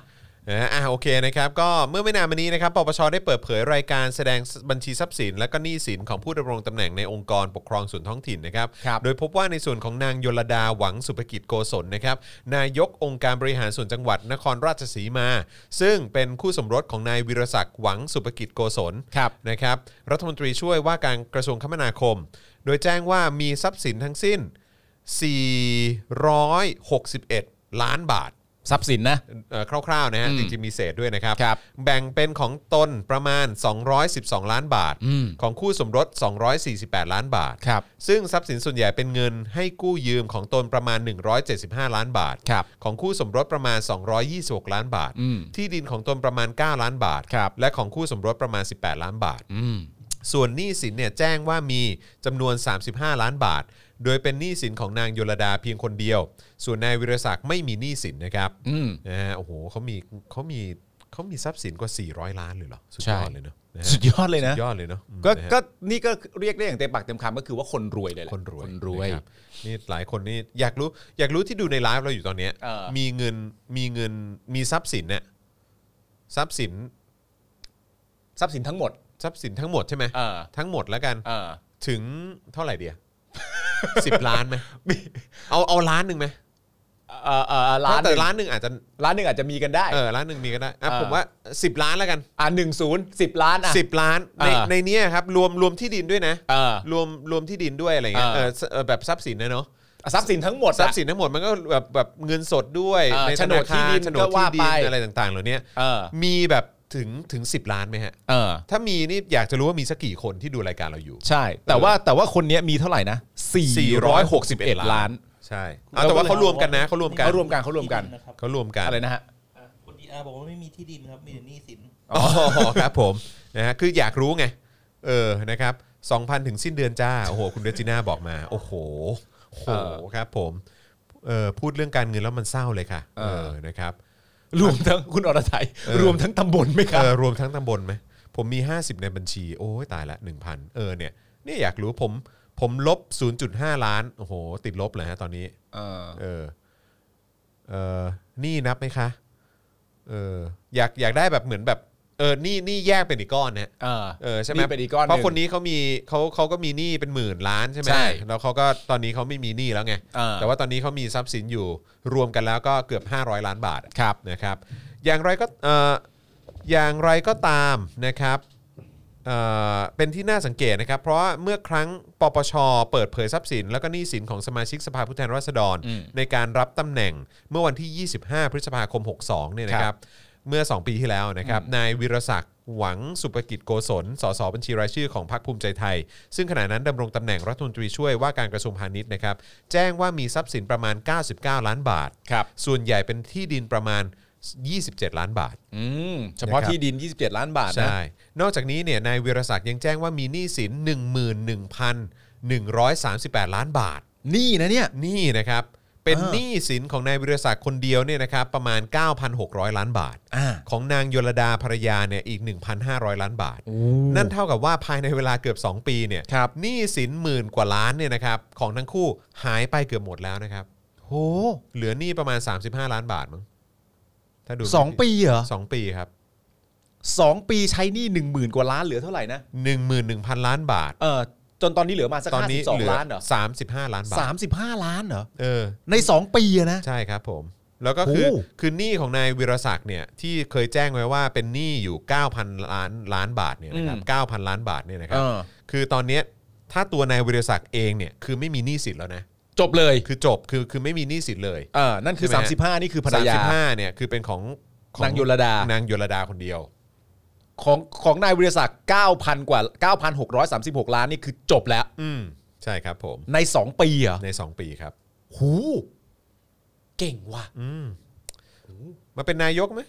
Speaker 2: นะฮะอ่ะโอเคนะครับก็เมื่อไม่นานมานี้นะครับปปชได้เปิดเผยรายการแสดงบัญชีทรัพย์สิน และก็หนี้สินของผู้ดำรงตำแหน่งในองค์กรปกครองส่วนท้องถิ่นนะครับ
Speaker 3: ครับ
Speaker 2: โดยพบว่าในส่วนของนางยลดาหวังสุภกิจโกศลนะครับนายกองค์การบริหารส่วนจังหวัดนครราชสีมา ซึ่งเป็นคู่สมรสของนายวิรศักดิ์หวังสุภกิจโกศล
Speaker 3: ครับ
Speaker 2: นะครับรัฐมนตรีช่วยว่าการกระทรวงคมนาคม โดยแจ้งว่ามีทรัพย์สินทั้งสิ้น 461 ล้านบาท
Speaker 3: ทรัพย์สินนะ
Speaker 2: เอ่อคร่าวๆนะฮะ
Speaker 3: อืม
Speaker 2: จริงๆมีเศษด้วยนะครับ
Speaker 3: ครับ
Speaker 2: แบ่งเป็นของตนประมาณ 212 ล้านบาท ของคู่สมรส 248 ล้านบาท
Speaker 3: ครับ
Speaker 2: ซึ่งทรัพย์สินส่วนใหญ่เป็นเงินให้กู้ยืมของตนประมาณ 175 ล้านบาท
Speaker 3: ครับ
Speaker 2: ของคู่สมรสประมาณ 226 ล้านบาท
Speaker 3: อืม
Speaker 2: ที่ดินของตนประมาณ 9 ล้านบาท
Speaker 3: ครับ
Speaker 2: และของคู่สมรสประมาณ 18 ล้านบาท ส่วนหนี้สินเนี่ยแจ้งว่ามีจำนวน 35 ล้านบาท โดยเป็นหนี้สินของนางโยลดาเพียงคนเดียว ส่วนนายวิรศักดิ์ไม่มีหนี้สินนะครับ
Speaker 3: อืม
Speaker 2: นะฮะโอ้โหเขามีเขามีเขามีทรัพย์สินกว่า 400 ล้านเลยเหรอสุด
Speaker 3: ใช่
Speaker 2: ยอดเลยเนาะนะฮะ
Speaker 3: สุดยอดเลยนะ
Speaker 2: ยอดเลยเนาะอืม
Speaker 3: ก็
Speaker 2: นะฮะ
Speaker 3: ก็นี่ก็เรียกได้อย่างเต็มปากเต็มคำก็คือว่าคนรวยเลยแหละ
Speaker 2: คนรวย
Speaker 3: คนรวย
Speaker 2: ะคบนี่หลายคนนี่อยากรู้อยากรู้ที่ดูในไลฟ์เราอยู่ตอนเนี้ย
Speaker 3: เออ
Speaker 2: มีเงินมีเงินมีทรัพย์สินเนี่ยทรัพย์สิน
Speaker 3: ทรัพย์สินทั้งหมด
Speaker 2: ทรัพย์สินทั้งหมดใช่ไหม
Speaker 3: เออ
Speaker 2: ทั้งหมดแล้วกัน
Speaker 3: เออ
Speaker 2: ถึงเท่าไหร่เดีย สิบ ล้านไหมเอาเอาล้านหนึ่งไหม
Speaker 3: เออเออล้าน
Speaker 2: แต่
Speaker 3: หนึ่ง
Speaker 2: ล้านหนึ่งอาจจะ
Speaker 3: ล้านหนึ่งอาจจะมีกันได้
Speaker 2: เออล้านหนึ่งมีก็ได้อ่ะ
Speaker 3: เออ
Speaker 2: ผมว่าสิบล้านแล้วกัน
Speaker 3: อ่าหนึ่งศูนย์สิบล้านอ่ะ
Speaker 2: สิบล้านใน
Speaker 3: เออ
Speaker 2: ในเนี้ยครับรวมรวมที่ดินด้วยนะ
Speaker 3: เออ
Speaker 2: รวมรวมที่ดินด้วยอะไรเงี้ย
Speaker 3: เออ
Speaker 2: เออเออแบบทรัพย์สินนะเนาะ
Speaker 3: ทรัพย์สินทั้งหมดอะ
Speaker 2: ทรัพย์สินทั้งหมดมันก็แบบแบบเงินสดด้วย
Speaker 3: เออ
Speaker 2: ในธนาคาร
Speaker 3: โฉ
Speaker 2: โฉ
Speaker 3: น
Speaker 2: น
Speaker 3: ด
Speaker 2: ดที่
Speaker 3: ที่ดินก็ว่า
Speaker 2: ดิ
Speaker 3: ไป
Speaker 2: นอะไรต่างๆ เหล่านี้
Speaker 3: เออ
Speaker 2: มีแบบถึงถึง 10 ล้านไหมฮะ
Speaker 3: เออ
Speaker 2: ถ้ามีนี่อยากจะรู้ว่ามีสักกี่คนที่ดูรายการเราอยู่
Speaker 3: ใช่ แต่ว่าแต่ว่าคนเนี้ยมีเท่าไหร่นะ461
Speaker 2: 461
Speaker 3: ล้าน
Speaker 2: ใช่เอาแต่ว่าเขารวมกันนะเขารวมกัน
Speaker 3: เขารวมกันเขารวมกัน
Speaker 4: นะครับ
Speaker 2: เขารวมกัน
Speaker 3: อะไรนะฮะ
Speaker 4: อ่ะคนดีอาบอกว่าไม่มีที่ดินครับมีแต่หนี้สิน
Speaker 2: อ๋อ ครับผมนะฮะคืออยากรู้ไง เออนะครับ2,000 ถึงสิ้นเดือนจ้า โอ้โห คุณเดจิน่าบอกมา โอ้โหโอ้โห
Speaker 3: เออ
Speaker 2: ครับผมเออพูดเรื่องการเงินแล้วมันเศร้าเลยค่ะ เออนะครับ
Speaker 3: รวมทั้ง คุณอรไทย
Speaker 2: เออ
Speaker 3: รวมทั้งตำบลไหมค
Speaker 2: เอ
Speaker 3: รับ
Speaker 2: อรวมทั้งตำบลไหมผมมี 50 ในบัญชี โอ้ยตายละ 1,000 เออเนี่ย เนี่ยอยากรู้ผมผมลบ 0.5 ล้าน โอ้โห ติดลบเลยฮะตอนนี้
Speaker 3: เออ
Speaker 2: เออ เออหนี่นับไหมคะ เออ อยากอยากได้แบบเหมือนแบบ เออหนี่นี่แยกเป็นอีกก้อนเนี่ย
Speaker 3: เออ
Speaker 2: เออใช่ไหม
Speaker 3: หนี้เป็นอีกก้อนหนึ่ง
Speaker 2: เพราะคนนี้เขามีเขาเขาก็มีหนี้เป็นหมื่นล้านใช่ไหม
Speaker 3: ใช่
Speaker 2: แล้วเขาก็ตอนนี้เขาไม่มีหนี้แล้วไง
Speaker 3: เออ
Speaker 2: แต่ว่าตอนนี้เขามีทรัพย์สินอยู่รวมกันแล้วก็เกือบ 500 ล้านบาท
Speaker 3: ครับ
Speaker 2: นะครับ อย่างไรก็เอ่ออย่างไรก็ตามนะครับเอ่อเป็นที่น่าสังเกตนะครับ เพราะว่าเมื่อครั้งปปช เปิดเผยทรัพย์สิน แล้วก็หนี้สินของสมาชิกสภาผู้แทนราษฎร ในการรับตำแหน่งเมื่อวันที่ 25 พฤษภาคม 62เนี่ยนะครับ เมื่อ 2 ปีที่แล้วนะครับ นายวิรศักดิ์หวังสุภกิจโกศล สสบัญชีรายชื่อของพรรคภูมิใจไทย ซึ่งขณะนั้นดำรงตำแหน่งรัฐมนตรีช่วยว่าการกระทรวงพาณิชย์นะครับ แจ้งว่ามีทรัพย์สินประมาณ 99 ล้านบาท
Speaker 3: ครับ
Speaker 2: ส่วนใหญ่เป็นที่ดินประมาณ 27 ล้านบาท
Speaker 3: อืมเฉพาะ
Speaker 2: นะครับ
Speaker 3: ที่ดิน 27 ล้านบาทนะ
Speaker 2: ใช่ นอกจากนี้เนี่ยนายวิรศักดิ์ยังแจ้งว่ามีหนี้สิน 11,138 ล้านบาท
Speaker 3: หนี่นะเนี่ย
Speaker 2: นี่นะครับ เป็น
Speaker 3: อ่า
Speaker 2: หนี้สินของนายวิรศักดิ์คนเดียวเนี่ยนะครับประมาณ 9,600 ล้านบาท
Speaker 3: อ่า
Speaker 2: ของนางยลดาภรรยาเนี่ยอีก 1,500 ล้านบาท นั่นเท่ากับว่าภายในเวลาเกือบ 2 ปีเนี่ย
Speaker 3: ครับ
Speaker 2: หนี้สินหมื่นกว่าล้านเนี่ยนะครับของทั้งคู่หายไปเกือบหมดแล้วนะครับโหเหลือหนี้ประมาณ 35 ล้านบาทมั้งถ้าดู
Speaker 3: สองปีเหรอ
Speaker 2: สองปีครับ
Speaker 3: สองปีใช้หนี่หนึ่งหมื่นกว่าล้านเหลือเท่าไหร่นะ
Speaker 2: 11,000 ล้านบาท
Speaker 3: เออจนตอนนี้เหลือมาสัก
Speaker 2: ตอน
Speaker 3: ห้า
Speaker 2: นี้
Speaker 3: สิบสอง
Speaker 2: เหลือ
Speaker 3: ล้านเหรอ
Speaker 2: 35 ล้านบาท
Speaker 3: สามสิบห้าล้านเหรอ
Speaker 2: เออ
Speaker 3: ใน 2 ปีอะนะ
Speaker 2: ใช่ครับผม แล้วก็คือ
Speaker 3: โอ้
Speaker 2: คือหนี้ของนายวิรศักดิ์เนี่ยที่เคยแจ้งไว้ว่าเป็นหนี้อยู่ 9,000 ล้านล้านบาทเนี่ยนะครับ9,000 ล้านบาทเนี่ยนะครั คือตอนเนี้ยถ้าตัวนายวิรศักดิ์เองเนี่ยคือไม่มีหนี้สินแล้วนะ
Speaker 3: จบเลย
Speaker 2: คือจบคือคือไม่มีหนี้สินเลย
Speaker 3: เออนั่นคือ
Speaker 2: ใช่ไหมฮะ
Speaker 3: 35 นี่คือภรรยา
Speaker 2: 35เนี่ยคือเป็นของของ
Speaker 3: นางยลดา
Speaker 2: นางยลดาคนเดียว
Speaker 3: ของของนายวิรศักดิ์9,000 กว่า 9,636 ล้านนี่คือจบแล้ว
Speaker 2: อืมใช่ครับผม
Speaker 3: ใน 2 ปีเหรอ
Speaker 2: ใน 2 ปีครับ
Speaker 3: หูเก่งว่ะ
Speaker 2: มาเป็นนายกไหม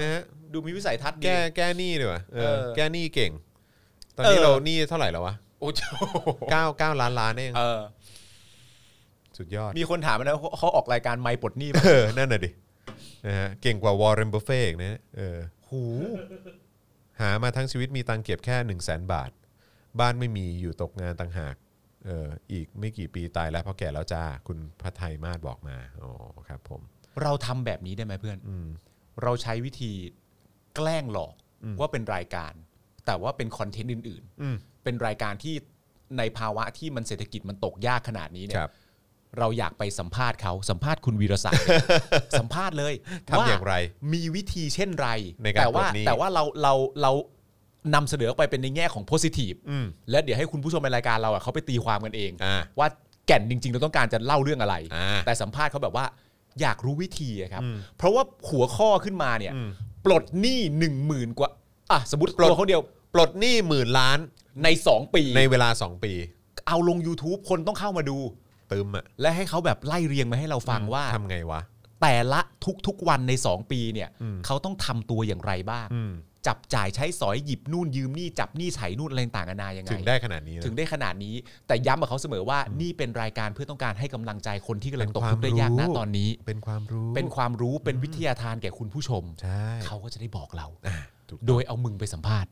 Speaker 2: นะฮะ
Speaker 3: ดูมีวิสัยทัศน์ดี
Speaker 2: แก้แก้หนี้ดีกว่าเออ
Speaker 3: เออ
Speaker 2: แก้หนี้เก่ง ตอนนี้
Speaker 3: เออ
Speaker 2: เราหนี้เท่าไหร่แล้ววะ
Speaker 3: โอ้โห
Speaker 2: เก้าเก้าล้านล้านเอง
Speaker 3: เออ
Speaker 2: สุดยอด
Speaker 3: มีคนถามมานะเขาเขาออกรายการไม่ปลดหนี้ป่ะ
Speaker 2: เออนั่นน่ะดินะฮะเก่งกว่าวอร์เรนเบฟเฟ่กนะเออ
Speaker 3: หู
Speaker 2: หามาทั้งชีวิตมีตังเก็บแค่ 1 0 0 0 0แบาท บ้านไม่มีอยู่ตกงานต่างหากเอออีกไม่กี่ปีตายแล้วเพราะแก่แล้วจ้า คุณพระไทยมาศบอกมาอ๋อครับผม
Speaker 3: เราทำแบบนี้ได้ไหมเพื่อน
Speaker 2: อืม
Speaker 3: เราใช้วิธีแกล้งหลอก
Speaker 2: อืม
Speaker 3: ว่าเป็นรายการ แต่ว่าเป็นคอนเทนต์อื่น
Speaker 2: อืม
Speaker 3: ๆ เป็นรายการที่ในภาวะที่มันเศรษฐกิจมันตกยากขนาดนี้เนี่
Speaker 2: ค
Speaker 3: ย
Speaker 2: รับ
Speaker 3: เราอยากไปสัมภาษณ์เขาสัมภาษณ์คุณวีรศักดิ์ สัมภาษณ์เลย
Speaker 2: ทำอย่างไร
Speaker 3: มีวิธีเช่นไร
Speaker 2: ในการ
Speaker 3: แต่ว่า
Speaker 2: ปลดหนี้
Speaker 3: แต่ว่าเราเราเรานำเสนอออกไปเป็นในแง่ของโพสิทีฟ
Speaker 2: อืม
Speaker 3: และเดี๋ยวให้คุณผู้ชมในรายการเราอ่ะเขาไปตีความกันเอง
Speaker 2: อ่า
Speaker 3: ว่าแก่นจริงๆ เราต้องการจะเล่าเรื่องอะไร
Speaker 2: อ่า
Speaker 3: แต่สัมภาษณ์เขาแบบว่า อยากรู้วิธีอะครับ
Speaker 2: อืม
Speaker 3: เพราะว่าหัวข้อขึ้นมาเนี่ย
Speaker 2: อืม
Speaker 3: ปลดหนี้หนึ่งหมื่นกว่าอ่ะสมมติตัวเขาเดียว
Speaker 2: ปลดหนี้หมื่นล้าน
Speaker 3: ใน 2 ปี
Speaker 2: ในเวลา 2 ปี
Speaker 3: เอาลง YouTube คนต้องเข้ามาดู
Speaker 2: ตึมอะ
Speaker 3: และให้เขาแบบไล่เรียงมาให้เราฟังว่า
Speaker 2: ทำไงวะ
Speaker 3: แต่ละทุกๆวันใน 2 ปีเนี่ย
Speaker 2: อืม
Speaker 3: เขาต้องทำตัวอย่างไรบ้าง
Speaker 2: อืม
Speaker 3: จับจ่ายใช้สอยหยิบนู่นยืมนี่จับนี่ไถนู่นอะไรต่างกันานายังไง
Speaker 2: ถึงได้ขนาดนี้นะ
Speaker 3: ถึงได้ขนาดนี้ แต่ย้ำกับเขาเสมอว่านี่เป็นรายการเพื่อต้องการให้กำลังใจคนที่กำลังตกทุกข์ได้ยากนะตอนนี้
Speaker 2: เป็นความรู้
Speaker 3: เป็นความรู้เป็นวิทยาทานแก่คุณผู้ชม
Speaker 2: ใช่
Speaker 3: เขาก็จะได้บอกเรา
Speaker 2: อ่าถูก
Speaker 3: โดยเอามึงไปสัมภาษณ์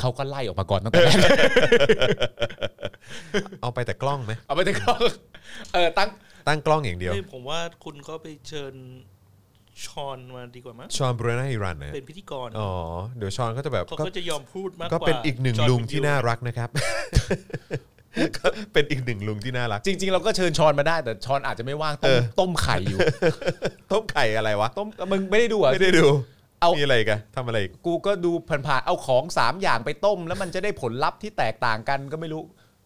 Speaker 3: เขาก็ไล่ออกมาก่อนตั้งแต่แรก
Speaker 2: เอาไปแต่กล้องไหม
Speaker 3: เอาไปตั้งกล้องเออตั้ง
Speaker 2: ตั้งกล้องอย่างเดียว
Speaker 4: เฮ้ยผมว่าคุณก็ไปเชิญชอนมาดีกว่ามั้ง
Speaker 2: ชอนบรูน่าฮิรันนะฮะ
Speaker 4: เป็นพิธีกร
Speaker 2: อ๋อเดี๋ยวชอนก็จะแบบ
Speaker 4: เขาก็จะยอมพูดมากก
Speaker 2: ก็
Speaker 4: ว่า
Speaker 2: เป็นอีกหนึ่ง
Speaker 4: จห์
Speaker 2: ลุงที่
Speaker 4: วิว
Speaker 2: น่ารักนะครับ ก็เป็นอีกหนึ่งลุงที่น่ารัก
Speaker 3: จริง ๆ เราก็เชิญชอนมาได้ แต่ชอนอาจจะไม่ว่างต้มต้มไข่อยู่
Speaker 2: ต้มไข่อะไรวะ
Speaker 3: ต้มมึงไม่ได้ดูเหรอ่ะ
Speaker 2: ไม่ได้ดู
Speaker 3: เอามี
Speaker 2: มีอะไรอีกันทำอะไรอีก
Speaker 3: กูก็ดูผ่านๆเอาของสามอย่างไปต้ม แล้วมันจะได้ผลลัพธ์ที่แตกต่างกันก็ไม่รู้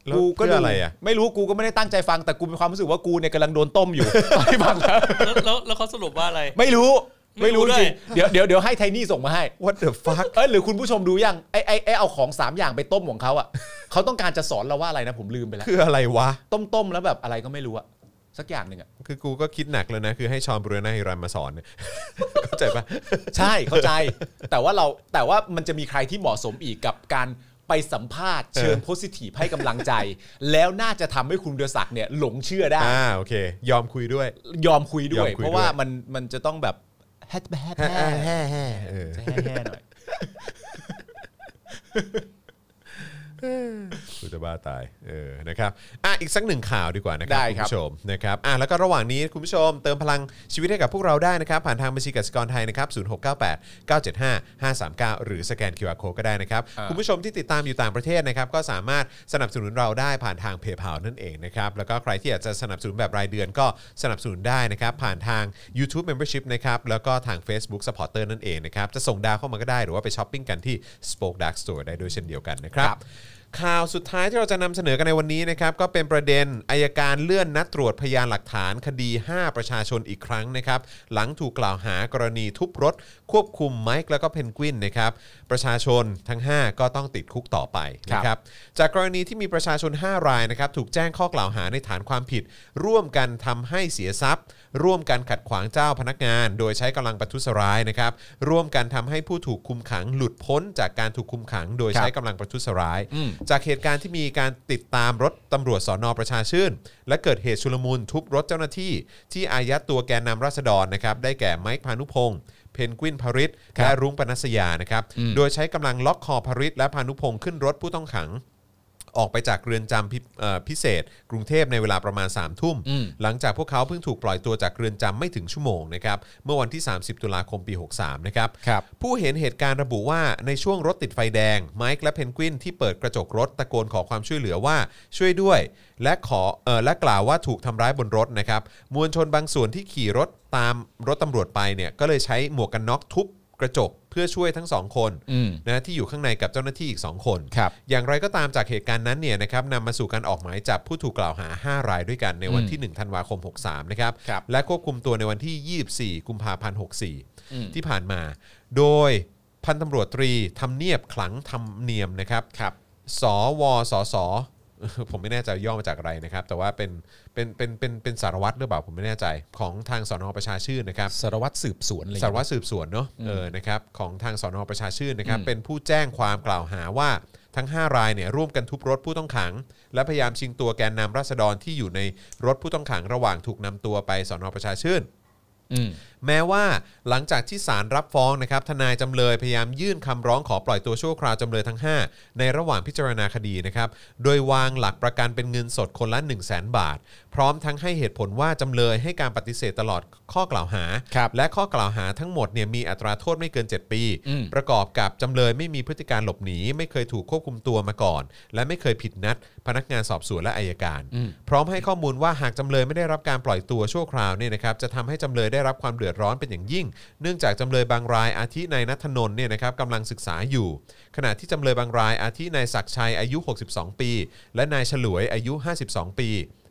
Speaker 2: แล้ว
Speaker 3: กูก็
Speaker 2: เพื่ออะไรอ่ะ
Speaker 3: ไม่รู้กูก็ไม่ได้ตั้งใจฟังแต่กูมีความรู้สึกว่ากูเนี่ยกำลังโดนต้มอยู่ ตอนที่ฟังแล้ว
Speaker 4: แล้วแล้วแล้วเขาสรุปว่าอะไร
Speaker 3: ไม่รู้
Speaker 4: ไม่
Speaker 3: ไม่
Speaker 4: รู้
Speaker 3: รู้
Speaker 4: ด้วย
Speaker 3: จริงเดี๋ยวเดี๋ยวเดี๋ยวให้ไทนี่ส่งมาให้
Speaker 2: What the fuck
Speaker 3: เอ้ยหรือคุณผู้ชมดูยังไอไอไอเอาของสามอย่างไปต้มของเขาอ่ะ เขาต้องการจะสอนเราว่าอะไรนะผมลืมไปแล้ว
Speaker 2: คืออะไรวะ
Speaker 3: ต้มต้มๆแล้วแบบอะไรก็ไม่รู้อะสักอย่างหนึ่งอะ
Speaker 2: คือกูก็คิดหนักเลยนะ คือให้ชอนบรูน่าฮิรันมาสอนเนี่ย เข้าใจปะ
Speaker 3: ใช่เข้าใจ แต่ว่าเราแต่ว่ามันจะมีใครที่เหมาะสมอีกกับการไปสัมภาษณ์เชิงโพสิทีฟให้กำลังใจ แล้วน่าจะทำให้คุณเดือศักดิ์เนี่ยหลงเชื่อได้
Speaker 2: อ่าโอเค ยอมคุยด้วย
Speaker 3: ยอมคุยด้วย
Speaker 2: ยอมคุยด้วย
Speaker 3: เพราะว่ามันมันจะต้องแบบแฮทแฮทแฮทแฮท
Speaker 2: เออ
Speaker 3: แฮทหน่อย
Speaker 2: กูจะ จะบ้าตายเออนะครับอ่ะอีกสักหนึ่งข่าวดีกว่านะครั
Speaker 3: ได้
Speaker 2: คุ
Speaker 3: ค
Speaker 2: ณ
Speaker 3: รับ
Speaker 2: ผู้ชมนะครับอ่ะแล้วก็ระหว่างนี้คุณผู้ชมเติมพลังชีวิตให้กับพวกเราได้นะครับ ผ่านทางบัญชีกสิกรไทยนะครับศูนย์หกเก้าแปดเก้าเจ็ดห้าห้าสามเก้าหรือสแกน QR Code ก็ได้นะครับ คุณผู้ชมที่ติดตามอยู่ต่างประเทศนะครับก็สามารถสนับสนุนเราได้ผ่านทางเพย์พานั่นเองนะครับแล้วก็ใครที่อยากจะสนับสนุนแบบรายเดือนก็สนับสนุนได้นะครับผ่านทาง YouTube Membership นะครับแล้วก็ทาง Facebook Supporter นั่นเองนะครับจะส่งดาวเข้ามาก็ได้หรือว่าไปช้อปปิ้งกันที่ Spoke Dark Store ได้ด้วยเช่นเดียวกันนะครับ ข่าวสุดท้ายที่เราจะนำเสนอกันในวันนี้นะครับก็เป็นประเด็นอายการเลื่อนนัดตรวจพยานหลักฐานคดี 5 ประชาชนอีกครั้งนะครับหลังถูกกล่าวหากรณีทุบรถ ควบคุมไมค์แล้วก็เพนกวินนะครับประชาชนทั้ง 5 ก็ต้องติดคุกต่อไปนะครับจากกรณีที่มีประชาชน 5 รายนะครับถูกแจ้งข้อกล่าวหาในฐานความผิด ร่วมกันทำให้เสียทรัพย์ ร่วมกันขัดขวางเจ้าพนักงาน โดยใช้กำลังประทุษร้ายนะครับร่วมกันทำให้ผู้ถูกคุมขังหลุดพ้นจากการถูกคุมขัง โดยใช้กำลังประทุษร้าย จากเหตุการณ์ที่มีการติดตามรถตำรวจสอนอประชาชื่น และเกิดเหตุชุลมุนทุบรถเจ้าหน้าที่ ที่อายัดตัวแกนนำราษฎรนะครับได้แก่ไมค์พานุพงศ์เพนกวินพาริศและรุ้งปนัสยานะครับโดยใช้กำลังล็อกคอพาริศและพานุพงศ์ขึ้นรถผู้ต้องขัง ออกไปจากเรือนจำพิเอ่อพิเศษ กรุงเทพในเวลาประมาณ3ามทุ่ม หลังจากพวกเขาเพิ่งถูกปล่อยตัวจากเรือนจำไม่ถึงชั่วโมงนะครับเมื่อวันที่ 30 ตุลาคมปี 63 นะครับ
Speaker 3: ครับ
Speaker 2: ผู้เห็นเหตุการณ์ระบุว่าในช่วงรถติดไฟแดงไมค์และเพนกวินที่เปิดกระจกรถตะโกนขอความช่วยเหลือว่าช่วยด้วย และขอเออและกล่าวว่าถูกทำร้ายบนรถนะครับมวลชนบางส่วนที่ขี่รถตามรถตำรวจไปเนี่ยก็เลยใช้หมวกกันน็อกทุบกระจกเพื่อช่วยทั้งสองคนนะที่อยู่ข้างในกับเจ้าหน้าที่อีกสองคน
Speaker 3: ครับ
Speaker 2: อย่างไรก็ตามจากเหตุการณ์นั้นเนี่ยนะครับนำมาสู่การออกหมายจับผู้ถูกกล่าวหา 5 รายด้วยกันในวันที่ 1 ธันวาคม 63 นะครับ
Speaker 3: ครับ
Speaker 2: และควบคุมตัวในวันที่ 24 กุมภาพันธ์ 64 ที่ผ่านมา โดยพันตำรวจตรีทำเนียบขลังทำเนียมนะครับ
Speaker 3: ครับ
Speaker 2: สวสส ผมไม่แน่ใจย่อมาจากอะไรนะครับ แต่ว่าเป็นเป็นเป็นเป็นเป็นสารวัตรหรือเปล่าผมไม่แน่ใจของทางสนประชาชื่นนะครับ
Speaker 3: สารวัตรสืบสวนเลย
Speaker 2: สารวัตรสืบสวนเนาะเออนะครับของทางสอนอประชาชื่นนะครับเป็นผู้แจ้งความกล่าวหาว่าทั้ง 5 รายเนี่ยร่วมกันทุบรถผู้ต้องขัง และพยายามชิงตัวแกนนำราษฎรที่อยู่ในรถผู้ต้องขังระหว่างถูกนำตัวไปสอนอประชาชื่น แม้ว่าหลังจากที่ศาลรับฟ้องนะครับทนายจำเลยพยายามยื่นคำร้องขอปล่อยตัวชั่วคราวจำเลยทั้ง 5 ในระหว่างพิจารณาคดีนะครับโดยวางหลักประกันเป็นเงินสดคนละ 1 0 0 0 0แบาท พร้อมทั้งให้เหตุผลว่าจำเลยให้การปฏิเสธตลอดข้อกล่าวหา
Speaker 3: ครับ
Speaker 2: และข้อกล่าวหาทั้งหมดเนี่ยมีอัตราโทษไม่เกิน 7 ปี ประกอบกับจำเลยไม่มีพฤติการหลบหนี ไม่เคยถูกควบคุมตัวมาก่อน และไม่เคยผิดนัด พนักงานสอบสวนและอายการ พร้อมให้ข้อมูลว่าหากจำเลยไม่ได้รับการปล่อยตัวชั่วคราวเนี่ยนะครับจะทำให้จำเลยได้รับความเดือดร้อนเป็นอย่างยิ่ง เนื่องจากจำเลยบางรายอาทินายนัทนนท์เนี่ยนะครับกำลังศึกษาอยู่ ขณะที่จำเลยบางรายอาทินายศักดิ์ชัยอายุ 62 ปี และนายฉลวยอายุ 52 ปี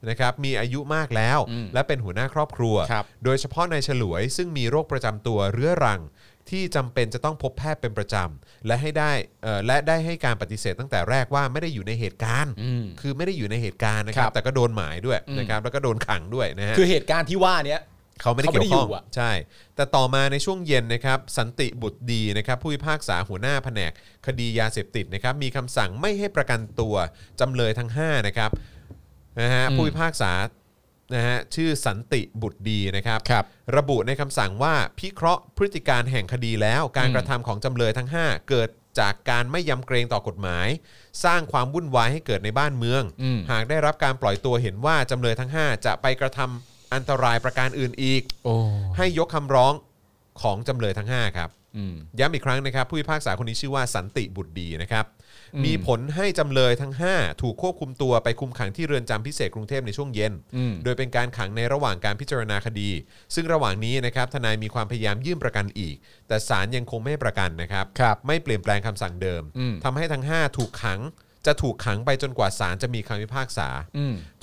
Speaker 2: นะครับมีอายุมากแล้ว และเป็นหัวหน้าครอบครัว
Speaker 3: ครับ
Speaker 2: โดยเฉพาะนายฉลวยซึ่งมีโรคประจำตัวเรื้อรัง ที่จำเป็นจะต้องพบแพทย์เป็นประจำและให้ได้เอ่อและได้ให้การปฏิเสธตั้งแต่แรกว่าไม่ได้อยู่ในเหตุการณ์ คือไม่ได้อยู่ในเหตุการณ์นะครับ
Speaker 3: ครับ
Speaker 2: แต่ก็โดนหมายด้วยนะครับแล้วก็โดนขังด้วยนะฮะ
Speaker 3: คือเหตุการณ์ที่ว่าเนี้ย
Speaker 2: เขาไม่ได้เกี่ยวข้อง
Speaker 3: เขาไม่ได้อยู่อะ
Speaker 2: ใช่ แต่ต่อมาในช่วงเย็นนะครับสันติบุตรดีนะครับผู้พิพากษาหัวหน้าแผนก คดียาเสพติดนะครับมีคำสั่งไม่ให้ประกันตัวจำเลยทั้ง5นะครับนะฮะผู้พิพากษานะฮะชื่อสันติบุตรดีนะครับ
Speaker 3: ครับ
Speaker 2: ระบุในคำสั่งว่าพิเคราะห์พฤติการแห่งคดีแล้วการกระทำของจำเลยทั้ง 5 เกิดจากการไม่ยำเกรงต่อกฎหมาย สร้างความวุ่นวายให้เกิดในบ้านเมือง หากได้รับการปล่อยตัวเห็นว่าจำเลยทั้ง 5 จะไปกระทำอันตรายประการอื่นอีก
Speaker 3: โอ้
Speaker 2: ให้ยกคำร้องของจำเลยทั้ง 5 ครับ ย้ำอีกครั้งนะครับ ผู้พิพากษาคนนี้ชื่อว่าสันติบุตรดีนะครับ มีผลให้จำเลยทั้ง 5 ถูกควบคุมตัวไปคุมขังที่เรือนจำพิเศษกรุงเทพในช่วงเย็น โดยเป็นการขังในระหว่างการพิจารณาคดี ซึ่งระหว่างนี้นะครับทนายมีความพยายามยื่นประกันอีก แต่ศาลยังคงไม่ให้ประกันนะครับ
Speaker 3: ครับ
Speaker 2: ไม่เปลี่ยนแปลงคำสั่งเดิมทำให้ทั้ง 5 ถูกขัง จะถูกขังไปจนกว่าศาลจะมีคำพิพากษา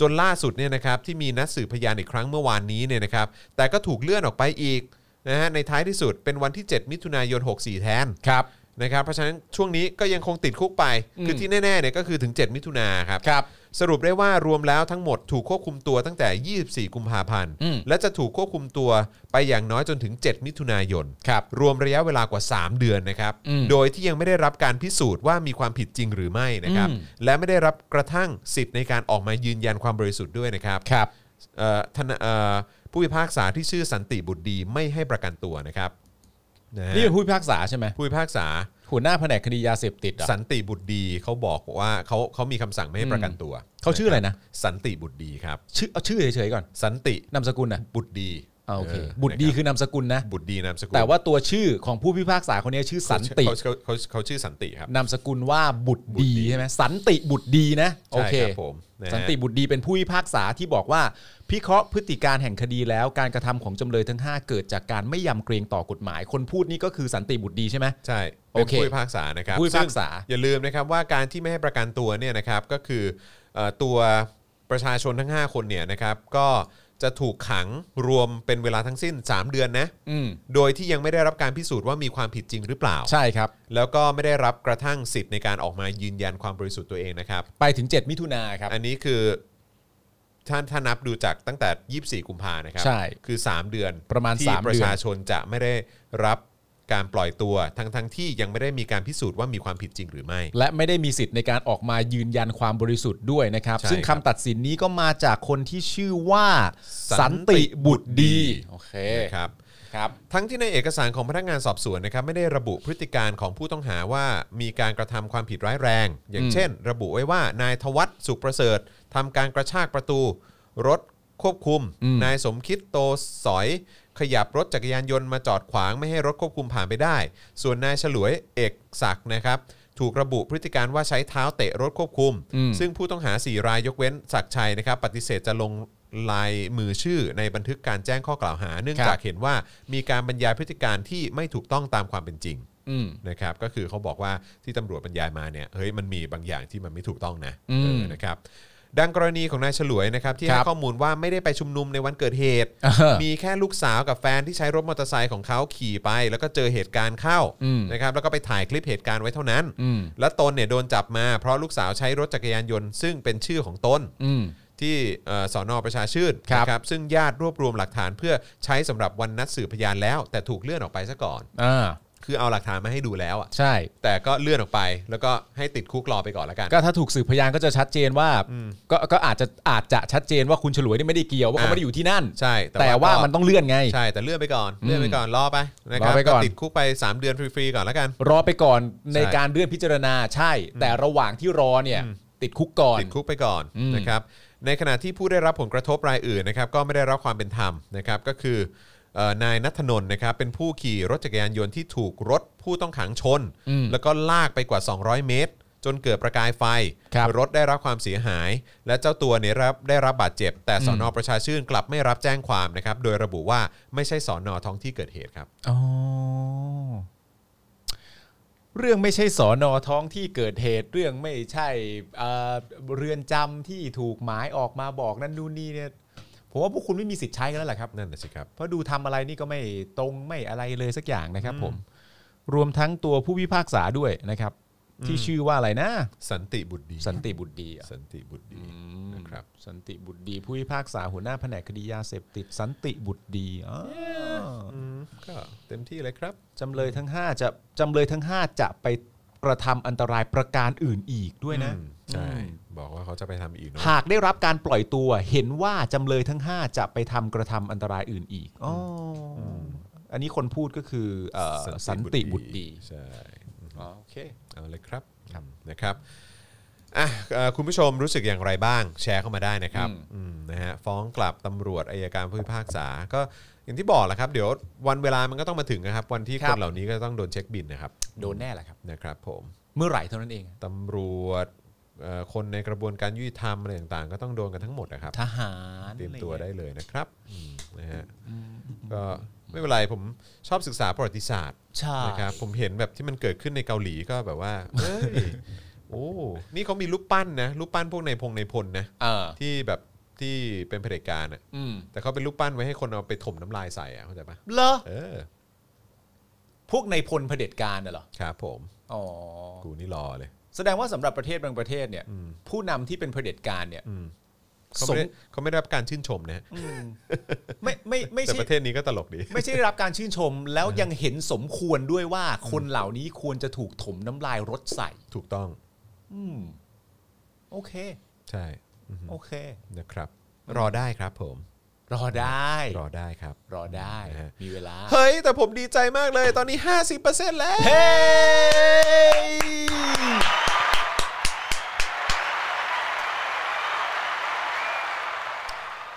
Speaker 2: จนล่าสุดเนี่ยนะครับที่มีนัดสืบพยานอีกครั้งเมื่อวานนี้เนี่ยนะครับแต่ก็ถูกเลื่อนออกไปอีกนะฮะในท้ายที่สุดเป็นวันที่ 7 มิถุนายน 64 แทน
Speaker 3: ครับ
Speaker 2: นะครับเพราะฉะนั้นช่วงนี้ก็ยังคงติดคุกไป คือที่แน่ๆเนี่ยก็คือถึง 7 มิถุนาครับ
Speaker 3: ครับ
Speaker 2: สรุปได้ว่ารวมแล้วทั้งหมดถูกควบคุมตัวตั้งแต่ 24 กุมภาพันธ์
Speaker 3: อืม
Speaker 2: และจะถูกควบคุมตัวไปอย่างน้อยจนถึง 7 มิถุนายน
Speaker 3: ครับ
Speaker 2: รวมระยะเวลากว่า 3 เดือนนะครับ
Speaker 3: อืม
Speaker 2: โดยที่ยังไม่ได้รับการพิสูจน์ว่ามีความผิดจริงหรือไม่นะครับ
Speaker 3: อืม
Speaker 2: และไม่ได้รับกระทั่งสิทธิ์ในการออกมายืนยันความบริสุทธิ์ด้วยนะครับ
Speaker 3: ครับ
Speaker 2: เอ่อทนเอ่อผู้พิพากษาที่ชื่อสันติบุตรดีไม่ให้ประกันตัวนะครับนะฮะ
Speaker 3: นี่เป็นผู้พิพากษาใช่ไหม
Speaker 2: ผู้พิพากษา
Speaker 3: หัวหน้าแผนกคดียาเสพติดอ่ะ
Speaker 2: สันติบุตรดีเขาบอกว่าเขาเขามีคำสั่งไม่ให้ประกันตัว
Speaker 3: เขาชื่ออะไรนะ
Speaker 2: สันติบุตรดีครับ
Speaker 3: ชื่อเอาชื่อเฉยๆก่อน
Speaker 2: สันติ
Speaker 3: นามสกุลอ่ะ
Speaker 2: บุตรดี
Speaker 3: อ่าโอเค บุตรดี
Speaker 2: นะ
Speaker 3: คือนามสกุลนะ
Speaker 2: รับบุตรดีนามสกุล
Speaker 3: แต่ว่าตัวชื่อของผู้พิพากษาคนนี้ชื่อสันติ
Speaker 2: เขาเขาเขาเขาชื่อสันติครับ
Speaker 3: นามสกุลว่าบุตรดี
Speaker 2: บุตรดี
Speaker 3: ใช่ไหมสันติบุตรดีนะโอ
Speaker 2: ใช่
Speaker 3: เค
Speaker 2: ครับผมนะฮะ
Speaker 3: สันติบุตรดีเป็นผู้พิพากษาที่บอกว่า พิเคราะห์พฤติการแห่งคดีแล้วการกระทำของจำเลยทั้ง 5 เกิดจากการไม่ยำเกรงต่อกฎหมาย คนพูดนี่ก็คือสันติบุตรดีใช่ไหม
Speaker 2: ใช่
Speaker 3: โอ
Speaker 2: เป็น
Speaker 3: เค
Speaker 2: ผู้พิพากษานะครับ
Speaker 3: ผู้พิพากษา
Speaker 2: ซึ่งอย่าลืมนะครับว่าการที่ไม่ให้ประกันตัวเนี่ยนะครับก็คือเอ่อตัวประชาชนทั้ง 5 คนเนี่ยนะครับก็จะถูกขังรวมเป็นเวลาทั้งสิ้น 3 เดือนนะ
Speaker 3: อืม
Speaker 2: โดยที่ยังไม่ได้รับการพิสูจน์ว่ามีความผิดจริงหรือเปล่า
Speaker 3: ใช่ครับ
Speaker 2: แล้วก็ไม่ได้รับกระทั่งสิทธิ์ในการออกมายืนยันความบริสุทธิ์ตัวเองนะครับ
Speaker 3: ไปถึง 7 มิถุนาครับ
Speaker 2: อันนี้คือท่านถ้านับดูจากตั้งแต่ 24 กุมภานะครั
Speaker 3: ใช่
Speaker 2: คือ 3 เดือน
Speaker 3: ประมาณ
Speaker 2: ที่
Speaker 3: สามเดือน
Speaker 2: ประชาชนจะไม่ได้รับการปล่อยตัวทั้งทั้งที่ยังไม่ได้มีการพิสูจน์ว่ามีความผิดจริงหรือไม่
Speaker 3: และไม่ได้มีสิทธิ์ในการออกมายืนยันความบริสุทธิ์ด้วยนะครับ
Speaker 2: ใช่
Speaker 3: ซึ่ง
Speaker 2: ครั
Speaker 3: คำ
Speaker 2: บ
Speaker 3: ตัดสินนี้ก็มาจากคนที่ชื่อว่า
Speaker 2: สั
Speaker 3: สั
Speaker 2: น
Speaker 3: น
Speaker 2: ติ
Speaker 3: ติ
Speaker 2: บุ
Speaker 3: บุ
Speaker 2: ต
Speaker 3: ต
Speaker 2: ร
Speaker 3: ร
Speaker 2: ดี
Speaker 3: ดี โอเค
Speaker 2: นะครับ
Speaker 3: ครับ
Speaker 2: ทั้งที่ในเอกสารของพนักงานสอบสวนนะครับไม่ได้ระบุพฤติการของผู้ต้องหาว่ามีการกระทำความผิดร้ายแรง อย่าง
Speaker 3: อืม
Speaker 2: เช่น ระบุไว้ว่านายทวัฒน์สุขประเสริฐทำการกระชากประตู รถควบคุม นายสมคิดโตสอย ขยับรถจักรยานยนต์มาจอดขวางไม่ให้รถควบคุมผ่านไปได้ ส่วนนายฉลวยเอกศักดิ์นะครับ ถูกระบุพฤติการว่าใช้เท้าเตะรถควบคุม ซึ่งผู้ต้องหา 4 รายยกเว้นศักดิ์ชัยนะครับ ปฏิเสธจะลงลายมือชื่อในบันทึกการแจ้งข้อกล่าวหา เนื่อง
Speaker 3: ครับ
Speaker 2: จากเห็นว่ามีการบรรยายพฤติการที่ไม่ถูกต้องตามความเป็นจริง
Speaker 3: อืม
Speaker 2: นะครับก็คือเขาบอกว่าที่ตำรวจบรรยายมาเนี่ยเฮ้ยมันมีบางอย่างที่มันไม่ถูกต้องนะ
Speaker 3: อืม
Speaker 2: เออนะครับดังกรณีของนายฉลวยนะครับที่ให้
Speaker 3: ครับ
Speaker 2: ข้อมูลว่าไม่ได้ไปชุมนุมในวันเกิดเห ตุ
Speaker 3: อ่าฮะ
Speaker 2: มีแค่ลูกสาวกับแฟนที่ใช้รถมอเตอร์ไซค์ของเขาขี่ไป แล้วก็เจอเหตุการณ์เข้า
Speaker 3: อืม
Speaker 2: นะครับแล้วก็ไปถ่ายคลิปเหตุการณ์ไว้เท่านั้น
Speaker 3: อืม
Speaker 2: และตนเนี่ยโดนจับมาเพราะลูกสาวใช้รถจักรยานยนต์ซึ่งเป็นชื่อของตน
Speaker 3: อืม
Speaker 2: ที่เอ่อสอนอประชาชื่น
Speaker 3: ครับ
Speaker 2: นะครับซึ่งญาติรวบรวมหลักฐานเพื่อใช้สำหรับวันนัดสืบพยานแล้ว แต่ถูกเลื่อนออกไปซะก่อน
Speaker 3: อ่า
Speaker 2: คือเอาหลักฐานมาให้ดูแล้วอะ
Speaker 3: ใช่
Speaker 2: แต่ก็เลื่อนออกไป แล้วก็ให้ติดคุกรอไปก่อนละกัน
Speaker 3: ก็ถ้าถูกสืบพยานก็จะชัดเจนว่าก็ก็อาจจะอาจจะชัดเจนว่าคุณฉลวยนี่ไม่ได้เกี่ยวว่าเขา
Speaker 2: อ่า
Speaker 3: ไม่ได้อยู่ที่นั่น
Speaker 2: ใช่
Speaker 3: แต่ว่ามันต้องเลื่อนไง
Speaker 2: ใช่แต่เลื่อนไปก่อนเลื่อนไปก่อนรอไปนะครับ
Speaker 3: รอไปก่อน
Speaker 2: ติดคุกไปสามเดือนฟรีๆก่อนละกัน
Speaker 3: รอไปก่อนใน
Speaker 2: ใช่
Speaker 3: การเลื่อนพิจารณาใช่ แต่ระหว่างที่รอเนี่ย ติดคุกก่อน
Speaker 2: ติดคุกไปก่อน
Speaker 3: อืม
Speaker 2: นะครับ ในขณะที่ผู้ได้รับผลกระทบรายอื่นนะครับก็ไม่ได้รับความเป็นธรรมนะครับก็คือเอ่อนายนัทนนท์นะครับเป็นผู้ขี่รถจักรยานยนต์ที่ถูกรถผู้ต้องขังชน แล้วก็ลากไปกว่า 200 เมตร จนเกิดประกายไฟ
Speaker 3: ครับ
Speaker 2: รถได้รับความเสียหาย และเจ้าตัวเนี่ยรับได้รับบาดเจ็บ แต่สอนอประชาชื่นกลับไม่รับแจ้งความนะครับโดยระบุว่าไม่ใช่สอนอท้องที่เกิดเหตุครับ
Speaker 3: อ๋อเรื่องไม่ใช่สอนอท้องที่เกิดเหตุ เรื่องไม่ใช่เอ่อเรือนจำที่ถูกหมายออกมาบอกนั่นนู่นนี่เนี่ยผมว่าพวกคุณไม่มีสิทธิ์ใช้กันแล้วแหละครับ
Speaker 2: นั่นนะสิครับ
Speaker 3: เพราะดูทำอะไรนี่ก็ไม่ตรงไม่อะไรเลยสักอย่างนะครับผม รวมทั้งตัวผู้พิพากษาด้วยนะครับ ที่ชื่อว่าอะไรนะ
Speaker 2: สันติบุตรดี
Speaker 3: สันติบุตรดีอะ
Speaker 2: สันติบุตรดีนะครับ
Speaker 3: สันติบุตรดี ผู้พิพากษาหัวหน้าแผนกคดียาเสพติด สันติบุตรดีอ๋อ
Speaker 2: อืมก็เต็มที่เลยครับ
Speaker 3: จำเลยทั้ง 5 จะจำเลยทั้ง 5 จะไปกระทำอันตรายประการอื่นอีกด้วยนะ
Speaker 2: อืมใช่บอกว่าเขาจะไปทำอีกเนอะ
Speaker 3: หากได้รับการปล่อยตัวเห็นว่าจำเลยทั้ง 5 จะไปทำกระทำอันตรายอื่นอีกอ๋อออันนี้คนพูดก็คือเอ่อสันติบุตรดี
Speaker 2: ใช่
Speaker 3: อ๋อโอเค
Speaker 2: เอาเลยครับครับนะครับอ่ะเอ่อคุณผู้ชมรู้สึกอย่างไรบ้าง แชร์เข้ามาได้นะครับอืมนะฮะฟ้องกลับตำรวจอายการผู้พิพากษา ก็อย่างที่บอกแหละครับ เดี๋ยววันเวลามันก็ต้องมาถึงนะครับ วันที่
Speaker 3: ครั
Speaker 2: ค
Speaker 3: บ
Speaker 2: นเหล่านี้ก็ต้องโดนเช็คบินนะครับ
Speaker 3: โดนแน่แหละครับ
Speaker 2: นะครับ ผม
Speaker 3: เมื่อไหร่เท่านั้นเอง
Speaker 2: ตำรวจเอ่อคนในกระบวนการยุติธรรมอะไรต่างๆ ก็ต้องโดนกันทั้งหมดนะครับ
Speaker 3: ทหาร
Speaker 2: เตรียมตัว
Speaker 3: อะร
Speaker 2: ได้
Speaker 3: งี้ย
Speaker 2: เลยนะครับอืมนะฮะก็ไม่เป็นไรผมชอบศึกษาประวัติศาสตร์
Speaker 3: ใช่
Speaker 2: นะครับผมเห็นแบบที่มันเกิดขึ้นในเกาหลีก็แบบ ว่าเฮ้ยโอ้นี่เขามีรูปปั้นนะรูปปั้นพวกในพงในพลนะ
Speaker 3: เออ
Speaker 2: ที่แบบที่เป็นเผด็จการอ่ะ
Speaker 3: อืม
Speaker 2: แต่เขาเป็นรูปปั้นไว้ให้คนเอาไปถมน้ำลายใส่อ่ะเข้าใจปะ
Speaker 3: เหรอ
Speaker 2: เออ
Speaker 3: พวกในพลเผด็จการน่ะเหรอ
Speaker 2: ครับผม
Speaker 3: อ๋อ
Speaker 2: กูนี่รอเลย
Speaker 3: แสดงว่าสำหรับประเทศบางประเทศเนี่ย ผู้นำที่เป็นเผด็จการเนี่ย
Speaker 2: อืม เขา
Speaker 3: ส
Speaker 2: ไม่
Speaker 3: ม
Speaker 2: ได้เขาไม่ได้รับการชื่นชมนะ
Speaker 3: ไม่ไม่ไม่
Speaker 2: แต่
Speaker 3: ใช่
Speaker 2: ประเทศนี้ก็ตลกดี
Speaker 3: ไม่ใช่ได้รับการชื่นชม แล้วยังเห็นสมควรด้วยว่าคนเหล่านี้ควรจะถูกถมน้ำลายรถใส่
Speaker 2: ถูกต้อง
Speaker 3: อืมโอเค
Speaker 2: ใช่อือฮึ
Speaker 3: โอเค
Speaker 2: นะครับ รอได้ครับผม
Speaker 3: รอได้
Speaker 2: รอได้ครับ
Speaker 3: รอได้
Speaker 2: นะฮะ
Speaker 3: มีเวลา
Speaker 2: เฮ้ย แต่ผมดีใจมากเลยตอนนี้ 50%แล้ว เฮ้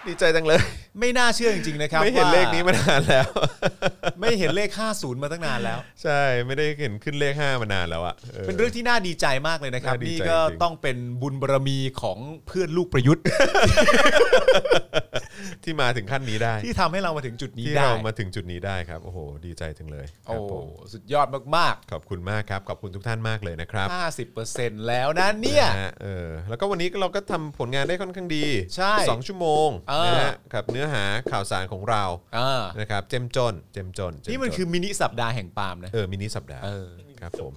Speaker 2: ดีใจจังเลย
Speaker 3: ไม่น่าเชื่อจริงๆนะครับ
Speaker 2: ไม่เห็น
Speaker 3: ว่า
Speaker 2: เลขนี้มานานแล้ว
Speaker 3: ไม่เห็นเลข 50 มาตั้งนานแล้ว
Speaker 2: ใช่ ไม่ได้เห็นขึ้นเลข 5 มานานแล้วอะ
Speaker 3: เป็นเรื่องที่น่าดีใจมากเลยนะครับ
Speaker 2: น่าดีใจ
Speaker 3: นี่ก็
Speaker 2: จริง
Speaker 3: ต้องเป็นบุญบารมีของเพื่อนลูกประยุทธ์
Speaker 2: ที่มาถึงขั้นนี้ได้
Speaker 3: ที่ทำให้เรามาถึงจุดนี้
Speaker 2: ที่
Speaker 3: ได้
Speaker 2: เรามาถึงจุดนี้ได้ครับ โอ้โห ดีใจจังเลยค
Speaker 3: โอ้
Speaker 2: รับผม
Speaker 3: สุดยอดมาก
Speaker 2: ขอบคุณมากครับ ขอบคุณทุกท่านมากเลยนะครับ
Speaker 3: ๆ 50%แล้วนะเนี่ย
Speaker 2: ะฮะเออแล้วก็วันนี้เราก็ทำผลงานได้ค่อนข้างดี
Speaker 3: ใช่
Speaker 2: สองชั่วโมง
Speaker 3: เออ
Speaker 2: นะฮะกับเนื้อหาข่าวสารของเรา
Speaker 3: อ่า
Speaker 2: นะครับเจ้มจนเจ้มจนเจ้จ
Speaker 3: นี่มันคือมินิสัปดาห์แห่งปาล์มนะ
Speaker 2: เออมินิสัปดาห์
Speaker 3: เออ
Speaker 2: ครับผม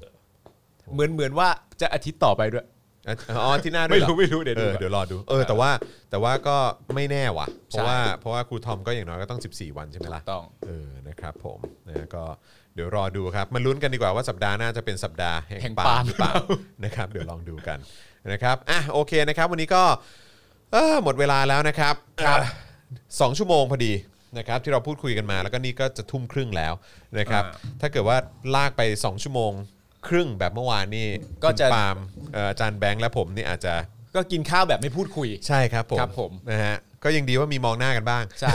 Speaker 3: เหมือนเหมือนว่าจะอาทิตย์ต่อไปด้วย
Speaker 2: อ่ะอ๋อที่หน้าด้วย
Speaker 3: ไม่
Speaker 2: เหอ
Speaker 3: รู้ไม่รู้เดี๋ยว
Speaker 2: เอ
Speaker 3: ดู
Speaker 2: อ
Speaker 3: ก่อน
Speaker 2: เดี๋ยวรอดูเออแต่ว่าแต่ว่าก็ไม่แน่ว่ะ เพ
Speaker 3: ใช่
Speaker 2: ราะว่าเพราะว่าครูทอมก็อย่างน้อยก็ต้อง 14 วันใช่ไหมล่ะ
Speaker 3: ต้อง
Speaker 2: เออนะครับผมนะก็เดี๋ยวรอดูครับมาลุ้นกันดีกว่าว่าสัปดาห์หน้าจะเป็นสัปดาห์
Speaker 3: แห่
Speaker 2: แห่ง
Speaker 3: ง
Speaker 2: ปา
Speaker 3: ปาล์
Speaker 2: ล์ม
Speaker 3: ม
Speaker 2: หรือเปล่านะครับเดี๋ยวลองดูกันนะครับอ่ะโอเคนะครับ วันนี้ก็ เอ้อหมดเวลาแล้วนะครับเอ่อสองชั่วโมงพอดีนะครับที่เราพูดคุยกันมา แล้วก็นี่ก็จะทุ่มครึ่งแล้วนะครับถ้าเกิดว่าลากไป 2 ชั่วโมงครึ่งแบบเมื่อวานนี่
Speaker 3: ก็จะ
Speaker 2: คุณปาล์มเอ่ออาจารย์แบงค์และผมนี่อาจจะ
Speaker 3: ก็กินข้าวแบบไม่พูดคุย
Speaker 2: ใช่ครับผม
Speaker 3: ครับผม
Speaker 2: นะฮะก็ยังดีว่ามีมองหน้ากันบ้าง
Speaker 3: ใช่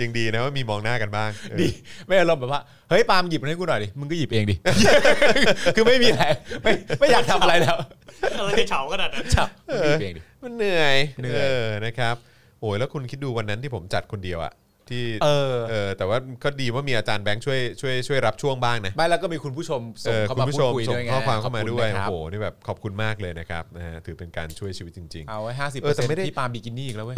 Speaker 2: ยังดีนะว่ามีมองหน้ากันบ้างเออ
Speaker 3: ดีไม่อารมณ์แบบว่าเฮ้ยปาล์มหยิบมันให้กูหน่อยดิมึงก็หยิบเองดิ คือไม่มีอะไรไม่ไม่อยากทำอะไรแล้ว
Speaker 4: อะไรจะเฉาขนาดนั้น
Speaker 3: จับมึงหยิบเองดิ
Speaker 2: มันเหนื่อย
Speaker 3: เหนื่อย
Speaker 2: อนะครับโอ้ยแล้วคุณคิดดูวันนั้นที่ผมจัดคนเดียวอะที่
Speaker 3: เออ
Speaker 2: เออแต่ว่าก็ดีว่ามีอาจารย์แบงค์ช่วยช่วยช่วยรับช่วงบ้างนะ
Speaker 3: ไม่แล้วก็มีคุณผู้ชมส่ง
Speaker 2: ออ
Speaker 3: เข้ามา
Speaker 2: ณ
Speaker 3: พู
Speaker 2: ช
Speaker 3: ดคุย
Speaker 2: ส่
Speaker 3: ด้วย
Speaker 2: ง
Speaker 3: ไง
Speaker 2: ข้อความเข้ามาด้วย
Speaker 3: ขอบคุณนะค
Speaker 2: โอ้
Speaker 3: รับ
Speaker 2: โหนี่แบบขอบคุณมากเลยนะครับนะฮะถือเป็นการช่วยชีวิตจริง
Speaker 3: เอาไว้ห้าสิบ
Speaker 2: เอ
Speaker 3: เป
Speaker 2: อ
Speaker 3: อ
Speaker 2: แต่
Speaker 3: ร์เซ็นต์
Speaker 2: ไม่ได้
Speaker 3: ที่ปาล์มบิกินี่อีกแล้วเว้ย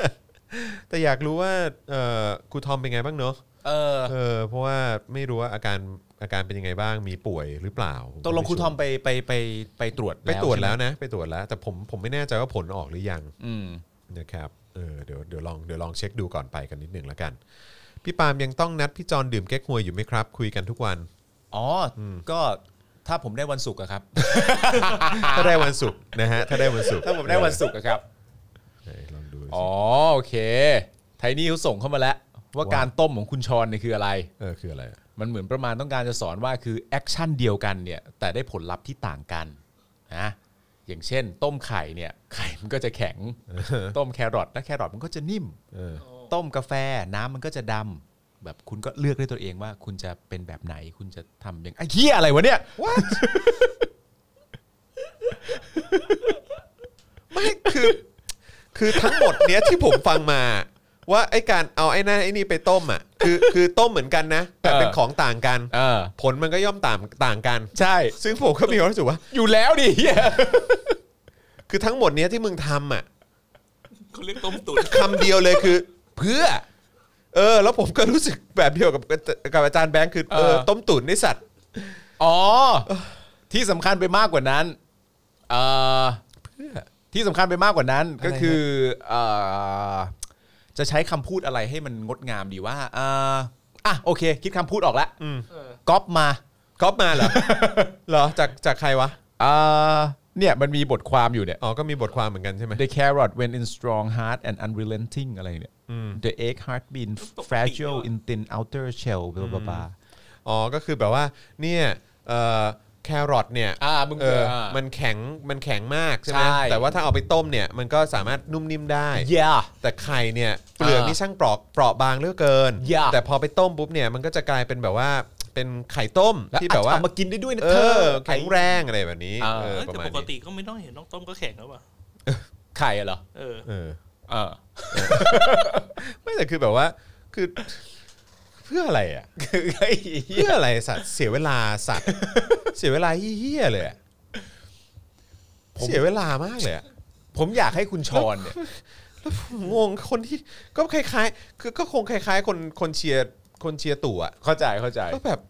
Speaker 2: ๆ แต่อยากรู้ว่าเอ่อครูทอมเป็นไงบ้างเนาะ
Speaker 3: เออ
Speaker 2: เออเพราะว่าไม่รู้ว่าอาการอาการเป็นยังไงบ้างมีป่วยหรือเปล่า
Speaker 3: ตกลงคุณทอมไปไปไปไปตรวจ
Speaker 2: ไปตรวจแล้ว
Speaker 3: ใช่หม
Speaker 2: นะ ไปตรวจแล้ว แต่ผมผมไม่แน่ใจว่าผลออกหรือยัง
Speaker 3: อืม
Speaker 2: นะครับเออเดี๋ยวเดี๋ยวลองเดี๋ยวลองเช็คดูก่อนไปกันนิดหนึ่งแล้วกัน พี่ปาล์มยังต้องนัดพี่จอนดื่มเก๊กฮวยอยู่ไหมครับ คุยกันทุก วัน
Speaker 3: อ๋ออก็ถ้าผมได้วันศุกร์อะครับ
Speaker 2: ถ้าได้วันศุกร์นะฮะถ้าได้วันศุกร์
Speaker 3: ถ้าผมได้วันศุกร์อะครับ
Speaker 2: เออลองดูสิ
Speaker 3: อ๋อโอเค ไทนี่เขาส่งเข้ามาแล้ว ว่า
Speaker 2: ว่า
Speaker 3: การต้มของคุณชอนเนี่ยคืออะไร
Speaker 2: เออคืออะไรอะ
Speaker 3: มันเหมือนประมาณต้องการจะสอนว่าคือแอคชั่นเดียวกันเนี่ยแต่ได้ผลลัพธ์ที่ต่างกันนะอย่างเช่น ต้มไข่เนี่ยไข่มันก็จะแข็ง ต้มแครอทและแครอทมันก็จะนิ่ม
Speaker 2: เออ
Speaker 3: ต้มกาแฟน้ำมันก็จะดำแบบคุณก็เลือกได้ตัวเองว่า คุณจะเป็นแบบไหนคุณจะทำอย่างไอ้เหี้ยอะไรวะเนี่ย
Speaker 2: ไม่คือ คือทั้งหมดเนี้ยที่ผมฟังมา ว่าไอ้การเอาไอ้นั่นไอ้นี่ไปต้มอ่ะคือคือต้มเหมือนกันนะ แต่เป็น
Speaker 3: เออ
Speaker 2: ของต่างกัน
Speaker 3: เออ
Speaker 2: ผลมันก็ย่อมต่างต่างกัน
Speaker 3: ใช่
Speaker 2: ซึ่งผมก็มีความรู้สึกว่า
Speaker 3: อยู่แล้วดิเหี้ย
Speaker 2: คือทั้งหมดเนี้ยที่มึงทำอ่ะ
Speaker 4: เขาเรียกต้มตุ๋น
Speaker 2: คำเดียวเลยคือ เพื่อ เออ แล้วผมก็รู้สึกแบบเดียวกับกับอาจารย์แบงค์คือเออต้มตุ๋นในสัตว์
Speaker 3: อ๋อ ที่สำคัญไปมากกว่านั้นเออที่สำคัญไปมากกว่านั้นก็คือเออจะใช้คำพูดอะไรให้มันงดงามดีว่าเอ่ออ่ะโอเค คิดคำพูดออกแล้วก๊อปมา
Speaker 2: ก๊อปมาเหรอ เหรอจากจากใครวะ
Speaker 3: เอ่อเนี่ยมันมีบทความอยู่เนี่ย
Speaker 2: อ๋อก็มีบทความเหมือนกันใช่ไหม
Speaker 3: The carrot when in strong heart and unrelenting อะไรเนี่ย The egg heart been fragile in thin outer shell บลาบลาบลา
Speaker 2: อ๋อ ก็คือแบบว่า เนี่ยเอ่อแครอทเนี่ย
Speaker 3: อ่ามึง
Speaker 2: เออ
Speaker 3: อ่ามั
Speaker 2: มันแข็ง มันแข็งมากใช่ไหม
Speaker 3: ใช่
Speaker 2: แต่ว่าถ้าเอาไปต้มเนี่ย มันก็สามารถนุ่มนิ่มได้
Speaker 3: yeah
Speaker 2: แต่ไข่เนี่ย เปลือก
Speaker 3: อ่านี่
Speaker 2: นี่ช่างเปราะเปราะบางเหลือเกิน
Speaker 3: อย่า
Speaker 2: แต่พอไปต้มปุ๊บเนี่ย มันก็จะกลายเป็นแบบว่า เป็นไข่ต้มที่แบบว่า
Speaker 3: เอมากินได้ด้วยนะ
Speaker 2: เอ
Speaker 3: เธอ
Speaker 2: อ แข็งแรงอะไรแบบนี้
Speaker 3: อ่า
Speaker 2: เออ
Speaker 4: เอ้ย
Speaker 2: ประ
Speaker 4: แต่
Speaker 2: มาณ
Speaker 4: ปก
Speaker 2: นี้
Speaker 4: ติก็ไม่ต้องเห็นน้องต้มก็แข็งแล้วป่ะ
Speaker 3: ไข่เหรอ
Speaker 4: เออ
Speaker 2: เออ
Speaker 3: เออ
Speaker 2: ไม่แต่คือแบบว่า คือ เพื่ออะไรอ่ะ
Speaker 3: คือไอ้
Speaker 2: เพื่ออะไรสัตว์ เสียเวลาสัต ว์ เสียเวลาเฮี้ยๆเลยอะเสียเวลามากเลยอะ
Speaker 3: ผมอยากให้คุณชอนเนี่ย
Speaker 2: งงคนที่ก็คล้ายๆ คือก็คงคล้ายๆ คนคนเชียร์คนเชียร์ตู่อ่ะ
Speaker 3: เข้าใจเข้าใจ
Speaker 2: ก็แบบ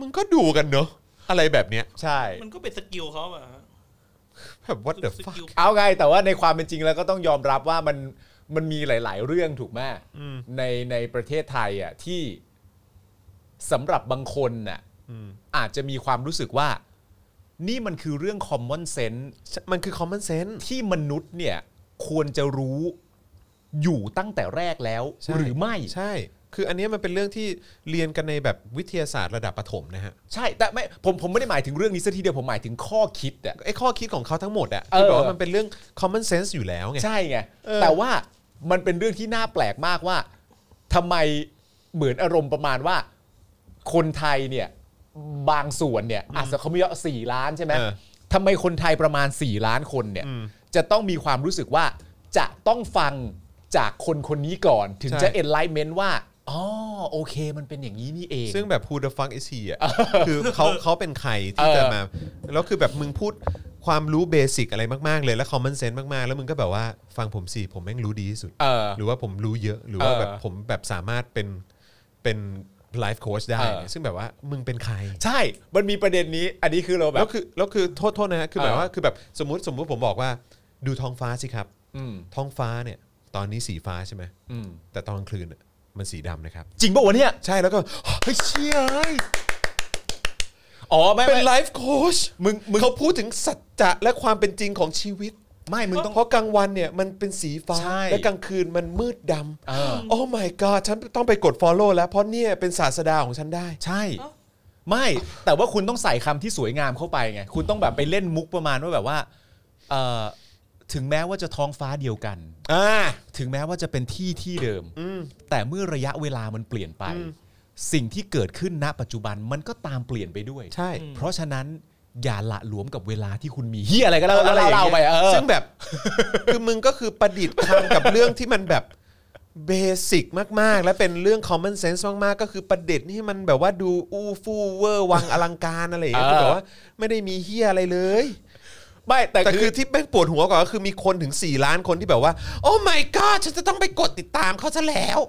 Speaker 2: มึงก็ดูกันเนอะอะไรแบบเนี้ย
Speaker 3: ใช่
Speaker 4: มันก็เป็นสกิลเขาอะฮะ
Speaker 2: แบบวัดเดอะ
Speaker 4: ส
Speaker 2: ฟัก
Speaker 4: กิล
Speaker 3: เอาไงแต่ว่าในความเป็นจริงแล้วก็ต้องยอมรับว่ามันมันมีหลาย ๆ เรื่องถูกไหมในในประเทศไทยอ่ะที่สำหรับบางคนน่ะอาจจะมีความรู้สึกว่า นี่มันคือเรื่องคอมมอนเซนส์
Speaker 2: มันคือคอมมอนเซนส์
Speaker 3: ที่มนุษย์เนี่ย ควรจะรู้อยู่ตั้งแต่แรกแล้ว
Speaker 2: ใช่
Speaker 3: หรือไม่
Speaker 2: ใช่ คืออันเนี้ยมันเป็นเรื่องที่เรียนกันในแบบวิทยาศาสตร์ระดับประถมนะฮะ
Speaker 3: ใช่ แต่ไม่ผมผมไม่ได้หมายถึงเรื่องนี้ซะทีเดียวผมหมายถึงข้อคิดอะ
Speaker 2: ไอ้ข้อคิดของเขาทั้งหมดอะ
Speaker 3: เออ
Speaker 2: ที่บอกว่ามันเป็นเรื่อง common sense อยู่แล้วไง
Speaker 3: ใช่ไง
Speaker 2: เออ
Speaker 3: แต่ว่ามันเป็นเรื่องที่น่าแปลกมากว่าทำไมเหมือนอารมณ์ประมาณว่า คนไทยเนี่ยบางส่วนเนี่ยอาจจะเขามีเยอะสี่ล้านใช่ไหม
Speaker 2: เออ
Speaker 3: ทำไมคนไทยประมาณ 4 ล้านคนเนี่ย จะต้องมีความรู้สึกว่าจะต้องฟังจากคนคนนี้ก่อน ถึง
Speaker 2: ใช่
Speaker 3: จะ enlightenment ว่าอ๋อโอเค มันเป็นอย่างนี้นี่เอง
Speaker 2: ซึ่งแบบ who the fuck is he อ่ะ คือเขาเขาเป็นใครที่
Speaker 3: เออ
Speaker 2: จะมา แล้วคือแบบมึงพูดความรู้เบสิกอะไรมาก ๆ เลยแล้ว common sense มาก ๆ แล้วมึงก็แบบว่าฟังผมสิ ผมแม่งรู้ดีที่สุด
Speaker 3: เออ
Speaker 2: หรือว่าผมรู้เยอะ หรือว่า
Speaker 3: เออ
Speaker 2: แบบผมแบบสามารถเป็นเป็น life coach ได้
Speaker 3: เออ
Speaker 2: ซึ่งแบบว่ามึงเป็นใคร
Speaker 3: ใช่ มันมีประเด็นนี้ อันนี้คือเราแบ
Speaker 2: แล้ว
Speaker 3: บ
Speaker 2: คือแล้วคือโทษโทษนะฮะ คือ
Speaker 3: เออ
Speaker 2: แบบว่าคือแบบสมมติสมมติผมบอกว่าดูท้องฟ้าสิครับ
Speaker 3: อืม
Speaker 2: ท้องฟ้าเนี่ย ตอนนี้สีฟ้าใช่ไหม
Speaker 3: อืม
Speaker 2: แต่ตอนกลางคืนน่ะมันสีดำนะครับ
Speaker 3: จริงปะวะเนี่ย
Speaker 2: ใช่แล้วก็เฮ้ยเชี่ยเอ้ย
Speaker 3: อ๋อไม่
Speaker 2: เป็น
Speaker 3: ไม่
Speaker 2: ไลฟ์โค้ชมึงเขาพูดถึงสัจจะและความเป็นจริงของชีวิต
Speaker 3: ไม่มึงต้อง
Speaker 2: เพราะกลางวันเนี่ยมันเป็นสีฟ้า
Speaker 3: ใช่
Speaker 2: และกลางคืนมันมืดด
Speaker 3: เออ
Speaker 2: ำโอ้ my god ฉันต้องไปกด follow แล้ว เพราะเนี่ยเป็นศาสดาของฉันได้
Speaker 3: ใช่ ไม่แต่ว่าคุณต้องใส่คำที่สวยงามเข้าไปไง คุณต้องแบบไปเล่นมุกประมาณว่าแบบว่าเอ่อถึงแม้ว่าจะท้องฟ้าเดียวกัน
Speaker 2: อ่า
Speaker 3: ถึงแม้ว่าจะเป็นที่ที่เดิม แต่เมื่อระยะเวลามันเปลี่ยนไป สิ่งที่เกิดขึ้นณปัจจุบันมันก็ตามเปลี่ยนไปด้วย
Speaker 2: ใช่
Speaker 3: เพราะฉะนั้นอย่าละหลวมกับเวลาที่คุณมีเฮียอะไรก็
Speaker 2: เอ
Speaker 3: แล้ว
Speaker 2: ออะไรอย่ง
Speaker 3: เรา
Speaker 2: งี้ย
Speaker 3: ไปเออ
Speaker 2: ซึ่งแบบ คือมึงก็คือประดิษฐ์คำกับเรื่องที่มันแบบ เบสิกมาก ๆ และเป็นเรื่อง common sense มาก ๆ ก็คือประเด็นที่มันแบบว่าดูอู้ฟู่เวอร์วังอลังการอะไรอย่างเงี้ย
Speaker 3: เออ
Speaker 2: คือแบบว่าไม่ได้มีเฮียอะไรเลย
Speaker 3: ไม่แต่
Speaker 2: แต่
Speaker 3: คื
Speaker 2: คือ อที่แม่งปวดหัวกว่าก็คือมีคนถึง 4 ล้านคนที่แบบว่า โอ้ my god ฉันจะต้องไปกดติดตามเขาซะแล้ว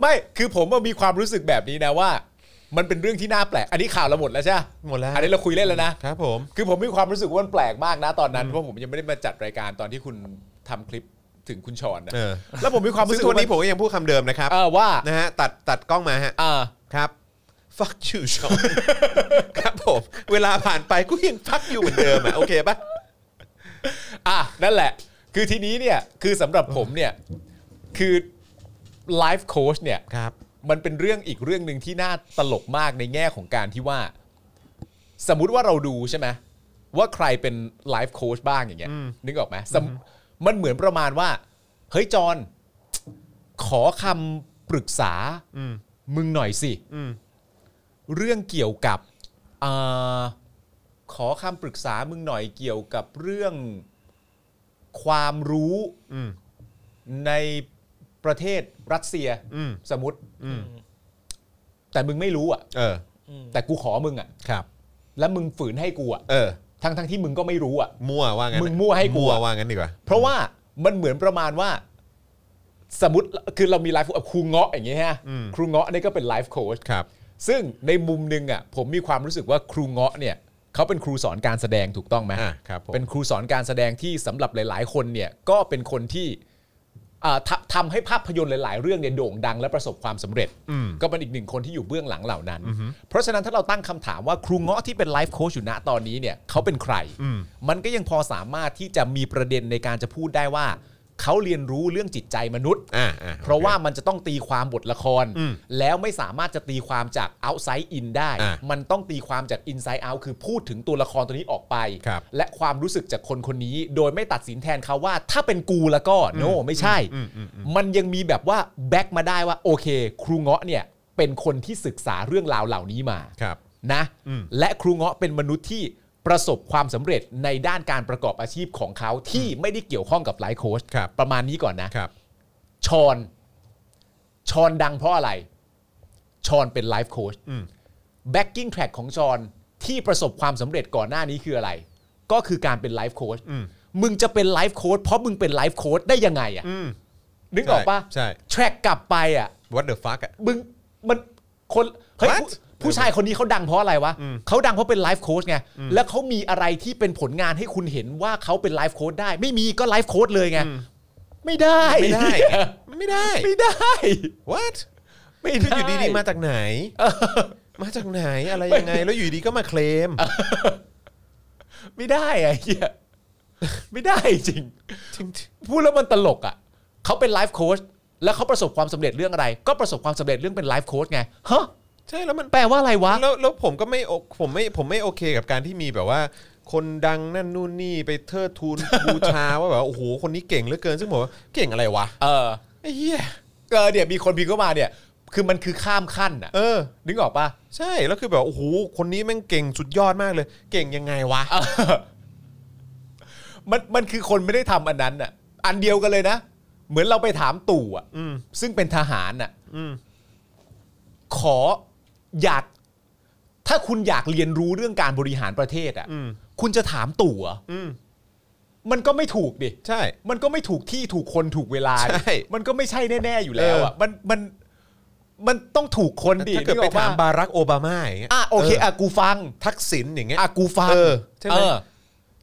Speaker 3: ไม่คือผมว่ามีความรู้สึกแบบนี้นะว่า มันเป็นเรื่องที่น่าแปลก อันนี้ข่าวเราหมดแล้วใช่ปะ
Speaker 2: หมดแล้ว
Speaker 3: อันนี้เราคุยเล่นแล้วนะ
Speaker 2: ครับผม
Speaker 3: คือผมมีความรู้สึกว่ามันแปลกมากนะตอนนั้นเพราะผมยังไม่ได้มาจัดรายการตอนที่คุณทำคลิปถึงคุณชอนนะ
Speaker 2: เออ
Speaker 3: แล้วผมมีความรู้
Speaker 2: ซึ่ง
Speaker 3: สึก
Speaker 2: ทุกวันนี้ผมก็ยังพูดคำเดิมนะครับ
Speaker 3: เออว่า
Speaker 2: นะฮะ ตัดตัดกล้องมาฮะ
Speaker 3: เออ
Speaker 2: ครับ fuck you ชอน ครับผม เวลาผ่านไปกูยัง fuck you เหมือนเดิมอ่ะ โอเคปะ
Speaker 3: อ่ะนั่นแหละ คือทีนี้เนี่ยคือสำหรับผมเนี่ยคือไลฟ์โค้ชเนี่ย
Speaker 2: ครับ
Speaker 3: มันเป็นเรื่องอีกเรื่องหนึ่งที่น่าตลกมากในแง่ของการที่ว่า สมมุติว่าเราดูใช่ไหมว่าใครเป็นไลฟ์โค้ชบ้างอย่างเงี้ยนึกออกไหมสมมันเหมือนประมาณว่า เฮ้ยจอนขอคำปรึกษามึงหน่อยสิเรื่องเกี่ยวกับอาขอคำปรึกษามึงหน่อยเกี่ยวกับเรื่องความรู้
Speaker 2: อืม
Speaker 3: ในประเทศรัสเซีย
Speaker 2: อืม
Speaker 3: สมมติแต่มึงไม่รู้อ่ะ
Speaker 2: เออ
Speaker 3: แต่กูขอมึงอ่ะ
Speaker 2: ครับ
Speaker 3: แล้วมึงฝืนให้กูอ่ะ
Speaker 2: เออ
Speaker 3: ทั้งทั้งที่มึงก็ไม่รู้อ่ะ
Speaker 2: มั่วว่างั้น
Speaker 3: มึงมั่วให้กู
Speaker 2: มั่ว
Speaker 3: อะ
Speaker 2: ว่างั้นดีกว่า
Speaker 3: เพราะว่ามันเหมือนประมาณว่า สมมติคือเรามีไลฟ์ครูเงาะอย่างเงี้ยฮะ
Speaker 2: อืม
Speaker 3: ครูเงาะนี่ก็เป็นไลฟ์โค้ช
Speaker 2: ครับ
Speaker 3: ซึ่งในมุมหนึงอ่ะผมมีความรู้สึกว่าครูเงาะเนี่ยเขาเป็นครูสอนการแสดงถูกต้องไหม
Speaker 2: อ่ะครับผม
Speaker 3: เป็นครูสอนการแสดงที่สำหรับหลาย ๆ คนเนี่ยก็เป็นคนที่อ่าทำทำให้ภาพยนตร์หลาย ๆ เรื่องเนี่ยโด่งดังและประสบความสำเร็จ
Speaker 2: อืม
Speaker 3: ก็เป็นอีกหนึ่งคนที่อยู่เบื้องหลังเหล่านั้น เพราะฉะนั้นถ้าเราตั้งคำถามว่าครูเงาะที่เป็นไลฟ์โค้ชอยู่ณตอนนี้เนี่ยเขาเป็นใคร
Speaker 2: อืม
Speaker 3: มันก็ยังพอสามารถที่จะมีประเด็นในการจะพูดได้ว่า เขาเรียนรู้เรื่องจิตใจมนุษย์
Speaker 2: อ่าอ่าโอค
Speaker 3: เพราะว่ามันจะต้องตีความบทละคร
Speaker 2: อืม
Speaker 3: แล้วไม่สามารถจะตีความจาก outside in ได้
Speaker 2: อ่ะ
Speaker 3: มันต้องตีความจาก inside out คือพูดถึงตัวละครตัวนี้ออกไป
Speaker 2: ครับ
Speaker 3: และความรู้สึกจากคนคนนี้ โดยไม่ตัดสินแทนเขาว่า ถ้าเป็นกูแล้วก็ โน ไม่ใช่
Speaker 2: อืมอืมอืม
Speaker 3: มันยังมีแบบว่าแบ็กมาได้ว่า โอเค ครูเงาะเนี่ย เป็นคนที่ศึกษาเรื่องราวเหล่านี้มา
Speaker 2: ครับ
Speaker 3: นะ
Speaker 2: อืม
Speaker 3: และครูเงาะเป็นมนุษย์ที่ประสบความสำเร็จในด้านการประกอบอาชีพของเขาที่ไม่ได้เกี่ยวข้องกับไลฟ์โค้ช
Speaker 2: ครับ
Speaker 3: ประมาณนี้ก่อนนะครับ ชอนชอนดังเพราะอะไรชอนเป็นไลฟ์โค้ช
Speaker 2: อืม
Speaker 3: แบ็กกิ้งแทร็กของชอนที่ประสบความสำเร็จก่อนหน้านี้คืออะไร ก็คือการเป็นไลฟ์โค้ชมึงจะเป็นไลฟ์โค้ชเพราะมึงเป็นไลฟ์โค้ชได้ยังไงอะ
Speaker 2: อืม
Speaker 3: นึกออกปะ
Speaker 2: ใช่
Speaker 3: แทร็กกลับไปอ่ะ
Speaker 2: what the fuck อ่ะ
Speaker 3: มึงมันคนเฮ้ย
Speaker 2: What?
Speaker 3: ผู้ผู้ชายคนนี้เขาดังเพราะอะไรวะเขาดังเพราะเป็นไลฟ์โค้ชไงแล้วเขามีอะไรที่เป็นผลงานให้คุณเห็นว่าเขาเป็นไลฟ์โค้ชได้ ไม่มีก็ไลฟ์โค้ชเลยไงไม่ได้
Speaker 2: ไม่ได้ไงมันไม่ได้
Speaker 3: ไม่ได้
Speaker 2: what
Speaker 3: ไม่
Speaker 2: คืออ
Speaker 3: ได้
Speaker 2: ยู่ดีๆมาจากไหน มาจากไหนอะไรยังไง แล้วอยู่ดีก็มาเคลม
Speaker 3: ไม่ได้ไอ้เหี้ย ไม่ได้จริง พูดแล้วมันตลกอ่ะเขาเป็นไลฟ์โค้ชแล้วเขาประสบความสำเร็จเรื่องอะไร ก็ประสบความสำเร็จเรื่องเป็นไลฟ์โค้ชไงฮะ
Speaker 2: ใช่แล้วมัน
Speaker 3: แปลว่าอะไรวะ
Speaker 2: แล้วแล้วผมก็ไม่โอผมไม่ผมไม่โอเคกับการที่มีแบบว่า คนดังนั่นนู่นนี่ไปเทิดทูน บูชาว่าแบบ ว่าโอ้โหคนนี้เก่งเหลือเกินซึ่งผมว่าเก่งอะไรวะ
Speaker 3: เออ
Speaker 2: ไอ้เหี้ย
Speaker 3: เออเนี่ยมีคนพิมพ์เข้ามาเนี่ย คือมันคือข้ามขั้นอ่ะ
Speaker 2: เออ
Speaker 3: นึกออกปะ
Speaker 2: ใช่แล้วคือแบบโอ้โหคนนี้แม่งเก่งสุดยอดมากเลย เก่งยังไงวะ
Speaker 3: เออมันมันคือคนไม่ได้ทำอันนั้นอ่ะ อันเดียวกันเลยนะ เหมือนเราไปถามตู่อ่ะ
Speaker 2: อืม
Speaker 3: ซึ่งเป็นทหารอ่ะ
Speaker 2: อืม
Speaker 3: ขออยาก ถ้าคุณอยากเรียนรู้เรื่องการบริหารประเทศอ่ะ
Speaker 2: อืม
Speaker 3: คุณจะถามตู่เหรอ่ะ
Speaker 2: อืม
Speaker 3: มันก็ไม่ถูกดิ
Speaker 2: ใช่
Speaker 3: มันก็ไม่ถูกที่ถูกคนถูกเวลาดิ
Speaker 2: ใช่
Speaker 3: มันก็ไม่ใช่แน่ๆอยู่แล้วอ่ะ
Speaker 2: เออ
Speaker 3: มันมันมันต้องถูกคนดิ
Speaker 2: ถ้าเกิด
Speaker 3: นึ
Speaker 2: ไป
Speaker 3: ออ
Speaker 2: ถาม
Speaker 3: ปะ
Speaker 2: บารักโอบามาอย่างเงี้ย
Speaker 3: อ่ะโอเคอ่ะกูฟัง
Speaker 2: ทักษิณอย่างเงี้ย
Speaker 3: อากูฟัง
Speaker 2: เออใช่ไหม
Speaker 3: เออ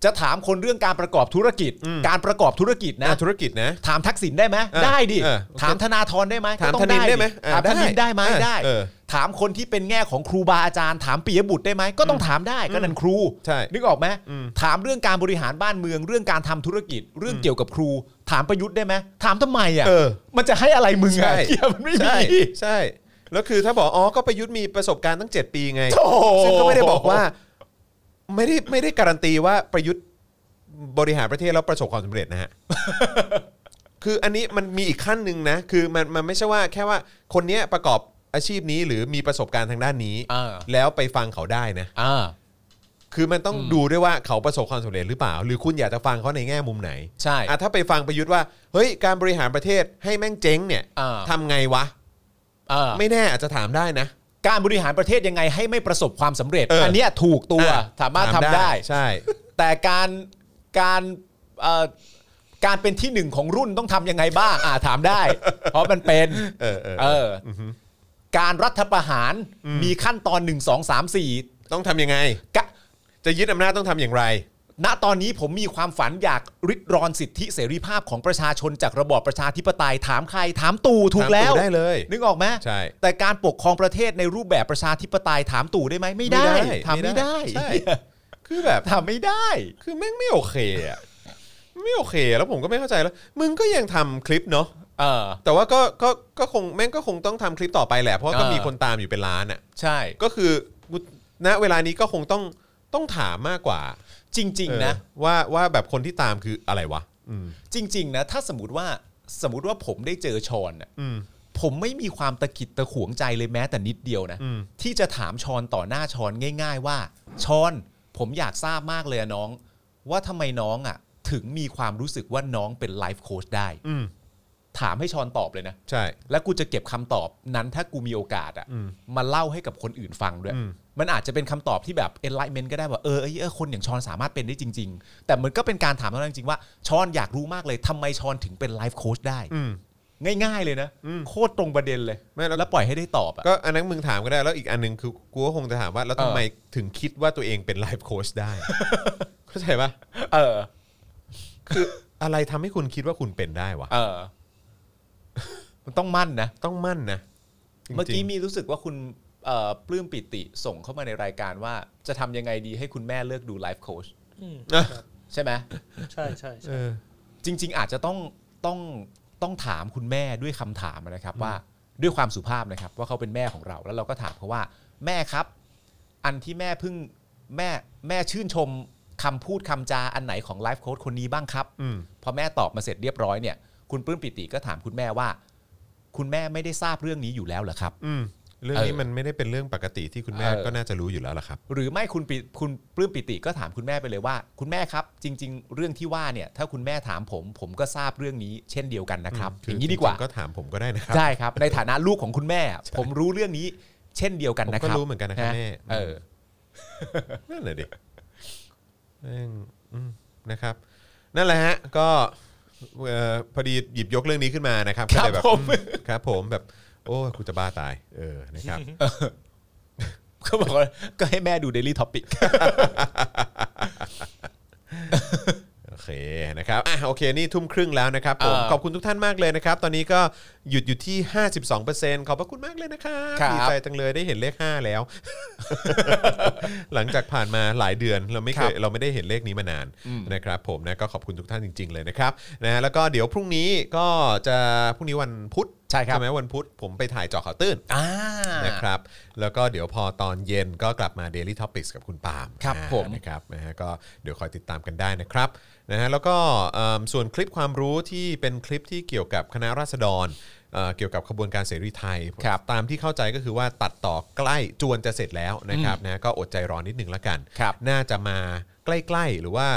Speaker 3: จะถามคนเรื่องการประกอบธุรกิจ
Speaker 2: อืม
Speaker 3: การประกอบธุรกิจนะ
Speaker 2: นะธุรกิจนะ
Speaker 3: ถามทักษิณได้ไหม
Speaker 2: เออ
Speaker 3: ได้ดิ
Speaker 2: เออโอเค
Speaker 3: ถามธนาธรได้ไหม
Speaker 2: ถาม
Speaker 3: ก็ต้อง
Speaker 2: ธนินได้ไหมเออ
Speaker 3: ถามธนินได้ไหม
Speaker 2: ได้
Speaker 3: ได้
Speaker 2: เออ
Speaker 3: ถามคนที่เป็นแง่ของครูบาอาจารย์ ถามปิยบุตรได้ไหมก็ต้องถามได้ก็นั่นครู
Speaker 2: ใช่
Speaker 3: นึกออกไหม
Speaker 2: อืม
Speaker 3: ถามเรื่องการบริหารบ้านเมือง เรื่องการทำธุรกิจ เรื่องเกี่ยวกับครู ถามประยุทธ์ได้ไหมถามทำไมอ่ะ
Speaker 2: เออ
Speaker 3: มันจะให้อะไรมึง
Speaker 2: ใช่
Speaker 3: อ่ะเกียมันไม่
Speaker 2: ใช่
Speaker 3: มี
Speaker 2: ใช่แล้วคือถ้าบอกอ๋อก็ประยุทธ์มีประสบการณ์ตั้ง 7 ปีไง
Speaker 3: โธ่
Speaker 2: ซึ่งก็ไม่ได้บอกว่าไม่ได้ไม่ได้การันตีว่าประยุทธ์บริหารประเทศแล้วประสบความสำเร็จนะ ฮะ คืออันนี้มันมีอีกขั้นหนึ่งนะ คือมันมันไม่ใช่ว่าแค่ว่าคนเนี้ยประกอบอาชีพนี้หรือมีประสบการณ์ทางด้านนี้
Speaker 3: อ่า
Speaker 2: แล้วไปฟังเขาได้นะ
Speaker 3: อ่า
Speaker 2: คือมันต้องดูด้วยว่าเขาประสบความสำเร็จหรือเปล่า หรือคุณอยากจะฟังเขาในแง่มุมไหน
Speaker 3: ใช่
Speaker 2: อ่ะถ้าไปฟังประยุทธ์ว่าเฮ้ยการบริหารประเทศให้แม่งเจ๊งเนี่ย
Speaker 3: อ่า
Speaker 2: ทำไงวะ
Speaker 3: อ่า
Speaker 2: ไม่แน่อาจจะถามได้นะ
Speaker 3: การบริหารประเทศยังไงให้ไม่ประสบความสำเร็จ
Speaker 2: เอออั
Speaker 3: นเนี้ยถูกตัว
Speaker 2: อ่ะ
Speaker 3: สามารถทำได้
Speaker 2: ใช่
Speaker 3: แต่การการเอ่อการเป็นที่หนึ่งของรุ่นต้องทำยังไงบ้าง อ่าถามได้ เพราะมันเป็น
Speaker 2: เออเออ
Speaker 3: เออการรัฐประหารมีขั้นตอนหนึ่งสองสามสี่
Speaker 2: ต้องทำยังไง
Speaker 3: กะ
Speaker 2: จะยึดอำนาจต้องทำอย่างไร
Speaker 3: ณตอนนี้ผมมีความฝันอยากริดรอนสิทธิเสรีภาพของประชาชนจากระบอบประชาธิปไตยถามใคร ถามตู่ถูกแล้ว
Speaker 2: ถามตู่ได้เลย
Speaker 3: นึกออกไหม
Speaker 2: ใช่
Speaker 3: แต่การปกครองประเทศในรูปแบบประชาธิปไตยถามตู่ได้ไหมไม่ได้ถามไม่ได้
Speaker 2: ใช่คือแบบ
Speaker 3: ถามไม่ได้
Speaker 2: คือแม่งไม่โอเคอ่ะไม่โอเคแล้วผมก็ไม่เข้าใจแล้ว มึงก็ยังทำคลิปเนาะ
Speaker 3: เออ
Speaker 2: แต่ว่าก็ก็ก็คงแม่งก็คงต้องทำคลิปต่อไปแหละ เพราะว่าก็
Speaker 3: เออ
Speaker 2: มีคนตามอยู่เป็นล้านอ่ะ
Speaker 3: ใช่
Speaker 2: ก็คือณเวลานี้ก็คงต้องต้องถามมากกว่า
Speaker 3: จริง
Speaker 2: เออ
Speaker 3: ๆ นะ
Speaker 2: ว่าว่าแบบคนที่ตามคืออะไรวะ อืม
Speaker 3: จริง ๆ นะ ถ้าสมมติว่าสมมติว่าผมได้เจอชอนน่ะ
Speaker 2: อืม
Speaker 3: ผมไม่มีความตะขิดตะขวงใจเลยแม้แต่นิดเดียวนะ
Speaker 2: อืม
Speaker 3: ที่จะถามชอนต่อหน้าชอนง่าย ๆ ว่า ชอน ผมอยากทราบมากเลยอะน้อง ว่าทำไมน้องอ่ะ ถึงมีความรู้สึกว่าน้องเป็นไลฟ์โค้ชได้
Speaker 2: อืม
Speaker 3: ถามให้ชอนตอบเลยนะ
Speaker 2: ใช่
Speaker 3: แล้วกูจะเก็บคำตอบนั้นถ้ากูมีโอกาสอ่ะ
Speaker 2: อืม
Speaker 3: มาเล่าให้กับคนอื่นฟังด้วย
Speaker 2: อืม
Speaker 3: มันอาจจะเป็นคำตอบที่แบบ enlightenment ก็ได้ว่าเออเอยเออคนอย่างชอนสามารถเป็นได้จริง ๆ แต่มันก็เป็นการถามเท่านั้นจริงๆว่าชอนอยากรู้มากเลยทำไมชอนถึงเป็นไลฟ์โค้ชได้
Speaker 2: อืม
Speaker 3: ง่ายๆเลยนะ
Speaker 2: อืม
Speaker 3: โคตรตรงประเด็นเลย
Speaker 2: ไม่แล้ว
Speaker 3: แล้วปล่อยให้ได้ตอบอ่ะ
Speaker 2: ก็อันนั้นมึงถามก็ได้แล้วอีกอันหนึงคือกูก็คงจะถามว่าแล้วทำไมถึงคิดว่าตัวเองเป็นไลฟ์โค้ชได้ เข้าใจปะ
Speaker 3: เออ
Speaker 2: คืออะไรทำให้คุณคิดว่าคุณเป็นได้วะ
Speaker 3: เออ มันต้องมั่นนะ
Speaker 2: ต้องมั่นนะจริงๆ
Speaker 3: เมื่อกี้มีรู้สึกว่าคุณเอ่อปลื้มปิติส่งเข้ามาในรายการว่า จะทำยังไงดีให้คุณแม่เลิกดูไลฟ์โค้ช
Speaker 4: อืม
Speaker 2: นะ
Speaker 3: ใช่ไหม
Speaker 4: ใช่ใช่ใช่
Speaker 2: เออ
Speaker 3: จริง ๆ อาจจะต้องต้องต้องถามคุณแม่ด้วยคำถามนะครับว่าด้วยความสุภาพนะครับ ว่าเขาเป็นแม่ของเราแล้วเราก็ถามเขาว่า แม่ครับ อันที่แม่เพิ่งแม่แม่ชื่นชมคำพูดคำจาอันไหนของไลฟ์โค้ชคนนี้บ้างครับ
Speaker 2: อืม
Speaker 3: พอแม่ตอบมาเสร็จเรียบร้อยเนี่ย คุณปลื้มปิติก็ถามคุณแม่ว่า คุณแม่ไม่ได้ทราบเรื่องนี้อยู่แล้วเหรอครับ
Speaker 2: อืมเรื่องนี้มันไม่ได้เป็นเรื่องปกติที่คุณแม่
Speaker 3: เออ
Speaker 2: ก็น่าจะรู้อยู่แล้วล่ะครับ
Speaker 3: หรือไม่คุณปิคุณปลื้มปิติก็ถามคุณแม่ไปเลยว่า คุณแม่ครับ จริง ๆ เรื่องที่ว่าเนี่ย ถ้าคุณแม่ถามผม ผมก็ทราบเรื่องนี้ เช่นเดียวกันนะครับ
Speaker 2: คื
Speaker 3: อย่างนี้ดีกว่า
Speaker 2: จริๆก็ถามผมก็ได้นะครับ
Speaker 3: ได้ครับ ในฐานะลูกของคุณแม่ ผมรู้เรื่องนี้เช่นเดียวกัน
Speaker 2: ผม
Speaker 3: นะค
Speaker 2: ก็
Speaker 3: รับ
Speaker 2: รู้เหมือนกันนะครับแม่
Speaker 3: เออ
Speaker 2: นั่นแหละดิแม่งอืมนะครับ นั่นแหละฮะ ก็เอ่อพอดีหยิบยกเรื่องนี้ขึ้นมานะครับ
Speaker 3: ครับ
Speaker 2: ก็เลยแ
Speaker 3: ผม
Speaker 2: อืครับ ผมแบบ โอ้ยกูจะบ้าตาย เออนะครับ
Speaker 3: เขาบอกว่าก็ให้แม่ดู Daily Topic
Speaker 2: โอเคนะ นะครับอ่ะโอเคนี่ทุ่มครึ่งแล้วนะครับผม
Speaker 3: เออ
Speaker 2: ขอบคุณทุกท่านมากเลยนะครับ ตอนนี้ก็หยุดอยู่ที่ 52%ขอบพระคุณมากเลยนะครับ
Speaker 3: ครับ
Speaker 2: ดีใจจังเลยได้เห็นเลข 5 แล้ว หลังจากผ่านมาหลายเดือนเราไม่เคยเราไม่ได้เห็นเลขนี้มานานนะครับผมนะก็ขอบคุณทุกท่านจริง ๆ เลยนะครับนะแล้วก็เดี๋ยวพรุ่งนี้ก็จะพรุ่งนี้วันพุธ
Speaker 3: ใช่ครับ
Speaker 2: ไหมวันพุธผมไปถ่ายเจอข่าวตื้น
Speaker 3: อ่า
Speaker 2: นะครับ แล้วก็เดี๋ยวพอตอนเย็นก็กลับมา Daily Topics กับคุณปาล์ม
Speaker 3: ครับ
Speaker 2: อ่า
Speaker 3: ผม
Speaker 2: นะครับนะฮะก็เดี๋ยวคอยติดตามกันได้นะครับนะฮะแล้วก็เอิ่มส่วนคลิปความรู้ที่เป็นคลิปที่เกี่ยวกับคณะราษฎรเอ่อเกี่ยวกับขบวนการเสรีไทย ตามที่เข้าใจก็คือว่าตัดต่อใกล้จวนจะเสร็จแล้วนะครับนะก็อดใจรอนิดนึงละกัน
Speaker 3: ครับ
Speaker 2: น่าจะมาใกล้ๆ หรือว่า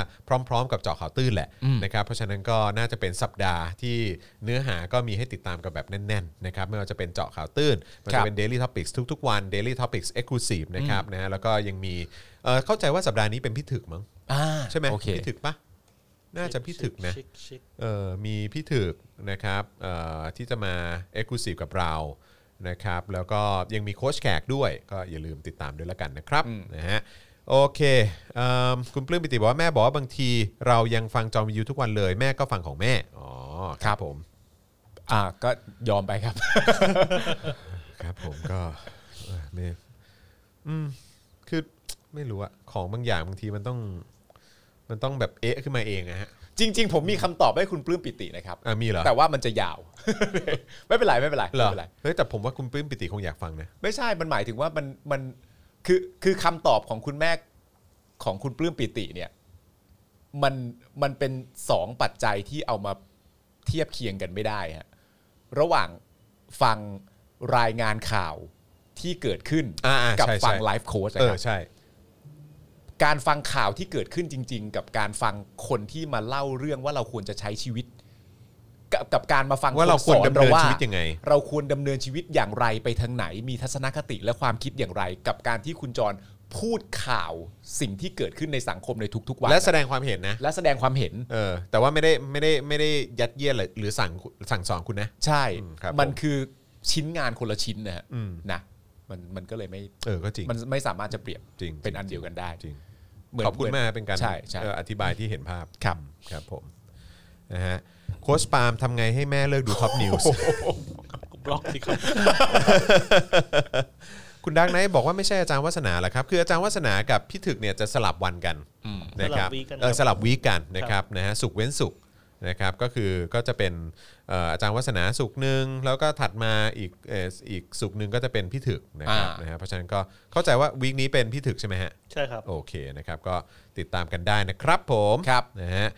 Speaker 2: พร้อมๆ กับเจาะข่าวตื้นแหละนะครับเพราะฉะนั้นก็น่าจะเป็นสัปดาห์ที่เนื้อหาก็มีให้ติดตามกันแบบแน่นๆนะครับไม่ว่าจะเป็นเจาะข่าวตื้นไมัน
Speaker 3: ครั
Speaker 2: จะ
Speaker 3: บ
Speaker 2: เป็น Daily Topics ทุกๆวัน Daily Topics Exclusive นะครับนะฮะแล้วก็ยังมีเอ่อเข้าใจว่าสัปดาห์นี้เป็นพี่ถึกมั้ง
Speaker 3: อ่า
Speaker 2: ใช่ไหม
Speaker 3: โอเค
Speaker 2: พี่ถึกปะน่าจะพี่ถึกนะ
Speaker 4: ชิชิค
Speaker 2: เอ่อมีพี่ถึกนะครับเอ่อที่จะมา e x c l u s i v e กับเรานะครับ แล้วก็ยังมีโค้ชแขกด้วย ก็อย่าลืมติดตามด้วยละกันนะครับนะฮะโอเคเอิ่มคุณปลื้มปิติบอกว่าแม่บอกว่าบางที เรายังฟังจอมยูทุกวันเลย แม่ก็ฟังของแม่ อ๋อครับผม
Speaker 3: อ่าก็ยอมไปครับ
Speaker 2: ครับผมก็เอ่อไม่อืมคือไม่รู้อะของบางอย่างบางทีมันต้อง มันต้องแบบเอ๊ะขึ้นมาเองนะฮะ
Speaker 3: จริง ๆ ผมมีคำตอบให้คุณปลื้มปิตินะครับ
Speaker 2: อ่ะมีเหรอ
Speaker 3: แต่ว่ามันจะยาว ไม่เป็นไรไม่เป็นไร
Speaker 2: เหรอ
Speaker 3: ไม่เป็นไร
Speaker 2: เฮ้ยแต่ผมว่าคุณปลื้มปิติคงอยากฟังนะ
Speaker 3: ไม่ใช่ มันหมายถึงว่ามันมันคือคือคำตอบของคุณแม่ของคุณปลื้มปิติเนี่ย มันมันเป็นสองปัจจัยที่เอามาเทียบเคียงกันไม่ได้ฮะระหว่างฟังรายงานข่าวที่เกิดขึ้น
Speaker 2: อ่าอ่า
Speaker 3: กั
Speaker 2: ใช่ใช่
Speaker 3: ฟังไลฟ์โค้ชนะ
Speaker 2: เอ
Speaker 3: ค
Speaker 2: อ
Speaker 3: รับ
Speaker 2: ใช่
Speaker 3: การฟังข่าวที่เกิดขึ้นจริง ๆ กับการฟังคนที่มาเล่าเรื่องว่าเราควรจะใช้ชีวิต กับกับการมาฟัง
Speaker 2: ว่าเรา
Speaker 3: น
Speaker 2: ควร
Speaker 3: สอ
Speaker 2: ดำเนิน
Speaker 3: ว่า
Speaker 2: ชีวิตยังไง
Speaker 3: เราควรดำเนินชีวิตอย่างไรไปทางไหน มีทัศนคติและความคิดอย่างไร กับการที่คุณจรพูดข่าวสิ่งที่เกิดขึ้นในสังคมในทุกๆวัน
Speaker 2: และแสดงความเห็นนะ
Speaker 3: และแสดงความเห็น
Speaker 2: เออ แต่ว่าไม่ได้ไม่ได้ไม่ได้ยัดเยียดหรือหรือสั่งสั่งสอนคุณนะ
Speaker 3: ใช่
Speaker 2: อืมครับ
Speaker 3: มัน
Speaker 2: ผม
Speaker 3: คือชิ้นงานคนละชิ้นนะฮะ
Speaker 2: อืม
Speaker 3: นะมันมันก็เลยไม่
Speaker 2: เออ ก็จริง
Speaker 3: มันไม่สามารถจะเปรียบ
Speaker 2: จริง
Speaker 3: เป็นอั
Speaker 2: จ
Speaker 3: น
Speaker 2: ริง
Speaker 3: เดียวกันได้
Speaker 2: จริง
Speaker 3: เหมืน
Speaker 2: ขอบคุณมากเป็นการ
Speaker 3: ใช่ใช่
Speaker 2: เอ่ออธิบายที่เห็นภาพ
Speaker 3: ครับ
Speaker 2: ครับผม นะฮะ โค้ชปาล์มทำไงให้แม่เลิกดูท็อปนิ วส์
Speaker 4: บล็อกสิครับ
Speaker 2: คุณดักไนท์บอกว่าไม่ใช่อาจารย์วัฒนาหรอกครับ คืออาจารย์วัฒนากับพี่ถึกเนี่ยจะสลับวันกันนะครับ
Speaker 4: สลับวีคกัน
Speaker 2: เออสลับวีคกันนะค
Speaker 4: ครั
Speaker 2: รับบ นะฮะสุกร์เว้นสุกร์นะครับก็คือก็จะเป็นเอ่ออาจารย์วัฒนาสุกร์หนึ่งแล้วก็ถัดมาอีกเอ่ออีกสุกร์หนึ่งก็จะเป็นพี่ถึกนะครับ
Speaker 3: อ่าน
Speaker 2: นะฮะเพราะฉะนั้นก็เข้าใจว่าวีคนี้เป็นพี่ถึกใช่ไหมฮะ
Speaker 4: ใช่ครับ
Speaker 2: โอเคนะครับก็ติดตามกันได้นะครับผม
Speaker 3: ครับ
Speaker 2: นะฮะ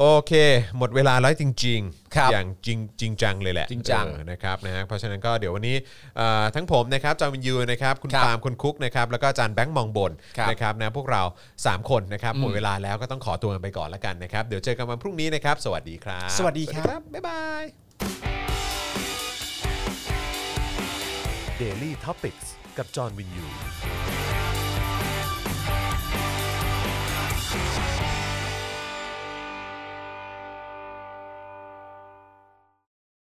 Speaker 2: โอเค หมดเวลาแล้วจริง
Speaker 3: ครับ
Speaker 2: อย่างจริงจริงจังเลยแหละ
Speaker 3: จริงจัง
Speaker 2: เออนะครับนะฮะเพราะฉะนั้นก็เดี๋ยววันนี้เอ่อทั้งผมนะครับจอมินยูนะครับคุณ
Speaker 3: ครับ
Speaker 2: ปาล์มคุณคุกนะครับแล้วก็อาจารย์แบงค์มองบน
Speaker 3: ครับ
Speaker 2: นะครับนะพวกเรา 3 คนนะครับหมดเวลาแล้วก็ต้องขอตัวกันไปก่อนละกันนะครับเดี๋ยวเจอกันวันพรุ่งนี้นะครับ สวัสดีครับ
Speaker 3: สวัสดีครับ
Speaker 2: บ๊ายบาย
Speaker 1: Daily t o p i c กกับจอห์นวินยู